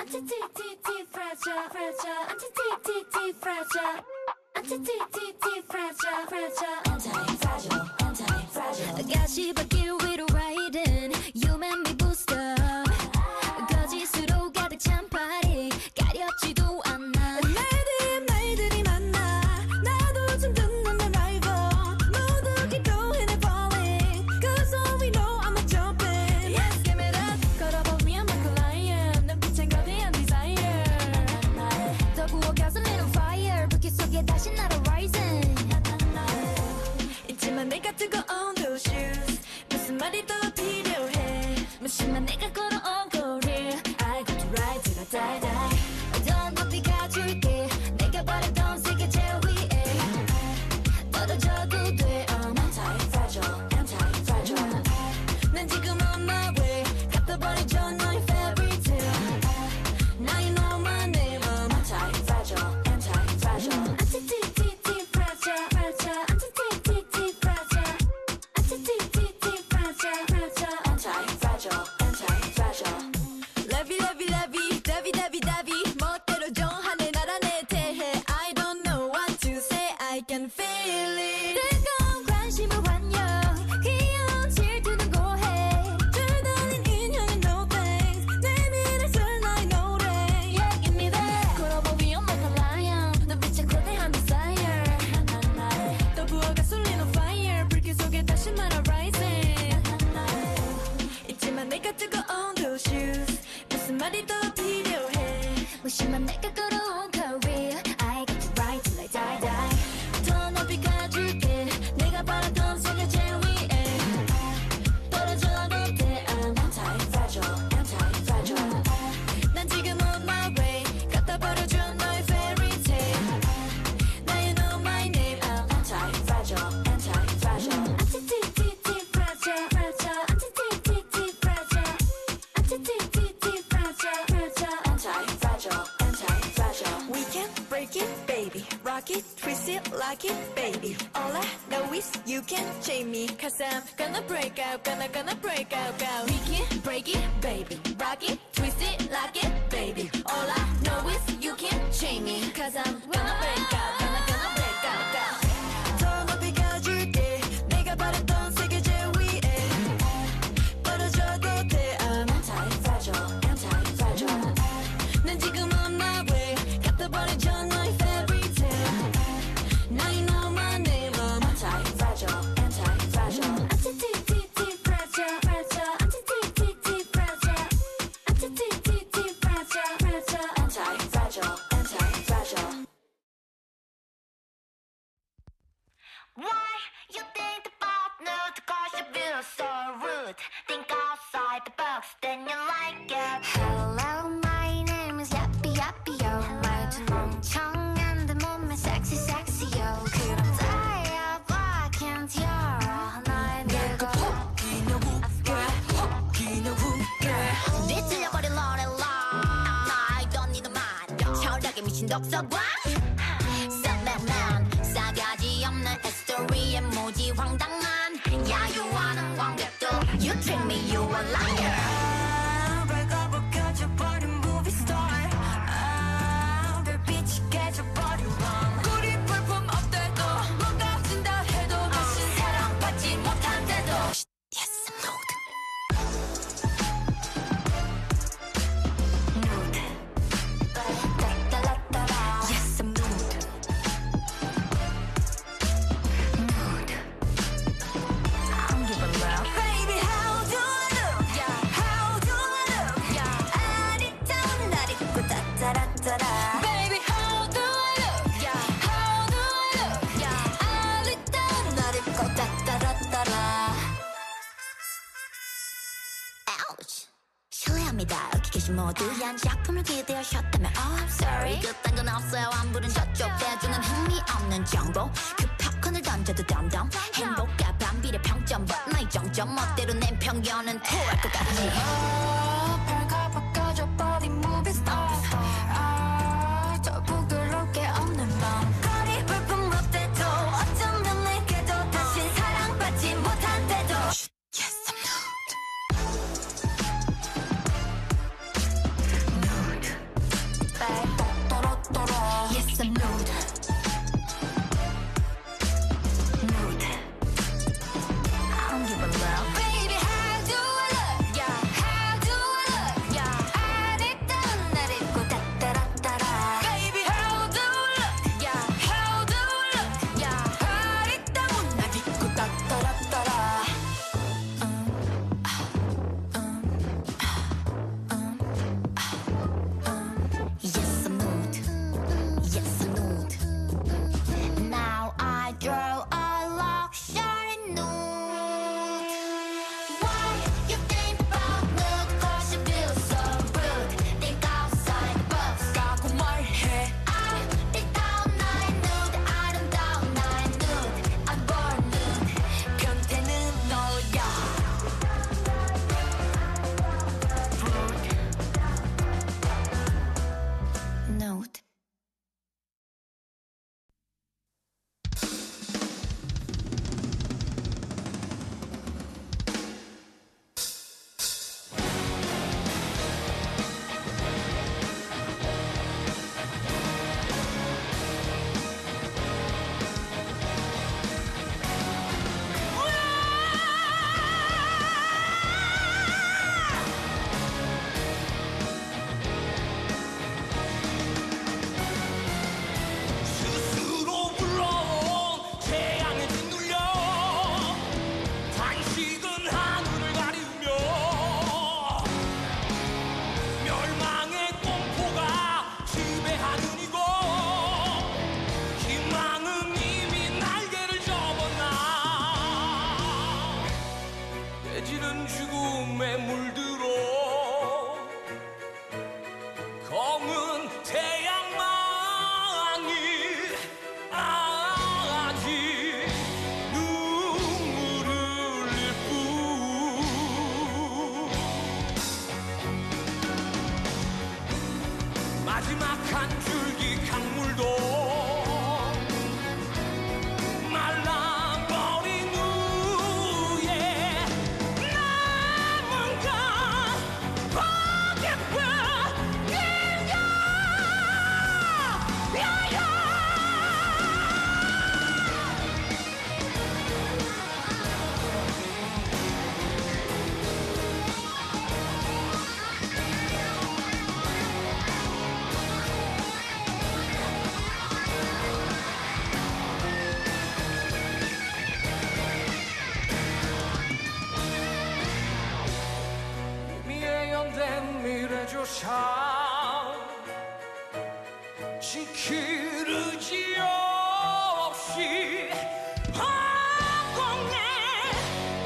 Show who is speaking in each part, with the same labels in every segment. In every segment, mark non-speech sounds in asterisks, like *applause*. Speaker 1: Anti-T-T-T fragile, fragile. Anti-T-T-T fragile. Anti-T-T-T fragile, fragile. Anti-fragile, anti-fragile.
Speaker 2: I got you back here with a riding. You made me boost up. 거짓으로 가득 찬 파리 가렵지도 않아.
Speaker 3: 날들이 날들이 만나 나도 좀 듣는 내 라이벌 모두 기도해내 falling Cause all we know I'm a jumping
Speaker 1: Yes, give it up. 걸어보면 like a lion. 눈빛엔 거대한 desire.
Speaker 2: 더 부어가서 little fire. 불길 속에 다시 날아 rising.
Speaker 3: 있지만 내가 뜨거운 두 shoes 무슨 말이 더 필요해
Speaker 2: 무심한 내가 걸어온 거리.
Speaker 1: I got to ride till I die, die.
Speaker 2: 어떤 높이가 줄게. 내가 바랬던 세계 제일 위에. 떨어져도 돼. Oh, I'm
Speaker 1: Anti-fragile, anti-fragile.
Speaker 3: 난 지금 on my way 갚아버리죠 너의 fairy tale 나의 너만 내 마음
Speaker 1: Anti-fragile, anti-fragile. Anti-T-T-T fragile, fragile. Anti-T-T-T fragile. Anti-T-T-T fragile, fragile. Anti-fragile, anti-fragile.
Speaker 3: Lovey, lovey, lovey, dovey, dovey, dovey. 멋대로 정하네, 나란에 대해. I don't know what to say, I can feel it.
Speaker 2: 뜨거운 관심을 환영. 귀여운 질투는 고해.
Speaker 3: 줄다닌 인형은 no thanks. 내 미래 설 나의 노래.
Speaker 2: Yeah, give me that.
Speaker 1: 걸어보 위험 like a lion. 눈빛에 거대한 desire.
Speaker 3: 또 부어가 쏠리는 fire. 불길 속에 다시 말아 rising. 있지만 내가 뜨거운 those shoes. 무슨 말이 더 필요해.
Speaker 2: 무심한 내가 걸어온 career. I got to ride till I die, die.
Speaker 3: 더 높이 가줄게. 내가 바랐던 세계 제일 위에. 떨어져도 돼. I'm
Speaker 1: Anti-fragile, anti-fragile.
Speaker 3: 난 지금 on my way 갖다 버려줘 너의 fairy tale 나의 know my name I'm
Speaker 1: Anti-fragile, anti-fragile. Anti-T-T-T fragile, fragile. Anti-T-T-T fragile. Anti-T-T-T fragile, fragile. Anti-fragile, anti-fragile.
Speaker 3: We can break it baby Rock it, twist it, lock it baby All I know is you can chain me Cause I'm gonna break out, gonna gonna break out, out We can break it baby Rock it, twist it, lock it baby All I know is you can chain me Cause I'm gonna break out, gonna gonna break out, out 더 높이 가줄게 내가 바랬던 세계 제위에 떨어져도 돼 I'm
Speaker 1: Anti-fragile, anti-fragile.
Speaker 3: 난 지금 on my way 갖다 버려줘 너의 fairy tale 나의 너만 내 마음
Speaker 1: Anti-fragile, anti-fragile. Anti-T-T-T fragile, fragile. Anti-T-T-T fragile. Anti-T-T-T fragile, fragile. Anti-fragile, anti-fragile.
Speaker 4: Why you think about nude? Cause you feel so rude. Think outside the box, then you like it. Hello, my name is Yappy Yappy Yo. 말투 멍청한데 몸매 sexy sexy yo. 그럼 다이아 black and yellow. 나의 내가 미칠려버린 러렐라. I don't need a man. 철학에 미친 독서광. 쌈백맨 싸가지 없는 에스토리의 무지 황당한 야유하는 관객도 You treat me you a liar
Speaker 3: 밝아버려져버린 movie star 아 별빛이 깨져버린 밤 꿀이 볼품 없대도 뭔가 진다 해도 다시 사랑받지 못한대도
Speaker 4: Yes I'm nude Nude 따따라따라 Yes I'm nude Nude I don't give a love
Speaker 3: Baby how do I look How do I look 아리따운 날 입고 따따라따라 Baby how do I look How do I look 아리따운 날 입고 따따라따라
Speaker 4: Ouch. 실례합니다. 여기 계신 모두 한 작품을 기대하셨다면 Oh, I'm sorry. 그딴 건 없어요. 안 부른 저쪽 대중은 흥미없는 정보. 그 팝콘을 던져도 덤덤. 행복과 반비례 평점. But 나의 정점 멋대로 낸 편견은 토할 것 같지.
Speaker 3: 별가 바꿔줘버린 movie star 아, 저 부끄럽게 없는 밤 거리 불품 못돼도 어쩌면 내게도 다시 사랑받지 못한대도
Speaker 4: Yes, I'm nude. Nude.
Speaker 5: 해지는 죽음에 물들어 검은 태양만이 아직 눈물을 흘릴 뿐 마지막 한 줄기 강물도 말라버린 후에 남은 건 고객뿐이야 야야 미예연된 미래조차 지키르지 없이 허공에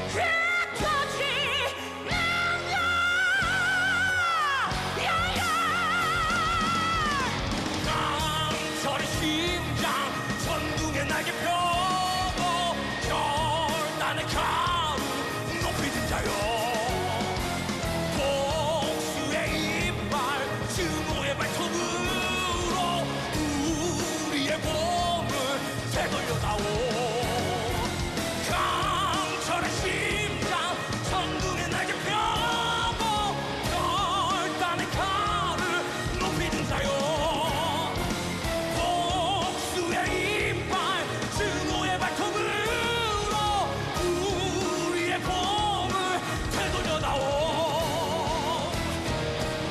Speaker 5: 흩어지는 야야 강철의 심장 천둥의 날개 펴고 절단의 가루 높이 든 자요 복수의 이빨 증오의 발톱으로 우리의 몸을 되돌려다오 강철의 심장 천둥의 날개 펴고 결단의 칼을 높이 든다요 복수의 이빨 증오의 발톱으로 우리의 봄을 되돌려다오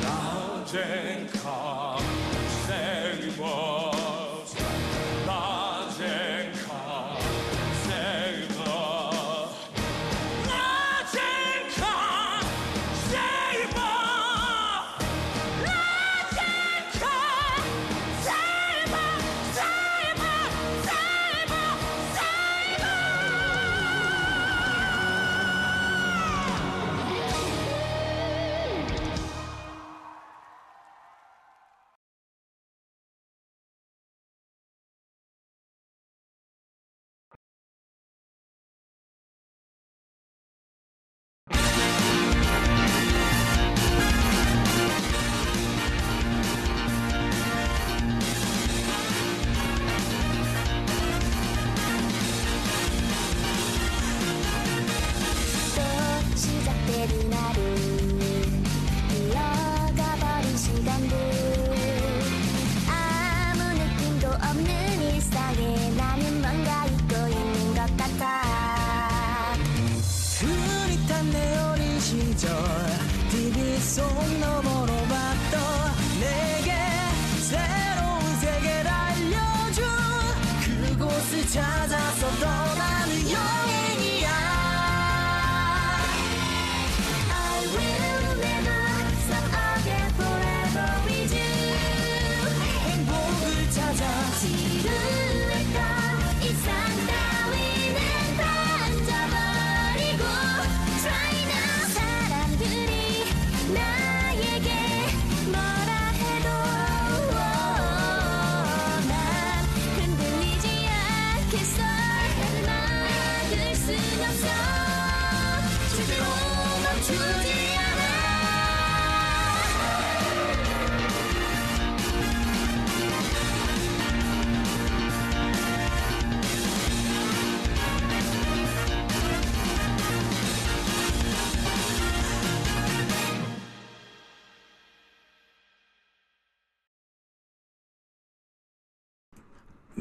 Speaker 5: 낮엔가 세이버스 낮엔가 세이버스 낮엔가 세이버스
Speaker 3: 또 시작되는 하루 흘러가버린 시간들 아무 느낌도 없는 일상에 나는 뭔가 잊고 있는 것 같아
Speaker 6: 흐릿한 내 어린 시절 TV 속 너머로 봤던 내게 새로운 세계를 알려준 그곳을 찾아서 떠나는 여행이야
Speaker 3: I will never stop again forever with you
Speaker 6: 행복을 찾아
Speaker 3: 지루했던 일상 따위는 던져버리고 Try now 사람들이 나에게 뭐라 해도 난 흔들리지 않겠어 막을 순 없어 절대로 멈추지 않아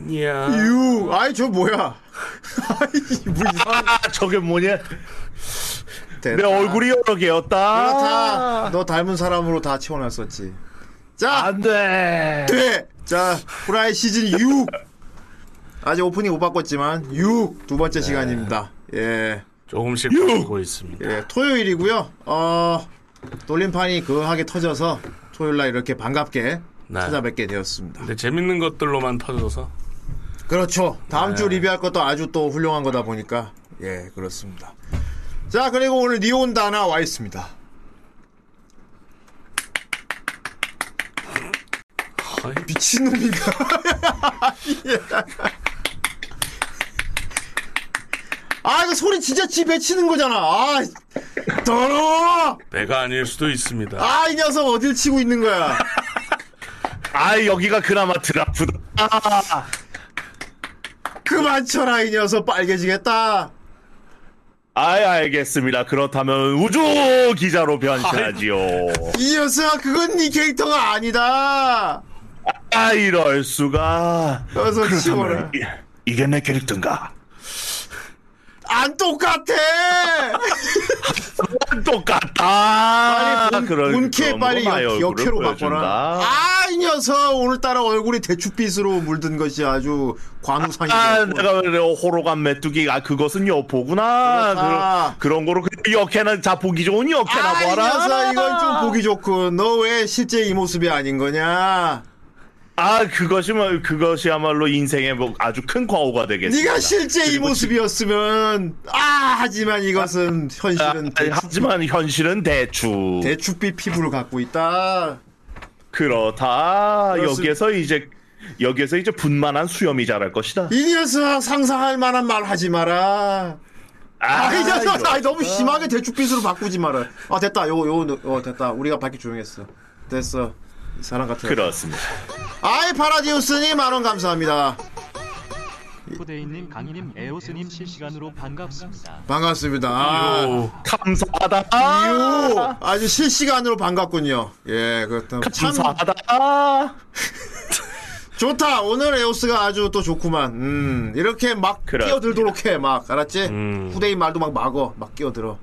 Speaker 7: 이야.
Speaker 8: 유, 아이 저 뭐야? *laughs* 아이 뭐 이상한
Speaker 9: 아, 저게 뭐냐? 내
Speaker 8: 데다.
Speaker 9: 얼굴이 여러
Speaker 8: 그렇다.
Speaker 9: 개였다.
Speaker 8: 너 닮은 사람으로 다 채워놨었지. 자,
Speaker 9: 안 돼.
Speaker 8: 돼. 자, 후라이 시즌 6. 아직 오프닝 못 바꿨지만 6. 두
Speaker 9: 네.
Speaker 8: 번째 시간입니다. 예.
Speaker 7: 조금씩 바뀌고 있습니다.
Speaker 8: 예, 토요일이고요. 어, 돌림판이 그하게 터져서 토요일 날 이렇게 반갑게
Speaker 7: 네.
Speaker 8: 찾아뵙게 되었습니다.
Speaker 7: 근데 재밌는 것들로만 터져서
Speaker 5: 네.
Speaker 8: 그렇죠. 다음 주 리뷰할 것도 아주 또 훌륭한 거다 보니까 예, 그렇습니다. 자, 그리고 오늘 니온 다나 와 있습니다.
Speaker 5: 아이,
Speaker 8: 미친놈인가? *laughs* 예. 아, 이거 소리 진짜 집에 치는 거잖아. 아, 더러워!
Speaker 5: 내가 아닐 수도 있습니다.
Speaker 8: 아, 이 녀석 어딜 치고 있는 거야.
Speaker 10: 아 여기가 그나마 드라프다.
Speaker 8: 그만 쳐라, 이 녀석 빨개지겠다.
Speaker 10: 아 알겠습니다. 그렇다면 우주 기자로 변신하지요.
Speaker 8: 이 녀석, 그건 네 캐릭터가 아니다.
Speaker 10: 아 이럴 수가.
Speaker 8: 어서 치워라.
Speaker 10: 이- 이게 내 캐릭터인가?
Speaker 8: 안 똑같아!
Speaker 10: 똑같다.
Speaker 8: 본- 본캐 빨리 역, 역캐로 바꿔라. 아, 이 녀석 오늘따라 얼굴이 대추빛으로 물든 것이 아주 관우상이고.
Speaker 10: 아, 내가 왜 호로간 메뚜기, 아, 그것은 여포구나.
Speaker 8: 그렇다.
Speaker 10: 그, 그런 거로, 그 역캐는 자, 보기 좋은 역캐나
Speaker 8: 아, 이
Speaker 10: 봐라.
Speaker 8: 녀석 이건 좀 보기 좋군. 너 왜 실제 이 모습이 아닌 거냐?
Speaker 10: 아, 그것이, 뭐- 그것이야말로 인생의 뭐 아주 큰 과오가 되겠습니다.
Speaker 8: 네가 실제 이 모습이었으면 아 하지만
Speaker 10: *laughs*
Speaker 8: 이것은
Speaker 10: 아,
Speaker 8: 현실은 그 대추,
Speaker 10: 하지만 현실은 대충.
Speaker 8: 대추빛 피부를 갖고 있다.
Speaker 10: 그렇다.
Speaker 8: 그렇습-
Speaker 10: 여기에서 이제, 여기에서 이제 분만한 수염이 자랄 것이다.
Speaker 8: 이 녀석 상상할 만한 말 하지 마라. 아, 이 녀석 아, 너무 심하게 대추빛으로 바꾸지 마라. 아 됐다. 요거 요거 어, 됐다. 우리가 밝기 조용했어. 됐어. 이 사람 같아.
Speaker 10: 그렇습니다.
Speaker 8: 아이 파라디우스님 만원 감사합니다.
Speaker 11: 후대인님, 강희님, 에오스님 실시간으로 반갑습니다.
Speaker 8: 반갑습니다. 아,
Speaker 5: 오,
Speaker 10: 감사하다.
Speaker 8: 유 아주 실시간으로 반갑군요. 예, 그렇다. 참
Speaker 10: 감사하다.
Speaker 8: *laughs* 좋다. 오늘 에오스가 아주 또 좋구만. 음, 이렇게 막
Speaker 10: 그렇습니다. 음.
Speaker 8: 끼어들도록 해. 막 알았지? 후대인 말도 막 막어. 막 끼어들어.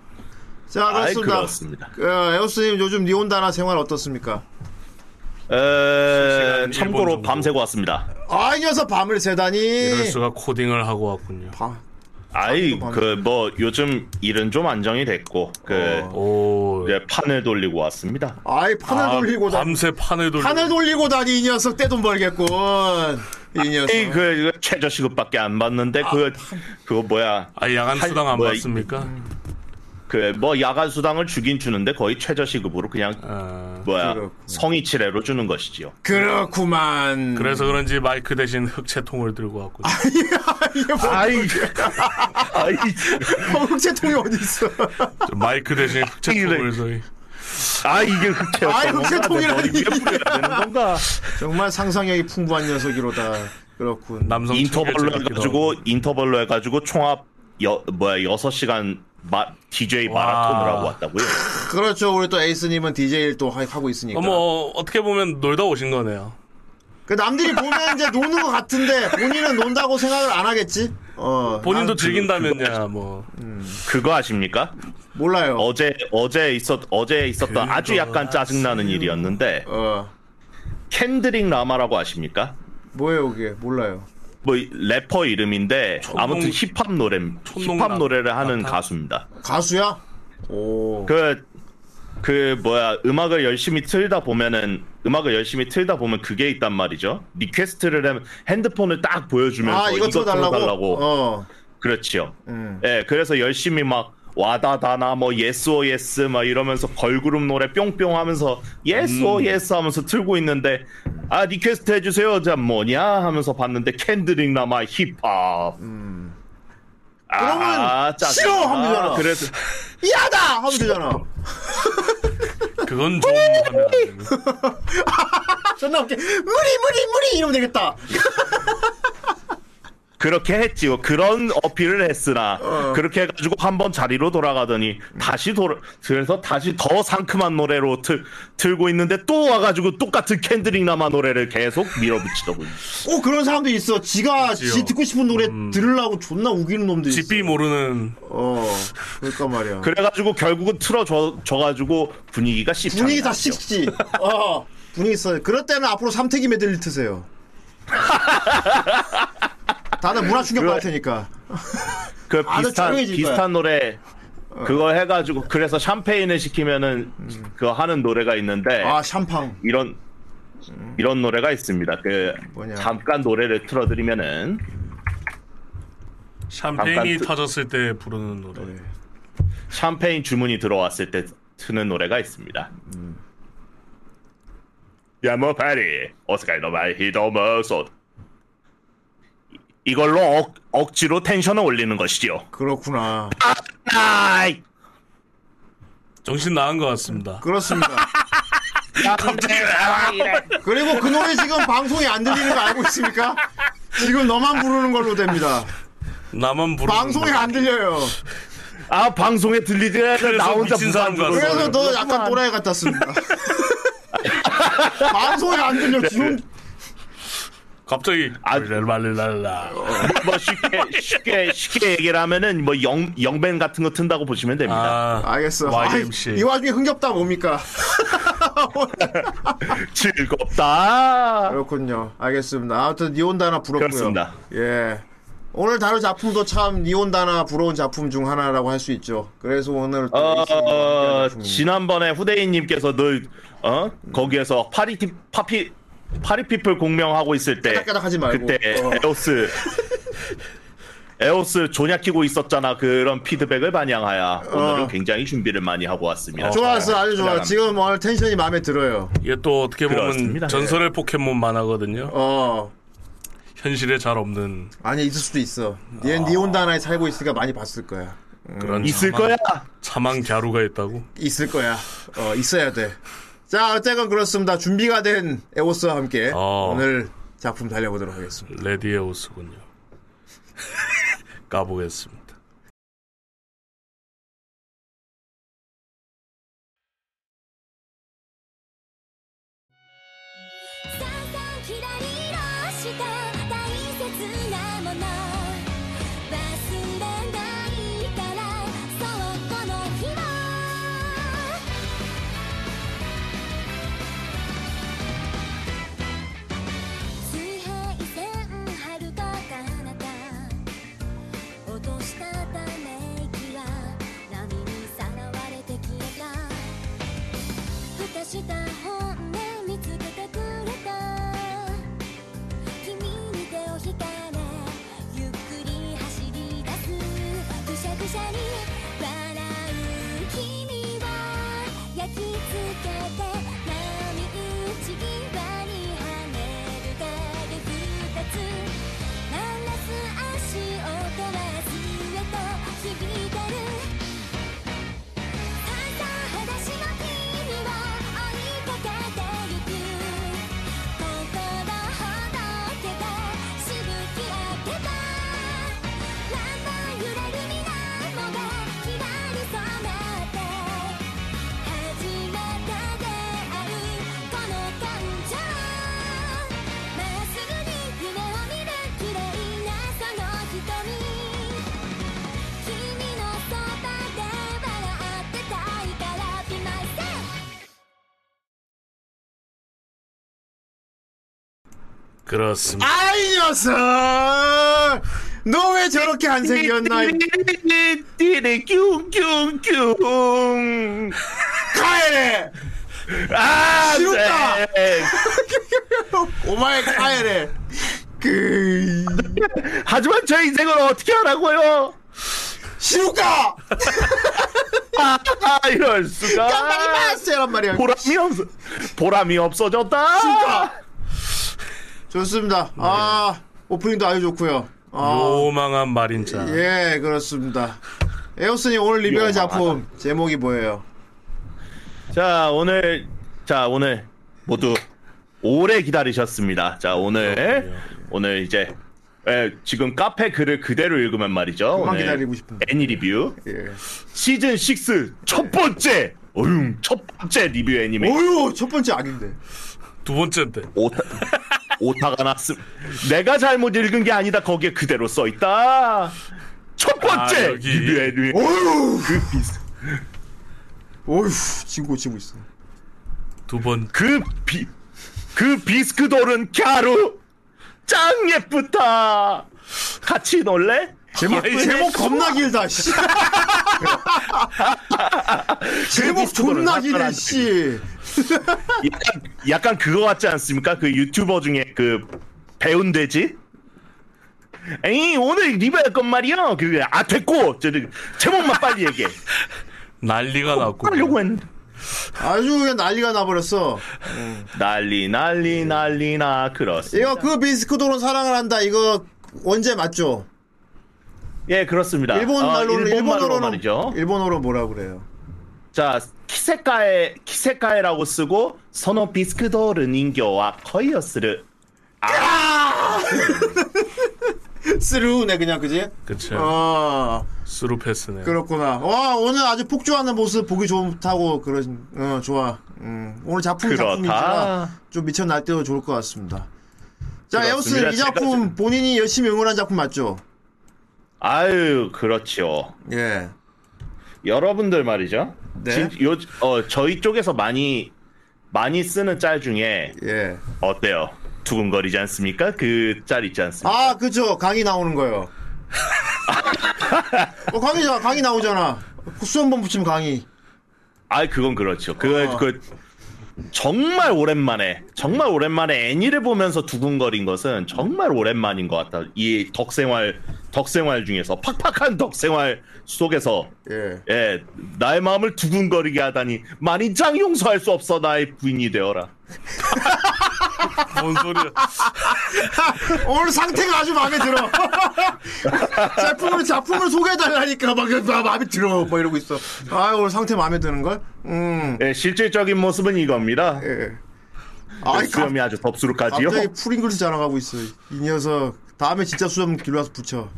Speaker 8: 자,
Speaker 10: 아이,
Speaker 8: 그렇습니다. 어,
Speaker 10: 그렇습니다.
Speaker 8: 에오스님 요즘 니온다나 생활 어떻습니까?
Speaker 10: 에,
Speaker 5: 실시간 일본
Speaker 10: 네, 참고로
Speaker 5: 정보.
Speaker 10: 밤새고 왔습니다.
Speaker 8: 아, 이 녀석 밤을
Speaker 5: 이럴
Speaker 8: 새다니.
Speaker 5: 수가 코딩을 하고 왔군요.
Speaker 8: 아,
Speaker 10: 아이
Speaker 8: 밤-
Speaker 10: 그 뭐 요즘 일은 좀 안정이 됐고 그
Speaker 11: 어.
Speaker 5: 오,
Speaker 10: 이제 판을 돌리고 왔습니다.
Speaker 8: 아이 판을
Speaker 5: 아,
Speaker 8: 돌리고 다
Speaker 5: 밤새 판을 돌리고.
Speaker 8: 판을 돌리고 다니 이 녀석 떼돈 벌겠군. 이 녀석.
Speaker 10: 에이 그 최저 시급밖에 안 받는데 그 그거 뭐야
Speaker 5: 아, 야간
Speaker 10: 할-
Speaker 5: 수당 안
Speaker 10: 뭐야, 음,
Speaker 5: 받습니까?
Speaker 10: 그 뭐 야간 수당을 주긴 주는데 거의 최저 시급으로 그냥
Speaker 5: 아,
Speaker 10: 뭐야
Speaker 8: 그렇구나.
Speaker 10: 성의치레로 주는 것이지요.
Speaker 8: 그렇구만. *laughs*
Speaker 5: 그래서 그런지 마이크 대신 흑채통을 들고 왔군요.
Speaker 10: 아,
Speaker 8: 이게 뭐
Speaker 10: 아이 *laughs* 아이
Speaker 8: 흑채통이 어디 있어?
Speaker 5: 마이크 대신 흑채통을
Speaker 10: 이래.
Speaker 5: 저희.
Speaker 10: 아 이게 흑채였던
Speaker 8: 아이,
Speaker 10: 건가?
Speaker 8: 흑채통이라니.
Speaker 10: 내 머리 위에 뿌려야 되는 건가?
Speaker 8: 정말 상상력이 풍부한 녀석이로다. 그렇군.
Speaker 5: 남성
Speaker 10: *laughs* 인터벌로
Speaker 5: 청결제 같기도
Speaker 10: 해가지고
Speaker 5: 하고.
Speaker 10: 인터벌로 해가지고 총합 여 뭐야 여섯 시간 마, DJ 마라톤을
Speaker 5: 와.
Speaker 10: 하고 왔다고요.
Speaker 8: 그렇죠. 우리 또 에이스님은 DJ를 또 하- 하고 있으니까.
Speaker 5: 어머 어떻게 보면 놀다 오신 거네요.
Speaker 8: 그 남들이 보면 이제 노는 것 같은데 본인은 논다고 생각을 안 하겠지? 어.
Speaker 5: 본인도
Speaker 10: 아,
Speaker 8: 난
Speaker 10: 그,
Speaker 5: 즐긴다면야 뭐.
Speaker 10: 그거 아십니까?
Speaker 8: 몰라요. 어.
Speaker 10: 어제 어제 있었 어제 있었던 아주 약간 짜증 나는 일이었는데
Speaker 8: 어.
Speaker 10: 캔드릭 라마라고 아십니까?
Speaker 8: 뭐예요, 그게? 몰라요.
Speaker 10: 뭐 이- 래퍼 이름인데 아무튼 힙합 노래
Speaker 5: 촌농
Speaker 10: 힙합
Speaker 5: 라-
Speaker 10: 노래를 하는
Speaker 5: 라파?
Speaker 10: 가수입니다.
Speaker 8: 가수야? 오.
Speaker 10: 그 그 뭐야 음악을 열심히 틀다 보면은 음악을 열심히 틀다 보면 그게 있단 말이죠. 리퀘스트를 하면 핸드폰을 딱 보여주면서
Speaker 8: 아, 이거 틀어달라고? 어.
Speaker 10: 그렇지요.
Speaker 8: 음.
Speaker 10: 예, 그래서 열심히 막 와다다나 뭐 예스 오 예스 막 이러면서 걸그룹 노래 뿅뿅 하면서 예스 오
Speaker 8: 음.
Speaker 10: 예스 하면서 틀고 있는데 아 리퀘스트 해주세요. 자 뭐냐 하면서 봤는데 캔드릭 라마 힙합.
Speaker 8: 음. 그러면 싫어 하면 되잖아.
Speaker 10: 아, 그래서
Speaker 8: 야다! 하면 되잖아.
Speaker 5: 그건 좀 하면 안 되는 거.
Speaker 8: 존나 웃게. 무리, 무리, 무리! 이러면 되겠다.
Speaker 10: 그렇게 했지요. 그런 어필을 했으나 그렇게 해가지고 한번 자리로 돌아가더니
Speaker 8: 음.
Speaker 10: 다시 돌아 그래서 다시 더 상큼한 노래로 틀, 틀고 있는데 또 와가지고 똑같은 캔드릭 라마 노래를 계속 밀어붙이더군요.
Speaker 8: 꼭 그런 사람도 있어. 지가 지
Speaker 5: 있지요.
Speaker 8: 듣고 싶은 노래 들으려고 존나 우기는 놈도 있어.
Speaker 5: 그
Speaker 11: 뭐.
Speaker 5: 집비 모르는
Speaker 8: 어. 그러니까 말이야.
Speaker 10: 그래가지고 결국은 틀어져가지고 분위기가 씹.
Speaker 8: 분위기 다 식지. 어. 분위기 써. 그럴 때는 앞으로 삼태기 메들리 트세요. 다들 문화 충격 받을 테니까.
Speaker 10: 그
Speaker 8: 아, 나
Speaker 10: 비슷한
Speaker 8: 조용해질 어.
Speaker 10: 비슷한 노래 그거 해가지고 그래서 샴페인을 시키면은 그거 하는 노래가 있는데
Speaker 8: 음. 아, 샴팡.
Speaker 10: 이런 이런 노래가 있습니다. 그
Speaker 8: 뭐냐.
Speaker 10: 잠깐 노래를 틀어드리면은
Speaker 5: 샴페인이
Speaker 10: 잠깐 그 네. 뜨-
Speaker 5: 터졌을 때 부르는 노래.
Speaker 10: 샴페인 주문이 들어왔을 때 트는 노래가 있습니다. 음. 야모 뭐, 파리 어스카이 너마이 뭐, 히도머소 이걸로 억, 억지로 텐션을 올리는 것이지요. 아,
Speaker 8: 그렇구나.
Speaker 10: 아이
Speaker 5: 정신 나간 것 같습니다.
Speaker 8: 그렇습니다.
Speaker 10: 갑자기 아,
Speaker 8: 그리고 그 노래 지금 방송이 안 들리는 거 알고 있습니까? 지금 너만 부르는 걸로 됩니다.
Speaker 5: 나만 부르는
Speaker 8: 방송이
Speaker 5: 거.
Speaker 8: 안 들려요.
Speaker 10: 아 방송에 들리지 않아 나 혼자
Speaker 5: 미친 사람
Speaker 10: 무반주로
Speaker 5: 같아.
Speaker 8: 그래서 너 약간 또라이 같았습니다. 방송이 안 들려. 기운
Speaker 5: 갑자기
Speaker 10: 아.
Speaker 5: 랄랄랄라.
Speaker 10: 뭐 쉽게 쉽게 쉽게 얘기를 하면은 뭐 영 영뱅 같은 거 튼다고 보시면
Speaker 5: 아,
Speaker 10: 됩니다.
Speaker 8: 알겠어.
Speaker 5: YMC.
Speaker 8: 아이, 이 와중에 흥겹다 뭡니까?
Speaker 10: 즐겁다.
Speaker 8: 그렇군요. 알겠습니다. 아무튼 니온다나 부럽고요.
Speaker 10: 그렇습니다.
Speaker 8: 예. 오늘 다룰 작품도 참 니온다나 부러운 작품 중 하나라고 할 수 있죠. 그래서 오늘 또
Speaker 10: 어,
Speaker 8: 있습니다.
Speaker 10: 어,
Speaker 8: 음.
Speaker 10: 지난번에 후대인님께서 늘 어? 거기에서 파리 티- 파피 파리피플 공명하고 있을 때
Speaker 8: 까닥까닥하지 말고.
Speaker 10: 그때
Speaker 8: 어.
Speaker 10: 에오스 에오스 존약 키고 있었잖아 그런 피드백을 반영하여 오늘은
Speaker 8: 어.
Speaker 10: 굉장히 준비를 많이 하고 왔습니다.
Speaker 8: 좋았어, 아주 좋아.
Speaker 10: 대단합니다.
Speaker 8: 지금 오늘 텐션이 마음에 들어요.
Speaker 5: 이게 또 어떻게 보면
Speaker 10: 그렇습니다.
Speaker 5: 전설의 포켓몬 만화거든요.
Speaker 8: 어,
Speaker 5: 현실에 잘 없는
Speaker 8: 아니 있을 수도 있어. 얘 니온다나에 살고 있으니까 많이 봤을 거야.
Speaker 5: 그런
Speaker 10: 있을
Speaker 5: 자막-
Speaker 10: 거야.
Speaker 5: 자망 갸루가 있다고.
Speaker 8: 있을 거야. 어, 있어야 돼. 자, 어쨌건 그렇습니다. 준비가 된 에오스와 함께
Speaker 5: 어.
Speaker 8: 오늘 작품 달려보도록 하겠습니다.
Speaker 5: 레디의 옷이군요. *laughs* 까보겠습니다.
Speaker 2: 「さんさんひらりろした大切なもの」「忘れないからそうこの日を」「水平線はるか彼方落としたため息は波にさらわれて消えた」ふたした本音見つけてくれた君に手を引かれゆっくり走り出すぐしゃぐしゃに笑う君は焼き付けて波打ち際に跳ねる風二つ鳴らす足音はずっと響いてる「裸足の君を追いかけてゆく」「心ほどけてしぶき上げた」「乱暴揺れる水面がひらり染まって」「初めて出会うこの感情」「まっすぐに夢を見る綺麗なその瞳」「君のそばで笑ってたいからビマイセル」
Speaker 5: 그렇습니다.
Speaker 8: 아이 녀석! 너 왜 저렇게 안 생겼나? 이
Speaker 10: 띠리 뀨뀨뀨.
Speaker 8: 카에레!
Speaker 10: 아,
Speaker 8: 싫었다.
Speaker 10: 네.
Speaker 8: 오마이 카에레! 그,
Speaker 10: 하지만 제 인생을 어떻게 하라고요?
Speaker 8: 시루카!
Speaker 10: 아, 아, 이럴 수가.
Speaker 8: 깜빡이 봤어란 말이야.
Speaker 10: 아. 보람이 없어. 보람이 없어졌다.
Speaker 8: 시루카! 좋습니다. 아, 오프닝도 아주 좋고요 아,
Speaker 5: 요망한 말인자.
Speaker 8: 예, 그렇습니다. 에오스님 오늘 리뷰할
Speaker 10: 요망하다.
Speaker 8: 작품, 제목이 뭐예요?
Speaker 10: 자 오늘 자 오늘 모두 오래 기다리셨습니다. 자
Speaker 8: 아,
Speaker 10: 오늘 오늘 이제 예, 지금 카페 글을 그대로 읽으면 말이죠.
Speaker 8: 그만
Speaker 10: 오늘
Speaker 8: 기다리고 싶은.
Speaker 10: 애니 리뷰
Speaker 8: 예.
Speaker 10: 시즌 6첫 번째 어휴 첫 번째 리뷰 애니메이션
Speaker 8: 어휴, 첫 번째 악인데.
Speaker 5: 두 번째인데.
Speaker 10: 오타, 오타가 났음. 내가 잘못 읽은 게 아니다. 거기에 그대로 써 있다. 첫 번째
Speaker 5: 아, 여기.
Speaker 10: 리뷰 애니.
Speaker 8: 어휴!
Speaker 10: 그 비슷.
Speaker 8: 어휴, 지금 고치고 있어.
Speaker 5: 두 번.
Speaker 10: 그 비, 그 비스크돌은 갸루 짱 예쁘다. 같이 놀래?
Speaker 8: 제목,
Speaker 5: 아이,
Speaker 8: 제목 겁나 길다, 씨. 제목 존나 길해, 씨.
Speaker 10: 약간, 약간 그거 같지 않습니까? 그 유튜버 중에 그 배운 돼지? 에이 오늘 리뷰할 건 말이야. 그아 됐고 저, 제목만 빨리
Speaker 8: *laughs*
Speaker 10: 얘기해.
Speaker 8: 어,
Speaker 10: 아,
Speaker 5: 난리가 났고
Speaker 10: 하려고 했는데.
Speaker 8: 아주 그냥 난리가 나버렸어.
Speaker 10: 난리 난리 난리 나 그렇습니다.
Speaker 8: 이거 그 비스크도는 사랑을 한다. 이거 언제 맞죠?
Speaker 10: 예 그렇습니다.
Speaker 8: 아, 일본
Speaker 10: 어,
Speaker 8: 말로는
Speaker 10: 일본말로
Speaker 8: 일본어로는
Speaker 10: 말이죠.
Speaker 8: 일본어로 뭐라 그래요?
Speaker 10: 자 키세카에 키세카에라고 쓰고 선호 비스크도르 닌교와 커이어스를
Speaker 8: 스루네 그냥 그지?
Speaker 5: 그쵸
Speaker 8: 어
Speaker 5: 스루 패스네
Speaker 8: 그렇구나. 와 오늘 아주 폭주하는 모습 보기 좋다고 그런 어 좋아. 음 오늘 작품
Speaker 10: 그렇다.
Speaker 8: 작품이지만 좀 미쳐 날 때도 좋을 것 같습니다. 자
Speaker 10: 그렇습니다.
Speaker 8: 에오스 이 작품 본인이 열심히 응원한 작품 맞죠?
Speaker 10: 아유 그렇죠.
Speaker 8: 예.
Speaker 10: 여러분들 말이죠.
Speaker 8: 네.
Speaker 10: 진, 요, 어, 저희 쪽에서 많이 많이 쓰는 짤 중에
Speaker 8: 예.
Speaker 10: 어때요? 두근거리지 않습니까? 그 짤 있지 않습니까?
Speaker 8: 아 그죠 강의 나오는 거요. 어, 강의 나 강의 나오잖아. 수 한 번 붙이면 강의.
Speaker 10: 아, 그건 그렇죠. 그,
Speaker 8: 어.
Speaker 10: 그 정말 오랜만에 정말 오랜만에 애니를 보면서 두근거린 것은 정말 오랜만인 것 같다. 이 덕생활 덕생활 중에서 팍팍한 덕생활 속에서
Speaker 8: 예.
Speaker 10: 예 나의 마음을 두근거리게 하다니 만인장 용서할 수 없어 나의 부인이 되어라.
Speaker 5: 뭔 소리야
Speaker 8: 오늘 상태가 아주 마음에 들어. *laughs* 작품을 작품을 소개해달라니까 막, 막 마음에 들어. 막 이러고 있어. 아 오늘 상태 마음에 드는 걸? 음.
Speaker 10: 예, 실질적인 모습은 이겁니다.
Speaker 8: 예.
Speaker 10: 아,
Speaker 8: 아이 갑,
Speaker 10: 수염이 아주 덥수룩하지요.
Speaker 8: 갑자기 프링글스 자랑하고 있어. 이 녀석. 다음에 진짜 수염 길러 와서 붙여.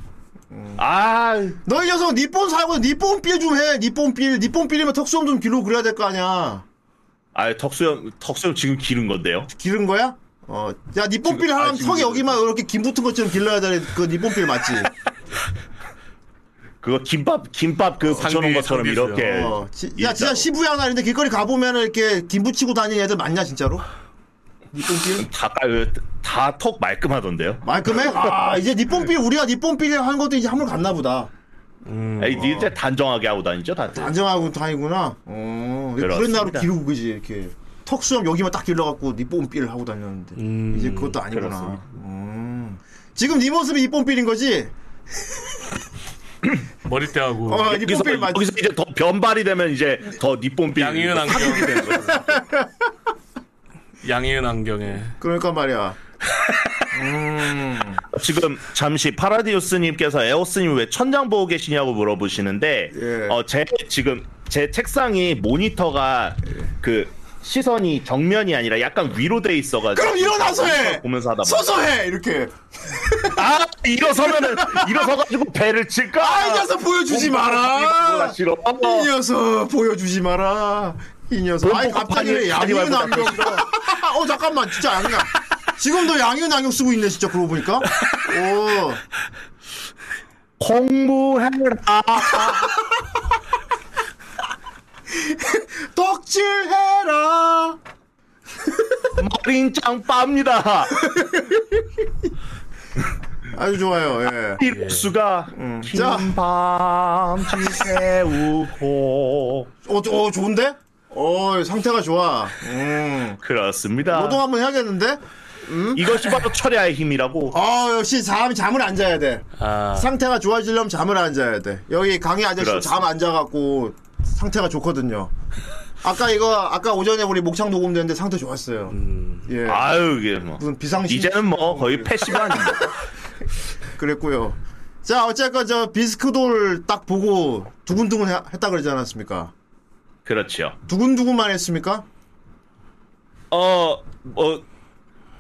Speaker 10: 아,
Speaker 8: 너 이 녀석 니폰 사고 니폰 필좀 해. 니폰 필. 니폰 필이면 턱수염 좀 길러 그래야 될 거 아니야.
Speaker 10: 아 턱수염 턱수염 지금 기른 건데요.
Speaker 8: 기른 거야? 어, 야, 니폰 필 하면
Speaker 10: 지금
Speaker 8: 턱이
Speaker 10: 길러.
Speaker 8: 여기만 이렇게 김 붙은 것처럼 길러야 되는 그 니폰 필
Speaker 10: *laughs*
Speaker 8: 맞지?
Speaker 10: 그거 김밥 김밥 그
Speaker 5: 상비,
Speaker 10: 붙여놓은 것처럼
Speaker 5: 상비수요.
Speaker 10: 이렇게.
Speaker 8: 어, 지- 야, 진짜
Speaker 10: 네. 일자로.
Speaker 8: 시부야나 이런데 길거리 가보면 이렇게 김 붙이고 다니는 애들 많냐, 진짜로?
Speaker 10: 다, 깔- 그, 다, 턱 말끔하던데요? *laughs*
Speaker 8: 말끔해? 아, 이제
Speaker 10: 네.
Speaker 8: 니뽕필, 우리가 니뽕필 한 것도 이제 한물 갔나 보다.
Speaker 10: 아니, 니들 단정하게 하고 다니죠, 다들.
Speaker 8: 안정하고 다니구나. 어,
Speaker 10: 그렇습니다.
Speaker 8: 그런 나로 기르고, 그지, 이렇게. 턱수염 여기만 딱 길러갖고 니뽕필 하고 다녔는데. 이제 그것도 아니구나.
Speaker 10: 그렇습니다.
Speaker 8: 음. 지금 네 모습이 니뽕필인 거지?
Speaker 5: 머리띠하고
Speaker 8: 어,
Speaker 10: 예, 여기서,
Speaker 8: 니뽕필 맞지?
Speaker 10: 여기서 이제 더 변발이 되면 이제 더 니뽐삐.
Speaker 5: 양이은 안경 양이은 안경에
Speaker 8: 그러니까 말이야.
Speaker 10: 지금 잠시 파라디우스님께서 에오스님 왜 천장 보고 계시냐고 물어보시는데,
Speaker 8: 예.
Speaker 10: 어, 제 지금 제 책상이 모니터가
Speaker 8: 예.
Speaker 10: 그 시선이 정면이 아니라 약간 위로 돼 있어가지고.
Speaker 8: 그럼 일어나서 해!
Speaker 10: 보면서 하다 보니까.
Speaker 8: 서서 해! 이렇게.
Speaker 10: 아
Speaker 8: *laughs*
Speaker 10: 일어서면은 일어서가지고 배를 칠까? 아,
Speaker 8: 아, 이 녀석 보여주지 마라!
Speaker 10: 싫어.
Speaker 8: 이 녀석 보여주지 마라. 이 녀석. 아니 갑자기 왜
Speaker 10: 판이
Speaker 8: 양이은
Speaker 10: 말고
Speaker 8: 안경? *laughs* 어 잠깐만 진짜 양이야. 지금도 양이은 안경 쓰고 있네 진짜 그러고 보니까. 오.
Speaker 10: 공부해라.
Speaker 8: 덕질해라.
Speaker 10: 머린 짱빠입니다.
Speaker 8: 아주 좋아요. *laughs* 예. 음.
Speaker 10: 이럴 수가.
Speaker 8: 자.
Speaker 10: 긴밤 지새우고.
Speaker 8: 어, 어 좋은데? 어 상태가 좋아. 음.
Speaker 10: 그렇습니다.
Speaker 8: 노동 한번 해야겠는데?
Speaker 10: 이것이
Speaker 8: 음.
Speaker 10: 바로 철야의 힘이라고.
Speaker 8: 아 역시 사람이 잠을 안 자야 돼.
Speaker 5: 아
Speaker 8: 상태가 좋아지려면 잠을 안 자야 돼. 여기 강의 아저씨
Speaker 10: 그렇습니다.
Speaker 8: 잠 안 자갖고 상태가 좋거든요. 아까 이거 아까 오전에 우리 목창 녹음됐는데 상태 좋았어요. 예.
Speaker 10: 아유 이게 뭐.
Speaker 8: 무슨 음. 비상시
Speaker 10: 이제는 뭐 거의 패시브 아닙니다.
Speaker 8: *laughs* 그랬고요. 자 어쨌건 저 비스크돌 딱 보고 두근두근 해- 했다 그러지 않았습니까?
Speaker 10: 그렇죠.
Speaker 8: 두근두근만 했습니까?
Speaker 10: 어, 어,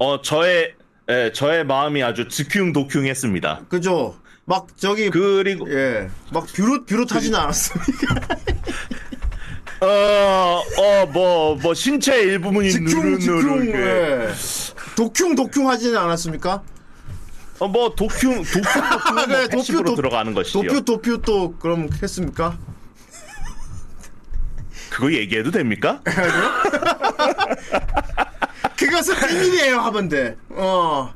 Speaker 10: 어, 저의, 예, 저의 마음이 아주 즉흥독흥했습니다.
Speaker 8: 그죠? 막 저기
Speaker 10: 그리고, 그
Speaker 8: 예, 막 뷰릇 뷰릇하지는 않았습니까?
Speaker 10: 어, 어, 뭐, 뭐, 신체 일부분이
Speaker 8: 즉흥 즉흥
Speaker 10: 누른누른. 그,
Speaker 8: 예. 독흉 독흉하지는 않았습니까?
Speaker 10: 어, 뭐, 도큐, 도큐, 도큐,
Speaker 8: *laughs*
Speaker 10: 뭐
Speaker 8: 그래, 도큐,
Speaker 10: 패시브로
Speaker 8: 네, 도-
Speaker 10: 들어가는 것이요.
Speaker 8: 도표 도표 또 그럼 했습니까?
Speaker 10: 그거 얘기해도 됩니까?
Speaker 8: 그것은 비밀이에요 하던데. 어.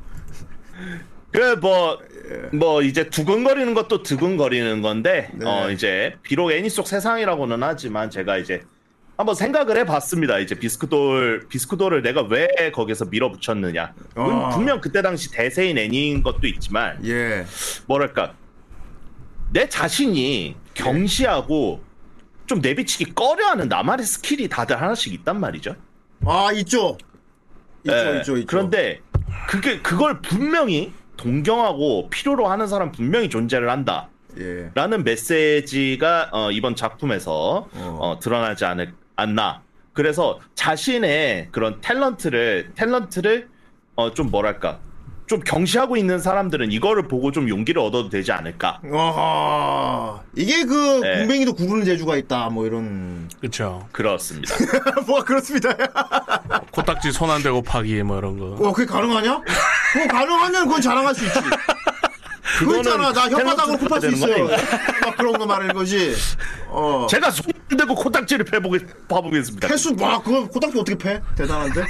Speaker 10: 그, 뭐, 뭐, 이제 두근거리는 것도 두근거리는 건데,
Speaker 8: 네.
Speaker 10: 어, 이제, 비록 애니 속 세상이라고는 하지만, 제가 이제, 한번 생각을 해봤습니다. 이제 비스크돌 비스크돌을 내가 왜 거기서 밀어붙였느냐.
Speaker 8: 어.
Speaker 10: 분명 그때 당시 대세인 애니인 것도 있지만
Speaker 8: 예.
Speaker 10: 뭐랄까 내 자신이 경시하고 좀 내비치기 꺼려하는 나만의 스킬이 다들 하나씩 있단 말이죠.
Speaker 8: 아 있죠. 있죠,
Speaker 10: 예.
Speaker 8: 있죠, 있죠.
Speaker 10: 그런데 그게 그걸 분명히 동경하고 필요로 하는 사람 분명히 존재를 한다.
Speaker 8: 예.
Speaker 10: 라는 메시지가 어, 이번 작품에서
Speaker 8: 어.
Speaker 10: 어, 드러나지 않을, 않나. 그래서 자신의 그런 탤런트를 탤런트를 어, 좀 뭐랄까 좀 경시하고 있는 사람들은 이거를 보고 좀 용기를 얻어도 되지 않을까.
Speaker 8: 아 이게 그
Speaker 10: 예.
Speaker 8: 군뱅이도 구르는 재주가 있다 뭐 이런
Speaker 5: 그쵸.
Speaker 10: 그렇습니다.
Speaker 8: *laughs* 뭐가 그렇습니다.
Speaker 5: 코딱지 손 안 대고 파기 뭐 이런 거.
Speaker 8: 어 그게 가능하냐? 그거 가능하면 그건 자랑할 수 있지. 그거 있잖아 나 혓바닥으로
Speaker 10: 탤런트로
Speaker 8: 굽할 수
Speaker 10: 되는 거
Speaker 8: 있어요.
Speaker 10: 아닌가요?
Speaker 8: 막 그런 거 말하는 거지. 어.
Speaker 10: 제가 손 대고 코딱지를 패보겠, 파보겠습니다.
Speaker 8: 패스 와 그거 고등학교 어떻게 패? 대단한데.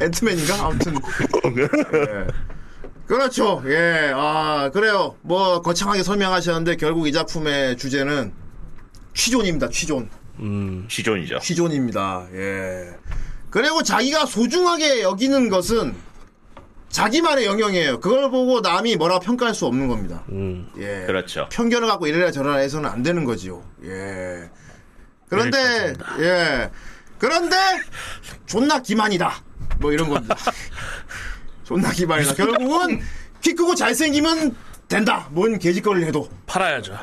Speaker 8: *laughs* 앤트맨인가? 아무튼. 예. 그렇죠. 예. 아, 그래요. 뭐 거창하게 설명하셨는데 결국 이 작품의 주제는 취존입니다. 취존.
Speaker 10: 시존이죠.
Speaker 8: 취존입니다. 예. 그리고 자기가 소중하게 여기는 것은 자기만의 영역이에요. 그걸 보고 남이 뭐라 평가할 수 없는 겁니다. 예.
Speaker 10: 그렇죠.
Speaker 8: 편견을 갖고 이래라 저래라 해서는 안 되는 거지요. 예. 그런데 예. 그런데 존나 기만이다. 뭐
Speaker 5: *laughs*
Speaker 8: 이런 겁니다. 존나 기만이다. 결국은 키 크고 잘생기면 된다. 뭔 개짓거리를 해도.
Speaker 5: 팔아야죠.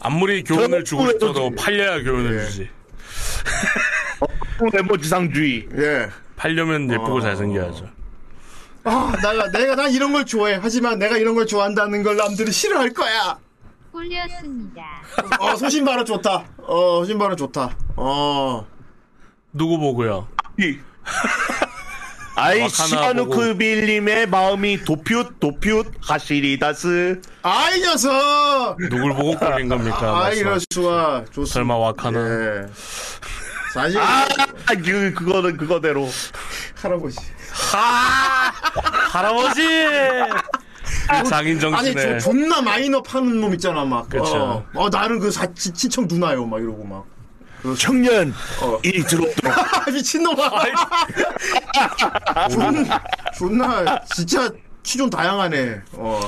Speaker 5: 아무리 교훈을 주고
Speaker 10: 결국
Speaker 5: 싶어도
Speaker 10: 교훈을
Speaker 5: 팔려야 교훈을
Speaker 8: 예.
Speaker 5: 주지.
Speaker 10: 외모지상주의.
Speaker 8: 예.
Speaker 5: 팔려면
Speaker 8: 어.
Speaker 5: 예쁘고 잘생겨야죠.
Speaker 8: 아, 내가 내가 난 이런 걸 좋아해. 하지만 내가 이런 걸 좋아한다는 걸 남들이 싫어할 거야.
Speaker 4: 꿀렸습니다.
Speaker 8: 어, 소신발언 좋다. 어, 소신발언 좋다. 어.
Speaker 5: 누구 보고요?
Speaker 10: 이. *laughs* 아이
Speaker 5: 와카나 보고.
Speaker 10: 시가누크빌님의 마음이 도피웃 도피웃 하시리다스
Speaker 8: 아이 녀석.
Speaker 5: 누굴 보고 꼴린 겁니까?
Speaker 8: 아, 이
Speaker 5: 말씀하시-
Speaker 8: 럴 수가 좋습니다.
Speaker 5: 설마 와카는
Speaker 8: 예. 사실
Speaker 10: 아그 그거는 그거대로
Speaker 8: 할아버지.
Speaker 5: 할아버지 장인
Speaker 8: 아니
Speaker 5: 정신에
Speaker 8: 저 존나 마이너 파는 놈 있잖아 막.
Speaker 5: 그쵸.
Speaker 8: 어, 어 나는 그 사, 친- 친척 누나요 막 이러고 막. *laughs*
Speaker 10: 청년 이 들어
Speaker 8: 아 미친놈아. *laughs* 존나, 존나 진짜 취존 다양하네. 어.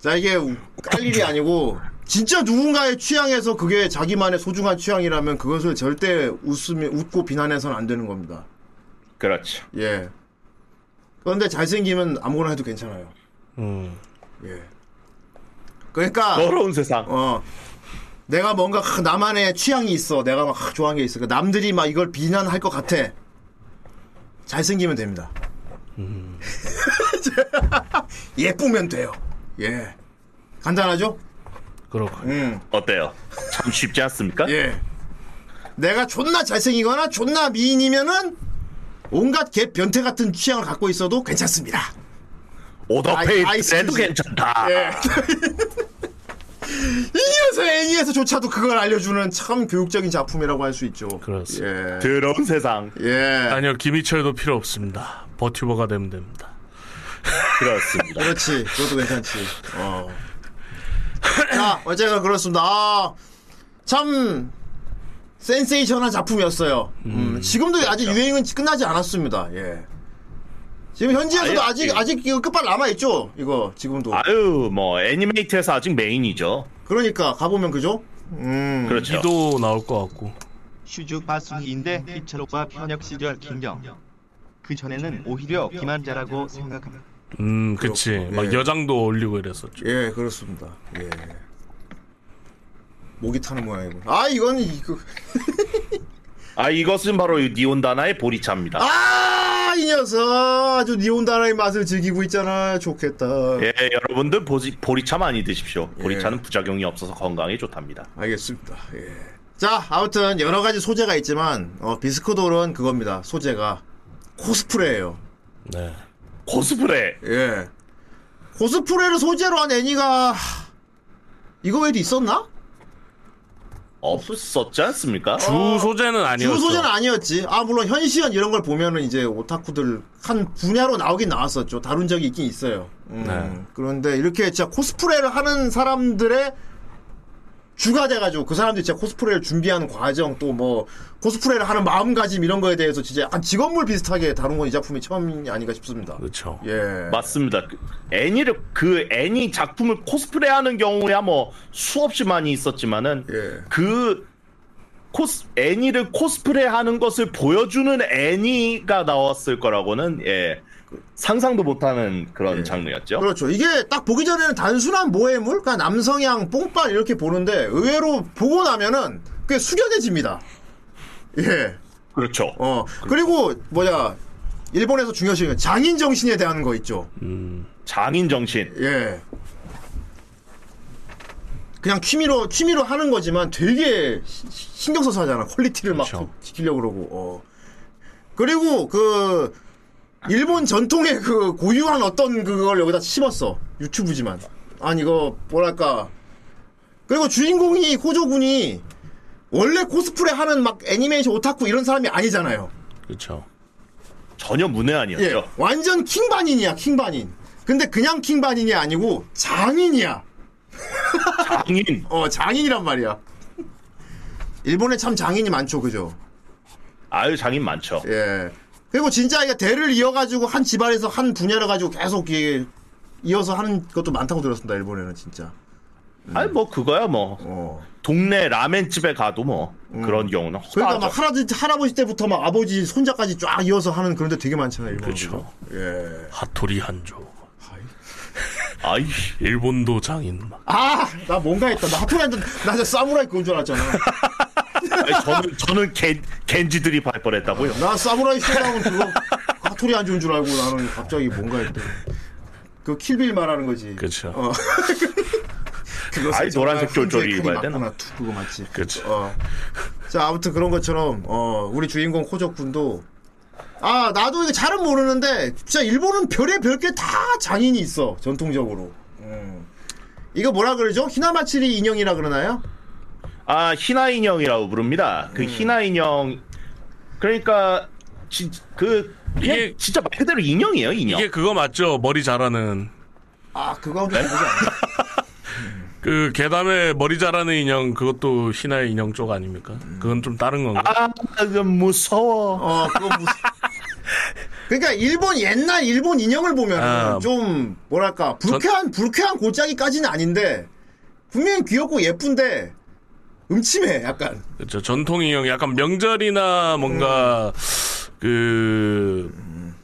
Speaker 8: 자 이게 깔 일이 아니고 진짜 누군가의 취향에서 그게 자기만의 소중한 취향이라면 그것을 절대 웃으면 웃고 비난해서는 안 되는 겁니다.
Speaker 10: 그렇죠
Speaker 8: 예. 그런데 잘생기면 아무거나 해도 괜찮아요.
Speaker 5: 음.
Speaker 8: 예. 그러니까
Speaker 10: 더러운 세상
Speaker 8: 어. 내가 뭔가 하, 나만의 취향이 있어. 내가 막 하, 좋아하는 게 있어. 그 남들이 막 이걸 비난할 것 같아. 잘생기면 됩니다.
Speaker 5: 음.
Speaker 8: *laughs* 예쁘면 돼요. 예. 간단하죠?
Speaker 5: 그렇군.
Speaker 8: 음.
Speaker 10: 어때요 참 쉽지 않습니까
Speaker 8: 예. 내가 존나 잘생기거나 존나 미인이면은 온갖 개 변태 같은 취향을 갖고 있어도 괜찮습니다. 아이- 아이스
Speaker 10: 오더페이트에도
Speaker 8: 크림.
Speaker 10: 괜찮다
Speaker 8: 예. 이어서 애니에서조차도 그걸 알려주는 참 교육적인 작품이라고 할 수 있죠.
Speaker 5: 그렇습니다.
Speaker 8: 예.
Speaker 10: 더러운 세상
Speaker 8: 예.
Speaker 5: 아니요 김희철도 필요 없습니다. 버튜버가 되면 됩니다.
Speaker 10: 그렇습니다
Speaker 8: 그렇지. 그것도 괜찮지. 어. 자, 어쨌든 그렇습니다. 아, 참 센세이션한 작품이었어요. 음, 지금도 아직
Speaker 10: 그렇죠.
Speaker 8: 유행은 끝나지 않았습니다. 예. 지금 현지에서도
Speaker 10: 아예-
Speaker 8: 아직
Speaker 10: 예.
Speaker 8: 아직 이거 끝발 남아 있죠. 이거 지금도.
Speaker 10: 아유 뭐 애니메이트에서 아직 메인이죠
Speaker 8: 그러니까 가보면 그죠? 음.
Speaker 10: 그렇죠
Speaker 5: 이도 나올 것 같고
Speaker 11: 슈즈 바순이인데 희철 오빠 편역 시절 김경. 그 전에는 오히려 기만자라고 생각합니다.
Speaker 5: 음 그치
Speaker 8: 그렇고,
Speaker 5: 막
Speaker 8: 예.
Speaker 5: 여장도 올리고 이랬었죠.
Speaker 8: 예, 그렇습니다. 예. 목이 타는 모양이군. 아, 이건 이거
Speaker 10: 아 이것은 바로 이 니온다나의 보리차입니다
Speaker 8: 아, 이 녀석 아주 니온다라의 맛을 즐기고 있잖아. 좋겠다.
Speaker 10: 예, 여러분들 보지, 보리차 많이 드십시오.
Speaker 8: 예.
Speaker 10: 보리차는 부작용이 없어서 건강에 좋답니다.
Speaker 8: 알겠습니다. 예. 자, 아무튼 여러 가지 소재가 있지만 어, 비스크돌은 그겁니다. 소재가 코스프레예요.
Speaker 5: 네.
Speaker 10: 코스프레.
Speaker 8: 예. 코스프레를 소재로 한 애니가 하, 이거 외에도 있었나?
Speaker 10: 없었지 않습니까?
Speaker 8: 네.
Speaker 5: 주 소재는 아니었죠.
Speaker 8: 주 어, 소재는 아니었지. 아 물론 현시연 이런 걸 보면은 이제 오타쿠들 한 분야로 나오긴 나왔었죠. 다룬 적이 있긴 있어요. 음,
Speaker 5: 네.
Speaker 8: 그런데 이렇게 진짜 코스프레를 하는 사람들의 주가 돼가지고 그 사람들이 진짜 코스프레를 준비하는 과정 또 뭐 코스프레를 하는 마음가짐 이런 거에 대해서 진짜 약간 직업물 비슷하게 다룬 건 이 작품이 처음이 아닌가 싶습니다.
Speaker 5: 그렇죠.
Speaker 8: 예.
Speaker 10: 맞습니다. 그 애니를 그 애니 작품을 코스프레하는 경우야 뭐 수없이 많이 있었지만은
Speaker 8: 예.
Speaker 10: 그 코스 애니를 코스프레하는 것을 보여주는 애니가 나왔을 거라고는 예 상상도 못하는 그런 장르였죠.
Speaker 8: 그렇죠. 이게 딱 보기 전에는 단순한 모해물, 그러니까 남성향 뽕빨 이렇게 보는데 의외로 보고 나면은 꽤 숙연해집니다. 예.
Speaker 10: 그렇죠.
Speaker 8: 어 그리고 뭐야 일본에서 중요시 여기는 장인 정신에 대한 거 있죠.
Speaker 5: 음.
Speaker 10: 장인 정신.
Speaker 8: 예. 그냥 취미로 취미로 하는 거지만 되게 시- 시- 신경 써서 하잖아. 퀄리티를 막
Speaker 5: 그쵸.
Speaker 8: 지키려고 그러고. 어. 그리고 그 일본 전통의 그 고유한 어떤 그걸 여기다 심었어. 유튜브지만. 아니 이거 뭐랄까. 그리고 주인공이 호조군이 원래 코스프레 하는 막 애니메이션 오타쿠 이런 사람이 아니잖아요.
Speaker 5: 그렇죠.
Speaker 10: 전혀
Speaker 8: 예,
Speaker 10: 문외한이었죠.
Speaker 8: 완전 킹반인이야, 킹반인. 근데 그냥 킹반인이 아니고 장인이야.
Speaker 10: 장인.
Speaker 8: 어, 장인이란 말이야. *laughs* 일본에 참 장인이 많죠, 그죠?
Speaker 10: 아유 장인 많죠.
Speaker 8: 예. 그리고 진짜 이게 대를 이어가지고 한 집안에서 한 분야를 가지고 계속 이게 이어서 하는 것도 많다고 들었습니다, 일본에는 진짜.
Speaker 10: 아니 뭐 그거야 뭐
Speaker 8: 어. 음.
Speaker 10: 동네 라멘 집에 가도 뭐 그런 경우는
Speaker 8: 그러니까
Speaker 10: 허다하죠.
Speaker 8: 막 할아버지, 할아버지 때부터 막 아버지, 손자까지 쫙 이어서 하는 그런데 되게 많잖아요, 일본은.
Speaker 5: 그쵸.
Speaker 8: 그죠? 예.
Speaker 5: 하토리 한조.
Speaker 10: 아이
Speaker 5: 일본도 장인 막.
Speaker 8: 아! 나 뭔가 했다. 나 하필한테, 나 진짜 사무라이 그건 줄 알았잖아.
Speaker 10: 아니,
Speaker 8: *laughs*
Speaker 10: 저는 저는 겐, 겐지들이 발 뻔했다고요.
Speaker 8: 나 사무라이 쇼다운 그거 가토리 안 좋은 줄 알고 나는 갑자기 뭔가 했더니 그 킬빌 말하는 거지.
Speaker 5: 그렇죠.
Speaker 8: 어. 그거 정말
Speaker 10: 아이, 노란색 쫄쫄이
Speaker 8: 흔적이
Speaker 10: 입어야 되나?
Speaker 8: 맞구나. 투, 그거 맞지.
Speaker 5: 그렇죠.
Speaker 8: 어. 자 아무튼 그런 것처럼 어, 우리 주인공 호적 군도 아 나도 이거 잘은 모르는데 진짜 일본은 별의 별게 다 장인이 있어 전통적으로. 음. 이거 뭐라 그러죠? 히나마치리 인형이라 그러나요?
Speaker 10: 아 희나 인형이라고 부릅니다.
Speaker 8: 음.
Speaker 10: 그 희나 인형 그러니까 지, 그 그냥
Speaker 5: 이게-
Speaker 10: 진짜 말 그대로 인형이에요 인형.
Speaker 5: 이게 그거 맞죠? 머리 자라는
Speaker 8: 아 그거
Speaker 10: 네?
Speaker 8: 좀 모르지
Speaker 5: 그 계담에 머리 자라는 인형 그것도 희나의 인형 쪽 아닙니까? 그건 좀 다른 건가?
Speaker 10: 아 그거 무서워.
Speaker 8: 어, 그거 무슨. 그러니까 일본 옛날 일본 인형을 보면
Speaker 5: 아.
Speaker 8: 은좀 뭐랄까 불쾌한 불쾌한 골짜기까지는 아닌데 분명히 귀엽고 예쁜데 음침해 약간.
Speaker 5: 그렇죠. 전통 인형 약간 명절이나
Speaker 8: 음.
Speaker 5: 뭔가 그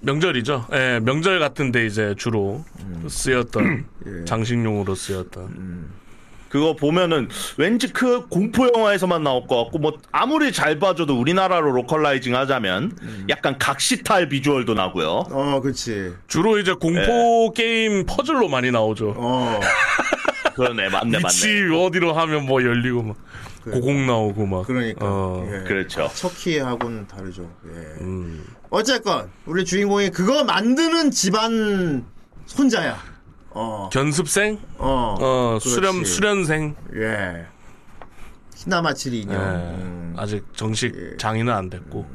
Speaker 5: 명절이죠. 예, 명절 같은데 이제 주로
Speaker 8: 음.
Speaker 5: 쓰였던
Speaker 8: 예.
Speaker 5: 장식용으로 쓰였던.
Speaker 10: *laughs* 그거 보면은 왠지 그 공포 영화에서만 나올 것 같고 뭐 아무리 잘 봐줘도 우리나라로 로컬라이징 하자면 약간 각시탈 비주얼도 나고요.
Speaker 8: 음. 어, 그렇지.
Speaker 5: 주로 이제
Speaker 8: 예.
Speaker 5: 공포 게임 퍼즐로 많이 나오죠.
Speaker 8: 어,
Speaker 10: 그러네 맞네 맞네.
Speaker 5: 위치 어디로 하면 뭐 열리고 막 고공 나오고 막.
Speaker 8: 그 그러니까.
Speaker 5: 어.
Speaker 8: 예.
Speaker 10: 그렇죠.
Speaker 8: 터키하고는 다르죠. 예.
Speaker 5: 음.
Speaker 8: 어쨌건 우리 주인공이 그거 만드는 집안 손자야. 어,
Speaker 5: 견습생,
Speaker 8: 어,
Speaker 5: 어
Speaker 8: 그렇지.
Speaker 5: 수련 수련생.
Speaker 8: 예. 히나마치리 인형.
Speaker 5: 예.
Speaker 8: 음.
Speaker 5: 아직 정식
Speaker 8: 예.
Speaker 5: 장인은 안 됐고.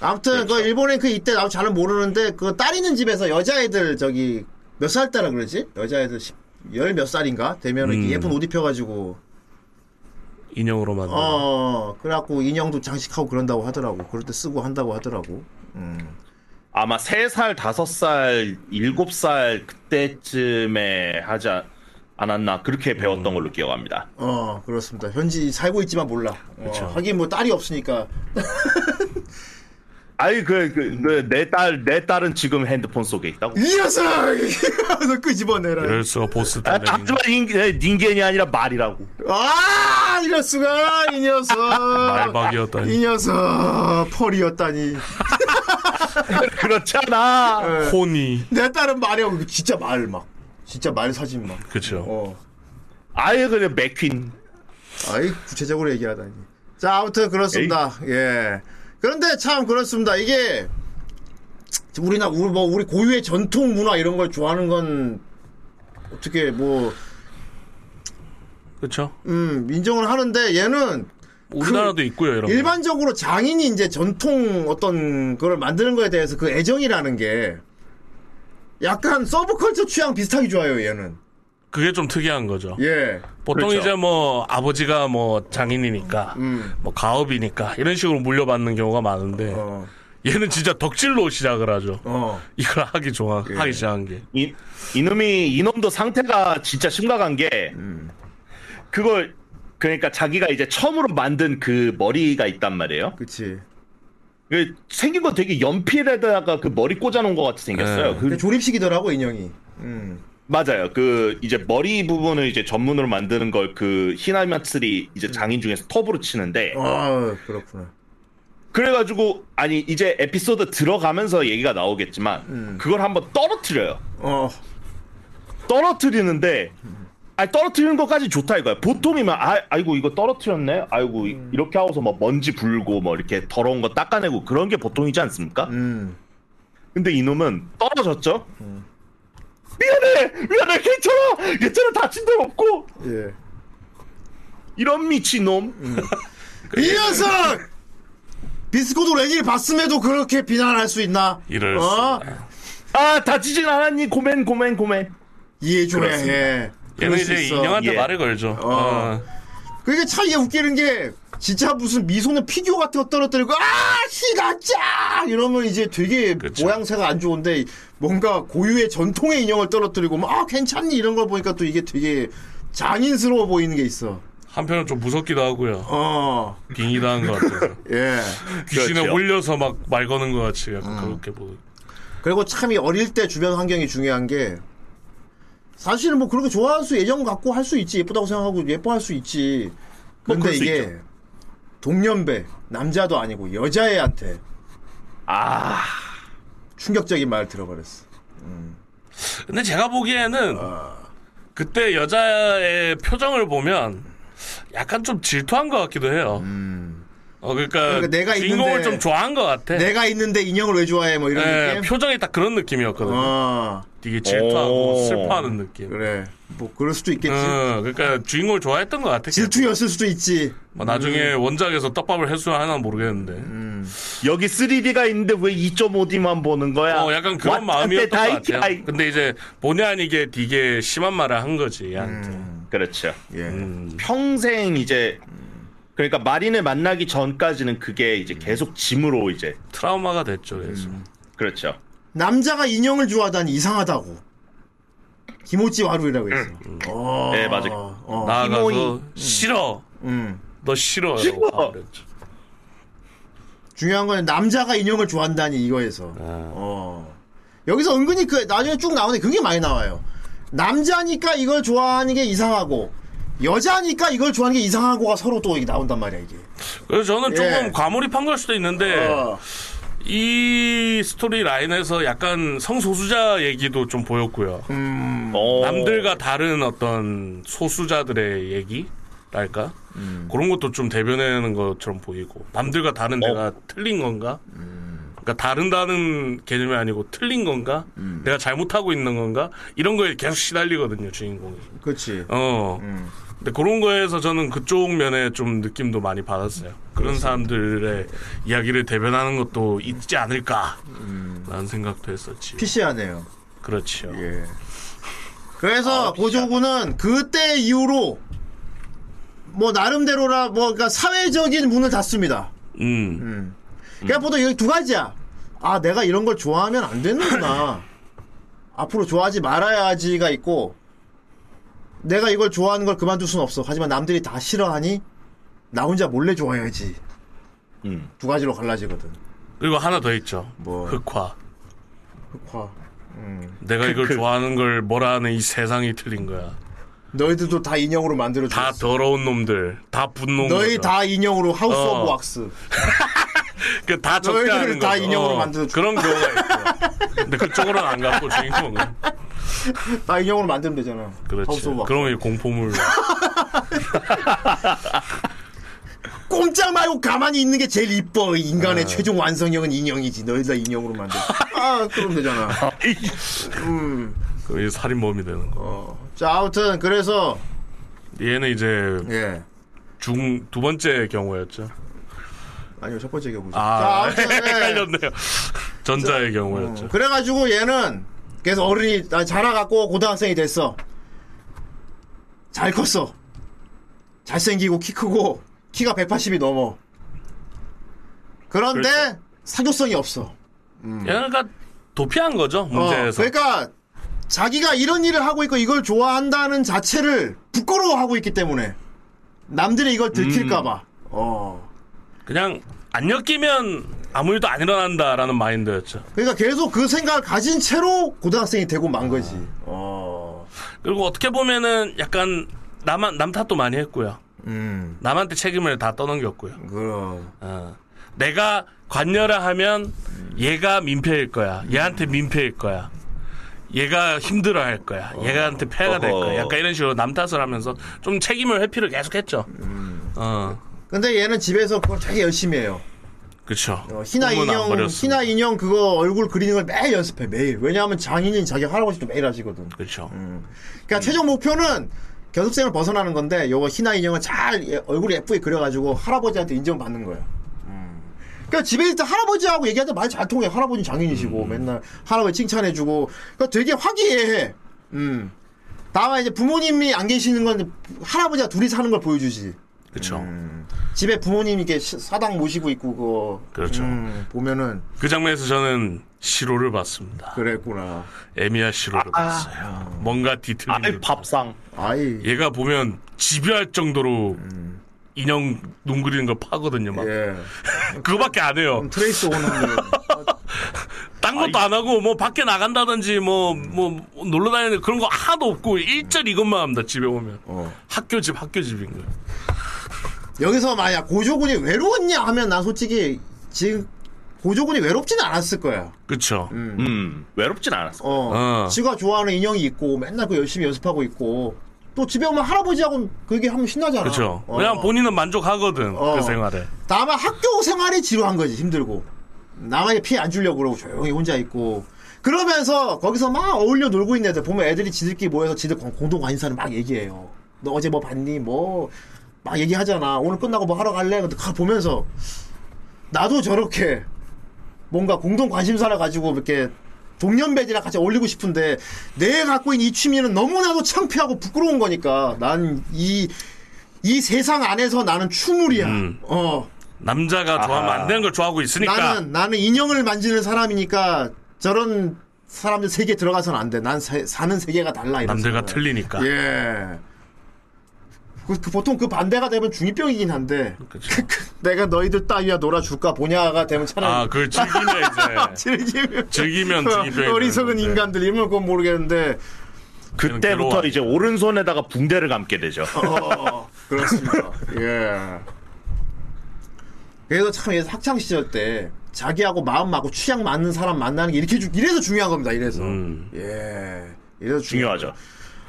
Speaker 8: 아무튼 그 일본에 그 이때 나도 잘은 모르는데 그 딸 있는 집에서 여자애들 저기 몇 살 때라 그러지? 여자애들 열 몇 살인가 되면 은 예쁜 옷 입혀가지고
Speaker 5: 인형으로 만든.
Speaker 8: 어, 어 그래갖고 인형도 장식하고 그런다고 하더라고 그럴 때 쓰고 한다고 하더라고
Speaker 10: 아마 3살, 5살, 7살 그때쯤에 하지 않- 않았나 그렇게 배웠던 걸로 기억합니다.
Speaker 8: 어 그렇습니다 현지 살고 있지만 몰라 어, 하긴 뭐 딸이 없으니까
Speaker 10: 아이 그, 그내딸내 딸은 지금 핸드폰 속에 있다고.
Speaker 8: 이 녀석 *laughs* 하면서 끄집어내라
Speaker 11: 네.
Speaker 5: 이럴 수가 보스
Speaker 10: 아,
Speaker 5: 때문에.
Speaker 10: 하지만 인- 에, 닌겐이 아니라 말이라고.
Speaker 8: 아 이럴 수가 이 녀석
Speaker 5: 말박이었다니.
Speaker 8: 아. 이 녀석 펄이었다니
Speaker 10: 그렇잖아.
Speaker 5: 혼이.
Speaker 8: 내 딸은 말이야 진짜 말 막 진짜 말 사진 막
Speaker 5: 그렇죠.
Speaker 8: 어.
Speaker 10: 아예 그래 맥퀸.
Speaker 8: 아이 구체적으로 얘기하다니. 자 아무튼 그렇습니다. 예. 그런데 참 그렇습니다. 이게 우리나 우리 뭐 우리 고유의 전통 문화 이런 걸 좋아하는 건 어떻게 뭐
Speaker 5: 그렇죠.
Speaker 8: 음, 인정을 하는데 얘는
Speaker 5: 우리나라도 있고요, 이런. 거.
Speaker 8: 일반적으로 장인이 이제 전통 어떤 그걸 만드는 거에 대해서 그 애정이라는 게 약간 서브컬처 취향 비슷하게 좋아요 얘는.
Speaker 11: 그게 좀 특이한 거죠.
Speaker 8: 예.
Speaker 11: 보통
Speaker 10: 그렇죠.
Speaker 11: 이제 뭐 아버지가 뭐 장인이니까
Speaker 8: 음.
Speaker 11: 뭐 가업이니까 이런 식으로 물려받는 경우가 많은데
Speaker 8: 어.
Speaker 11: 얘는 진짜 덕질로 시작을 하죠.
Speaker 8: 어. 예.
Speaker 11: 이걸 하기 좋아 하기 시작한 게.
Speaker 10: 이, 이놈이 이놈도 상태가 진짜 심각한 게 그걸 그러니까 자기가 이제 처음으로 만든 그 머리가 있단 말이에요.
Speaker 8: 그치.
Speaker 10: 그 생긴 거 되게 연필에다가 그 머리 꽂아놓은 것 같이 생겼어요.
Speaker 11: 네.
Speaker 10: 그-
Speaker 8: 근데 조립식이더라고 인형이. 음.
Speaker 10: 맞아요. 그 이제 머리 부분을 이제 전문으로 만드는 걸 그 히나마츠리 이제 장인 중에서 톱으로 치는데
Speaker 8: 아 그렇구나.
Speaker 10: 그래가지고 아니 이제 에피소드 들어가면서 얘기가 나오겠지만
Speaker 8: 음.
Speaker 10: 그걸 한번 떨어뜨려요.
Speaker 8: 어.
Speaker 10: 떨어뜨리는데 아니 떨어뜨리는 것까지 좋다 이거야. 보통이면 아, 아이고 이거 떨어뜨렸네. 아이고 이- 이렇게 하고서 뭐 먼지 불고 뭐 이렇게 더러운 거 닦아내고 그런 게 보통이지 않습니까?
Speaker 8: 음.
Speaker 10: 근데 이놈은 떨어졌죠. 미안해, 미안해, 괜찮아, 괜찮아, 다친 데 없고
Speaker 8: 예.
Speaker 10: 이런 미친 놈.
Speaker 8: 이 녀석! 비스코도 레니를 봤음에도 그렇게 비난할 수 있나?
Speaker 11: 이럴
Speaker 8: 어?
Speaker 10: 아 다치진 않았니? 고멘, 고멘, 고멘.
Speaker 8: 이해줘야
Speaker 10: 그렇습니다.
Speaker 8: 해.
Speaker 11: 얘는
Speaker 8: 그럴 수
Speaker 11: 이제
Speaker 8: 있어.
Speaker 11: 인형한테
Speaker 10: 예.
Speaker 11: 말을 걸죠. 어.
Speaker 8: 그게 참 이게 웃기는 게 진짜 무슨 미소는 피규어 같은 거 떨어뜨리고 아 시가 짱 이러면 이제 되게
Speaker 11: 그쵸.
Speaker 8: 모양새가 안 좋은데 뭔가 고유의 전통의 인형을 떨어뜨리고 막 아, 괜찮니 이런 걸 보니까 또 이게 되게 장인스러워 보이는 게 있어.
Speaker 11: 한편은 좀 무섭기도 하고요.
Speaker 8: 어,
Speaker 11: 빙의당한 것
Speaker 8: *laughs*
Speaker 11: 같아요.
Speaker 8: 예.
Speaker 11: 귀신에
Speaker 10: 그렇죠.
Speaker 11: 홀려서 막 말 거는 것 같이 약간
Speaker 8: 음.
Speaker 11: 그렇게 보고.
Speaker 8: 그리고 참 이 어릴 때 주변 환경이 중요한 게 사실은 뭐 그렇게 좋아할 수 예정 갖고 할 수 있지 예쁘다고 생각하고 예뻐할 수 있지.
Speaker 10: 뭐
Speaker 8: 근데
Speaker 10: 그럴 수
Speaker 8: 이게
Speaker 10: 있죠.
Speaker 8: 동년배 남자도 아니고 여자애한테
Speaker 10: 아
Speaker 8: 충격적인 말을 들어버렸어.
Speaker 11: 근데 제가 보기에는
Speaker 8: 아.
Speaker 11: 그때 여자의 표정을 보면 약간 좀 질투한 것 같기도 해요. 어 그러니까,
Speaker 8: 음. 그러니까 내가
Speaker 11: 주인공을
Speaker 8: 있는데-
Speaker 11: 좀 좋아한 것 같아.
Speaker 8: 내가 있는데 인형을 왜 좋아해? 뭐 이런
Speaker 11: 예,
Speaker 8: 느낌.
Speaker 11: 표정이 딱 그런 느낌이었거든. 요
Speaker 8: 어,
Speaker 11: 되게 질투하고
Speaker 10: 오.
Speaker 11: 슬퍼하는 느낌.
Speaker 8: 그래. 뭐 그럴 수도 있겠지.
Speaker 11: 어, 그러니까 주인공을 좋아했던 것 같아.
Speaker 8: 질투였을 음. 수도 있지.
Speaker 11: 뭐 나중에 원작에서 떡밥을 해수하나 모르겠는데.
Speaker 8: 음.
Speaker 10: 여기 3D가 있는데 왜 2.5D만 보는 거야?
Speaker 11: 어, 약간 그런
Speaker 10: 왓데
Speaker 11: 마음이었던 것
Speaker 10: 다이키
Speaker 11: 같아요.
Speaker 10: 아이.
Speaker 11: 근데 이제 본의 아니게 되게 심한 말을 한 거지 얘한테.
Speaker 10: 그렇죠.
Speaker 8: 예.
Speaker 10: 평생 이제 그러니까 마린을 만나기 전까지는 그게 이제 계속 짐으로 이제
Speaker 11: 트라우마가 됐죠. 그래서
Speaker 10: 그렇죠.
Speaker 8: 남자가 인형을 좋아하다니 이상하다고. 김오찌
Speaker 10: 음,
Speaker 8: 와루이라고 했어. 어.
Speaker 10: 네 맞아요.
Speaker 8: 어.
Speaker 11: 나가서
Speaker 10: 이모이.
Speaker 11: 싫어.
Speaker 8: 음.
Speaker 11: 너 싫어요.
Speaker 10: 싫어.
Speaker 11: 다 그랬죠.
Speaker 8: 중요한 건 남자가 인형을 좋아한다니 이거에서. 어. 여기서 은근히 그 나중에 쭉 나오는데 그게 많이 나와요. 남자니까 이걸 좋아하는 게 이상하고 여자니까 이걸 좋아하는 게 이상하고가 서로 또 이게 나온단 말이야 이게.
Speaker 11: 그래서 저는
Speaker 8: 예.
Speaker 11: 조금 과몰입한 걸 수도 있는데
Speaker 8: 어.
Speaker 11: 이 스토리 라인에서 약간 성소수자 얘기도 좀 보였고요.
Speaker 10: 어.
Speaker 11: 남들과 다른 어떤 소수자들의 얘기랄까 그런 것도 좀 대변하는 것처럼 보이고 남들과 다른 내가 틀린 건가 그러니까 다른다는 개념이 아니고 틀린 건가 내가 잘못하고 있는 건가 이런 거에 계속 시달리거든요 주인공이
Speaker 8: 그렇지.
Speaker 11: 어 근데 그런 거에서 저는 그쪽 면에 좀 느낌도 많이 받았어요 그런 사람들의 이야기를 대변하는 것도 있지 않을까 라는 생각도 했었지
Speaker 8: 피시하네요.
Speaker 11: 그렇죠
Speaker 8: 예. 그래서 고조군은 그때 이후로 뭐 나름대로라 뭐 그러니까 사회적인 문을 닫습니다.
Speaker 11: 음.
Speaker 8: 그러니까 보통 여기 두 가지야. 아 내가 이런 걸 좋아하면
Speaker 11: *laughs*
Speaker 8: 안 되는구나. 앞으로 좋아하지 말아야지가 있고 내가 이걸 좋아하는 걸 그만둘 순 없어. 하지만 남들이 다 싫어하니 나 혼자 몰래 좋아해야지.
Speaker 10: 음.
Speaker 8: 두 가지로 갈라지거든.
Speaker 11: 그리고 하나 더 있죠.
Speaker 8: 뭐?
Speaker 11: 흑화.
Speaker 8: 화. 그,
Speaker 11: 내가 이걸 좋아하는 걸 뭐라 하는 이 세상이 틀린 거야.
Speaker 8: 너희들도 다 인형으로 만들어
Speaker 11: 다
Speaker 8: 줬어.
Speaker 11: 더러운 놈들, 다 분노.
Speaker 8: 그렇죠. 너희 다 인형으로 하우스
Speaker 11: 어.
Speaker 8: 오브 왁스.
Speaker 11: 그다 적게
Speaker 8: 너희들을
Speaker 11: 하는
Speaker 8: 다
Speaker 11: 거죠.
Speaker 8: 인형으로
Speaker 11: 어,
Speaker 8: 만들어줘.
Speaker 11: 그런 경우가 있고. 근데 그쪽으로는 안 갔고 주인공은
Speaker 8: 나 인형으로 만들면 되잖아.
Speaker 11: 그렇지.
Speaker 8: 하우스 오브 왁스.
Speaker 11: 그러면 이제 공포물.
Speaker 8: 꼼짝 말고 가만히 있는 게 제일 이뻐. 인간의 최종 완성형은 인형이지. 너희 다 인형으로 만들. *laughs* 아, 그럼 되잖아.
Speaker 11: 그럼 이제 살인범이 되는 거.
Speaker 8: 어. 자, 아무튼 그래서
Speaker 11: 얘는 이제
Speaker 8: 예.
Speaker 11: 중 두 번째 경우였죠.
Speaker 8: 아니요, 첫 번째 경우죠.
Speaker 11: *laughs*
Speaker 8: 자,
Speaker 11: 아,
Speaker 8: 아무튼 어, 예.
Speaker 11: 헷갈렸네요. 전자의 경우였죠.
Speaker 8: 그래가지고 얘는 그래서 어른이 아, 자라갖고 고등학생이 됐어. 잘 컸어. 잘생기고 키 크고 키가 180이 넘어. 그런데
Speaker 11: 그렇죠.
Speaker 8: 사교성이 없어.
Speaker 11: 그러니까 도피한 거죠
Speaker 8: 어,
Speaker 11: 문제에서.
Speaker 8: 그러니까 자기가 이런 일을 하고 있고 이걸 좋아한다는 자체를 부끄러워하고 있기 때문에 남들이 이걸 들킬까봐.
Speaker 11: 음.
Speaker 8: 어.
Speaker 11: 그냥 안 엮이면 아무 일도 안 일어난다라는 마인드였죠.
Speaker 8: 그러니까 계속 그 생각을 가진 채로 고등학생이 되고 만 거지. 어.
Speaker 11: 그리고 어떻게 보면은 약간 남한 남 탓도 많이 했고요.
Speaker 8: 음.
Speaker 11: 남한테 책임을 다 떠넘겼고요.
Speaker 8: 그럼.
Speaker 11: 어. 내가 관여를 하면 얘가 민폐일 거야. 얘한테 민폐일 거야. 얘가 힘들어할 거야. 얘가한테 폐가 될 거야.
Speaker 10: 어허.
Speaker 11: 약간 이런 식으로 남 탓을 하면서 좀 책임을 회피를 계속했죠.
Speaker 8: 음.
Speaker 11: 어,
Speaker 8: 근데 얘는 집에서 그걸 되게 열심히 해요.
Speaker 11: 그렇죠.
Speaker 8: 어, 희나 인형, 희나 인형 그거 얼굴 그리는 걸 매일 연습해, 매일. 왜냐하면 장인인 자기 할아버지도 매일 하시거든.
Speaker 11: 그렇죠.
Speaker 8: 그러니까 최종 목표는 견습생을 벗어나는 건데, 요거 희나 인형을 잘 예- 얼굴 예쁘게 그려가지고 할아버지한테 인정받는 거예요. 그러니까 집에 있을 때 할아버지하고 얘기할 때 말 잘 통해. 할아버지 장인이시고, 맨날 할아버지 칭찬해주고. 그러니까 되게 화기애애해. 음. 다만 이제 부모님이 안 계시는 건 할아버지가 둘이 사는 걸 보여주지.
Speaker 11: 그렇죠.
Speaker 8: 음. 집에 부모님 이렇게 시- 사당 모시고 있고 그거
Speaker 11: 그렇죠.
Speaker 8: 음, 보면은
Speaker 11: 그 장면에서 저는 시로를 봤습니다.
Speaker 8: 그랬구나.
Speaker 11: 에미야 시로를
Speaker 8: 아.
Speaker 11: 봤어요. 뭔가
Speaker 10: 아이
Speaker 11: 뒤틀린.
Speaker 10: 밥상
Speaker 8: 아이.
Speaker 11: 얘가 보면 집요할 정도로 인형 눈 그리는 걸 파거든요. 막
Speaker 8: 음. 예.
Speaker 11: 그거밖에 안 해요.
Speaker 8: 그럼 트레이스 오는 아,
Speaker 11: 딴 것도 안 하고 뭐 밖에 나간다든지 뭐
Speaker 8: 음.
Speaker 11: 뭐 놀러 다니는 그런 거 하나도 없고 일절 이것만 합니다 집에 오면 학교 집 학교 집인 거예요
Speaker 8: 여기서 만약 고조군이 외로웠냐 하면 난 솔직히 지금 고조군이 외롭진 않았을 거야.
Speaker 11: 그쵸
Speaker 10: 음 외롭진 않았어
Speaker 8: 어.
Speaker 11: 어.
Speaker 8: 지가 좋아하는 인형이 있고 맨날 그 열심히 연습하고 있고 또 집에 오면 할아버지하고 그게 하면 신나잖아.
Speaker 11: 그쵸 그렇죠.
Speaker 8: 어.
Speaker 11: 그냥 본인은 만족하거든
Speaker 8: 어.
Speaker 11: 그 생활에
Speaker 8: 다만 학교 생활이 지루한 거지 힘들고 남에게 피해 안 주려고 그러고 조용히 혼자 있고 그러면서 거기서 막 어울려 놀고 있는 애들 보면 애들이 지들끼리 모여서 지들 공- 공동 관심사를 막 얘기해요 너 어제 뭐 봤니 뭐 막 얘기하잖아 오늘 끝나고 뭐 하러 갈래 근데 가 보면서 나도 저렇게 뭔가 공동 관심사를 가지고 이렇게 동년배들이랑 같이 어울리고 싶은데 내가 갖고 있는 이 취미는 너무나도 창피하고 부끄러운 거니까 난 이 이 세상 안에서 나는 추물이야.
Speaker 11: 음.
Speaker 8: 어.
Speaker 11: 남자가 좋아하면 안 되는 걸 좋아하고 있으니까
Speaker 8: 나는 나는 인형을 만지는 사람이니까 저런 사람들 세계 들어가선 안 돼. 난 사, 사는 세계가 달라. 이런
Speaker 11: 남들과
Speaker 8: 생각을.
Speaker 11: 틀리니까
Speaker 8: 예. 그, 그 보통 그 반대가 되면 중이병이긴 한데 *laughs*
Speaker 11: 그쵸.
Speaker 8: 내가 너희들 따위와 놀아줄까 보냐가 되면 차라리
Speaker 11: 아 그걸 즐기면 이제
Speaker 8: *laughs* 즐기면
Speaker 11: 즐기면 중이병이
Speaker 8: 어리석은
Speaker 11: 되는데.
Speaker 8: 인간들이면 그건 모르겠는데
Speaker 10: 그때부터
Speaker 11: 괴로워하니까.
Speaker 10: 이제 오른손에다가 붕대를 감게 되죠
Speaker 8: 어, 그렇습니다. 예. 그래서 참 얘가 학창 시절 때 자기하고 마음 맞고 취향 맞는 사람 만나는 게 이렇게 주- 이래서 중요한 겁니다. 이래서
Speaker 11: 음.
Speaker 8: 예. 이래서 중요한
Speaker 10: *laughs* 중요하죠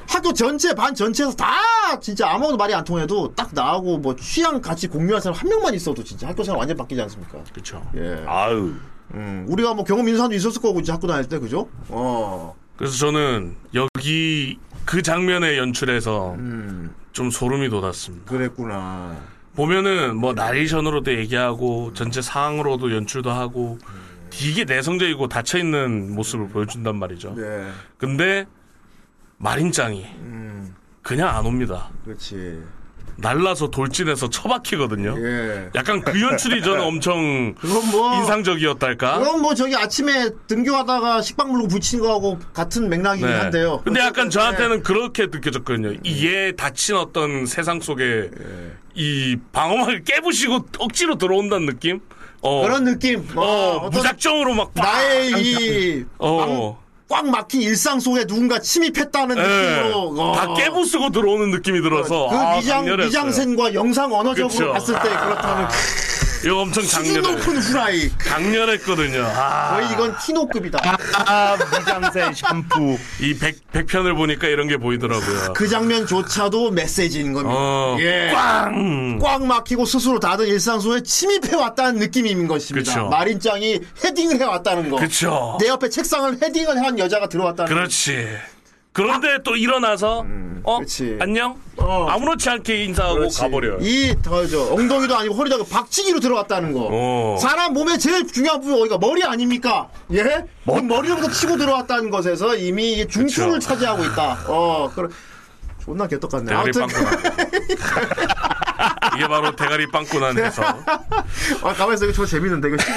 Speaker 8: 학교 전체 반 전체에서 다 진짜 아무도 말이 안 통해도 딱 나하고 뭐 취향 같이 공유한 사람 한 명만 있어도 진짜 학교 생활 완전 바뀌지 않습니까?
Speaker 11: 그쵸
Speaker 8: 예.
Speaker 10: 아유
Speaker 8: 음, 우리가 뭐 경험 인사도 있었을 거고 이제 학교 다닐 때 그죠? 어.
Speaker 11: 그래서 저는 여기 그 장면의 연출에서
Speaker 8: 음.
Speaker 11: 좀 소름이 돋았습니다
Speaker 8: 그랬구나.
Speaker 11: 보면은 뭐 나레이션으로도 얘기하고 전체 상황으로도 연출도 하고 되게 내성적이고 닫혀 있는 모습을 보여준단 말이죠.
Speaker 8: 네.
Speaker 11: 근데 마린짱이
Speaker 8: 음.
Speaker 11: 그냥 안 옵니다.
Speaker 8: 그렇지.
Speaker 11: 날라서 돌진해서 처박히거든요.
Speaker 8: 예.
Speaker 11: 약간 그 연출이 저는 엄청
Speaker 8: 그건 뭐
Speaker 11: 인상적이었달까.
Speaker 8: 그럼 뭐 저기 아침에 등교하다가 식빵 물고 붙인 거하고 같은 맥락이긴
Speaker 11: 네.
Speaker 8: 한데요. 음.
Speaker 11: 근데 약간
Speaker 8: 어쨌든,
Speaker 11: 저한테는 그렇게 느껴졌거든요. 이얘 닫힌 어떤 세상 속에
Speaker 8: 예.
Speaker 11: 이 방어막을 깨부시고 억지로 들어온다는 느낌? 어.
Speaker 8: 네. 그런 느낌.
Speaker 11: 어,
Speaker 8: 어, 어떤
Speaker 11: 무작정으로 막
Speaker 8: 나의
Speaker 11: 빵!
Speaker 8: 이
Speaker 11: 어.
Speaker 8: 꽉 막힌 일상 속에 누군가 침입했다는
Speaker 11: 예.
Speaker 8: 느낌으로 어.
Speaker 11: 다 깨부수고 들어오는 느낌이 들어서
Speaker 8: 그
Speaker 11: 아,
Speaker 8: 미장,
Speaker 11: 강렬했어요.
Speaker 8: 미장센과 영상 언어적으로
Speaker 11: 그쵸.
Speaker 8: 봤을 때 그렇다는
Speaker 11: 이거 엄청
Speaker 8: 수준
Speaker 11: 강렬해
Speaker 8: 높은 후라이.
Speaker 11: 강렬했거든요 아,
Speaker 8: 거의 이건 키노급이다.
Speaker 10: 아 미장센 샴푸
Speaker 11: 이 백, 백편을 보니까 이런 게 보이더라고요
Speaker 8: 그 장면조차도 메시지인 겁니다.
Speaker 11: 어,
Speaker 8: 예.
Speaker 11: 꽝!
Speaker 8: 꽉 막히고 스스로 닫은 일상 속에 침입해 왔다는 느낌인 것입니다.
Speaker 11: 그쵸.
Speaker 8: 마린짱이 헤딩을 해 왔다는 거.
Speaker 11: 그쵸
Speaker 8: 내 옆에 책상을 헤딩을 한 여자가 들어왔다는
Speaker 11: 그렇지 그런데 또 일어나서 어?
Speaker 8: 음, 그치.
Speaker 11: 안녕?
Speaker 8: 어.
Speaker 11: 아무렇지 않게 인사하고
Speaker 8: 그렇지.
Speaker 11: 가버려요
Speaker 8: 이, 더, 저, 엉덩이도 아니고 허리도 아니고 박치기로 들어왔다는 거.
Speaker 11: 어.
Speaker 8: 사람 몸에 제일 중요한 부분 어디가 머리 아닙니까? 예? 머리로부터 치고 들어왔다는 것에서 이미 이게 중추를
Speaker 11: 그쵸.
Speaker 8: 차지하고 있다. 어, 그런 존나 개떡 같네.
Speaker 11: 대가리
Speaker 8: 아무튼 *laughs*
Speaker 11: 빵꾸난 이게 바로 대가리 빵꾸난 해서
Speaker 8: 아 가만 있어 이거 저 재밌는데 이거 씨-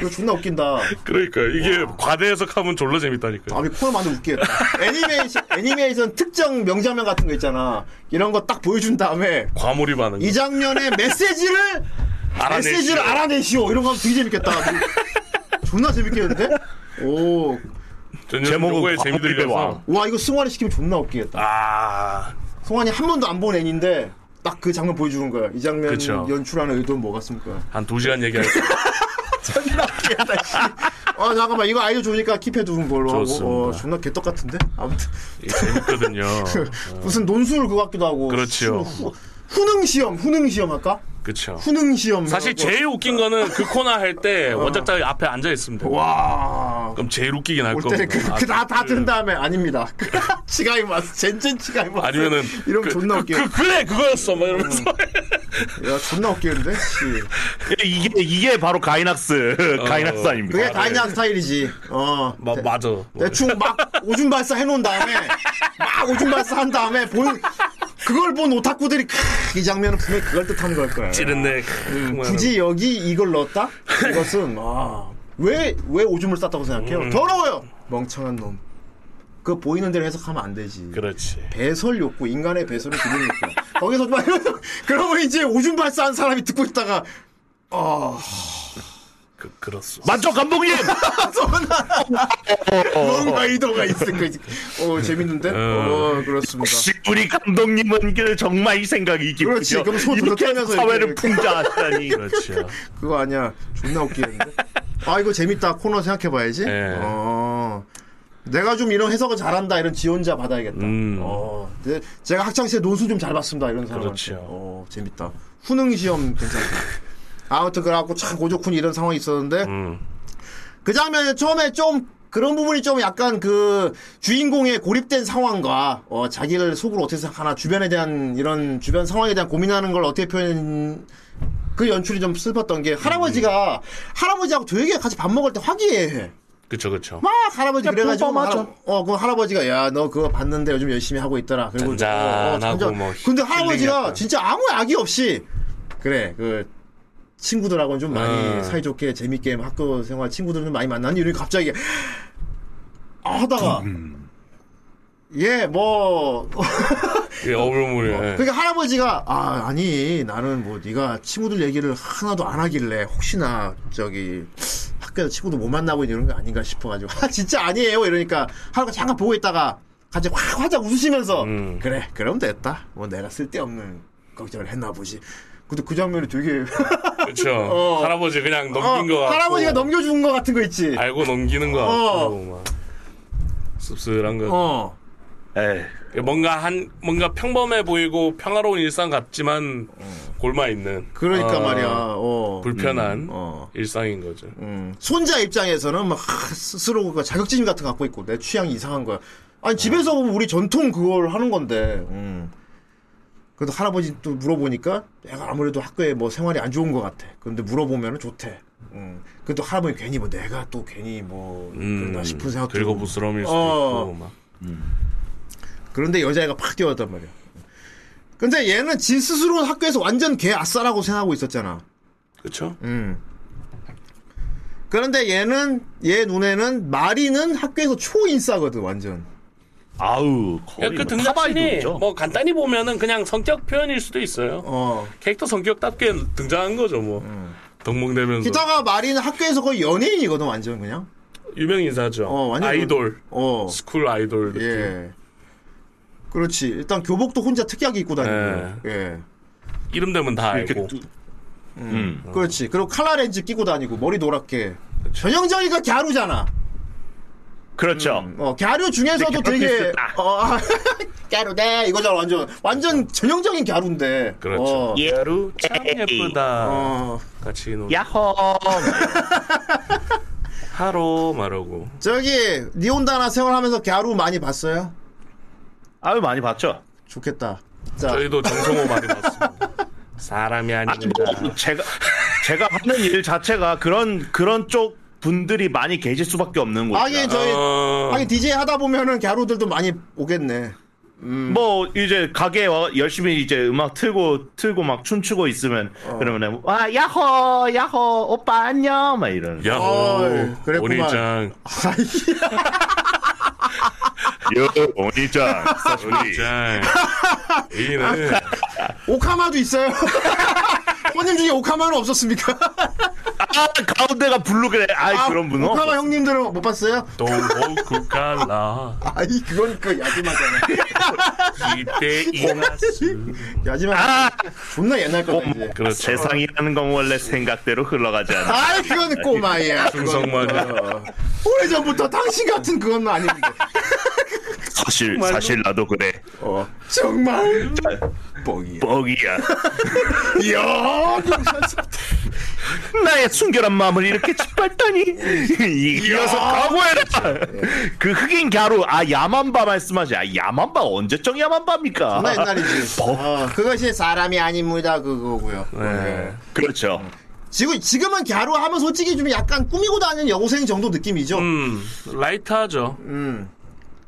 Speaker 8: 이거 존나 웃긴다.
Speaker 11: 그러니까 이게 과대 해석하면 졸라 재밌다니까요
Speaker 8: 아니 코너 많이 웃기겠다. 애니메이션 애니메이션 특정 명장면 같은 거 있잖아. 이런 거 딱 보여준 다음에
Speaker 11: 과몰입하는 거.
Speaker 8: 이 장면의 메시지를
Speaker 11: *laughs* 알아내시오.
Speaker 8: 메시지를 알아내시오. 이런 거 하면 되게 재밌겠다. 존나 재밌겠는데? 오,
Speaker 11: 전혀
Speaker 10: 제목은
Speaker 11: 요거에 재미
Speaker 10: 과몰입의
Speaker 11: 들려서
Speaker 10: 왕.
Speaker 8: 와 이거 승환이 시키면 존나 웃기겠다.
Speaker 11: 아
Speaker 8: 성환이 한 번도 안 본 애니인데 딱 그 장면 보여주는 거야. 이 장면
Speaker 11: 그쵸.
Speaker 8: 연출하는 의도는 뭐겠습니까?
Speaker 11: 한 두 시간 얘기할 수
Speaker 8: 아 잠깐만 이거 아이디어 좋으니까 킵해두는 걸로 하고 어,
Speaker 11: 좋습니다.
Speaker 8: 존나 개떡 같은데? 아무튼 *laughs*
Speaker 11: 이게 재밌거든요.
Speaker 8: 무슨 논술 그거 같기도 하고
Speaker 11: 그렇지요.
Speaker 8: 후, 능 시험 후능 시험 할까?
Speaker 11: 그렇죠.
Speaker 8: 후능 시험
Speaker 11: 사실
Speaker 8: 해가지고.
Speaker 11: 제일 웃긴 거는 그 코너 할 때
Speaker 8: 어.
Speaker 11: 원작자 앞에 앉아 있으면 돼.
Speaker 8: 와...
Speaker 11: 그럼 제일 웃기긴 할 아,
Speaker 8: 올
Speaker 11: 거.
Speaker 8: 때는 그다다 든 다음에 아닙니다. *laughs* 치가이 마스 젠젠 치가이 마스
Speaker 11: 아니면은
Speaker 8: 이러면
Speaker 11: 그,
Speaker 8: 존나 웃겨.
Speaker 11: 그, 그래 그거였어 막 이러면서
Speaker 8: *laughs* 야 존나 웃기는데. 씨.
Speaker 10: 이게 이게 바로
Speaker 11: 어.
Speaker 10: 가이낙스 가이낙스 아닙니까?
Speaker 8: 그게 다이냥 스타일이지. 어.
Speaker 11: 막 맞아. 뭐.
Speaker 8: 대충 막 오줌 발사 해놓은 다음에 막 오줌 발사 한 다음에 본 그걸 본 오타쿠들이 캬, 이 장면은 분명히 그걸 뜻하는 걸 거야.
Speaker 11: 찌른네. 뭐
Speaker 8: 굳이 여기 이걸 넣었다? 이것은 아, 왜, 왜 오줌을 쌌다고 생각해요? 더러워요! 음. 멍청한 놈. 그 보이는 대로 해석하면 안 되지.
Speaker 11: 그렇지.
Speaker 8: 배설 욕구, 인간의 배설을 기르는 욕구. 거기서 막 이러면서 그러면 이제 오줌 발사한 사람이 듣고 있다가 아,
Speaker 11: 그 그렇소.
Speaker 10: 맞죠 감독님?
Speaker 8: 뭔가 의도가 있을 거지. 어, 재밌는데? 어, 그렇습니다.
Speaker 10: 혹시 우리 감독님은 그 정말 이 생각이 깊군요.
Speaker 8: 그렇지, 그럼 손
Speaker 10: 이렇게
Speaker 8: 들어가면서
Speaker 10: 사회를
Speaker 8: 이렇게.
Speaker 11: *laughs*
Speaker 10: 풍자하다니.
Speaker 11: 그렇지요.
Speaker 8: 그거 아니야. 존나 웃기는데. 아 이거 재밌다 코너 생각해봐야지.
Speaker 11: 예.
Speaker 8: 어. 내가 좀 이런 해석을 잘한다 이런 지원자 받아야겠다.
Speaker 11: 음.
Speaker 8: 어. 제- 제가 학창 시절 논술 좀 잘 봤습니다 이런 사람.
Speaker 11: 그렇죠.
Speaker 8: 어 재밌다. 후능 시험 괜찮다. 아무튼 그래갖고 참 고조쿤이 이런 상황이 있었는데
Speaker 11: 음.
Speaker 8: 그 장면에 처음에 좀 그런 부분이 좀 약간 그 주인공의 고립된 상황과 어, 자기를 속으로 어떻게 생각하나 주변에 대한 이런 주변 상황에 대한 고민하는 걸 어떻게 표현 그 연출이 좀 슬펐던 게
Speaker 11: 음.
Speaker 8: 할아버지가 할아버지하고 되게 같이 밥 먹을 때 화기애애해.
Speaker 11: 그쵸 그쵸.
Speaker 8: 막 할아버지
Speaker 10: 그러니까
Speaker 8: 그래가지고
Speaker 10: 평범하죠.
Speaker 8: 할아- 어, 그 할아버지가 야 너 그거 봤는데 요즘 열심히 하고 있더라. 그리고 어,
Speaker 11: 잔잔하고
Speaker 8: 잔잔-
Speaker 11: 뭐
Speaker 8: 근데
Speaker 11: 힐링
Speaker 8: 할아버지가
Speaker 11: 약간.
Speaker 8: 진짜 아무 악의 없이 그래 그 친구들하고는 좀 많이
Speaker 11: 아.
Speaker 8: 사이좋게 재밌게 학교 생활 친구들은 많이 만난 이런 갑자기 아, 하다가
Speaker 11: 음.
Speaker 8: 예, 예뭐
Speaker 11: 이게 그 예. 어불무리해.
Speaker 8: 그러니까 할아버지가 아 아니 나는 뭐 네가 친구들 얘기를 하나도 안 하길래 혹시나 저기 학교에서 친구도 못 만나고 이런 거 아닌가 싶어가지고 아 진짜 아니에요 이러니까 할아버지 잠깐 보고 있다가 갑자기 확 화장 웃으시면서
Speaker 11: 음.
Speaker 8: 그래 그럼 됐다 뭐 내가 쓸데없는 걱정을 했나 보지 근데 그 장면이 되게 *laughs*
Speaker 11: 그렇죠.
Speaker 8: 어.
Speaker 11: 할아버지 그냥
Speaker 8: 어,
Speaker 11: 넘긴 거 같고. 아,
Speaker 8: 할아버지가 넘겨준 거 같은 거 있지
Speaker 11: 알고 넘기는 거
Speaker 8: 어.
Speaker 11: 같고 막 씁쓸한 거.
Speaker 8: 어
Speaker 10: 에이.
Speaker 11: 뭔가 한 뭔가 평범해 보이고 평화로운 일상 같지만
Speaker 8: 어.
Speaker 11: 골마 있는
Speaker 8: 그러니까
Speaker 11: 어,
Speaker 8: 말이야 어
Speaker 11: 불편한
Speaker 8: 어.
Speaker 11: 일상인 거죠.
Speaker 8: 음, 손자 입장에서는 막 하, 스스로 그 자격증 같은 거 갖고 있고 내 취향이 이상한 거야. 아니 집에서
Speaker 11: 음.
Speaker 8: 보면 우리 전통 그걸 하는 건데. 음. 그래도 할아버지 또 물어보니까 내가 아무래도 학교에 뭐 생활이 안 좋은 것 같아. 근데 물어보면 은 좋대. 음. 근데 할아버지 괜히 뭐 내가 또 괜히 뭐 그러나 싶은 생각도
Speaker 11: 음. 들고 부스럼일 수도
Speaker 8: 어.
Speaker 11: 있고 막
Speaker 8: 그런데 여자애가 팍 뛰어왔단 말이야. 근데 얘는 지 스스로 학교에서 완전 개 아싸라고 생각하고 있었잖아.
Speaker 11: 그렇죠.
Speaker 8: 음. 그런데 얘는 얘 눈에는 마리는 학교에서 초인싸거든 완전.
Speaker 10: 아우 거의
Speaker 11: 그
Speaker 10: 뭐
Speaker 11: 등장신이
Speaker 10: 타바이도죠.
Speaker 11: 뭐 간단히 보면은 그냥 성격 표현일 수도 있어요.
Speaker 8: 어. 음.
Speaker 11: 캐릭터 성격답게 등장한 거죠 뭐 덕목대면서
Speaker 8: 기타가 마리는 학교에서 거의 연예인이거든 완전 그냥.
Speaker 11: 유명 인사죠.
Speaker 8: 어, 완전
Speaker 11: 아이돌
Speaker 8: 어.
Speaker 11: 스쿨 아이돌 느낌.
Speaker 8: 예. 그렇지. 일단 교복도 혼자 특이하게 입고 다니고. 예.
Speaker 11: 이름 되면 다
Speaker 10: 이렇게
Speaker 11: 알고
Speaker 10: 두- 음.
Speaker 8: 그렇지. 그리고 칼라 렌즈 끼고 다니고 머리 노랗게. 전형적이가 갸루잖아.
Speaker 10: 그렇죠.
Speaker 8: 어, 갸루 중에서도
Speaker 10: 근데
Speaker 8: 되게
Speaker 10: 갸루피스다.
Speaker 8: 어, 아, *laughs* 갸루네 이거잖아 완전 완전 전형적인 갸루인데.
Speaker 11: 그렇죠.
Speaker 8: 어.
Speaker 11: 예루 참 예쁘다.
Speaker 8: 어.
Speaker 11: 같이 노
Speaker 10: 야호.
Speaker 11: 하로 말하고
Speaker 8: 저기 니온다나 생활하면서 갸루 많이 봤어요?
Speaker 10: 아유 많이 봤죠.
Speaker 8: 좋겠다. 자,
Speaker 11: 저희도 정성호 많이 봤습니다. *laughs* 사람이
Speaker 10: 아니
Speaker 11: 아닙니다.
Speaker 10: 뭐 제가 제가 하는 일 자체가 그런 그런 쪽 분들이 많이 계실 수밖에 없는 거죠.
Speaker 8: 하긴 저희
Speaker 11: 어.
Speaker 8: 하긴 DJ 하다 보면은 갸루들도 많이 오겠네.
Speaker 10: 뭐 이제 가게에 와 열심히 이제 음악 틀고 틀고 막 춤추고 있으면
Speaker 8: 어.
Speaker 10: 그러면은 와 야호 야호 오빠 안녕 막 이런
Speaker 11: 야호
Speaker 8: 어이, 그랬구만. *laughs*
Speaker 11: 오니짱
Speaker 8: *laughs*
Speaker 10: 오니짱
Speaker 11: 오니짱 이네
Speaker 8: 오카마도 있어요. *laughs* 형님 중에 오카마는 없었습니까?
Speaker 10: 아 가운데가 블루 그래 아이
Speaker 8: 아,
Speaker 10: 그런 분은
Speaker 8: 오카마
Speaker 10: 없어.
Speaker 8: 형님들은 못 봤어요?
Speaker 11: 동호쿠 칼라
Speaker 8: 아이 그건 그
Speaker 10: *laughs*
Speaker 8: 야지마잖아.
Speaker 11: 이때
Speaker 10: 예,
Speaker 11: 이나스
Speaker 8: 야지마.
Speaker 10: 아!
Speaker 8: 존나 옛날 거다
Speaker 10: 어, 뭐.
Speaker 8: 이제.
Speaker 11: 그렇죠
Speaker 10: 세상이라는 건 원래 생각대로 흘러가지 않아
Speaker 8: 아이 그건 꼬마야.
Speaker 11: 충성마녀
Speaker 8: 오래 전부터 당신
Speaker 10: 어.
Speaker 8: 같은 그건 아닌데.
Speaker 10: 사실 사실 나도 그래
Speaker 8: 어 정말 뻥이야.
Speaker 10: 뻑이야
Speaker 8: 이야.
Speaker 10: 나의 순결한 마음을 이렇게 짓밟다니 *laughs* 이 녀석 각오해라
Speaker 8: 네.
Speaker 10: 그 흑인 갸루 아 야만바 말씀하지 아 야만바 언제적 야만바입니까
Speaker 8: 존나 옛날이지. 어, 그것이 사람이 아닙니다 그거고요.
Speaker 10: 네.
Speaker 8: 예.
Speaker 10: 그렇죠
Speaker 8: 지금 지금은 갸루 하면 솔직히 좀 약간 꾸미고 다니는 여고생 정도 느낌이죠.
Speaker 11: 음 라이트하죠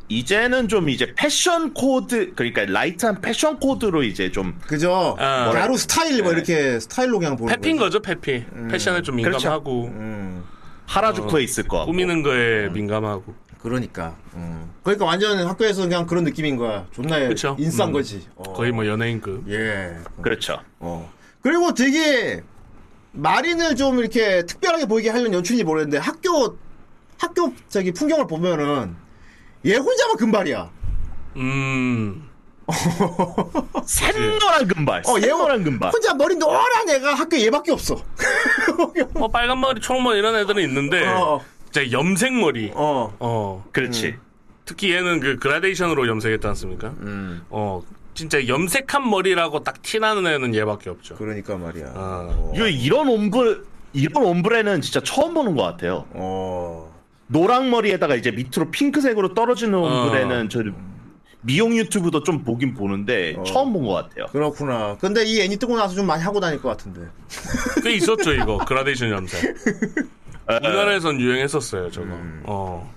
Speaker 10: 이제는 좀 이제 패션 코드 그러니까 라이트한 패션 코드로 이제 좀
Speaker 8: 그죠?
Speaker 11: 아.
Speaker 8: 야루 스타일
Speaker 10: 네.
Speaker 8: 뭐 이렇게 스타일로 그냥 보는
Speaker 11: 페피인
Speaker 8: 거지.
Speaker 11: 거죠 페피 패션에 좀
Speaker 10: 그렇죠.
Speaker 11: 민감하고
Speaker 8: 어,
Speaker 10: 하라주쿠에 있을 거 같고
Speaker 11: 꾸미는 거에 민감하고
Speaker 8: 그러니까. 음. 그러니까 완전 학교에서 그냥 그런 느낌인 거야. 존나
Speaker 11: 그쵸.
Speaker 8: 인싼
Speaker 11: 음.
Speaker 8: 거지. 어.
Speaker 11: 거의 뭐 연예인급
Speaker 8: 예.
Speaker 10: 그렇죠
Speaker 8: 어. 그리고 되게 마린을 좀 이렇게 특별하게 보이게 하려는 연출인지 모르겠는데 학교 학교 저기 풍경을 보면은 얘 혼자만 금발이야.
Speaker 11: 음
Speaker 10: 샛노란 금발
Speaker 8: 어, 얘
Speaker 10: 샛노란 금발
Speaker 8: 혼자 머리 노란 애가 학교 얘밖에 없어.
Speaker 11: 뭐 빨간 머리 초록머리 이런 애들은
Speaker 10: 네.
Speaker 11: 있는데
Speaker 8: *laughs* 어.
Speaker 11: 진짜 염색 머리 어.
Speaker 8: 어.
Speaker 10: 그렇지
Speaker 11: 특히 얘는 그 그라데이션으로 염색했지 않습니까 어 진짜 염색한 머리라고 딱 티나는 애는 얘밖에 없죠
Speaker 8: 그러니까 말이야.
Speaker 11: 어.
Speaker 10: 이거 이런 옴브레 이런 옴브레는 진짜 처음 보는 것 같아요.
Speaker 8: 어.
Speaker 10: 노랑 머리에다가 이제 밑으로 핑크색으로 떨어지는 옴브레는 저 미용 유튜브도 좀 보긴 보는데 처음 본 것 같아요.
Speaker 8: 그렇구나. 근데 이 애니 뜨고 나서 좀 많이 하고 다닐 것 같은데.
Speaker 11: 꽤 있었죠 이거 그라데이션 염색
Speaker 10: 네. 예.
Speaker 11: 우리나라에선 유행했었어요 저거 어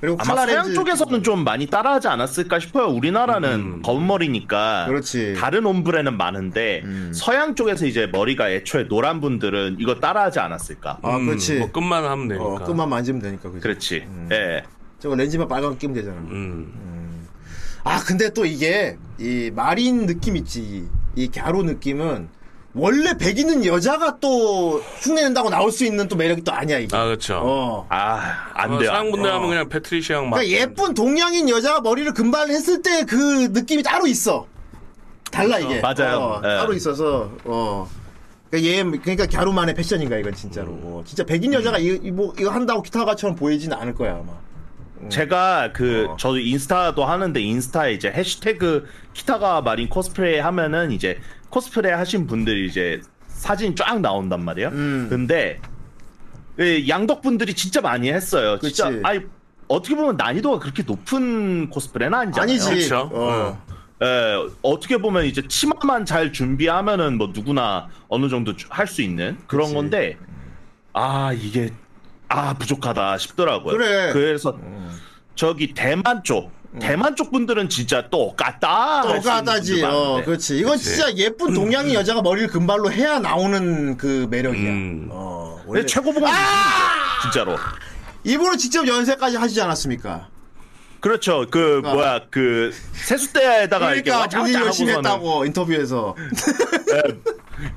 Speaker 8: 그리고
Speaker 10: 아마
Speaker 8: 칼라
Speaker 10: 서양
Speaker 8: 렌즈-
Speaker 10: 쪽에서는 좀 많이 따라하지 않았을까 싶어요. 우리나라는 검은 머리니까
Speaker 8: 그렇지.
Speaker 10: 다른 옴브레는 많은데 서양 쪽에서 이제 머리가 애초에 노란 분들은 이거 따라하지 않았을까.
Speaker 8: 아,
Speaker 11: 음,
Speaker 8: 그렇지.
Speaker 11: 뭐 끝만 하면 되니까
Speaker 8: 어, 끝만 만지면 되니까 그지.
Speaker 10: 그렇지. 예.
Speaker 8: 저거 렌즈만 빨간 끼면 되잖아.
Speaker 11: 음.
Speaker 8: 아 근데 또 이게 이 마린 느낌 있지. 이 갸루 느낌은 원래 백인은 여자가 또 흉내낸다고 나올 수 있는 또 매력이 또 아니야 이게.
Speaker 11: 아 그렇죠
Speaker 8: 어.
Speaker 10: 아, 안
Speaker 11: 어,
Speaker 10: 돼요.
Speaker 11: 서양 분들 하면 그냥 패트리시아랑 막
Speaker 8: 그러니까 예쁜 동양인 여자가 머리를 금발했을 때 그 느낌이 따로 있어. 달라 이게.
Speaker 10: 맞아요.
Speaker 8: 어,
Speaker 10: 예.
Speaker 8: 따로 있어서 어. 그러니까 얘 그러니까 갸루만의 패션인가 이건 진짜로. 어, 진짜 백인 여자가 이, 이 뭐, 이거 한다고 기타가처럼 보이진 않을 거야 아마.
Speaker 10: 음. 제가 그
Speaker 8: 어.
Speaker 10: 저도 인스타도 하는데 인스타에 이제 해시태그 키타가 마린 코스프레 하면은 이제 코스프레 하신 분들이 이제 사진 쫙 나온단 말이에요.
Speaker 8: 음.
Speaker 10: 근데 예, 양덕 분들이 진짜 많이 했어요. 진짜
Speaker 8: 그치.
Speaker 10: 아니 어떻게 보면 난이도가 그렇게 높은 코스프레는 아니잖아요.
Speaker 8: 아니지.
Speaker 11: 그쵸.
Speaker 10: 그렇죠.
Speaker 8: 어.
Speaker 10: 예, 어떻게 보면 이제 치마만 잘 준비하면은 뭐 누구나 어느 정도 할 수 있는 그런 건데 아 이게 아 부족하다 싶더라고요.
Speaker 8: 그래. 음.
Speaker 10: 래서 저기 대만 쪽 대만 쪽 분들은 진짜 똑같다. 할수 있는
Speaker 8: 똑같다지.
Speaker 10: 분들
Speaker 8: 아, 어,
Speaker 10: 많은데. 음.
Speaker 8: 그렇지. 이건 진짜 예쁜 동양인 여자가 머리를 금발로 해야 나오는 그 매력이야.
Speaker 11: 음.
Speaker 8: 어, 원래
Speaker 10: 근데 최고 보건
Speaker 8: 아!
Speaker 10: 진짜로.
Speaker 8: 일부러 직접 연세까지 하시지 않았습니까?
Speaker 10: 그렇죠. 그
Speaker 8: 그러니까.
Speaker 10: 뭐야 그 세숫대에다가 아, 이렇게
Speaker 8: 그러니까
Speaker 10: 와짜와짜
Speaker 8: 본인 열심히
Speaker 10: 하고서는
Speaker 8: 했다고 인터뷰에서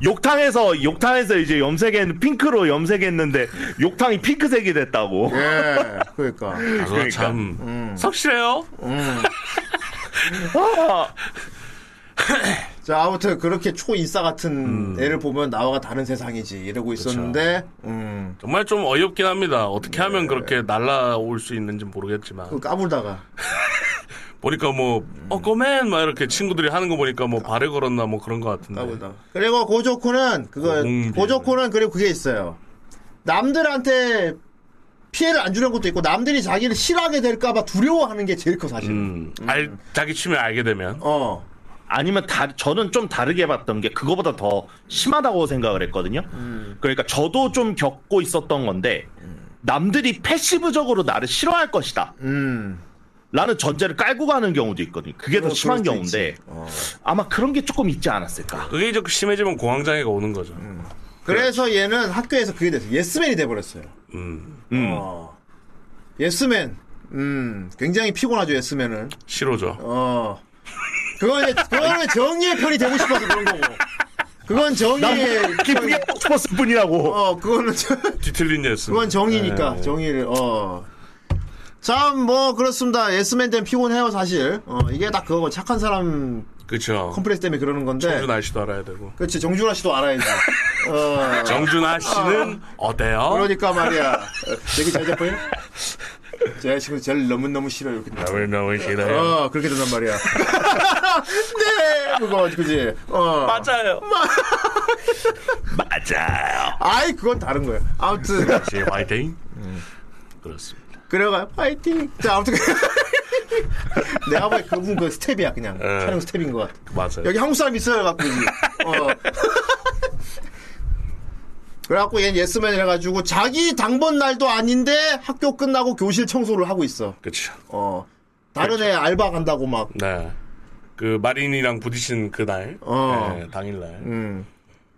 Speaker 10: 욕탕에서 욕탕에서 이제 염색했 핑크로 염색했는데 욕탕이 핑크색이 됐다고.
Speaker 8: 예 그러니까 음.
Speaker 11: 아, 그거
Speaker 10: 그러니까.
Speaker 11: 참 석실해요
Speaker 10: 아,
Speaker 8: 자 아무튼 그렇게 초인싸 같은
Speaker 10: 음.
Speaker 8: 애를 보면 나와가 다른 세상이지 이러고
Speaker 10: 그렇죠.
Speaker 8: 있었는데 음,
Speaker 11: 정말 좀 어이없긴 합니다 어떻게
Speaker 8: 네.
Speaker 11: 하면 그렇게 날라올 수 있는지 모르겠지만
Speaker 8: 그 까불다가
Speaker 11: 보니까 뭐
Speaker 8: 음.
Speaker 11: 어거맨 막 이렇게 친구들이 하는 거 보니까
Speaker 8: 아.
Speaker 11: 뭐 발에 걸었나 뭐 그런 거 같은데
Speaker 8: 까불다가 네. 그리고 고조코는 그거
Speaker 11: 고공비는.
Speaker 8: 고조코는 그리고 그게 있어요 남들한테 피해를 안 주는 것도 있고 남들이 자기를 싫어하게 될까봐 두려워하는 게 제일 커 사실 은
Speaker 11: 음, 알, 자기 취미 알게 되면
Speaker 8: 어
Speaker 10: 아니면 다, 저는 좀 다르게 봤던 게 그거보다 더 심하다고 생각을 했거든요.
Speaker 8: 음.
Speaker 10: 그러니까 저도 좀 겪고 있었던 건데 남들이 패시브적으로 나를 싫어할 것이다.
Speaker 8: 음. 어,
Speaker 10: 라는 전제를 깔고 가는 경우도 있거든요. 그게 더
Speaker 8: 그럴
Speaker 10: 심한
Speaker 8: 수도
Speaker 10: 경우인데
Speaker 8: 있지. 어.
Speaker 10: 아마 그런 게 조금 있지 않았을까.
Speaker 5: 그게 이제 심해지면 공황장애가 오는 거죠.
Speaker 8: 음. 그래서 얘는 학교에서 그게 됐어. 예스맨이 돼버렸어요.
Speaker 10: 음.
Speaker 8: 어. 예스맨. 음, 굉장히 피곤하죠, 예스맨은.
Speaker 5: 싫어져.
Speaker 8: 어. 그건 이제, 그거는 정의의 편이 되고 싶어서 그런 거고. *laughs* 그건
Speaker 10: 난
Speaker 8: 정의의,
Speaker 10: 기쁘게 뽑고 싶었을 뿐이라고.
Speaker 8: 어, 그거는, 저-
Speaker 5: 뒤틀린 예스.
Speaker 8: 그건 정의니까, 정의를, 어. 참, 뭐, 그렇습니다. 예스맨 때문에 피곤해요, 사실. 어, 이게 딱 그거고, 착한 사람
Speaker 5: 그쵸.
Speaker 8: 컴플렉스 때문에 그러는 건데.
Speaker 5: 정준하 씨도 알아야 되고.
Speaker 8: 그렇지, 정준하 씨도 알아야지. 어.
Speaker 5: 정준하 씨는 어때요?
Speaker 8: 그러니까 말이야. 되게 잘 잡혀요? 제 친구 제일 너무너무 싫어요, 이렇게.
Speaker 11: 아,
Speaker 5: 너무 너무 싫어요.
Speaker 8: 어, 그렇게 된단 말이야. 네! 그거, 그지? 어. *laughs*
Speaker 5: 맞아요.
Speaker 10: 맞아요.
Speaker 8: 아이, 그건 다른 거야. 아무튼.
Speaker 5: 씨 화이팅.
Speaker 8: 음.
Speaker 5: 그렇습니다.
Speaker 8: 그래가, 파이팅! 자, 아무튼. 내가 보기엔 그분 *laughs* 그 스텝이야, 그냥.
Speaker 5: 어.
Speaker 8: 촬영 스텝인 것 같아.
Speaker 5: 맞아요.
Speaker 8: 여기 한국 사람 있어요, 갖고 이제. 어. *laughs* 그래갖고 얘는 예스맨 해가지고 자기 당번 날도 아닌데 학교 끝나고 교실 청소를 하고 있어.
Speaker 5: 그쵸.
Speaker 8: 어. 다른 애 알바 간다고 막.
Speaker 5: 네. 그 마린이랑 부딪힌 그날.
Speaker 11: 예.
Speaker 8: 어.
Speaker 5: 네, 당일날.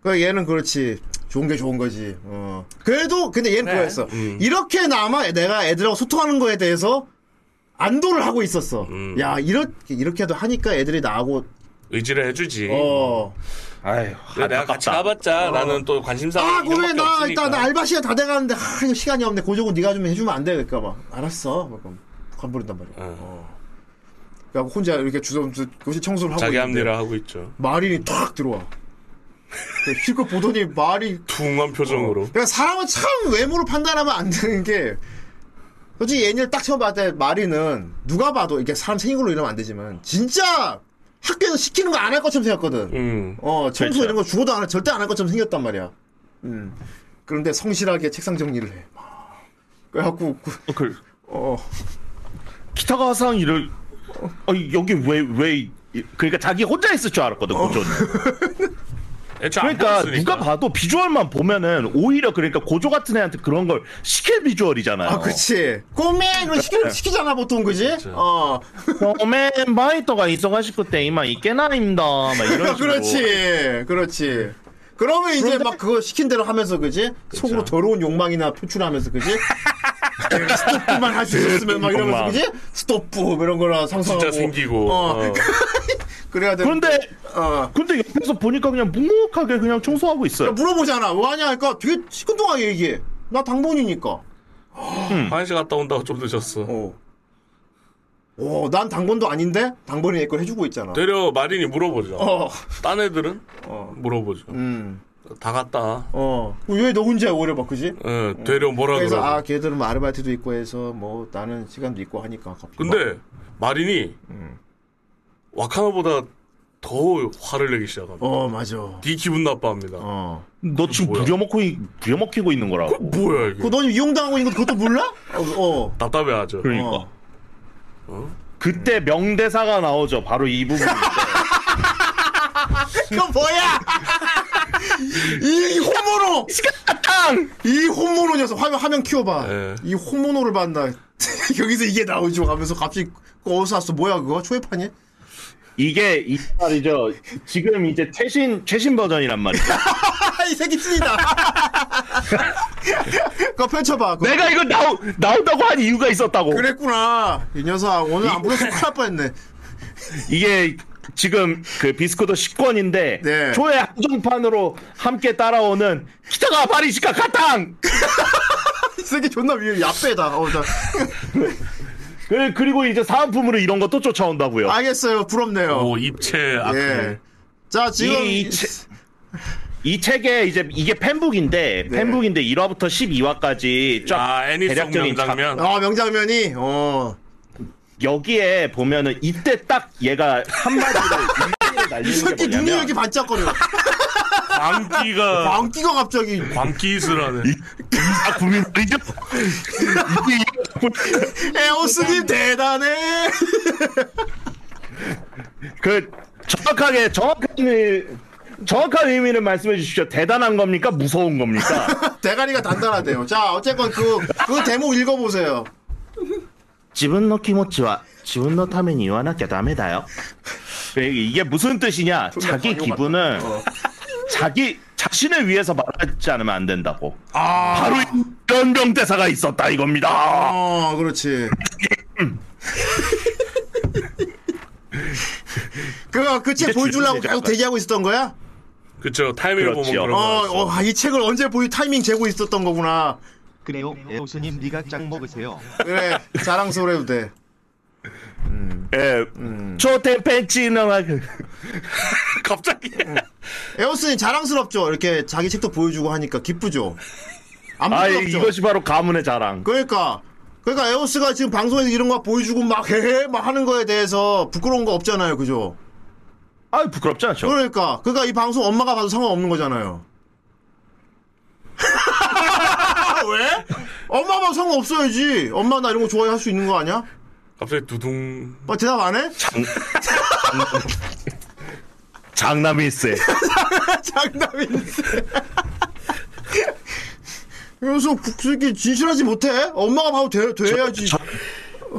Speaker 8: 그 얘는 그렇지. 좋은 게 좋은 거지. 어. 그래도 근데 얘는 그거였어.
Speaker 5: 음.
Speaker 8: 이렇게 나마 내가 애들하고 소통하는 거에 대해서 안도를 하고 있었어.
Speaker 5: 음.
Speaker 8: 야 이렇게 이렇게도 하니까 애들이 나하고
Speaker 5: 의지를 해주지. 음.
Speaker 8: 어.
Speaker 10: 아휴,
Speaker 5: 그래, 내가 같이 가봤자 나는 또 관심사.
Speaker 8: 아,
Speaker 5: 이런
Speaker 8: 그래,
Speaker 5: 밖에
Speaker 8: 나,
Speaker 5: 없으니까.
Speaker 8: 일단, 나 알바 시간 다 돼가는데, 하, 이거 시간이 없네. 고조고 네가 좀 해주면 안 돼. 그러니까 막, 알았어. 막, 그럼, 건부른단 말이야. 어. 그러니까 혼자 이렇게 주섬주 교실 청소를 하고.
Speaker 5: 자기
Speaker 8: 있는데
Speaker 5: 합리를 하고 있죠.
Speaker 8: 마린이
Speaker 5: *laughs*
Speaker 8: 탁 들어와. 그 실컷 보더니 말이
Speaker 5: 퉁한 표정으로.
Speaker 8: 그러니까 사람은 참 외모로 판단하면 안 되는 게 솔직히 얘네를 딱 처음 봤을 때 마리는 누가 봐도 이렇게 사람 생긴 걸로 이러면 안 되지만 진짜 학교에서 시키는 거 안 할 것처럼 생겼거든.
Speaker 5: 음.
Speaker 8: 어 청소
Speaker 10: 그렇죠.
Speaker 8: 이런 거 죽어도 안 할, 절대 안 할 것처럼 생겼단 말이야. 음. 그런데 성실하게 책상 정리를 해. 막. 그래갖고 그-
Speaker 10: 그
Speaker 8: 어
Speaker 10: 기타가상 이를 어, 여기 왜 왜 그러니까 자기 혼자 있을 줄 알았거든
Speaker 8: 어.
Speaker 10: 고조는.
Speaker 5: 애초에 안
Speaker 10: 그러니까
Speaker 5: 보였으니까.
Speaker 10: 누가 봐도 비주얼만 보면은 오히려 그러니까 고조 같은 애한테 그런 걸 시킬 비주얼이잖아요.
Speaker 8: 아 그렇지. 꼬맹 이거
Speaker 10: 네.
Speaker 8: 시키 시키잖아 보통 그지?
Speaker 10: 그렇죠.
Speaker 8: 어
Speaker 10: 처음에 바이터가 있어가지고 때 이만 있게나입니다. 막
Speaker 8: *laughs*
Speaker 10: 이런 식으로.
Speaker 8: 그렇지, 그렇지. 그러면 이제 막 그거 시킨 대로 하면서 그지? 속으로 더러운 욕망이나 표출하면서
Speaker 10: *laughs*
Speaker 8: 그지? 스토프만 할 수 있으면 막 이러면서
Speaker 10: 욕망.
Speaker 8: 그지? 스토프 이런 거나 상상하고
Speaker 5: 진짜 생기고.
Speaker 8: *laughs* 어,
Speaker 5: 어.
Speaker 8: 그래야 돼.
Speaker 10: 그런데
Speaker 8: 어.
Speaker 10: 근데 옆에서 보니까 그냥 묵묵하게 그냥 청소하고 있어요.
Speaker 8: 물어보잖아. 뭐 하냐 할까? 되게 시큰둥하게 얘기해. 나 당번이니까.
Speaker 5: 화장실 갔다 온다고 좀 늦었어.
Speaker 8: 어. 오, 어, 난 당번도 아닌데 당번이 내걸 해주고 있잖아.
Speaker 10: 네.
Speaker 5: 되려 마린이 물어보죠.
Speaker 8: 어,
Speaker 5: 딴 애들은 물어보죠.
Speaker 8: 음,
Speaker 5: 다 갔다.
Speaker 8: 어. 왜 너 혼자야 오히려 막 그지?
Speaker 5: 예, 되려 뭐라
Speaker 8: 음. 그래서
Speaker 5: 그러고.
Speaker 8: 아 걔들은 뭐 아르바이트도 있고 해서 뭐 나는 시간도 있고 하니까 커피
Speaker 5: 근데
Speaker 8: 어.
Speaker 5: 마린이
Speaker 8: 음.
Speaker 5: 와카나보다 더 화를 내기 시작합니다.
Speaker 8: 어 맞아
Speaker 5: 네 기분 나빠합니다.
Speaker 8: 어
Speaker 10: 너 지금
Speaker 5: 뭐야?
Speaker 10: 부려먹고 있- 부려먹히고 있는 거라고.
Speaker 5: 뭐야 이게?
Speaker 8: 그거 너 지금 이용당하고 있는 거 그것도 몰라? *laughs* 어어
Speaker 5: 답답해하죠.
Speaker 10: 그러니까.
Speaker 8: 어.
Speaker 5: 어?
Speaker 10: 그때 명대사가 나오죠. 바로 이 부분.
Speaker 8: 그거 뭐야 이 호모노 아, 이 호모노 녀석 화면 화면 키워봐
Speaker 5: 예.
Speaker 8: 이 호모노를 봤나 *laughs* 여기서 이게 나오죠 하면서 갑자기 어디서 왔어 뭐야 그거 초회판이
Speaker 10: 이게 이 말이죠. 지금 이제 최신 최신 버전이란 말이죠.
Speaker 8: *laughs* 아이 새끼 찐이다 *laughs* 그거 펼쳐봐 그거.
Speaker 10: 내가 이거 나오 나온다고 한 이유가 있었다고.
Speaker 8: 그랬구나 이 녀석 오늘 안 불렀으면 큰일 날 뻔했네
Speaker 10: 이게 지금 그 비스코더 10권인데
Speaker 8: 네.
Speaker 10: 초의 한정판으로 함께 따라오는 기타가 바리시카 카탕.
Speaker 8: 이 새끼 존나 위에 야빼다 어, 나.
Speaker 10: 그- 그리고 이제 사은품으로 이런 것도 쫓아온다고요.
Speaker 8: 알겠어요. 부럽네요.
Speaker 11: 뭐
Speaker 5: 오 입체 악플.
Speaker 8: 예. 자, 지금
Speaker 10: 아, 이- 이 채- 이 책에 이제 이게 팬북인데
Speaker 8: 네.
Speaker 10: 팬북인데 1화부터 12화까지 쫙
Speaker 5: 아 애니송
Speaker 10: 대략적인 자-
Speaker 5: 명장면.
Speaker 8: 아, 명장면이 어.
Speaker 10: 여기에 보면은 이때 딱 얘가 한마디로
Speaker 8: *laughs* 이
Speaker 10: 일기를 날리는 게
Speaker 8: 새끼 눈이 왜
Speaker 10: 뭐냐면 어.
Speaker 8: 이렇게 반짝거려.
Speaker 10: *laughs*
Speaker 8: *laughs*
Speaker 5: 광기가
Speaker 8: 광기가 갑자기
Speaker 5: 광기술하는.
Speaker 10: 아
Speaker 8: *laughs*
Speaker 10: 국민들이죠.
Speaker 8: 에오스님 대단해. *laughs*
Speaker 10: 그 정확하게 정확한 의- 정확한 의미를 말씀해 주십시오. 대단한 겁니까? 무서운 겁니까?
Speaker 8: *laughs* 대가리가 단단하대요. 자, 어쨌건 그 그 대목 읽어 보세요.
Speaker 10: 自分の気持ちは自分のために言わなきゃダメだよ 이게 무슨 뜻이냐 자기 기분을
Speaker 8: 어.
Speaker 10: 자기 자신을 위해서 말하지 않으면 안 된다고
Speaker 8: 아,
Speaker 10: 바로 이런 명대사가 있었다 이겁니다
Speaker 8: 어, 그렇지. *laughs* 그거 그 책
Speaker 10: 이제
Speaker 8: 보여주려고
Speaker 10: 줄여서
Speaker 8: 계속
Speaker 10: 되죠.
Speaker 8: 대기하고 있었던 거야?
Speaker 11: 그쵸 타이밍을 보면
Speaker 10: 그렇지요.
Speaker 11: 그런
Speaker 8: 어,
Speaker 11: 거였어.
Speaker 8: 어, 아, 이 책을 언제 보유 타이밍 재고 있었던 거구나.
Speaker 12: 그래요, 에오스님 니가 짝 먹으세요.
Speaker 8: 그래, 자랑스러워도 돼.
Speaker 10: 예,
Speaker 8: 음.
Speaker 10: 초텐펜치너가 그-
Speaker 11: 갑자기
Speaker 8: 에어스님 자랑스럽죠? 이렇게 자기 책도 보여주고 하니까 기쁘죠? 안
Speaker 10: 아
Speaker 8: 부끄럽죠?
Speaker 10: 이것이 바로 가문의 자랑
Speaker 8: 그러니까 그러니까 에오스가 지금 방송에서 이런 거 보여주고 막 헤헤 막 하는 거에 대해서 부끄러운 거 없잖아요, 그죠?
Speaker 10: 아 부끄럽지 않죠
Speaker 8: 그러니까 그러니까 이 방송 엄마가 봐도 상관없는 거잖아요. *laughs* 왜? 엄마 봐도 상관없어야지. 엄마 나 이런 거 좋아해 할 수 있는 거 아니야?
Speaker 11: 갑자기 두둥
Speaker 8: 어, 대답 안 해? *laughs*
Speaker 10: 장남일세
Speaker 8: 장담인데. 그래서 그렇게 진실하지 못해? 엄마가 봐도 돼, 돼야지.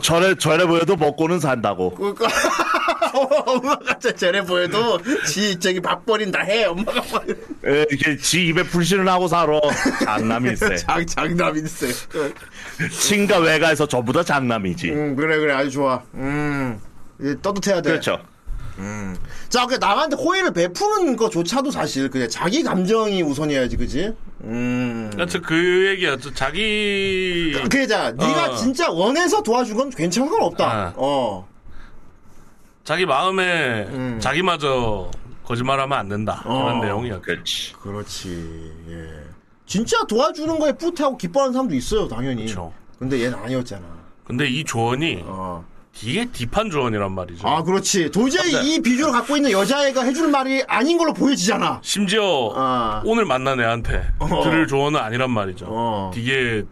Speaker 10: 저래 저래 보여도 먹고는 산다고
Speaker 8: 그러니까 *laughs* 엄마가 진짜 쟤네 보여도 지 저기 밥 버린다 해 엄마가 봐도.
Speaker 10: 예, 이게 지 입에 불신을 하고 살아 장남일세
Speaker 8: *laughs* 장 장남인세.
Speaker 10: 친가 외가에서 전부 다 장남이지
Speaker 8: 음 그래 그래 아주 좋아. 음 이제 떳떳해야 돼.
Speaker 10: 그렇죠
Speaker 8: 자, 그 남한테 호의를 베푸는 것조차도 사실 그냥 자기 감정이 우선이어야지 그지? 음.
Speaker 11: 그그 얘기야 저 자기
Speaker 8: 그러니까 그자 네가
Speaker 11: 어.
Speaker 8: 진짜 원해서 도와준 건 괜찮은 건 없다.
Speaker 11: 아.
Speaker 8: 어.
Speaker 11: 자기 마음에 자기마저 거짓말하면 안 된다
Speaker 8: 어.
Speaker 11: 그런 내용이야
Speaker 10: 그렇지
Speaker 8: 그렇지. 예. 진짜 도와주는 거에 뿌듯하고 기뻐하는 사람도 있어요, 당연히.
Speaker 11: 그쵸.
Speaker 8: 근데 얘는 아니었잖아.
Speaker 11: 근데 이 조언이
Speaker 8: 어.
Speaker 11: 이게 딥한 조언이란 말이죠
Speaker 8: 아, 그렇지. 도저히 이 비주얼을 갖고 있는 여자애가 해줄 말이 아닌 걸로 보여지잖아.
Speaker 11: 심지어
Speaker 8: 아.
Speaker 11: 오늘 만난 애한테
Speaker 8: 어.
Speaker 11: 들을 조언은 아니란 말이죠
Speaker 8: 어.
Speaker 11: 이게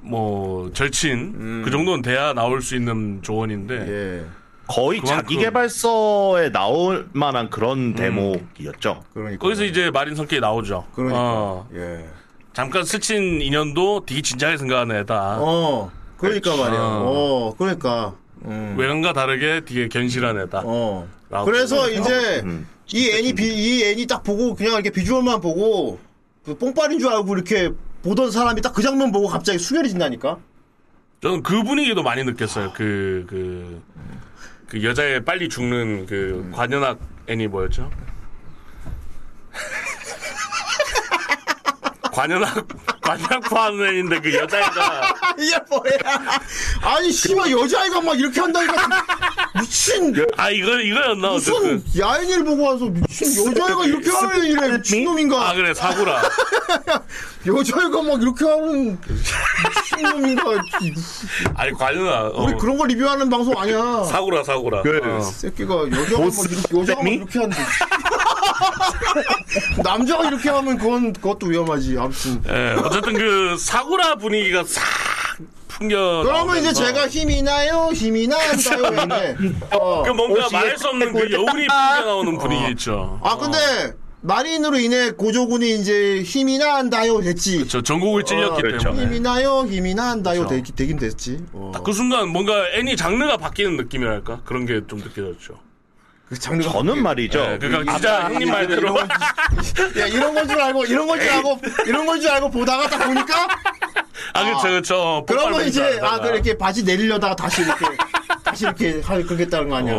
Speaker 11: 뭐 절친 그 정도는 돼야 나올 수 있는 조언인데
Speaker 8: 예,
Speaker 10: 거의
Speaker 11: 그만큼-
Speaker 10: 자기 개발서에 나올 만한 그런 대목이었죠
Speaker 8: 그러니까.
Speaker 11: 거기서 이제 마린성격이 나오죠
Speaker 8: 그러니까.
Speaker 11: 어,
Speaker 8: 예.
Speaker 11: 잠깐 스친 인연도 되게 진지하게 생각하는 애다
Speaker 8: 어, 그러니까 말이야.
Speaker 11: 어.
Speaker 8: 어, 그러니까. 음.
Speaker 11: 외관과 다르게 되게 견실한 애다
Speaker 8: 어.
Speaker 11: 라고.
Speaker 8: 그래서 이제
Speaker 10: 음.
Speaker 8: 이 애니 비, 이 애니 딱 보고 그냥 이렇게 비주얼만 보고 그 뽕빨인 줄 알고 이렇게 보던 사람이 딱 그 장면 보고 갑자기 수결해진다니까. *laughs*
Speaker 11: 저는 그 분위기도 많이 느꼈어요. 그, 그, 그 여자의 빨리 죽는 그
Speaker 8: 음.
Speaker 11: 관현악 애니
Speaker 8: *laughs*
Speaker 11: 뭐였죠? 관현악, 관현악 파는 애인데 그 여자애가
Speaker 8: 아, 이게 뭐야? 아니 씨발 여자애가 막 이렇게 *laughs* 한다니까 미친
Speaker 11: 아, 이거, 이거였나?
Speaker 8: 무슨
Speaker 11: 어쨌든.
Speaker 8: 야인을 보고 와서 미친 여자애가 이렇게 하는 이래 미친놈인가?
Speaker 11: 아, 그래, 사구라.
Speaker 8: 여자애가 막 이렇게 하는
Speaker 11: *laughs*
Speaker 8: 미친놈인가?
Speaker 11: 아니, 관현악. 어,
Speaker 8: 우리 그런 거 리뷰하는 방송 아니야.
Speaker 11: 사구라, 사구라.
Speaker 10: 그-
Speaker 11: 어.
Speaker 8: 새끼가 여자가
Speaker 10: 보스
Speaker 8: 막 이렇게, 여자가 막
Speaker 10: 쌤이?
Speaker 8: 이렇게 하는데 *laughs* 남자가 이렇게 하면 그건 그것도 위험하지. 아무튼
Speaker 11: 예, 어쨌든 그 사구라 분위기가 싹 풍겨.
Speaker 8: 그러면 이제 제가 힘이 나요, 힘이 난다요. 했는데, 어.
Speaker 11: 그 뭔가
Speaker 10: 옷이 어.
Speaker 11: 말할 수 없는 그 여운이 풍겨 나오는 분위기 있죠.
Speaker 8: 아 근데 마린으로 인해 고조군이 이제 힘이 난다요 됐지.
Speaker 11: 저 전국을 찔렸기
Speaker 10: 그렇죠.
Speaker 11: 때문에.
Speaker 8: 힘이 나요, 힘이 난다요
Speaker 11: 그쵸.
Speaker 8: 되기, 되긴 됐지. 어.
Speaker 11: 그 순간 뭔가 애니 장르가 바뀌는 느낌이랄까 그런 게 좀 느껴졌죠.
Speaker 8: 그 장르가
Speaker 10: 저는 어, 말이죠
Speaker 11: 네, 그러니까 진짜 형님 말대로
Speaker 8: 야 예, 이런 건 줄 알고 이런 건 줄 알고 이런 건 줄 알고 보다가 딱 보니까
Speaker 11: 아 그쵸 그쵸.
Speaker 8: 그러면
Speaker 11: 폭발
Speaker 8: 이제
Speaker 11: 분사
Speaker 8: 아
Speaker 11: 하다가.
Speaker 8: 그래 이렇게 바지 내리려다가 다시 이렇게 다시 이렇게 할 그겠다는 거 아니야.
Speaker 11: 어.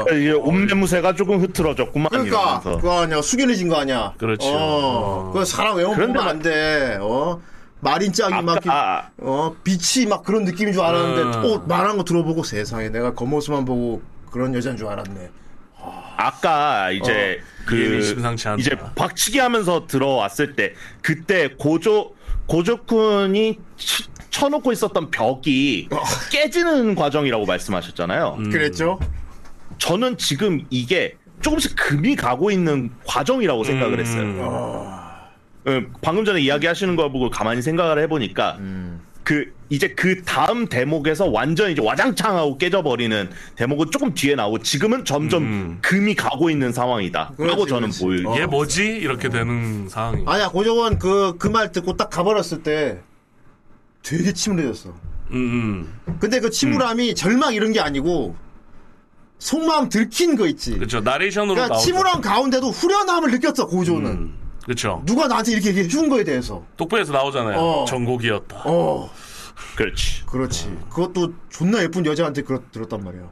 Speaker 8: 어.
Speaker 10: 그 이제 옴내무새가 조금 흐트러졌구만
Speaker 8: 그러니까
Speaker 10: 이러면서.
Speaker 8: 그거 아니야 숙연해진 거 아니야.
Speaker 11: 그렇죠.
Speaker 8: 어.
Speaker 11: 어.
Speaker 8: 그 사람 외모
Speaker 10: 그런데
Speaker 8: 보면
Speaker 10: 막-
Speaker 8: 안 돼. 어. 마린 짝이 막 이렇게,
Speaker 10: 아까-
Speaker 8: 어 빛이 막 그런 느낌인 줄 알았는데
Speaker 11: 음.
Speaker 8: 또 말한 거 들어보고 세상에 내가 겉모습만 보고 그런 여자인 줄 알았네.
Speaker 10: 아까 이제
Speaker 11: 예민
Speaker 10: 그
Speaker 11: 심상치 않다.
Speaker 10: 이제 박치기 하면서 들어왔을 때 그때 고조 고조쿤이 치- 쳐놓고 있었던 벽이 깨지는 과정이라고 말씀하셨잖아요.
Speaker 8: 음. 그랬죠?
Speaker 10: 저는 지금 이게 조금씩 금이 가고 있는 과정이라고
Speaker 8: 음.
Speaker 10: 생각을 했어요.
Speaker 8: 아.
Speaker 10: 예, 방금 전에 이야기하시는 거 보고 가만히 생각을 해보니까
Speaker 8: 음.
Speaker 10: 그 이제 그 다음 대목에서 완전 이제 와장창하고 깨져버리는 대목은 조금 뒤에 나오고 지금은 점점 금이 가고 있는 상황이다라고
Speaker 8: 음. 그렇지,
Speaker 10: 저는 예,
Speaker 8: 그렇지. 어.
Speaker 10: 보여요.
Speaker 11: 얘 뭐지 이렇게 되는
Speaker 8: 아.
Speaker 11: 상황이.
Speaker 8: 아니야 고정원 그 그 말 듣고 딱 가버렸을 때 되게 침울해졌어.
Speaker 11: 음, 음.
Speaker 8: 근데 그 침울함이 절망 이런 게 아니고 속마음 들킨 거 있지.
Speaker 11: 그렇죠. 나레이션으로
Speaker 8: 그러니까
Speaker 11: 나오죠.
Speaker 8: 침울함 가운데도 후련함을 느꼈어 고조는.
Speaker 11: 음, 그렇죠.
Speaker 8: 누가 나한테 이렇게 얘기해 준 거에 대해서.
Speaker 11: 독보에서 나오잖아요.
Speaker 8: 어.
Speaker 11: 전곡이었다.
Speaker 8: 어,
Speaker 10: 그렇지.
Speaker 8: 그렇지. 그것도 존나 예쁜 여자한테 그렇 들었단 말이야.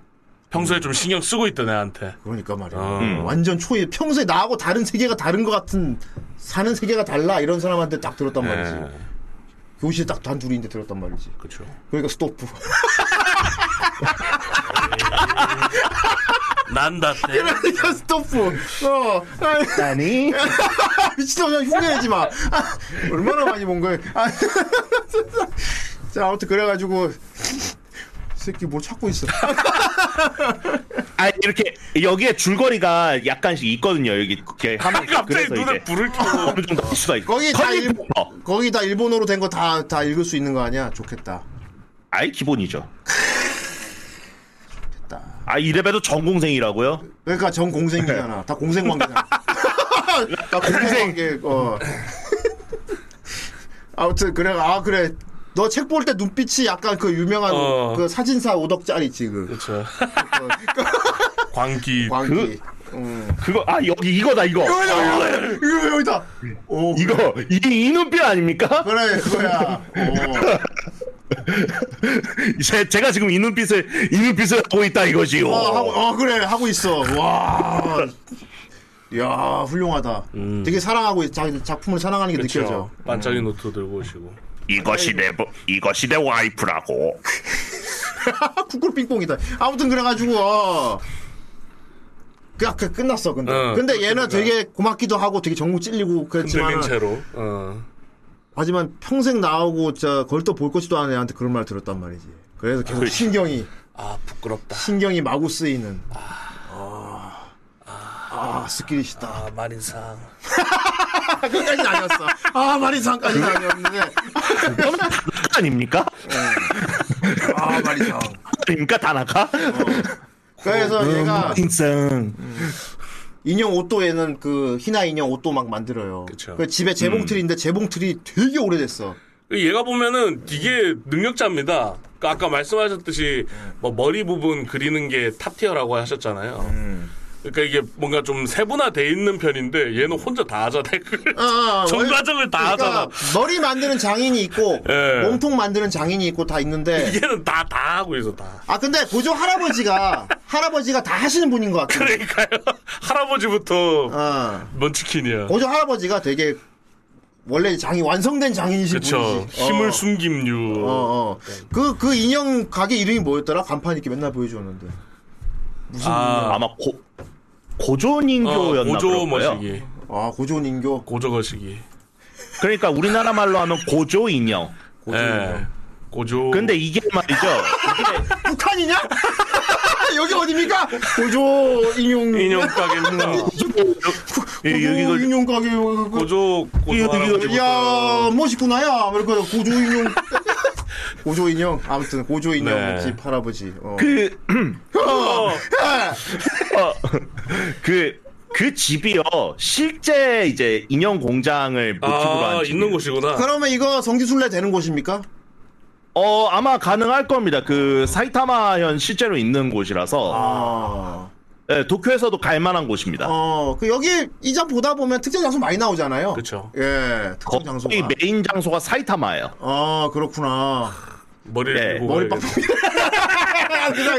Speaker 11: 평소에 좀 신경 쓰고 있던 애한테.
Speaker 8: 그러니까 말이야.
Speaker 11: 어.
Speaker 8: 완전 초이 평소에 나하고 다른 세계가 다른 것 같은 사는 세계가 달라 이런 사람한테 딱 들었단 말이지.
Speaker 11: 예,
Speaker 8: 교실에 딱 단 둘이 있는데 들었단 말이지.
Speaker 11: 그렇죠.
Speaker 8: 그러니까 스토프.
Speaker 11: 난다 때.
Speaker 8: 그러니까 스토프. 어. 아니,
Speaker 10: 아니.
Speaker 8: 미친놈 흉내내지 마. 아, 얼마나 많이 본 거야. 아, *laughs* 자 아무튼 그래가지고 새끼 뭐 찾고 있어.
Speaker 10: 아 이렇게 여기에 줄거리가 약간씩 있거든요.
Speaker 8: *laughs*
Speaker 10: 여기 이렇게 하면
Speaker 11: 갑자기
Speaker 10: 그래서
Speaker 11: 눈에
Speaker 10: 이제
Speaker 11: 불을 켜고.
Speaker 10: 어느 정도 할 수가 있고. 뭐,
Speaker 8: 거기 다 일,
Speaker 10: 컬리포터.
Speaker 8: 거기 다 일본어로 된 거 다 다 읽을 수 있는 거 아니야? 좋겠다.
Speaker 10: 아이 기본이죠.
Speaker 8: 좋겠다.
Speaker 10: 아 이래봬도 전공생이라고요?
Speaker 8: 그러니까 전 공생이잖아. 다 공생 *laughs* 관계잖아. 다 공생 관계. 어. 아무튼 그래 아 그래. 너 책 볼 때 눈빛이 약간 그 유명한
Speaker 11: 어.
Speaker 8: 그 사진사 오덕짜리 지금 어,
Speaker 11: 그렇죠. 광기.
Speaker 8: 광기.
Speaker 10: 그거 아 여기 이거다 이거.
Speaker 8: 여기다 이거 여기다. 오
Speaker 10: 이거 이게 이 눈빛 아닙니까? *laughs*
Speaker 8: 그래 그거야. 오.
Speaker 10: 제, 제가 지금 이 눈빛을 이 눈빛을 하고 있다 이거지요.
Speaker 8: 어, 하고, 어, 그래 하고 있어. 와. 야 훌륭하다. 되게 사랑하고 자기 작품을 사랑하는 게 느껴져.
Speaker 11: 음. 그렇죠. 반짝이 노트 들고 오시고.
Speaker 10: 이것이 내 부- 이것이 내 와이프라고.
Speaker 8: *laughs* 아, 쿠쿨빙뽕이다. 아무튼 그래가지고 어. 그, 그 끝났어 근데.
Speaker 11: 어,
Speaker 8: 근데 얘는 되게 고맙기도 하고 되게 정국 찔리고
Speaker 11: 흔들린
Speaker 8: 그랬지만
Speaker 11: 채로. 어.
Speaker 8: 하지만 평생 나오고 저 걸터 볼 것도 않은 애한테 그런 말 들었단 말이지. 그래서 계속 신경이
Speaker 11: 아 부끄럽다.
Speaker 8: 신경이 마구 쓰이는. 아, 아 스킬이시다.
Speaker 11: 아
Speaker 8: *laughs*
Speaker 11: 마린상.
Speaker 8: 끝까지 아니었어. 아 마리상까지 아니었는데.
Speaker 10: 아닙니까?
Speaker 8: 아 마리상.
Speaker 10: 아닙니까 다나카?
Speaker 8: 그래서 얘가 음,
Speaker 10: 인생.
Speaker 8: 인형 옷도에는 그 희나 인형 옷도 막 만들어요.
Speaker 11: 그쵸.
Speaker 8: 그 집에 재봉틀인데 재봉틀이 되게 오래됐어.
Speaker 11: 얘가 보면은 이게 능력자입니다. 그러니까 아까 말씀하셨듯이 뭐 머리 부분 그리는 게 탑티어라고 하셨잖아요. 그러니까 이게 뭔가 좀 세분화돼 있는 편인데 얘는 혼자 *laughs* 다 하잖아요.
Speaker 8: 아,
Speaker 11: 전
Speaker 8: 원래-
Speaker 11: 과정을 다
Speaker 8: 그러니까
Speaker 11: 하잖아.
Speaker 8: 머리 만드는 장인이
Speaker 11: *laughs*
Speaker 8: 있고
Speaker 11: 예.
Speaker 8: 몸통 만드는 장인이 있고 다 있는데
Speaker 11: 얘는 다 다 하고 있어 다.
Speaker 8: 아 근데
Speaker 11: *laughs*
Speaker 8: 고조 할아버지가 할아버지가 다 하시는 분인 것 같아요.
Speaker 11: 그러니까요. *laughs* 할아버지부터
Speaker 8: 어.
Speaker 11: 먼치킨이야.
Speaker 8: 고조 할아버지가 되게 원래 장이 완성된 장인이신
Speaker 11: 그쵸.
Speaker 8: 분이지.
Speaker 11: 힘을
Speaker 8: 어.
Speaker 11: 숨김류.
Speaker 8: 어, 어. 그, 그 인형 가게 이름이 뭐였더라? 간판 이렇게 맨날 보여주었는데.
Speaker 11: 아,
Speaker 10: 아마 고 고조인교였나
Speaker 11: 어, 고조
Speaker 10: 그럴까요?
Speaker 11: 머시기.
Speaker 8: 아, 고조원 인교.
Speaker 11: 고조 거시기.
Speaker 10: 그러니까 우리나라 말로 하면 고조 인형.
Speaker 8: 고조
Speaker 11: 예.
Speaker 8: 인교.
Speaker 11: 고조.
Speaker 10: 근데 이게 말이죠.
Speaker 8: 북한이냐? *laughs* 여기 어딥니까? 고조 인형.
Speaker 11: 인형
Speaker 10: *laughs*
Speaker 11: 가게입니다.
Speaker 10: 이-
Speaker 8: 고조
Speaker 10: 여기가
Speaker 8: 인형 가게. 고조.
Speaker 11: 고조 고조
Speaker 10: 이거-
Speaker 11: 할아버지부터.
Speaker 8: 야, 예, 멋있구나, 야. 이렇게 고조 인형. 고조 인형. 아무튼, 고조 인형
Speaker 11: 네.
Speaker 8: 집 할아버지. 어.
Speaker 10: 그
Speaker 11: 어.
Speaker 10: 그, 그 집이요 실제 이제 인형 공장을 모티브로
Speaker 11: 아, 있는
Speaker 10: 한 집이에요.
Speaker 11: 곳이구나.
Speaker 8: 그러면 이거 성지순례 되는 곳입니까?
Speaker 10: 어 아마 가능할 겁니다. 그 사이타마현 실제로 있는 곳이라서
Speaker 8: 아.
Speaker 10: 예, 도쿄에서도 갈만한 곳입니다.
Speaker 8: 어, 그 여기 이 장 보다 보면 특정 장소 많이 나오잖아요.
Speaker 11: 그쵸.
Speaker 8: 예, 특정 장소가.
Speaker 10: 거의 메인 장소가 사이타마예요. *laughs*
Speaker 8: 아, 그렇구나.
Speaker 11: 머리를
Speaker 10: 예,
Speaker 11: 밀고
Speaker 8: 네, 머리
Speaker 11: 가야 *laughs*
Speaker 8: 빡빡. 세상에.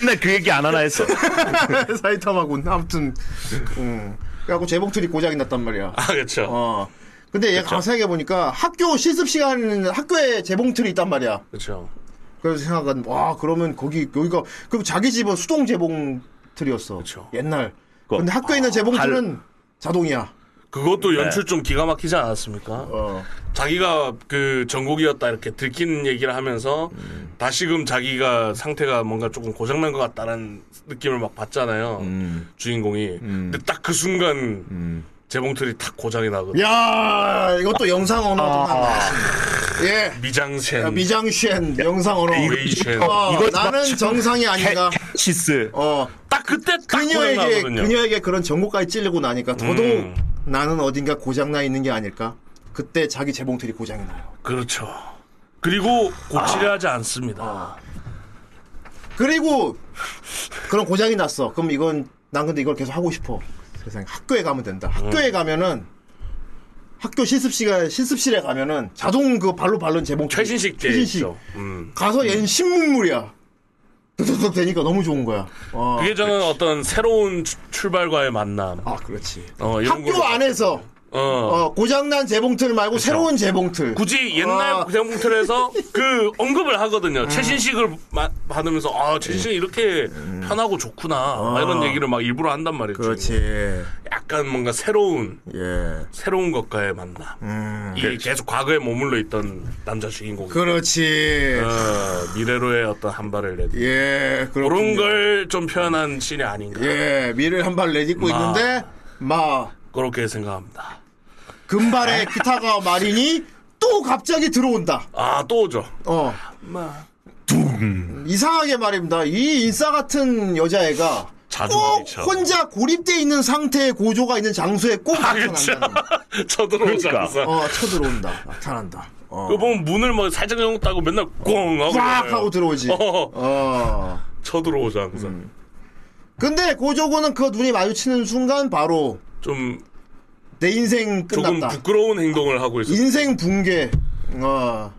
Speaker 10: 맨날 그 얘기 안 하나 했어.
Speaker 8: *laughs* 사이타마군. 아무튼, 음. 그래갖고 재봉틀이 고장이 났단 말이야.
Speaker 11: 아, 그렇죠.
Speaker 8: 어. 근데 얘가 가서 생각해 보니까 학교 실습 시간에는 학교에 재봉틀이 있단 말이야.
Speaker 11: 그렇죠.
Speaker 8: 그래서 생각한, 와, 그러면 거기, 여기가, 그럼 자기 집은 수동 재봉틀이었어.
Speaker 11: 그쵸. 아,
Speaker 8: 옛날. *laughs*
Speaker 10: 그-
Speaker 8: 근데 학교에 있는 재봉틀은 자동이야.
Speaker 11: 그것도 연출 좀 기가 막히지 않았습니까?
Speaker 8: 네. 어.
Speaker 11: 자기가 그 전곡이었다 이렇게 들킨 얘기를 하면서
Speaker 8: 음.
Speaker 11: 다시금 자기가 상태가 뭔가 조금 고장난 것 같다라는 느낌을 막 받잖아요.
Speaker 8: 음.
Speaker 11: 주인공이. 근데 딱 그 순간 재봉틀이 탁 고장이 나거든.
Speaker 8: 야 이것도 영상 언어도 나
Speaker 11: 아.
Speaker 8: 예.
Speaker 11: 미장센.
Speaker 8: 야, 미장쉔 영상 언어.
Speaker 11: 웨이쉔.
Speaker 8: 어,
Speaker 10: 이거
Speaker 8: 나는 정상이 아닌가.
Speaker 10: 치스.
Speaker 8: 어,
Speaker 11: 딱 그때 딱
Speaker 8: 그녀에게
Speaker 11: 고장나거든요. 음.
Speaker 8: 그녀에게 그런 정보까지 찔리고 나니까 더더욱 나는 어딘가 고장나 있는 게 아닐까. 그때 자기 재봉틀이 고장이 나요.
Speaker 11: 그렇죠. 그리고
Speaker 8: 아.
Speaker 11: 고치려 하지 않습니다.
Speaker 8: 그리고 그런 고장이 났어. 그럼 이건 난 근데 이걸 계속 하고 싶어. 세상에 학교에 가면 된다.
Speaker 11: 음.
Speaker 8: 학교에 가면은 학교 실습 시간 실습실에 가면은 자동 그 발로 발른 재봉
Speaker 11: 최신식 게
Speaker 8: 최신식.
Speaker 11: 있죠. 음.
Speaker 8: 가서 얘는 신문물이야. 득득득 되니까 너무 좋은 거야. 어.
Speaker 11: 그게 저는 어떤 새로운 추- 출발과의 만남.
Speaker 8: 아 그렇지.
Speaker 11: 어, 이런
Speaker 8: 학교
Speaker 11: 걸로-
Speaker 8: 안에서
Speaker 11: 어.
Speaker 8: 어, 고장난 재봉틀 말고 새로운 재봉틀.
Speaker 11: 굳이 옛날
Speaker 8: 아. *laughs*
Speaker 11: 구생봉틀에서 그 언급을 하거든요.
Speaker 8: 음.
Speaker 11: 최신식을 마- 받으면서
Speaker 8: 네.
Speaker 11: 아 최신식 이렇게 편하고 좋구나 막 이런 얘기를 막 일부러 한단 말이죠.
Speaker 8: 그렇지.
Speaker 11: 약간 뭔가 새로운
Speaker 8: 예.
Speaker 11: 새로운 것과의 만남. 이 계속 과거에 머물러 있던 남자 주인공.
Speaker 8: 그렇지.
Speaker 11: 어, 미래로의 어떤 한 발을 내딛
Speaker 8: 예. 그렇군요.
Speaker 11: 그런 걸 좀 표현한 신이 아닌가
Speaker 8: 예. 미를 한 발 내딛고
Speaker 11: 마.
Speaker 8: 있는데 마
Speaker 11: 그렇게 생각합니다. 네?
Speaker 8: 금발의 기타가 마린이 또 갑자기 들어온다.
Speaker 11: 아 또 오죠.
Speaker 8: 어. 이상하게 말입니다. 이 인싸 같은 여자애가
Speaker 11: 자주
Speaker 8: 꼭
Speaker 11: 부딪혀.
Speaker 8: 혼자 고립돼 있는 상태의 고조가 있는 장소에 꼭
Speaker 11: 그렇죠.
Speaker 8: 나타난다.
Speaker 11: *laughs* 쳐들어오지
Speaker 10: 그러니까.
Speaker 11: 않아서.
Speaker 8: 어, 쳐들어온다. 나타난다. 어.
Speaker 11: 그거 보면 문을 막 살짝 정도 따고 맨날 꽝 하고.
Speaker 8: 꽉
Speaker 11: 어, 그래요.
Speaker 8: 하고 들어오지.
Speaker 11: 어,
Speaker 8: 어.
Speaker 11: 쳐들어오죠 항상.
Speaker 8: 근데 고조고는 그 눈이 마주치는 순간 바로
Speaker 11: 좀
Speaker 8: 내 인생
Speaker 11: 조금
Speaker 8: 끝났다.
Speaker 11: 부끄러운 행동을 하고 있어.
Speaker 8: 인생 붕괴.
Speaker 11: *laughs*
Speaker 8: 어.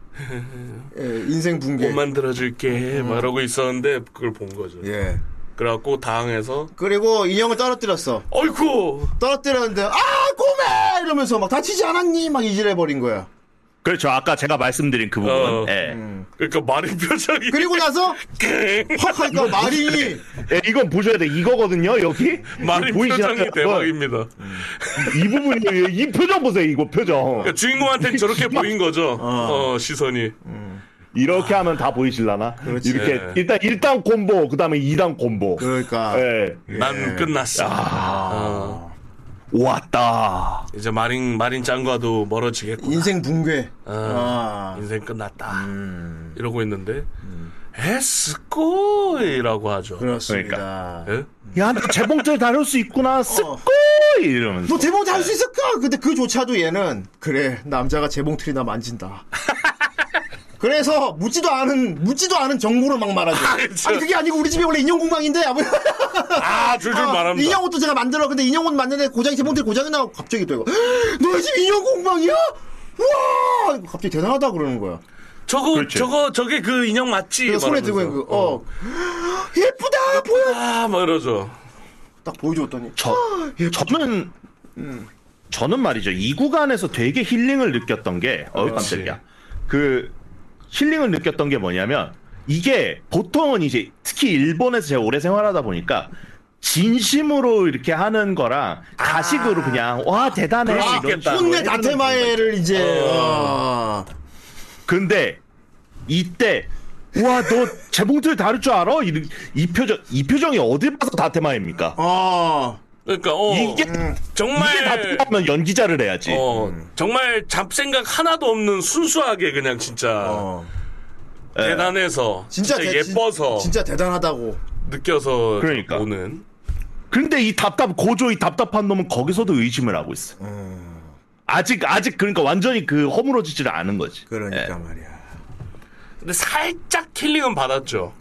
Speaker 8: 예, 인생 붕괴.
Speaker 11: 옷 만들어줄게 막 이러고 있었는데 그걸 본 거죠.
Speaker 8: 예.
Speaker 11: 그래갖고 당황해서
Speaker 8: 그리고 인형을 떨어뜨렸어.
Speaker 11: 어이쿠
Speaker 8: 떨어뜨렸는데 아 꼬매 이러면서 막 다치지 않았니 막 이질해 버린 거야.
Speaker 10: 그렇죠. 아까 제가 말씀드린 그 부분.
Speaker 11: 어.
Speaker 10: 예.
Speaker 8: 음.
Speaker 11: 그러니까 말의 표정이
Speaker 8: 그리고 나서 확 하니까 마린이
Speaker 10: 예, 이건 보셔야 돼. 이거거든요. 여기
Speaker 11: *laughs* 말의 표정이
Speaker 10: 보이시나요? 뭐,
Speaker 11: 대박입니다.
Speaker 10: 이 부분이에요. 이 표정 보세요. 이거 표정.
Speaker 11: 그러니까
Speaker 8: *laughs*
Speaker 11: 주인공한테는
Speaker 8: 네.
Speaker 11: 저렇게 보인 거죠. 어, 시선이.
Speaker 10: 이렇게 하면 다 보이실라나? 이렇게
Speaker 11: 예.
Speaker 10: 일단 1단 콤보, 그다음에 2단 콤보.
Speaker 8: 그러니까
Speaker 10: 예.
Speaker 11: 난 끝났어. 어,
Speaker 10: 왔다.
Speaker 11: 이제 마린 마린 짱과도 멀어지겠고
Speaker 8: 인생 붕괴.
Speaker 11: 아,
Speaker 8: 아.
Speaker 11: 인생 끝났다. 이러고 있는데 에스코이라고 하죠.
Speaker 8: 그렇습니다.
Speaker 11: 예?
Speaker 10: 야, 너 재봉틀 다룰 수 있구나. 쓰꼬이 이러면서.
Speaker 8: 너 재봉 뭐 잘할 수 있을까? 근데 그조차도 얘는 그래 남자가
Speaker 11: *laughs*
Speaker 8: 재봉틀이나 만진다. 그래서 묻지도 않은 묻지도 않은 정보를 막 말하죠.
Speaker 11: 그쵸.
Speaker 8: 아니 그게 아니고 우리 집에 원래 인형공방인데 아버지.
Speaker 11: 아 줄줄
Speaker 8: 아,
Speaker 11: 말합니다.
Speaker 8: 인형 옷도 제가 만들어. 근데 인형 옷 만드는데 고장이 재봉틀 고장이 나고 갑자기 또 이거. 너희 집 인형 공방이야? 와! 이거 갑자기 대단하다 그러는 거야.
Speaker 11: 저거
Speaker 10: 그렇지.
Speaker 11: 저거 저게 그 인형 맞지?
Speaker 8: 그래서 손에 들고 있는
Speaker 11: 말하면서.
Speaker 8: 거. 어. 예쁘다. 보여.
Speaker 11: 아, 막 이러죠.
Speaker 8: 딱 보여줬더니
Speaker 10: 저, 저는 저는 말이죠 이 구간에서 되게 힐링을 느꼈던 게 어우
Speaker 11: 그렇지.
Speaker 10: 깜짝이야 그 힐링을 느꼈던 게 뭐냐면 이게 보통은 이제 특히 일본에서 제가 오래 생활하다 보니까 진심으로 이렇게 하는 거랑 가식으로 그냥 와 대단해
Speaker 11: 그럴 수
Speaker 10: 이런
Speaker 11: 있겠다.
Speaker 10: 식으로
Speaker 8: 혼내
Speaker 10: 해주는
Speaker 8: 다테마에를 이제
Speaker 11: 어.
Speaker 8: 아.
Speaker 10: 근데 이때 와 너 재봉틀 다룰 줄 알아? 이, 이 표정 이 표정이 어디 봐서 다테마입니까?
Speaker 8: 아.
Speaker 11: 그러니까 어
Speaker 10: 이게
Speaker 11: 정말
Speaker 10: 이게 다테마면 연기자를 해야지.
Speaker 11: 어 정말 잡생각 하나도 없는 순수하게 그냥 진짜
Speaker 8: 어.
Speaker 11: 대단해서 진짜,
Speaker 8: 진짜, 대-
Speaker 11: 예뻐서
Speaker 8: 진, 진짜 대단하다고.
Speaker 11: 느껴서
Speaker 10: 그러니까.
Speaker 11: 오는
Speaker 10: 근데 이 답답 고조이 답답한 놈은 거기서도 의심을 하고 있어.
Speaker 8: 음.
Speaker 10: 아직 아직 그러니까 완전히 그 허물어지지를 않은 거지.
Speaker 8: 그러니까 말이야.
Speaker 11: 근데 살짝 힐링은 받았죠.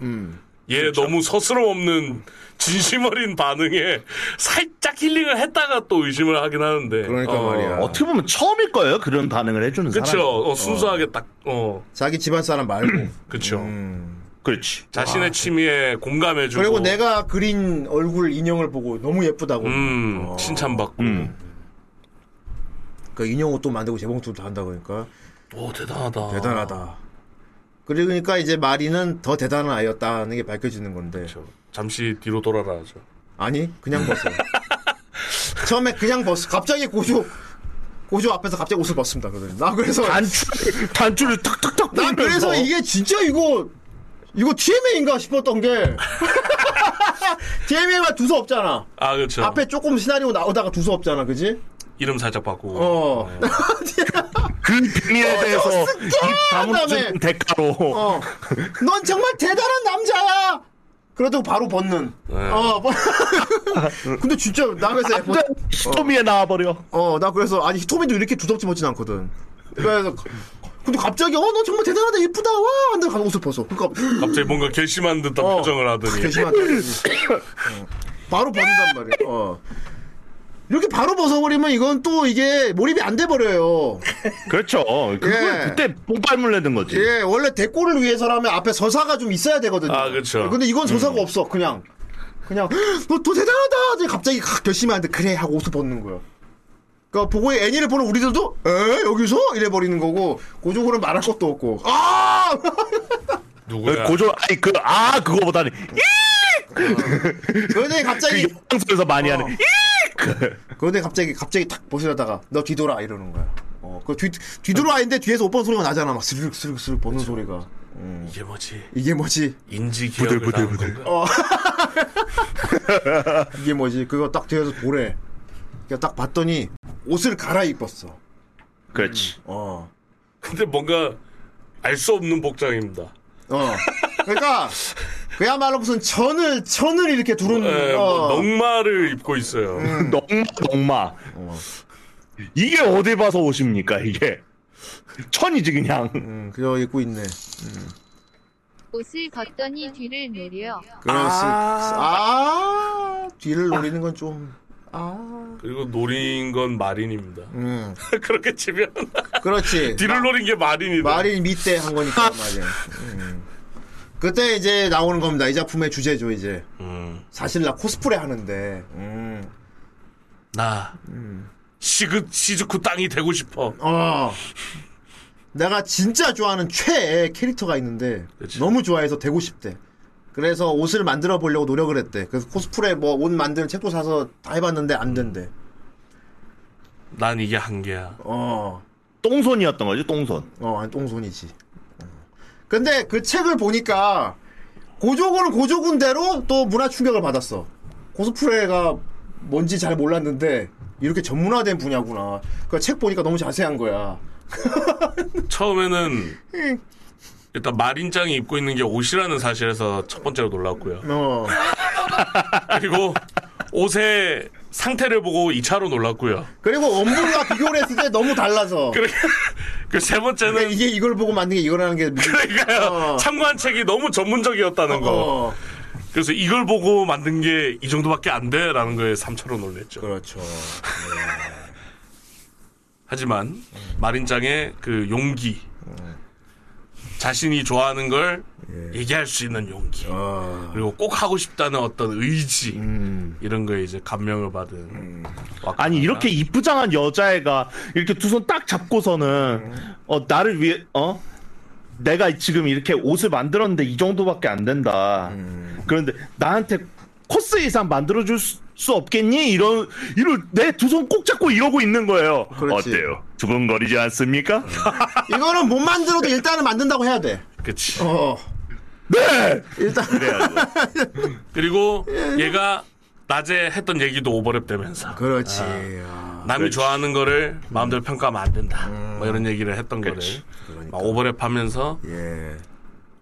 Speaker 11: 얘 너무 서스럼 없는 진심 어린 반응에 살짝 힐링을 했다가 또 의심을 하긴 하는데.
Speaker 8: 그러니까 말이야.
Speaker 10: 어떻게 보면 처음일 거예요. 그런 반응을 해주는 사람.
Speaker 11: 그쵸. 어, 순수하게 딱, 어.
Speaker 8: 자기 집안 사람 말고.
Speaker 11: 그쵸.
Speaker 10: 그렇지.
Speaker 11: 자신의 취미에 공감해주고.
Speaker 8: 그리고 내가 그린 얼굴 인형을 보고 너무 예쁘다고.
Speaker 11: 음, 칭찬받고.
Speaker 8: 그 인형 옷도 만들고 재봉틀도 한다 그러니까.
Speaker 11: 오, 대단하다.
Speaker 8: 대단하다. 아. 그러니까 이제 마리는 더 대단한 아이였다는 게 밝혀지는 건데.
Speaker 11: 그쵸. 잠시 뒤로 돌아라 하죠.
Speaker 8: 아니, 그냥 벗어. *laughs* 처음에 그냥 벗어. 갑자기 고조, 고조 앞에서 갑자기 옷을 벗습니다. 그래서. 나 그래서,
Speaker 11: 어.
Speaker 10: 단추 단추를 탁탁탁.
Speaker 8: 나 그래서
Speaker 10: 보면서
Speaker 8: 이게 진짜 이거, 이거 TMA인가 싶었던 게. *laughs* TMA만 두서 없잖아.
Speaker 11: 아, 그쵸.
Speaker 8: 앞에 조금 시나리오 나오다가 두서 없잖아. 그지?
Speaker 11: 이름 살짝 바꾸고.
Speaker 8: 어. *laughs*
Speaker 10: 그 비밀에 대해서 입
Speaker 8: 그다음에.
Speaker 10: 다물어준 대가로.
Speaker 8: 어. 넌 정말 대단한 남자야! 그러다고 바로 벗는. *laughs* 어. 근데 진짜, 나 그래서
Speaker 10: 완전 히토미에 나와버려.
Speaker 8: 어, 나 그래서 아니 히토미도 이렇게 두껍지 못진 않거든. 그래서 거- 근데 갑자기 어 너 정말 대단하다 예쁘다 와 한다 가서 옷을 벗어. 그러니까
Speaker 11: 갑자기 뭔가 결심한 듯한
Speaker 8: 어.
Speaker 11: 표정을 하더니
Speaker 8: 대신한 어. 바로 벗는단 말이에요. 어. 이렇게 바로 벗어버리면 이건 또 이게 몰입이 안 돼 버려요.
Speaker 10: 그렇죠. 그걸 그때 뽕발물 내는 거지.
Speaker 8: 예, 원래 대꼬를 위해서라면 앞에 서사가 좀 있어야 되거든요.
Speaker 11: 아, 음. 그쵸.
Speaker 8: 근데 이건 서사가 없어, 그냥. 그냥, *gasps* 너 또 대단하다! 하더니 갑자기 칵 결심이 하는데, 그래! 하고 옷을 벗는 거예요. 그니까, 보고 애니를 보는 우리들도, 에? 여기서? 이래버리는 거고, 고조고는 말할 것도 없고, 아! *laughs*
Speaker 11: 누구야?
Speaker 10: 고조 아니 그 아 그거보다는
Speaker 8: 그런데 갑자기,
Speaker 10: 그 영상에서 많이 하는
Speaker 8: 그런데 갑자기, 갑자기 탁 벗으려다가, 너 뒤돌아! 이러는 거야. 어, 그 뒤, 뒤돌아! 있는데 뒤에서 오빠 소리가 나잖아. 막 스르륵 스르륵 스르륵 보는
Speaker 11: 그렇죠.
Speaker 8: 소리가.
Speaker 11: 이게 뭐지?
Speaker 8: 이게 뭐지?
Speaker 11: 인지 기억을
Speaker 10: 부들부들
Speaker 11: 부들, 부들,
Speaker 10: 부들.
Speaker 11: 건가?
Speaker 8: 이게 뭐지? 그거 딱 뒤에서 보래. 그러니까 딱 봤더니, 옷을 갈아입었어.
Speaker 10: 그렇지.
Speaker 8: 어.
Speaker 11: 근데 뭔가 알 수 없는 복장입니다.
Speaker 8: 어. 그러니까 그야말로 무슨 천을 천을 이렇게 두른
Speaker 11: 예,
Speaker 8: 어. 음.
Speaker 11: 뭐 넉마를 입고 있어요.
Speaker 10: 넉마 넉마. 이게 어디 봐서 옷입니까 이게 천이지 그냥.
Speaker 8: 음, 그저 입고 있네.
Speaker 13: 옷을 걷더니 뒤를 노려
Speaker 8: 그래서 아, 뒤를 노리는 건 좀.
Speaker 11: 그리고 노린 건 마린입니다.
Speaker 8: 음.
Speaker 11: *laughs* 그렇게 치면 *laughs*
Speaker 8: 그렇지.
Speaker 11: 뒤를 아. 노린 게 마린이다.
Speaker 8: 말이 밑에 한 거니까 말이야. 음. 그때 이제 나오는 겁니다. 이 작품의 주제죠 이제.
Speaker 11: 음,
Speaker 8: 사실 나 코스프레 하는데. 음.
Speaker 11: 나 시그 시즈쿠 땅이 되고 싶어.
Speaker 8: 어. 내가 진짜 좋아하는 최애 캐릭터가 있는데
Speaker 11: 그치.
Speaker 8: 너무 좋아해서 되고 싶대. 그래서 옷을 만들어 보려고 노력을 했대. 그래서 코스프레 뭐 옷 만드는 책도 사서 다 해봤는데 안 된대.
Speaker 11: 난 이게 한계야.
Speaker 8: 어,
Speaker 10: 똥손이었던 거지 똥손.
Speaker 8: 어, 아니, 똥손이지. 어. 근데 그 책을 보니까 고조군은 고조군대로 또 문화 충격을 받았어. 코스프레가 뭔지 잘 몰랐는데 이렇게 전문화된 분야구나. 그 책 보니까 너무 자세한 거야.
Speaker 11: 처음에는 일단 마린짱이 입고 있는 게 옷이라는 사실에서 첫 번째로 놀랐고요. 아,
Speaker 8: 어,
Speaker 11: 그리고 옷의 상태를 보고 2차로 놀랐고요. *laughs*
Speaker 8: 그리고 원본과 비교를 했을 때 너무 달라서.
Speaker 11: 그 세
Speaker 8: 그러니까
Speaker 11: 번째는
Speaker 8: 이게 이걸 보고 만든 게 이거라는 게 믿을 수-
Speaker 11: 그러니까요. *laughs*
Speaker 8: 어.
Speaker 11: 참고한 책이 너무 전문적이었다는 거.
Speaker 8: 어.
Speaker 11: 그래서 이걸 보고 만든 게 이 정도밖에 안 돼라는 거에 3차로 놀랬죠.
Speaker 8: 그렇죠.
Speaker 11: *laughs* 하지만 마린짱의 그 용기, 자신이 좋아하는 걸
Speaker 8: 예.
Speaker 11: 얘기할 수 있는 용기,
Speaker 8: 아.
Speaker 11: 그리고 꼭 하고 싶다는 어떤 의지
Speaker 8: 음.
Speaker 11: 이런 거에 이제 감명을 받은 와카나가
Speaker 10: 아니 이렇게 이쁘장한 여자애가 이렇게 두 손 딱
Speaker 8: 음.
Speaker 10: 잡고서는 어 나를 위해 어 내가 지금 이렇게 옷을 만들었는데 이 정도밖에 안 된다.
Speaker 8: 음.
Speaker 10: 그런데 나한테 코스 이상 만들어 줄수 없겠니? 이런 이런 내 두 손 꼭 잡고 이러고 있는 거예요.
Speaker 8: 그렇지. 음.
Speaker 10: 어때요? 두근거리지 않습니까?
Speaker 8: 이거는 못 만들어도 일단은 만든다고 해야 돼.
Speaker 11: 그치
Speaker 8: 어.
Speaker 10: 네.
Speaker 8: 일단
Speaker 11: 그리고
Speaker 8: 예.
Speaker 11: 얘가 낮에 했던 얘기도 오버랩 되면서
Speaker 8: 그렇지.
Speaker 11: 남이 좋아하는 거를 마음대로 평가하면 안 된다 뭐 이런 얘기를 했던
Speaker 10: 그렇지.
Speaker 11: 거를 막 오버랩하면서
Speaker 8: 예.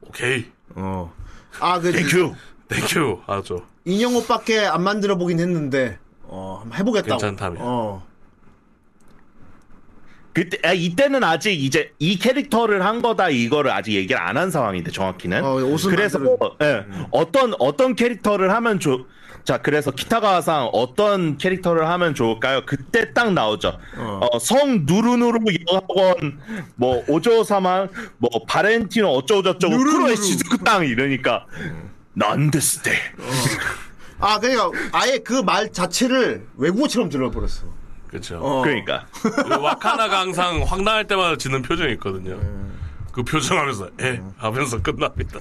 Speaker 11: 오케이
Speaker 8: 어. 아, 그
Speaker 10: 땡큐.
Speaker 11: 땡큐 아죠
Speaker 8: 인형 옷밖에 안 만들어 보긴 했는데 어, 한번 해 보겠다고.
Speaker 11: 괜찮다며.
Speaker 8: 어.
Speaker 10: 그때 아, 이때는 아직 이제 이 캐릭터를 한 거다 이거를 아직 얘기를 안 한 상황인데 정확히는
Speaker 8: 어, 옷은 음.
Speaker 10: 그래서
Speaker 8: 만들어-
Speaker 10: 예, 어떤 어떤 캐릭터를 하면 좋 자, 그래서 키타가와상 어떤 캐릭터를 하면 좋을까요? 그때 딱 나오죠.
Speaker 8: 어.
Speaker 10: 어, 성 누르누르 여학원 뭐 오조사만 뭐 바렌티노 어쩌고저쩌고
Speaker 8: 누르누르.
Speaker 10: 크로에 시즈크 땅 이러니까 난데스테
Speaker 8: 어. 아, 그러니까 아예 그 말 자체를 외국어처럼 들어 버렸어.
Speaker 11: 그쵸
Speaker 8: 어.
Speaker 10: 그러니까
Speaker 11: 그렇죠. 그 와카나가 항상 황당할 때마다 짓는 표정이 있거든요 그 표정하면서 에 하면서 끝납니다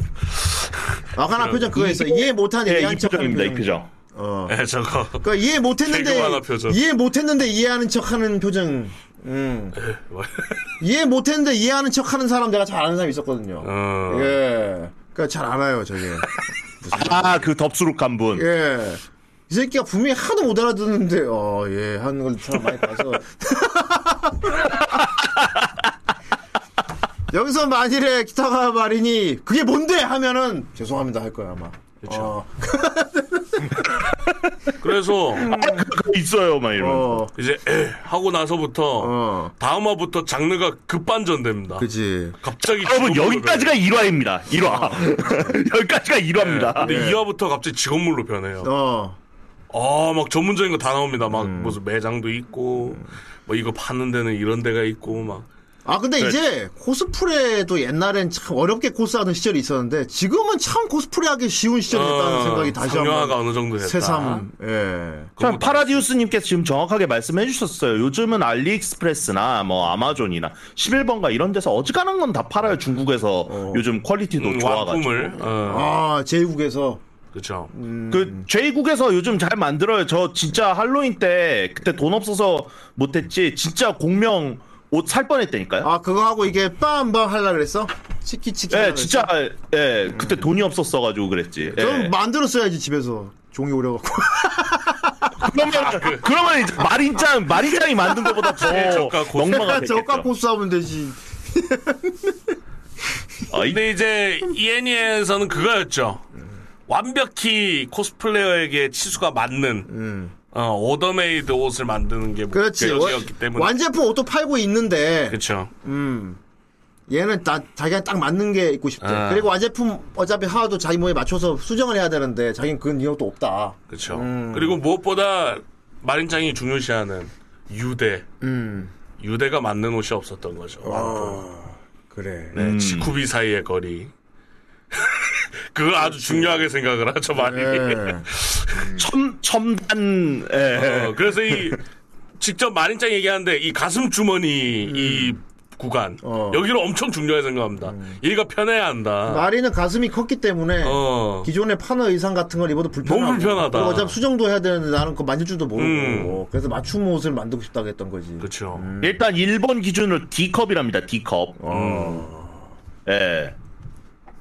Speaker 8: 아까나 표정 그거 있어. 이해 못한
Speaker 10: 예,
Speaker 8: 얘기
Speaker 10: 이
Speaker 8: 한 척하는
Speaker 10: 표정입니다 이
Speaker 8: 표정.
Speaker 10: 표정.
Speaker 8: 어.
Speaker 11: 에 저거
Speaker 8: 그러니까 이해 못 했는데
Speaker 11: 개그만화 표정.
Speaker 8: 이해 못 했는데 이해하는 척하는 표정. 음.
Speaker 11: 예, 뭐. *laughs*
Speaker 8: 이해 못했는데 이해하는 척하는 사람 내가 잘 아는 사람이 있었거든요.
Speaker 11: 어.
Speaker 8: 예. 그러니까 잘 알아요, 저게.
Speaker 10: 아그 덥수룩한 분.
Speaker 8: 예. 이 새끼가 분명히 하도 못 알아듣는데, 어, 예, 하는 걸 참 많이 봐서. *laughs* 여기서 만일에 기타가 말이니, 그게 뭔데? 하면은, 죄송합니다 할 거야, 아마. 그렇죠.
Speaker 11: 그래서
Speaker 10: 있어요 막 이러면서
Speaker 8: 어,
Speaker 11: 이제 에 하고 나서부터
Speaker 8: 어,
Speaker 11: 다음 화부터 장르가 급반전됩니다.
Speaker 8: 그치.
Speaker 11: 갑자기
Speaker 10: 아, 여러분
Speaker 11: 직업물로
Speaker 10: 여기까지가 1화입니다 1화 *laughs* 여기까지가
Speaker 11: 변해요.
Speaker 10: 1화입니다
Speaker 11: 근데 2화부터 갑자기 직업물로 변해요.
Speaker 8: 어,
Speaker 11: 아, 막 전문적인 거 다 나옵니다. 막
Speaker 8: 음.
Speaker 11: 무슨 매장도 있고, 뭐 이거 파는 데는 이런 데가 있고, 막.
Speaker 8: 아 근데
Speaker 11: 네.
Speaker 8: 이제 코스프레도 옛날엔 참 어렵게 코스하는 시절이 있었는데 지금은 참 코스프레하기 쉬운 시절이었다는
Speaker 11: 어,
Speaker 8: 생각이 다시
Speaker 11: 상용화가
Speaker 8: 한번
Speaker 11: 어느 정도 됐다. 음,
Speaker 8: 새삼 예.
Speaker 10: 참 파라디우스님께서 지금 정확하게 말씀해 주셨어요. 요즘은 알리익스프레스나 뭐 아마존이나 11번가 이런 데서 어지간한 건 다 팔아요. 중국에서 요즘 퀄리티도
Speaker 11: 음,
Speaker 10: 좋아가지고. 네.
Speaker 11: 완품을. 어,
Speaker 8: 아 음. 제국에서
Speaker 11: 그쵸.
Speaker 10: 그 제국에서 요즘 잘 만들어요. 저 진짜 할로윈 때 그때 돈 없어서 못했지 진짜 공명 옷 살 뻔했다니까요.
Speaker 8: 아 그거 하고 이게 빰빰 하려 그랬어? 치키
Speaker 11: 네,
Speaker 8: 치키.
Speaker 10: 예,
Speaker 8: 하려고
Speaker 10: 진짜
Speaker 8: 그랬어?
Speaker 10: 예, 그때 돈이 없었어가지고 그랬지. 예.
Speaker 11: 네.
Speaker 8: 좀 만들었어야지 집에서 종이 오려갖고.
Speaker 11: 아,
Speaker 10: 그러면 그러면 이제 마린짱 마린짱이 만든 것보다 더
Speaker 11: 네, 저가 고수.
Speaker 8: *laughs*
Speaker 10: 멍망한
Speaker 8: 저가 코스하면 되지.
Speaker 11: 근데 이제 이애니에서는 그거였죠. 완벽히 코스플레이어에게 치수가 맞는 어, 오더메이드 옷을 만드는 게
Speaker 8: 음. 그렇지. 원-
Speaker 11: 목표였기 때문에.
Speaker 8: 완제품 옷도 팔고 있는데
Speaker 11: 그쵸.
Speaker 8: 음. 얘는 나, 자기가 딱 맞는 게 입고 싶대.
Speaker 11: 아.
Speaker 8: 그리고 완제품 어차피 하와도 자기 몸에 맞춰서 수정을 해야 되는데 자기는 그런 능력도 없다.
Speaker 11: 그쵸.
Speaker 8: 음.
Speaker 11: 그리고 무엇보다 마린짱이 중요시하는 유대.
Speaker 8: 음.
Speaker 11: 유대가 맞는 옷이 없었던 거죠. 완품.
Speaker 8: 그래.
Speaker 11: 네, 지쿠비 사이의 거리. *laughs* 그걸 아주 중요하게 생각을 하죠, 많이.
Speaker 10: 첨 첨단 예.
Speaker 8: 네.
Speaker 11: 어, 그래서 이 직접 마린짱 얘기하는데 이 가슴 주머니 이 구간
Speaker 8: 음. 어. 음.
Speaker 11: 여기를 엄청 중요하게 생각합니다. 얘가 편해야 한다.
Speaker 8: 마리는 가슴이 컸기 때문에
Speaker 11: 어.
Speaker 8: 기존의 파너 의상 같은 걸 입어도 불편하고
Speaker 11: 너무 불편하다.
Speaker 8: 그리고 어차피 수정도 해야 되는데 나는 그거 만질 줄도 모르고
Speaker 11: 음.
Speaker 8: 그래서 맞춤 옷을 만들고 싶다고 했던 거지.
Speaker 11: 그렇죠.
Speaker 8: 음.
Speaker 10: 일단 일본 기준으로 D컵이랍니다. D컵.
Speaker 8: 어.
Speaker 10: 예.